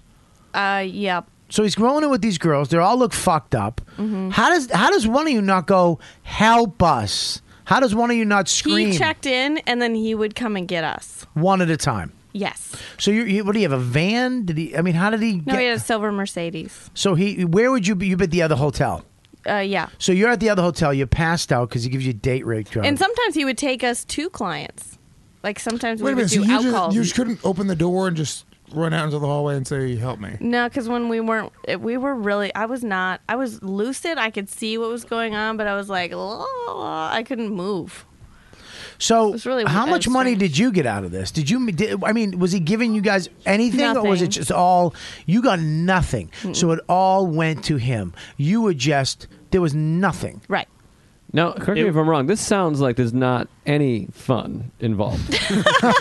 Speaker 15: Uh, yeah.
Speaker 2: So he's rolling in with these girls. They all look fucked up.
Speaker 15: Mhm.
Speaker 2: How does how does one of you not go help us? How does one of you not scream
Speaker 15: He checked in, and then he would come and get us.
Speaker 2: one at a time?
Speaker 15: Yes.
Speaker 2: So you, you what do you have a van? Did he? I mean, how did he?
Speaker 15: No,
Speaker 2: get,
Speaker 15: he had a silver Mercedes.
Speaker 2: So he, where would you be? You be at the other hotel.
Speaker 15: Uh, yeah.
Speaker 2: So you're at the other hotel. You're passed out because he gives you date rape drugs.
Speaker 15: And sometimes he would take us to clients. Like sometimes we
Speaker 10: Wait a
Speaker 15: would
Speaker 10: minute. So
Speaker 15: do
Speaker 10: you
Speaker 15: out
Speaker 10: just,
Speaker 15: calls.
Speaker 10: you just couldn't open the door and just run out into the hallway and say, "Help me."
Speaker 15: No, because when we weren't, it- we were really. I was not. I was lucid. I could see what was going on, but I was like, "La, la," I couldn't move.
Speaker 2: so
Speaker 15: really-
Speaker 2: how
Speaker 15: it
Speaker 2: much
Speaker 15: was
Speaker 2: money did you get out of this? Did you? Did, I mean, was he giving you guys anything, or was it
Speaker 15: Nothing.
Speaker 2: just all you got nothing? So it all went to him. You were just there was nothing.
Speaker 15: Right.
Speaker 8: Now, correct me if I'm wrong. This sounds like there's not any fun involved. None.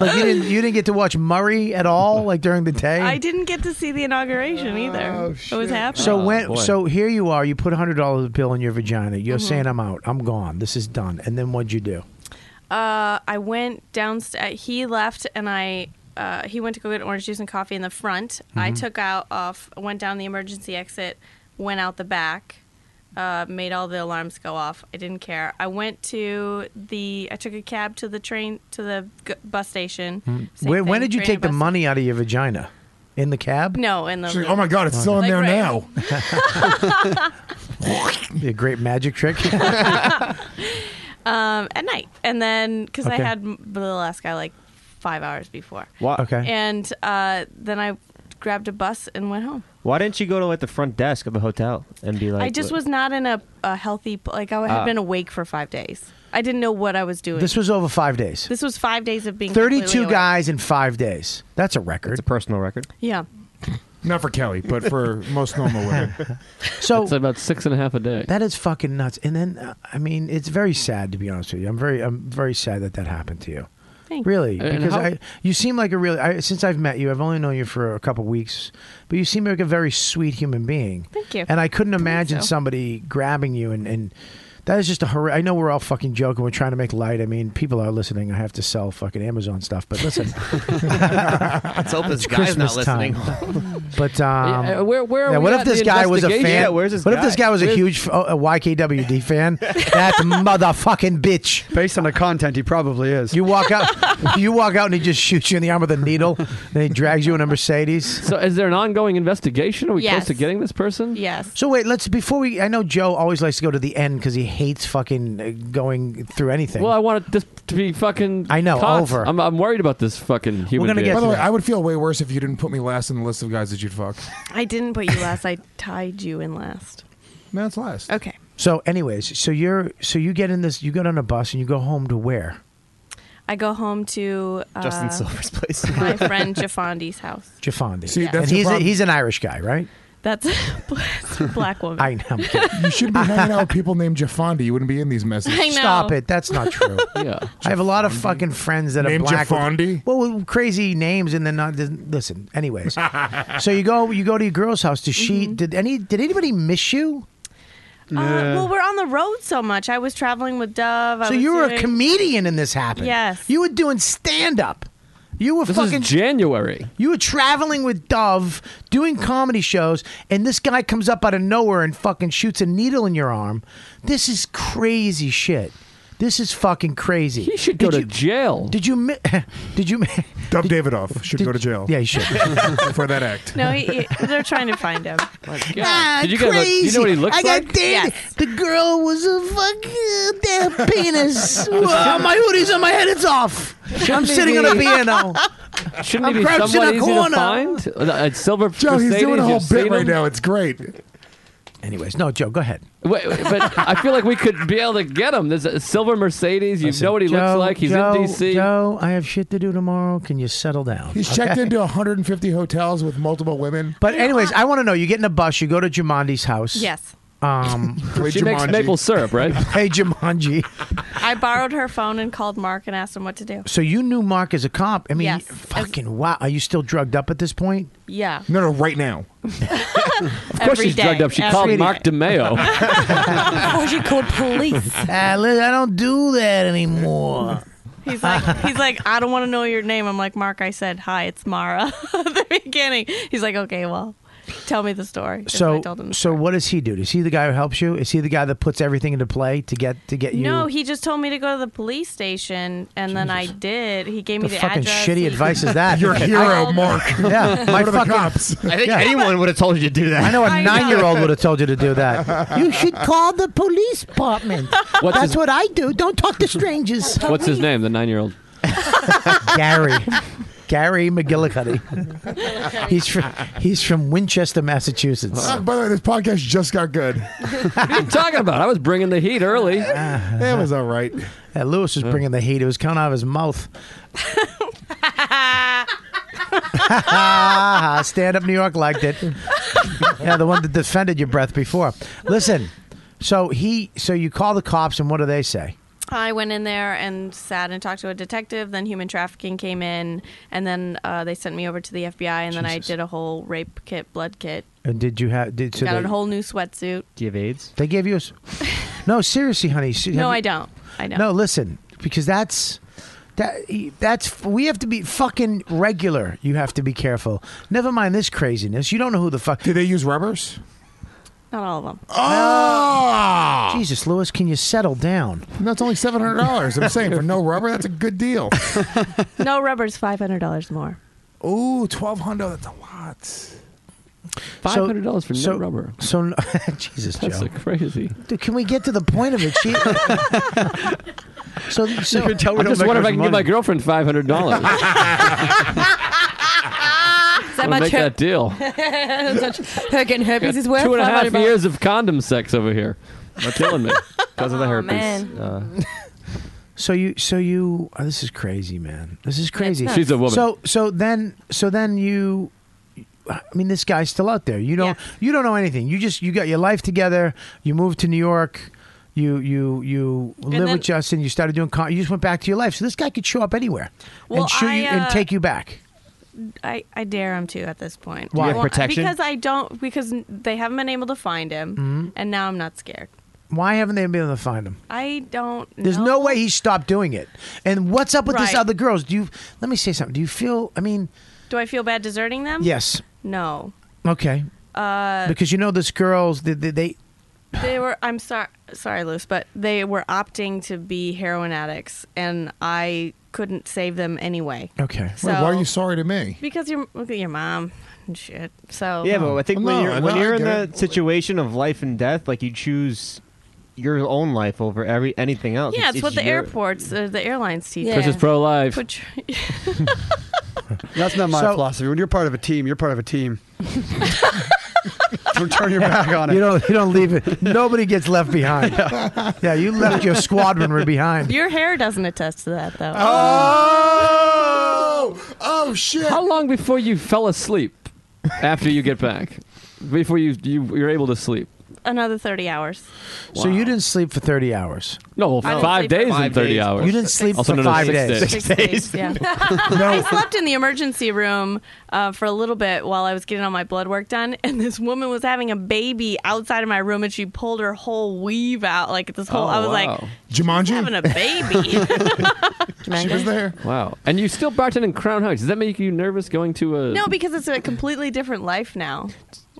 Speaker 2: Like you didn't you didn't get to watch Murray at all, like during the day.
Speaker 15: I didn't get to see the inauguration either.
Speaker 10: Oh,
Speaker 15: it was happening.
Speaker 2: So when so here you are, you put a hundred dollar bill in your vagina. You're
Speaker 15: Mhm.
Speaker 2: saying I'm out, I'm gone, this is done. And then what'd you do?
Speaker 15: Uh, I went downstairs. He left, and I uh, he went to go get orange juice and coffee in the front. I
Speaker 2: Mhm.
Speaker 15: took out off, went down the emergency exit, went out the back, uh, made all the alarms go off. I didn't care. I went to the. I took a cab to the train to the g- bus station. Same
Speaker 2: When, Mm-hmm. when
Speaker 15: thing,
Speaker 2: did you
Speaker 15: train
Speaker 2: take
Speaker 15: and
Speaker 2: the
Speaker 15: bus.
Speaker 2: money out of your vagina? In the cab?
Speaker 15: No, in the.
Speaker 2: She's like, "Oh my God, it's still in there
Speaker 15: right-
Speaker 2: Be a great magic trick.
Speaker 15: um, at night, and then because I
Speaker 2: Okay.
Speaker 15: had m- the last guy like five hours before.
Speaker 7: Wha- Okay.
Speaker 15: And uh, then I grabbed a bus and went home.
Speaker 7: Why didn't you go to like the front desk of the hotel and be like?
Speaker 15: I just was not in a, a healthy pl- like I had
Speaker 7: Ah.
Speaker 15: been awake for five days. I didn't know what I was doing.
Speaker 2: this was over five days.
Speaker 15: this was five days of being completely
Speaker 2: Thirty-two
Speaker 15: awake.
Speaker 2: guys in five days. That's a record. It's a
Speaker 7: personal record.
Speaker 15: Yeah.
Speaker 10: Not for Kelly, but for most normal women.
Speaker 2: So
Speaker 8: it's about six and a half a day.
Speaker 2: That is fucking nuts. And then, uh, I mean, it's very sad to be honest with you. I'm very, I'm very sad that that happened to you.
Speaker 15: Thanks.
Speaker 2: Really,
Speaker 15: And
Speaker 2: because
Speaker 15: how-
Speaker 2: I, you seem like a really. I, since I've met you, I've only known you for a couple weeks, but you seem like a very sweet human being.
Speaker 15: Thank you.
Speaker 2: And I couldn't
Speaker 15: I think
Speaker 2: imagine
Speaker 15: so.
Speaker 2: somebody grabbing you and and. That is just a horror. I know we're all fucking joking. We're trying to make light. I mean, people are listening. I have to sell fucking Amazon stuff, but listen,
Speaker 7: Let's hope this
Speaker 2: It's
Speaker 7: guy's not
Speaker 2: Christmas
Speaker 7: listening.
Speaker 2: But um,
Speaker 7: Yeah, uh, where- where are
Speaker 2: yeah,
Speaker 7: we
Speaker 2: what
Speaker 7: at
Speaker 2: if
Speaker 7: in
Speaker 2: this
Speaker 7: the
Speaker 2: guy was a fan?
Speaker 7: investigation? Yeah, where's this
Speaker 2: what if
Speaker 7: guy?
Speaker 2: this guy was a
Speaker 7: Where's-
Speaker 2: huge f- oh, a YKWd fan? that motherfucking bitch.
Speaker 13: Based on the content, he probably is.
Speaker 2: You walk out, you walk out, and he just shoots you in the arm with a needle. Then he drags you in a Mercedes.
Speaker 8: So, is there an ongoing investigation? Are we
Speaker 15: Yes.
Speaker 8: close to getting this person?
Speaker 15: Yes.
Speaker 2: So wait, let's before we. I know Joe always likes to go to the end because he hates fucking uh, going through anything.
Speaker 8: Well, I want it this to be fucking.
Speaker 2: I know,
Speaker 8: caught.
Speaker 2: over.
Speaker 8: I'm, I'm worried about this fucking human. being.
Speaker 10: By the way, I would feel way worse if you didn't put me last in the list of guys that you'd fuck.
Speaker 15: I didn't put you last. I tied you in last.
Speaker 10: No, it's last.
Speaker 15: Okay.
Speaker 2: so, anyways, so you're so you get in this, you get on a bus, and you go home to where?
Speaker 15: I go home to uh,
Speaker 2: Justin Silver's place.
Speaker 15: my friend Jafondi's house.
Speaker 2: Jafandi.
Speaker 15: See, that's
Speaker 2: and
Speaker 15: the
Speaker 2: he's a,
Speaker 15: problem.
Speaker 2: he's an Irish guy, right?
Speaker 15: That's that's a black woman.
Speaker 2: I know.
Speaker 10: You shouldn't be hanging out with people named Jafandi. You wouldn't be in these messes.
Speaker 15: I know.
Speaker 2: Stop it. That's not true.
Speaker 8: yeah.
Speaker 2: I have a lot of fucking friends that
Speaker 10: Named
Speaker 2: are black.
Speaker 10: Jafandi?
Speaker 2: With, well, with crazy names, and then not then- listen. Anyways, Oh. so you go you go to your girl's house. Does she? Did any? Did anybody miss you?
Speaker 15: Mm-hmm. Uh, Well, we're on the road so much. I was traveling with Dove. I
Speaker 2: so
Speaker 15: was
Speaker 2: you were
Speaker 15: doing-
Speaker 2: a comedian, and this happened.
Speaker 15: Yes.
Speaker 2: You were doing stand up. You were
Speaker 8: this
Speaker 2: fucking.
Speaker 8: is January.
Speaker 2: you were traveling with Dove, doing comedy shows, and this guy comes up out of nowhere and fucking shoots a needle in your arm. This is crazy shit. This is fucking crazy.
Speaker 8: He should go
Speaker 2: Did
Speaker 8: to
Speaker 2: you-
Speaker 8: jail.
Speaker 2: Did you? mi- Did you?
Speaker 10: Dub Davidoff should go to jail.
Speaker 2: Yeah, he should.
Speaker 10: for that act.
Speaker 15: No, he, he- they're trying to find him.
Speaker 2: Ah,
Speaker 8: Did you get a- do you know what he
Speaker 2: crazy.
Speaker 8: looks
Speaker 2: I got
Speaker 8: like?
Speaker 2: dated. The girl was a fucking damn penis. Whoa, my hoodie's on my head. It's off. I'm
Speaker 3: Shouldn't
Speaker 2: sitting
Speaker 3: he
Speaker 2: on a
Speaker 3: be-
Speaker 2: piano.
Speaker 8: Shouldn't
Speaker 2: I'm
Speaker 8: he be
Speaker 2: crouched in
Speaker 8: somewhat
Speaker 2: a
Speaker 8: easy to
Speaker 2: corner.
Speaker 8: find? Uh, uh, Silver
Speaker 10: Joe, he's
Speaker 8: Mercedes,
Speaker 10: doing a whole
Speaker 8: you've
Speaker 10: bit
Speaker 8: seen
Speaker 10: right
Speaker 8: him?
Speaker 10: now. It's great.
Speaker 2: Anyways, no, Joe, go ahead.
Speaker 8: Wait, wait, but I feel like we could be able to get him. There's a silver Mercedes. You know what he looks
Speaker 2: Joe,
Speaker 8: like. He's
Speaker 2: Joe,
Speaker 8: in D.C.
Speaker 2: Joe, I have shit to do tomorrow. Can you settle down?
Speaker 10: He's checked into 150 hotels with multiple women.
Speaker 2: But anyways, I want to know. You get in a bus. You go to Jumanji's house.
Speaker 15: Yes.
Speaker 2: Um,
Speaker 10: She makes Jumanji. maple
Speaker 8: syrup, right?
Speaker 2: hey, Jumanji.
Speaker 15: I borrowed her phone and called Mark and asked him what to do.
Speaker 2: So you knew Mark as a cop. I mean,
Speaker 15: Yes.
Speaker 2: fucking wow. Are you still drugged up at this point?
Speaker 15: Yeah.
Speaker 2: No, no, right now.
Speaker 8: Of course she's drugged up. She called Mark DeMeo.
Speaker 2: Before she called police. Ah, I don't do that anymore.
Speaker 15: He's like, he's like, I don't want to know your name. I'm like, Mark, I said hi, it's Mara at the beginning. He's like, okay, well, tell me the story. And I
Speaker 2: So,
Speaker 15: told him.
Speaker 2: so what does he do? Is he the guy who helps you? Is he the guy that puts everything into play to get to get you?
Speaker 15: No, he just told me to go to the police station, and then I did. He gave
Speaker 2: the
Speaker 15: me the
Speaker 2: fucking
Speaker 15: address.
Speaker 2: shitty
Speaker 15: He-
Speaker 2: advice is that
Speaker 15: Your hero,
Speaker 2: I-
Speaker 15: Mark.
Speaker 2: Yeah,
Speaker 15: Go
Speaker 2: my
Speaker 15: to the
Speaker 2: fucking.
Speaker 15: cops.
Speaker 7: I think anyone would have told you to do that.
Speaker 2: I know a
Speaker 7: I know.
Speaker 2: nine-year-old would have told you to do that.
Speaker 3: You should call the police department.
Speaker 8: What's
Speaker 3: That's
Speaker 8: his-
Speaker 3: what I do. Don't talk to strangers.
Speaker 8: What's his name? The nine-year-old.
Speaker 2: Gary. Gary McGillicuddy. he's from he's from Winchester, Massachusetts.
Speaker 10: Uh, by the way, this podcast just got good.
Speaker 8: what are you talking about? I was bringing the heat early.
Speaker 10: It was all right.
Speaker 2: Yeah, Uh-huh. Uh, Lewis was bringing the heat. It was coming out of his mouth. Stand up New York liked it. yeah, the one that defended your breath before. Listen, so he so you call the cops and what do they say?
Speaker 15: I went in there and sat and talked to a detective. Then human trafficking came in, and then uh, they sent me over to the FBI, and then I did a whole rape kit, blood kit.
Speaker 2: And did you have did so
Speaker 15: Got
Speaker 2: they,
Speaker 15: a whole new sweatsuit.
Speaker 2: Do you have AIDS? They gave you a s- No, seriously, honey. se- have
Speaker 15: No,
Speaker 2: you-
Speaker 15: I don't. I don't.
Speaker 2: No, listen, because that's that that's we have to be fucking regular. You have to be careful. Never mind this craziness. You don't know who the fuck. Do they use rubbers?
Speaker 15: Not all of them.
Speaker 10: Ah!
Speaker 2: Oh, Uh, Jesus, Lewis, can you settle down?
Speaker 10: No, it's only seven hundred dollars. I'm saying for no rubber, that's a good deal.
Speaker 15: no rubber's five hundred dollars more.
Speaker 10: Ooh, twelve hundred. That's a lot.
Speaker 2: So-
Speaker 8: $500 for no
Speaker 2: so-
Speaker 8: rubber.
Speaker 2: So n- Jesus,
Speaker 8: That's
Speaker 2: Joe.
Speaker 8: a crazy.
Speaker 2: Dude, can we get to the point of it? She, so, so
Speaker 8: I just wonder if I can give my girlfriend five hundred dollars.
Speaker 9: Is
Speaker 8: Wanna make that deal.
Speaker 9: That's much- her getting herpes is worth
Speaker 8: Two and a half
Speaker 9: 500 bucks.
Speaker 8: years of condom sex over here. They're killing me because of the herpes. Uh,
Speaker 9: man.
Speaker 2: So you, so you. Oh, this is crazy, man. This is crazy.
Speaker 8: nuts. She's a woman.
Speaker 2: So, so then, so then you. I mean, this guy's still out there. You don't, you don't know anything. You just, you got your life together. You moved to New York. You, you, you live
Speaker 15: then-
Speaker 2: with Justin. You started doing. Con- you just went back to your life. So this guy could show up anywhere
Speaker 15: Well,
Speaker 2: and shoot
Speaker 15: I,
Speaker 2: you and
Speaker 15: uh,
Speaker 2: take you back.
Speaker 15: I, I dare him to at this point.
Speaker 2: Do you have
Speaker 15: Well,
Speaker 2: protection?
Speaker 15: Because I don't because n- they haven't been able to find him,
Speaker 10: Mm-hmm.
Speaker 2: Mhm.
Speaker 15: and now I'm not scared.
Speaker 2: Why haven't they been able to find him?
Speaker 15: I don't.
Speaker 2: There's no way he stopped doing it. And what's up with this
Speaker 15: Right.
Speaker 2: other girls? Do you? Let me say something. Do you feel? I mean,
Speaker 15: Do I feel bad deserting them?
Speaker 2: yes.
Speaker 15: No.
Speaker 2: Okay.
Speaker 15: Um, Uh,
Speaker 2: because you know this girls they, they, they
Speaker 15: they were. I'm sorry. Sorry, Luce, but they were opting to be heroin addicts, and I couldn't save them anyway.
Speaker 2: Okay.
Speaker 10: Wait, why are
Speaker 15: So-
Speaker 10: you sorry to me?
Speaker 15: Because you're look at your mom and shit. So
Speaker 7: Yeah, but I think when
Speaker 10: No,
Speaker 7: you're
Speaker 10: no,
Speaker 7: when
Speaker 10: I
Speaker 7: you're in
Speaker 10: get
Speaker 7: that situation of life and death, like you choose your own life over every anything else.
Speaker 15: yeah, it's, what the
Speaker 7: your-
Speaker 15: airports, uh, the airlines teach.
Speaker 7: Chris is pro-life.
Speaker 15: Put your-
Speaker 13: That's not my
Speaker 15: So-
Speaker 13: philosophy. When you're part of a team, you're part of a team. Don't turn your back on it.
Speaker 2: You don't. You don't leave it. Nobody gets left behind. yeah, you left your squadron were behind.
Speaker 15: Your hair doesn't attest to that, though.
Speaker 10: Oh, oh shit!
Speaker 8: How long before you fell asleep after you get back? Before you you you're able to sleep?
Speaker 15: Another thirty hours.
Speaker 2: So you didn't sleep for thirty hours.
Speaker 8: No, well,
Speaker 15: I didn't
Speaker 8: five
Speaker 15: sleep for
Speaker 8: days
Speaker 15: five
Speaker 8: and thirty
Speaker 2: days.
Speaker 8: hours.
Speaker 2: You didn't sleep
Speaker 8: also
Speaker 2: for
Speaker 8: known as
Speaker 2: five
Speaker 8: six
Speaker 2: days.
Speaker 8: days.
Speaker 2: Six days.
Speaker 15: Yeah. I slept in the emergency room uh, for a little bit while I was getting all my blood work done, and this woman was having a baby outside of my room, and she pulled her whole weave out, like this whole.
Speaker 7: Oh,
Speaker 15: I was like,
Speaker 10: Jumanji
Speaker 15: having a baby.
Speaker 10: She was there.
Speaker 8: Wow. And you still bartend in Crown Heights. Does that make you nervous going to a
Speaker 15: no, because it's a completely different life now.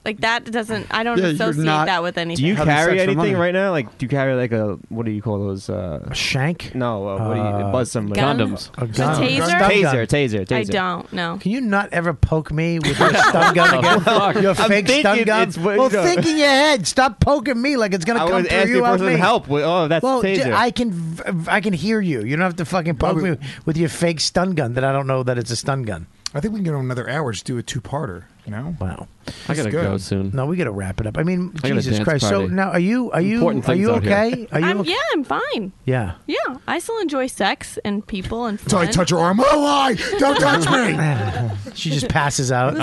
Speaker 15: Like that doesn't. I don't associate that with anything.
Speaker 7: Do you carry anything
Speaker 8: money.
Speaker 7: right now? Like, do you carry like a what do you call those? Uh, a
Speaker 2: shank?
Speaker 7: No, uh, what do you buzz some
Speaker 15: Gun?
Speaker 7: condoms?
Speaker 15: A gun. taser?
Speaker 7: Taser, taser, taser.
Speaker 15: I don't. No.
Speaker 2: Can you not ever poke me with your stun
Speaker 8: Oh,
Speaker 2: gun again?
Speaker 7: Fuck.
Speaker 2: Your
Speaker 7: I'm
Speaker 2: fake stun
Speaker 7: thinking
Speaker 2: gun.
Speaker 7: it's what-
Speaker 2: Well, think in your head. Stop poking me like it's gonna
Speaker 7: I
Speaker 2: come
Speaker 7: was
Speaker 2: through
Speaker 7: asking
Speaker 2: you
Speaker 7: for
Speaker 2: out
Speaker 7: some
Speaker 2: me.
Speaker 7: help. Well, oh, that's
Speaker 2: well,
Speaker 7: taser.
Speaker 2: j- I can, v- I can hear you. You don't have to fucking poke me with your fake stun gun that I don't know that it's a stun gun.
Speaker 10: I think we can get another hour. Just do a two-parter. No.
Speaker 2: Wow.
Speaker 8: I gotta go soon.
Speaker 2: No, we gotta wrap it up. I mean,
Speaker 8: I got a
Speaker 2: Jesus
Speaker 8: dance
Speaker 2: Christ. So
Speaker 8: party.
Speaker 2: now, are you are you
Speaker 8: Important
Speaker 2: are you
Speaker 8: things out
Speaker 2: okay?
Speaker 8: here.
Speaker 2: Are you?
Speaker 15: I'm, yeah, I'm fine.
Speaker 2: yeah.
Speaker 15: Yeah, I still enjoy sex and people and.
Speaker 10: Until I
Speaker 15: fun.
Speaker 10: touch her arm. Oh, lie! Don't touch me.
Speaker 2: She just passes out.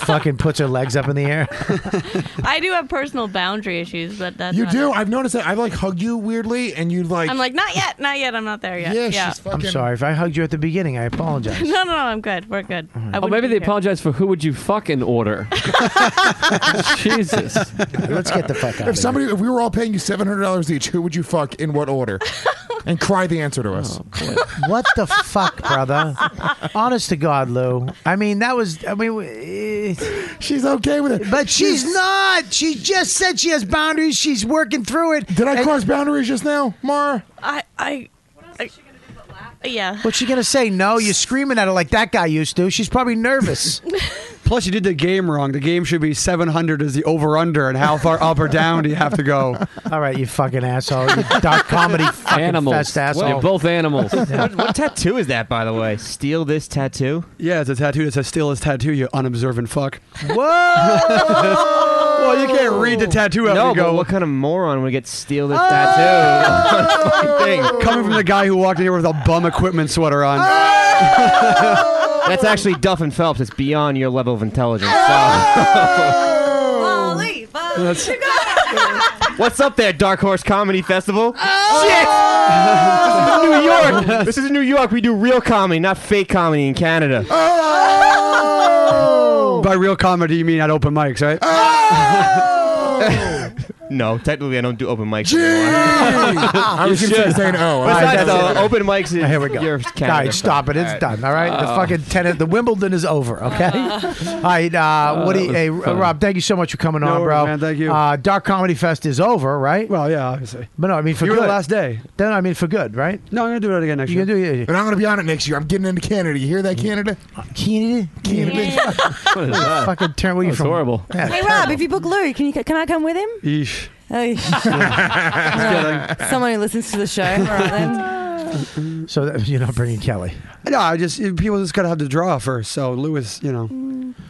Speaker 2: fucking puts her legs up in the air.
Speaker 15: I do have personal boundary issues, but that's
Speaker 10: You
Speaker 15: not
Speaker 10: do.
Speaker 15: it.
Speaker 10: I've noticed that. I've like hugged you weirdly, and you like.
Speaker 15: I'm like, not yet, not yet. I'm not there yet.
Speaker 10: Yeah,
Speaker 15: yeah.
Speaker 10: she's fucking-
Speaker 2: I'm sorry if I hugged you at the beginning. I apologize.
Speaker 15: no, no, no. I'm good. We're good. I
Speaker 8: Oh,
Speaker 15: wouldn't
Speaker 8: maybe
Speaker 15: be
Speaker 8: they
Speaker 15: here.
Speaker 8: apologize for who would you fucking order? Jesus.
Speaker 2: Let's get the fuck
Speaker 10: If somebody, if we were all paying you seven hundred dollars each, who would you fuck in what order? and cry the answer to us.
Speaker 2: Oh, what the fuck, brother? Honest to God, Lou. I mean, that was. I mean, eh.
Speaker 10: she's okay with it,
Speaker 2: but she's, not. She just said she has boundaries. She's working through it. Did
Speaker 10: I cross boundaries just now, Mara?
Speaker 15: I, I. I- Yeah.
Speaker 2: What's she gonna say? No, you're screaming at her like that guy used to. She's probably nervous.
Speaker 13: Plus, you did the game wrong. The game should be 700 is the over under, and how far up or down do you have to go?
Speaker 2: All right, you fucking asshole. You dark comedy fucking
Speaker 7: Animals.
Speaker 2: fest asshole.
Speaker 7: You're both
Speaker 8: animals.
Speaker 7: what, what tattoo is that, by the way? Steal this tattoo?
Speaker 13: Yeah, it's a tattoo that says "Steal his tattoo." You unobservant fuck.
Speaker 2: Whoa!
Speaker 13: well, you can't read the tattoo out
Speaker 7: No,
Speaker 13: and go.
Speaker 7: but what kind of moron would get steal this tattoo?
Speaker 2: Oh!
Speaker 13: Coming from the guy who walked in here with a bum equipment sweater on.
Speaker 7: That's actually Duff and Phelps. It's beyond your level of intelligence.
Speaker 23: Holy fuck.
Speaker 7: So. What's up there, Dark Horse Comedy Festival?
Speaker 15: Oh.
Speaker 7: Shit! New York. This is New York. We do real comedy, not fake comedy in Canada.
Speaker 15: Oh.
Speaker 13: By real comedy, you mean at open mics, right?
Speaker 7: No, technically I don't do open mics.
Speaker 13: Gee!
Speaker 7: anymore.
Speaker 13: I
Speaker 7: You
Speaker 13: was
Speaker 7: should.
Speaker 13: considering saying, oh, all right,
Speaker 7: Besides,
Speaker 2: that's
Speaker 7: though,
Speaker 2: it.
Speaker 7: open mics is
Speaker 2: Here we go.
Speaker 7: your
Speaker 2: All right, stop it. It's done. All right.
Speaker 13: Oh.
Speaker 2: the fucking tennis, the Wimbledon is over. Okay. all right. Uh,
Speaker 13: Oh,
Speaker 2: what do
Speaker 13: that
Speaker 2: you,
Speaker 13: was
Speaker 2: hey,
Speaker 13: fun.
Speaker 2: Rob? Thank you so much for coming
Speaker 13: No
Speaker 2: on, bro.
Speaker 13: worries, man. Thank you.
Speaker 2: Uh, Dark Comedy Fest is over, right?
Speaker 13: Well, yeah, obviously.
Speaker 2: But no, I mean for
Speaker 13: You were
Speaker 2: good.
Speaker 13: the last day.
Speaker 2: Then I mean for good, right?
Speaker 13: No, I'm gonna do it again next
Speaker 2: you year. Gonna do it.
Speaker 10: And I'm gonna be on it next year. I'm getting into Canada. You hear that, Canada?
Speaker 2: Canada,
Speaker 10: Canada.
Speaker 8: What is
Speaker 10: that?
Speaker 2: Fucking turn. Where you from?
Speaker 8: horrible.
Speaker 9: Hey Rob, if you book Lou, can you can I come with him?
Speaker 13: Yeesh.
Speaker 9: Hey. Someone who listens to the show. All right, then.
Speaker 2: So that, you're not bringing Kelly.
Speaker 13: No, I just people just gotta have to draw first. So Lewis, you know,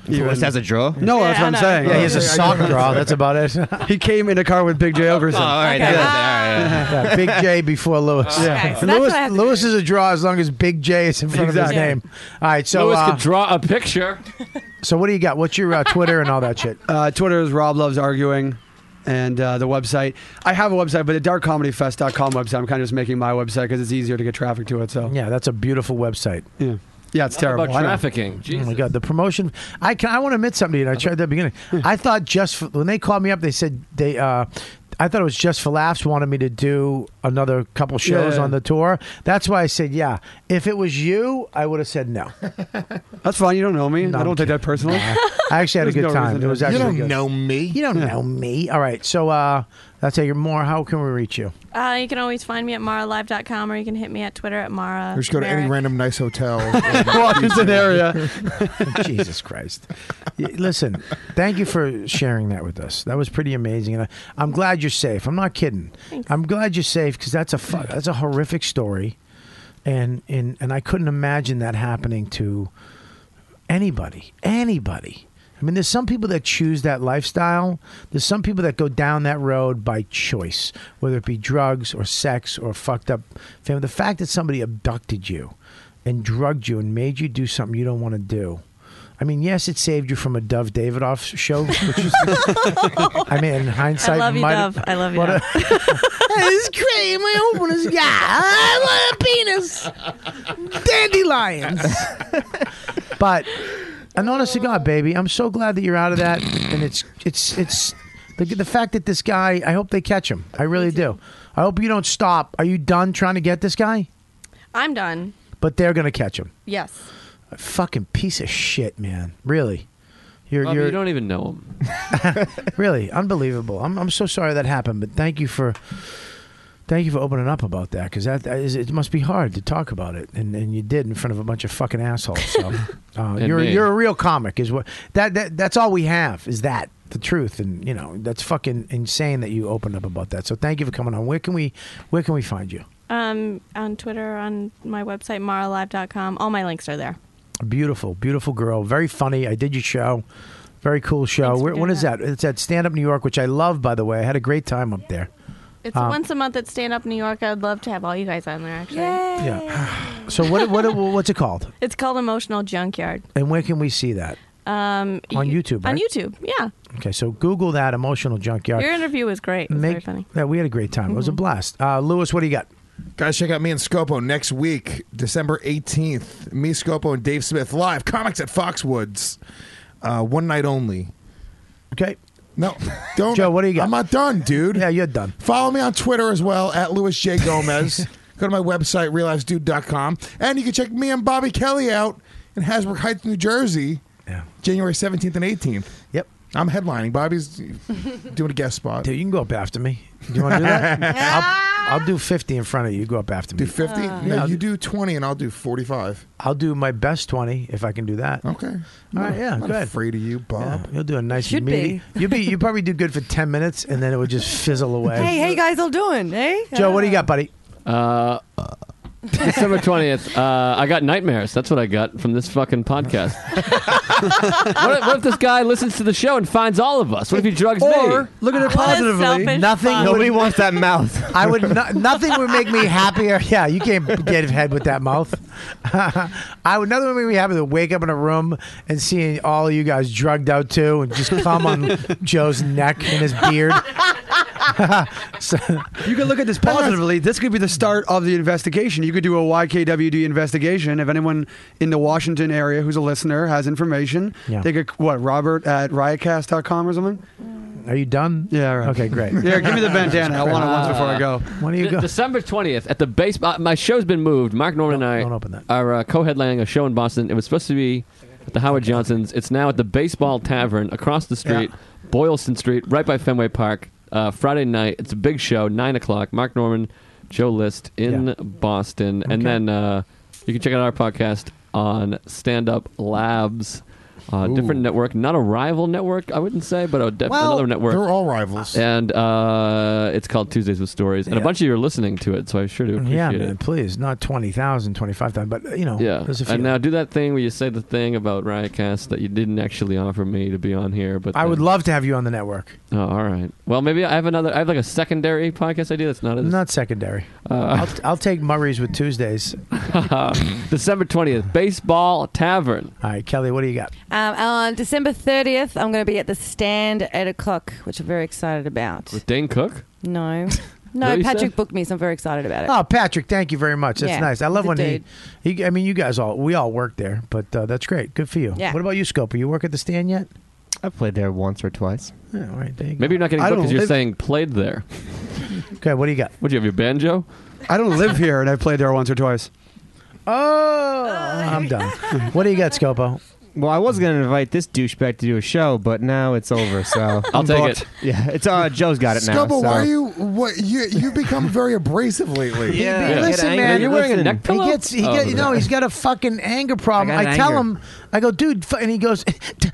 Speaker 7: Lewis has a draw?
Speaker 13: No, that's what I'm saying.
Speaker 2: Yeah, he has a sock draw. That's about it.
Speaker 13: he came in a car with Big J Ogerson.
Speaker 2: Oh, all right, Okay.
Speaker 7: yeah.
Speaker 2: Yeah, Big J before Lewis.
Speaker 13: Okay, Yeah. so that's
Speaker 2: Lewis,
Speaker 13: what I have
Speaker 2: Lewis is a draw as long as Big J is in front
Speaker 13: Exactly.
Speaker 2: of his name. All right, so
Speaker 13: Lewis
Speaker 2: uh,
Speaker 13: could
Speaker 8: draw a picture.
Speaker 2: So what do you got? What's your uh, Twitter and all that shit?
Speaker 13: Uh, Twitter is Rob Loves Arguing. And uh, the website, I have a website, but the darkcomedyfest.com website, I'm kind of just making my website because it's easier to get traffic to it. So
Speaker 2: yeah, that's a beautiful website.
Speaker 13: Yeah, yeah, it's terrible.
Speaker 8: about
Speaker 13: I know.
Speaker 8: trafficking?
Speaker 2: Oh my god, the promotion! I can, I want to admit something. to you, And I tried that at the beginning.
Speaker 13: Hmm.
Speaker 2: I thought just for, when they called me up, they said they. Uh, I thought it was just for laughs. Wanted me to do another couple shows
Speaker 13: Yeah.
Speaker 2: on the tour. That's why I said yeah. If it was you, I would have said no.
Speaker 13: That's fine. You don't know me. I don't take that personal.
Speaker 2: I actually had a
Speaker 13: There's
Speaker 2: good
Speaker 13: no
Speaker 2: time.
Speaker 13: reason
Speaker 2: It
Speaker 13: to-
Speaker 2: was actually
Speaker 13: You don't
Speaker 2: good.
Speaker 13: know
Speaker 10: me.
Speaker 2: You don't know me. All right. So uh, that's how you're more. How can we reach you?
Speaker 15: Uh, you can always find me at maralive.com or you can hit me at Twitter at Mara.
Speaker 10: Or just go to any
Speaker 15: Merrick.
Speaker 10: random nice hotel.
Speaker 2: Walk into an
Speaker 13: area.
Speaker 2: Jesus Christ. Y- Listen, thank you for sharing that with us. That was pretty amazing. And I, I'm glad you're safe. I'm not kidding. I'm glad you're safe because that's a fu- that's a horrific story. And, and and I couldn't imagine that happening to anybody. Anybody. I mean, there's some people that choose that lifestyle. There's some people that go down that road by choice, whether it be drugs or sex or fucked up family. The fact that somebody abducted you and drugged you and made you do something you don't want to do. I mean, yes, it saved you from a Dove Davidoff show. Which is, I mean, in hindsight,
Speaker 15: I love you,
Speaker 2: might have-
Speaker 15: Dove. I love you.
Speaker 2: what a-
Speaker 15: Dove.
Speaker 3: this is crazy. My openers, yeah. I want a penis. Dandelions.
Speaker 2: But and honest to God, baby, I'm so glad that you're out of that. And it's it's it's the the fact that this guy. I hope they catch him. I really do. I hope you don't stop. Are you done trying to get this guy?
Speaker 15: I'm done.
Speaker 2: But they're gonna catch him.
Speaker 15: Yes.
Speaker 2: A fucking piece of shit, man. Really. You're,
Speaker 8: Bobby,
Speaker 2: you're
Speaker 8: you don't even know him.
Speaker 2: really unbelievable. I'm I'm so sorry that happened, but thank you for thank you for opening up about that because that, that is it must be hard to talk about it, and, and you did in front of a bunch of fucking assholes. So uh,
Speaker 13: And
Speaker 2: you're
Speaker 13: me.
Speaker 2: you're a real comic, is what that, that that's all we have is that the truth, and you know that's fucking insane that you opened up about that. So thank you for coming on. Where can we where can we find you?
Speaker 15: Um, on Twitter, on my website, maralive.com. All my links are there.
Speaker 2: Beautiful, beautiful girl, very funny. I did your show. Very cool show. Where, when is that? It's at Stand Up New York, which I love, by the way. I had a great time up there.
Speaker 15: It's
Speaker 2: Um,
Speaker 15: once a month at Stand Up New York. I'd love to have all you guys on there, actually.
Speaker 2: Yeah. So what, what what's it called?
Speaker 15: It's called Emotional Junkyard.
Speaker 2: And where can we see that?
Speaker 15: Um,
Speaker 2: On
Speaker 15: you-
Speaker 2: YouTube,
Speaker 15: On
Speaker 2: right?
Speaker 15: YouTube, yeah.
Speaker 2: Okay, so Google that emotional junkyard.
Speaker 15: Your interview was great. It was very funny.
Speaker 2: Yeah, we had a great time. It was a blast. Uh, Lewis, what do you got?
Speaker 10: Guys, check out me and Scopo next week, December 18th. Me, Scopo, and Dave Smith live. Comics at Foxwoods. Uh, one night only.
Speaker 2: Okay.
Speaker 10: No, don't. Joe, what do you got? I'm not done, dude. Yeah,
Speaker 2: you're done.
Speaker 10: Follow me on Twitter as well, at Louis J. Gomez. Go to my website, realizdude.com. And you can check me and Bobby Kelly out in Hasbrook Heights, New Jersey, yeah. January 17th and 18th.
Speaker 2: Yep.
Speaker 10: I'm headlining. Bobby's doing a guest spot.
Speaker 2: Dude, you can go up after me. Do you want to do that? I'll, I'll do 50 in front of you. Go up after me.
Speaker 10: Do 50? no, you do 20 and I'll do 45.
Speaker 2: I'll do my best 20 if I can do that.
Speaker 10: Okay. All
Speaker 2: right, yeah,
Speaker 10: I'm not
Speaker 2: go ahead.
Speaker 10: afraid of you, Bob.
Speaker 2: You'll do a nice
Speaker 10: Should
Speaker 2: meaty.
Speaker 10: be.
Speaker 2: You'll be you probably do good for 10 minutes and then it would just fizzle away.
Speaker 9: Hey, how you guys all doing? eh? Hey,
Speaker 2: Joe, what do you got, buddy?
Speaker 8: Uh, December 20th. Uh, I got nightmares. That's what I got from this fucking podcast. what, if, what if this guy listens to the show and finds all of us? What if he drugs
Speaker 2: Or,
Speaker 8: me?
Speaker 2: look at it What a positively. selfish Nothing fuck. would- Nobody wants
Speaker 8: that mouth.
Speaker 2: I would not, nothing would make me happier. Yeah, you can't get ahead with that mouth. I would nothing would make me happier than wake up in a room and seeing all you guys drugged out too, and just come on Joe's neck and his beard. so,
Speaker 13: You could look at this positively. This could be the start of the investigation. You could do a YKWD investigation. If anyone in the Washington area who's a listener has information,
Speaker 2: Yeah.
Speaker 13: they could, what, Robert at riotcast.com or something?
Speaker 2: Are you done?
Speaker 13: Yeah, right.
Speaker 2: Okay, great.
Speaker 13: Yeah, give me the bandana. I want it once before I go.
Speaker 2: When do you go?
Speaker 8: December 20th at the base. Uh, my show's been moved. Mark Norman and I are uh, co-headlining a show in Boston. It was supposed to be at the Howard Johnson's. It's now at the Baseball Tavern across the street, Boylston Street, right by Fenway Park. Uh, Friday night. It's a big show, nine o'clock. Mark Norman, Joe List in Boston, and then uh, you can check out our podcast on Stand Up Labs. Uh, different network, not a rival network, I wouldn't say, but a def-
Speaker 10: Well,
Speaker 8: another network.
Speaker 10: they're all rivals.
Speaker 8: And uh, it's called Tuesdays with Stories. And a
Speaker 2: Yeah.
Speaker 8: bunch of you are listening to it, so I sure do appreciate
Speaker 2: Yeah,
Speaker 8: it.
Speaker 2: man, please. Not 20,000, 25,000, but, you know,
Speaker 8: Yeah.
Speaker 2: there's a few.
Speaker 8: And now do that thing where you say the thing about Riotcast that you didn't actually offer me to be on here, but
Speaker 2: I
Speaker 8: then-
Speaker 2: would love to have you on the network.
Speaker 8: Oh, all right. Well, maybe I have another. I have like a secondary podcast idea that's not as
Speaker 2: Not secondary.
Speaker 8: Uh,
Speaker 2: I'll, I'll take Murray's with Tuesdays.
Speaker 8: December 20th, Baseball Tavern.
Speaker 2: All right, Kelly, what do you got?
Speaker 9: Um, on December 30th, I'm going to be at the stand at 8 o'clock, which I'm very excited about.
Speaker 8: with Dane Cook.
Speaker 9: No.
Speaker 2: What
Speaker 9: No,
Speaker 2: you
Speaker 9: Patrick
Speaker 2: said?
Speaker 9: booked me, so I'm very excited about it.
Speaker 2: Oh, Patrick, thank you very much. That's
Speaker 9: Yeah,
Speaker 2: nice. I love
Speaker 9: he's a
Speaker 2: when he, he. I mean, you guys all we all work there, but uh, that's great. Good for you.
Speaker 9: Yeah.
Speaker 2: What about you, Scoper? You work at the stand yet?
Speaker 7: I've played there once or twice.
Speaker 2: Yeah, all right, there you go.
Speaker 8: Maybe you're not getting
Speaker 2: I
Speaker 8: booked
Speaker 2: don't
Speaker 8: because you're
Speaker 2: live-
Speaker 8: saying played there.
Speaker 2: Okay, what do you got?
Speaker 8: What do you have? Your banjo?
Speaker 13: I don't live here, and I've played there once or twice.
Speaker 2: Oh, I'm done. what do you got, Scopo?
Speaker 7: Well, I was going to invite this douchebag to do a show, but now it's over, so
Speaker 8: I'll take it.
Speaker 7: Yeah, it's uh, Joe's got it now.
Speaker 10: Scobo,
Speaker 7: so.
Speaker 10: why are you? What you you've become very abrasive lately.
Speaker 7: Yeah. Yeah. Listen, Get angry. man, You're wearing a listen. neck pillow?
Speaker 2: He gets. He
Speaker 7: Oh,
Speaker 2: get,
Speaker 7: yeah.
Speaker 2: no, he's got a fucking anger problem.
Speaker 7: I
Speaker 2: I,
Speaker 7: got
Speaker 2: tell him.
Speaker 7: anger.
Speaker 2: I go, dude, fu-" and he goes, and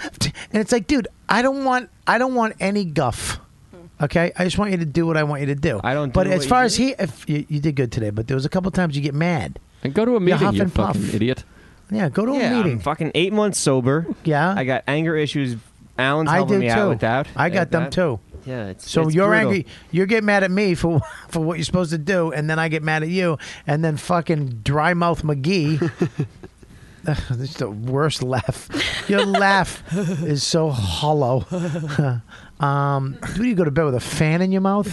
Speaker 2: it's like, dude, I don't want. I don't want any guff. Okay, I just want you to do what I want you to do. I don't. But
Speaker 8: do
Speaker 2: as
Speaker 8: what
Speaker 2: far
Speaker 8: you
Speaker 2: as he, if you, you did good today, but there was a couple times you get mad.
Speaker 8: And go to a
Speaker 2: You huff
Speaker 8: meeting, you
Speaker 2: and puff.
Speaker 8: fucking idiot.
Speaker 2: Yeah, go to
Speaker 7: yeah,
Speaker 2: a
Speaker 7: I'm
Speaker 2: meeting.
Speaker 7: fucking eight months sober.
Speaker 2: Yeah.
Speaker 7: I got anger issues. Alan's
Speaker 2: I
Speaker 7: helping
Speaker 2: do
Speaker 7: me
Speaker 2: too.
Speaker 7: out with that.
Speaker 2: I got
Speaker 7: With
Speaker 2: them
Speaker 7: that.
Speaker 2: too.
Speaker 7: Yeah, it's
Speaker 2: So
Speaker 7: it's
Speaker 2: you're
Speaker 7: brutal.
Speaker 2: angry. You get mad at me for for what you're supposed to do, and then I get mad at you, and then fucking dry mouth McGee. Ugh, this is the worst laugh. Your laugh is so hollow. um, do you go to bed with a fan in your mouth?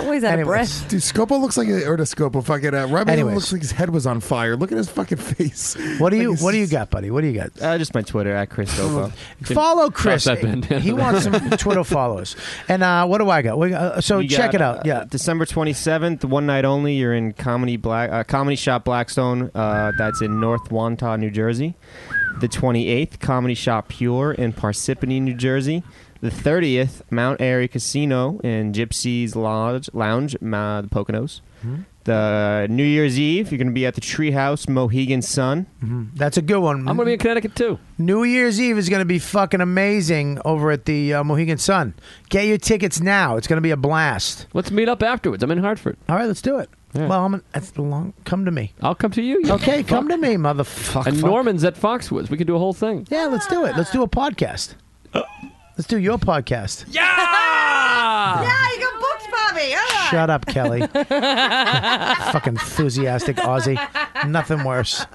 Speaker 9: Always out of breath.
Speaker 10: Dude, Scopo looks like a, or the Scopo fucking uh, Robin
Speaker 2: Anyways.
Speaker 10: looks like his head was on fire. Look at his fucking face.
Speaker 2: What do you What do you got, buddy? What do you got?
Speaker 7: Uh, just my Twitter at Chris Dopo.
Speaker 2: Follow Chris.
Speaker 7: Toss that bandana
Speaker 2: He wants some
Speaker 7: around.
Speaker 2: Twitter follows. And uh, what do I got? We, uh, so
Speaker 7: You
Speaker 2: check
Speaker 7: got,
Speaker 2: it out.
Speaker 7: uh,
Speaker 2: yeah.
Speaker 7: December 27th, one night only. You're in Comedy Black uh, Comedy Shop Blackstone. Uh, that's in North Wantagh, New Jersey. The 28th, Comedy Shop Pure in Parsippany, New Jersey. The 30th, Mount Airy Casino in Gypsy's Lodge Lounge, uh, the Poconos. The New Year's Eve, you're going to be at the Treehouse Mohegan Sun.
Speaker 2: That's a good one.
Speaker 7: I'm going to be in
Speaker 8: Connecticut too.
Speaker 2: New Year's Eve is going to be fucking amazing over at the uh, Mohegan Sun. Get your tickets now. It's going to be a blast.
Speaker 8: Let's meet up afterwards. I'm in Hartford.
Speaker 2: All right, let's do it.
Speaker 8: Yeah.
Speaker 2: Well, I'm an, that's the long. Come to me.
Speaker 8: I'll come to you. you
Speaker 2: Okay, come
Speaker 8: fuck.
Speaker 2: to me, motherfucker.
Speaker 8: And Norman's at Foxwoods. We could do a whole thing.
Speaker 2: Yeah, let's do it. Let's do a podcast. Let's do your podcast.
Speaker 9: yeah, you got booked, Bobby. All right.
Speaker 2: Shut up, Kelly. Fucking enthusiastic Aussie. Nothing worse.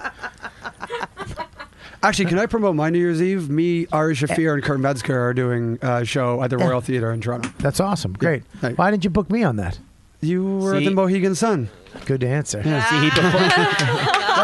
Speaker 13: Actually, can I promote my New Year's Eve? Me, Ari Shafir, and Kurt Metzger are doing a show at the Royal Theater in Toronto.
Speaker 2: That's awesome. Great. Why didn't you book me on that?
Speaker 13: You were
Speaker 2: See?
Speaker 13: the Mohegan Sun.
Speaker 2: Good answer. Ah.
Speaker 7: See, he
Speaker 2: Go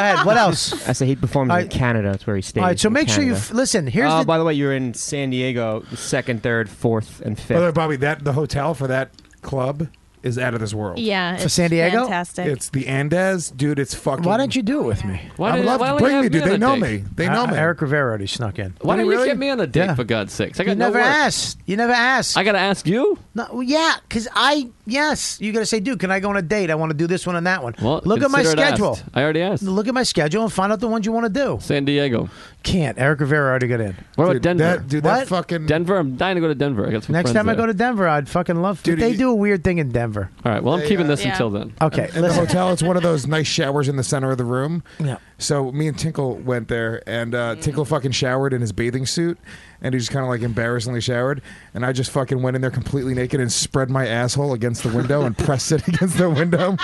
Speaker 2: ahead. What else?
Speaker 7: I said he performed
Speaker 2: I-
Speaker 7: in Canada. That's where he stayed.
Speaker 2: All right, so
Speaker 7: in
Speaker 2: make sure you
Speaker 7: Canada.
Speaker 2: f- listen. Here's
Speaker 7: oh,
Speaker 2: the
Speaker 7: by the way, you were in San Diego, the second, third, fourth, and
Speaker 10: By the way,
Speaker 7: fifth.
Speaker 10: Bobby, that the hotel for that club is out of this world.
Speaker 15: Yeah, For it's San Diego? fantastic.
Speaker 10: It's the Andes, dude. It's fucking. Why don't
Speaker 2: you do it with me?
Speaker 10: I would love to bring me, dude. They know me. They know
Speaker 2: Uh,
Speaker 10: me.
Speaker 2: Eric Rivera already snuck in.
Speaker 8: Why
Speaker 2: Did
Speaker 8: don't
Speaker 2: he
Speaker 8: you
Speaker 2: really?
Speaker 8: get me on a date for God's sakes? I got
Speaker 2: You never
Speaker 8: no work.
Speaker 2: asked. You never asked.
Speaker 8: I got to ask you.
Speaker 2: No, well, yeah, because I yes, you got to say, dude, can I go on a date? I want to do this one and that one.
Speaker 8: Well,
Speaker 2: look at my
Speaker 8: consider it asked.
Speaker 2: schedule.
Speaker 8: I already asked.
Speaker 2: Look at my schedule and find out the ones you want to do.
Speaker 8: San Diego.
Speaker 2: Can't. Eric Rivera already got in.
Speaker 8: What about Denver?
Speaker 2: that- dude, that What?
Speaker 10: fucking
Speaker 8: Denver. I'm dying to go to Denver. I got some
Speaker 2: Next
Speaker 8: friends
Speaker 2: time I
Speaker 8: there.
Speaker 2: go to Denver, I'd fucking love. to.
Speaker 10: Dude,
Speaker 2: they
Speaker 10: you-
Speaker 2: do a weird thing in Denver.
Speaker 8: All right. Well, I'm
Speaker 10: They,
Speaker 8: keeping
Speaker 10: uh,
Speaker 8: this
Speaker 10: Yeah.
Speaker 8: until then.
Speaker 2: Okay,
Speaker 10: In the
Speaker 2: listen.
Speaker 10: hotel, it's one of those nice showers in the center of the room.
Speaker 2: Yeah.
Speaker 10: So me and Tinkle went there, and uh, Tinkle fucking showered in his bathing suit, and he just kind of like embarrassingly showered, and I just fucking went in there completely naked and spread my asshole against the window and pressed it against the window.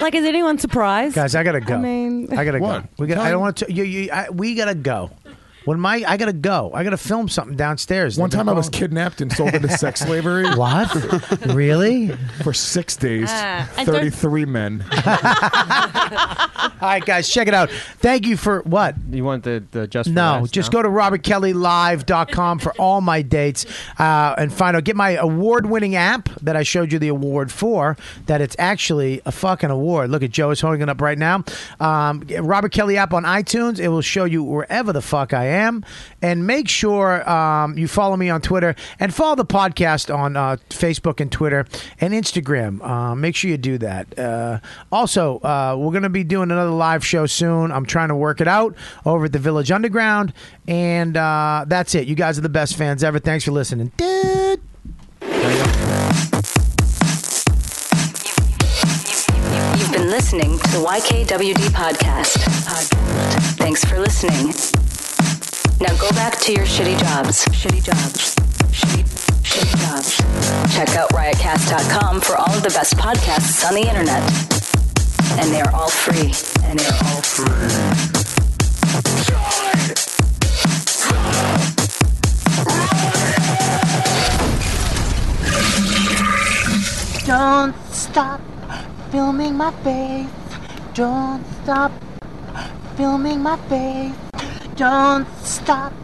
Speaker 20: Like, is anyone surprised?
Speaker 2: Guys, I gotta go. I,
Speaker 20: mean-
Speaker 2: gotta
Speaker 10: What?
Speaker 2: go. We got.
Speaker 10: Tell
Speaker 2: I
Speaker 10: him-
Speaker 2: don't want to. You, you, I, we gotta go. When my I gotta go. I gotta film something downstairs.
Speaker 10: One
Speaker 2: They've been
Speaker 10: time I was
Speaker 2: calling-
Speaker 10: kidnapped and sold into sex slavery.
Speaker 2: What? Really?
Speaker 10: For six days,
Speaker 2: Ah, and don't-
Speaker 10: thirty-three men.
Speaker 2: All right, guys, check it out. Thank you for what?
Speaker 7: You want the, the just for
Speaker 2: No,
Speaker 7: Laughs
Speaker 2: just
Speaker 7: now?
Speaker 2: go to robertkellylive.com for all my dates uh, and find out. Get my award winning app that I showed you the award for, that it's actually a fucking award. Look at Joe is holding it up right now. Um, get Robert Kelly app on iTunes. It will show you wherever the fuck I am. And make sure um, you follow me on Twitter and follow the podcast on uh, Facebook and Twitter and Instagram. Uh, make sure you do that. Uh, also, uh, we're going to be doing another live show soon. I'm trying to work it out over at the Village Underground. And uh, that's it. You guys are the best fans ever. Thanks for listening. Dude.
Speaker 24: You've been listening to the YKWD podcast. Thanks for listening. Now go back to your shitty jobs. Shitty jobs. Shitty, shitty jobs. Check out riotcast.com for all of the best podcasts on the internet. And they are all free. And they are all free.
Speaker 3: Don't stop filming my face. Don't stop filming my face. Don't stop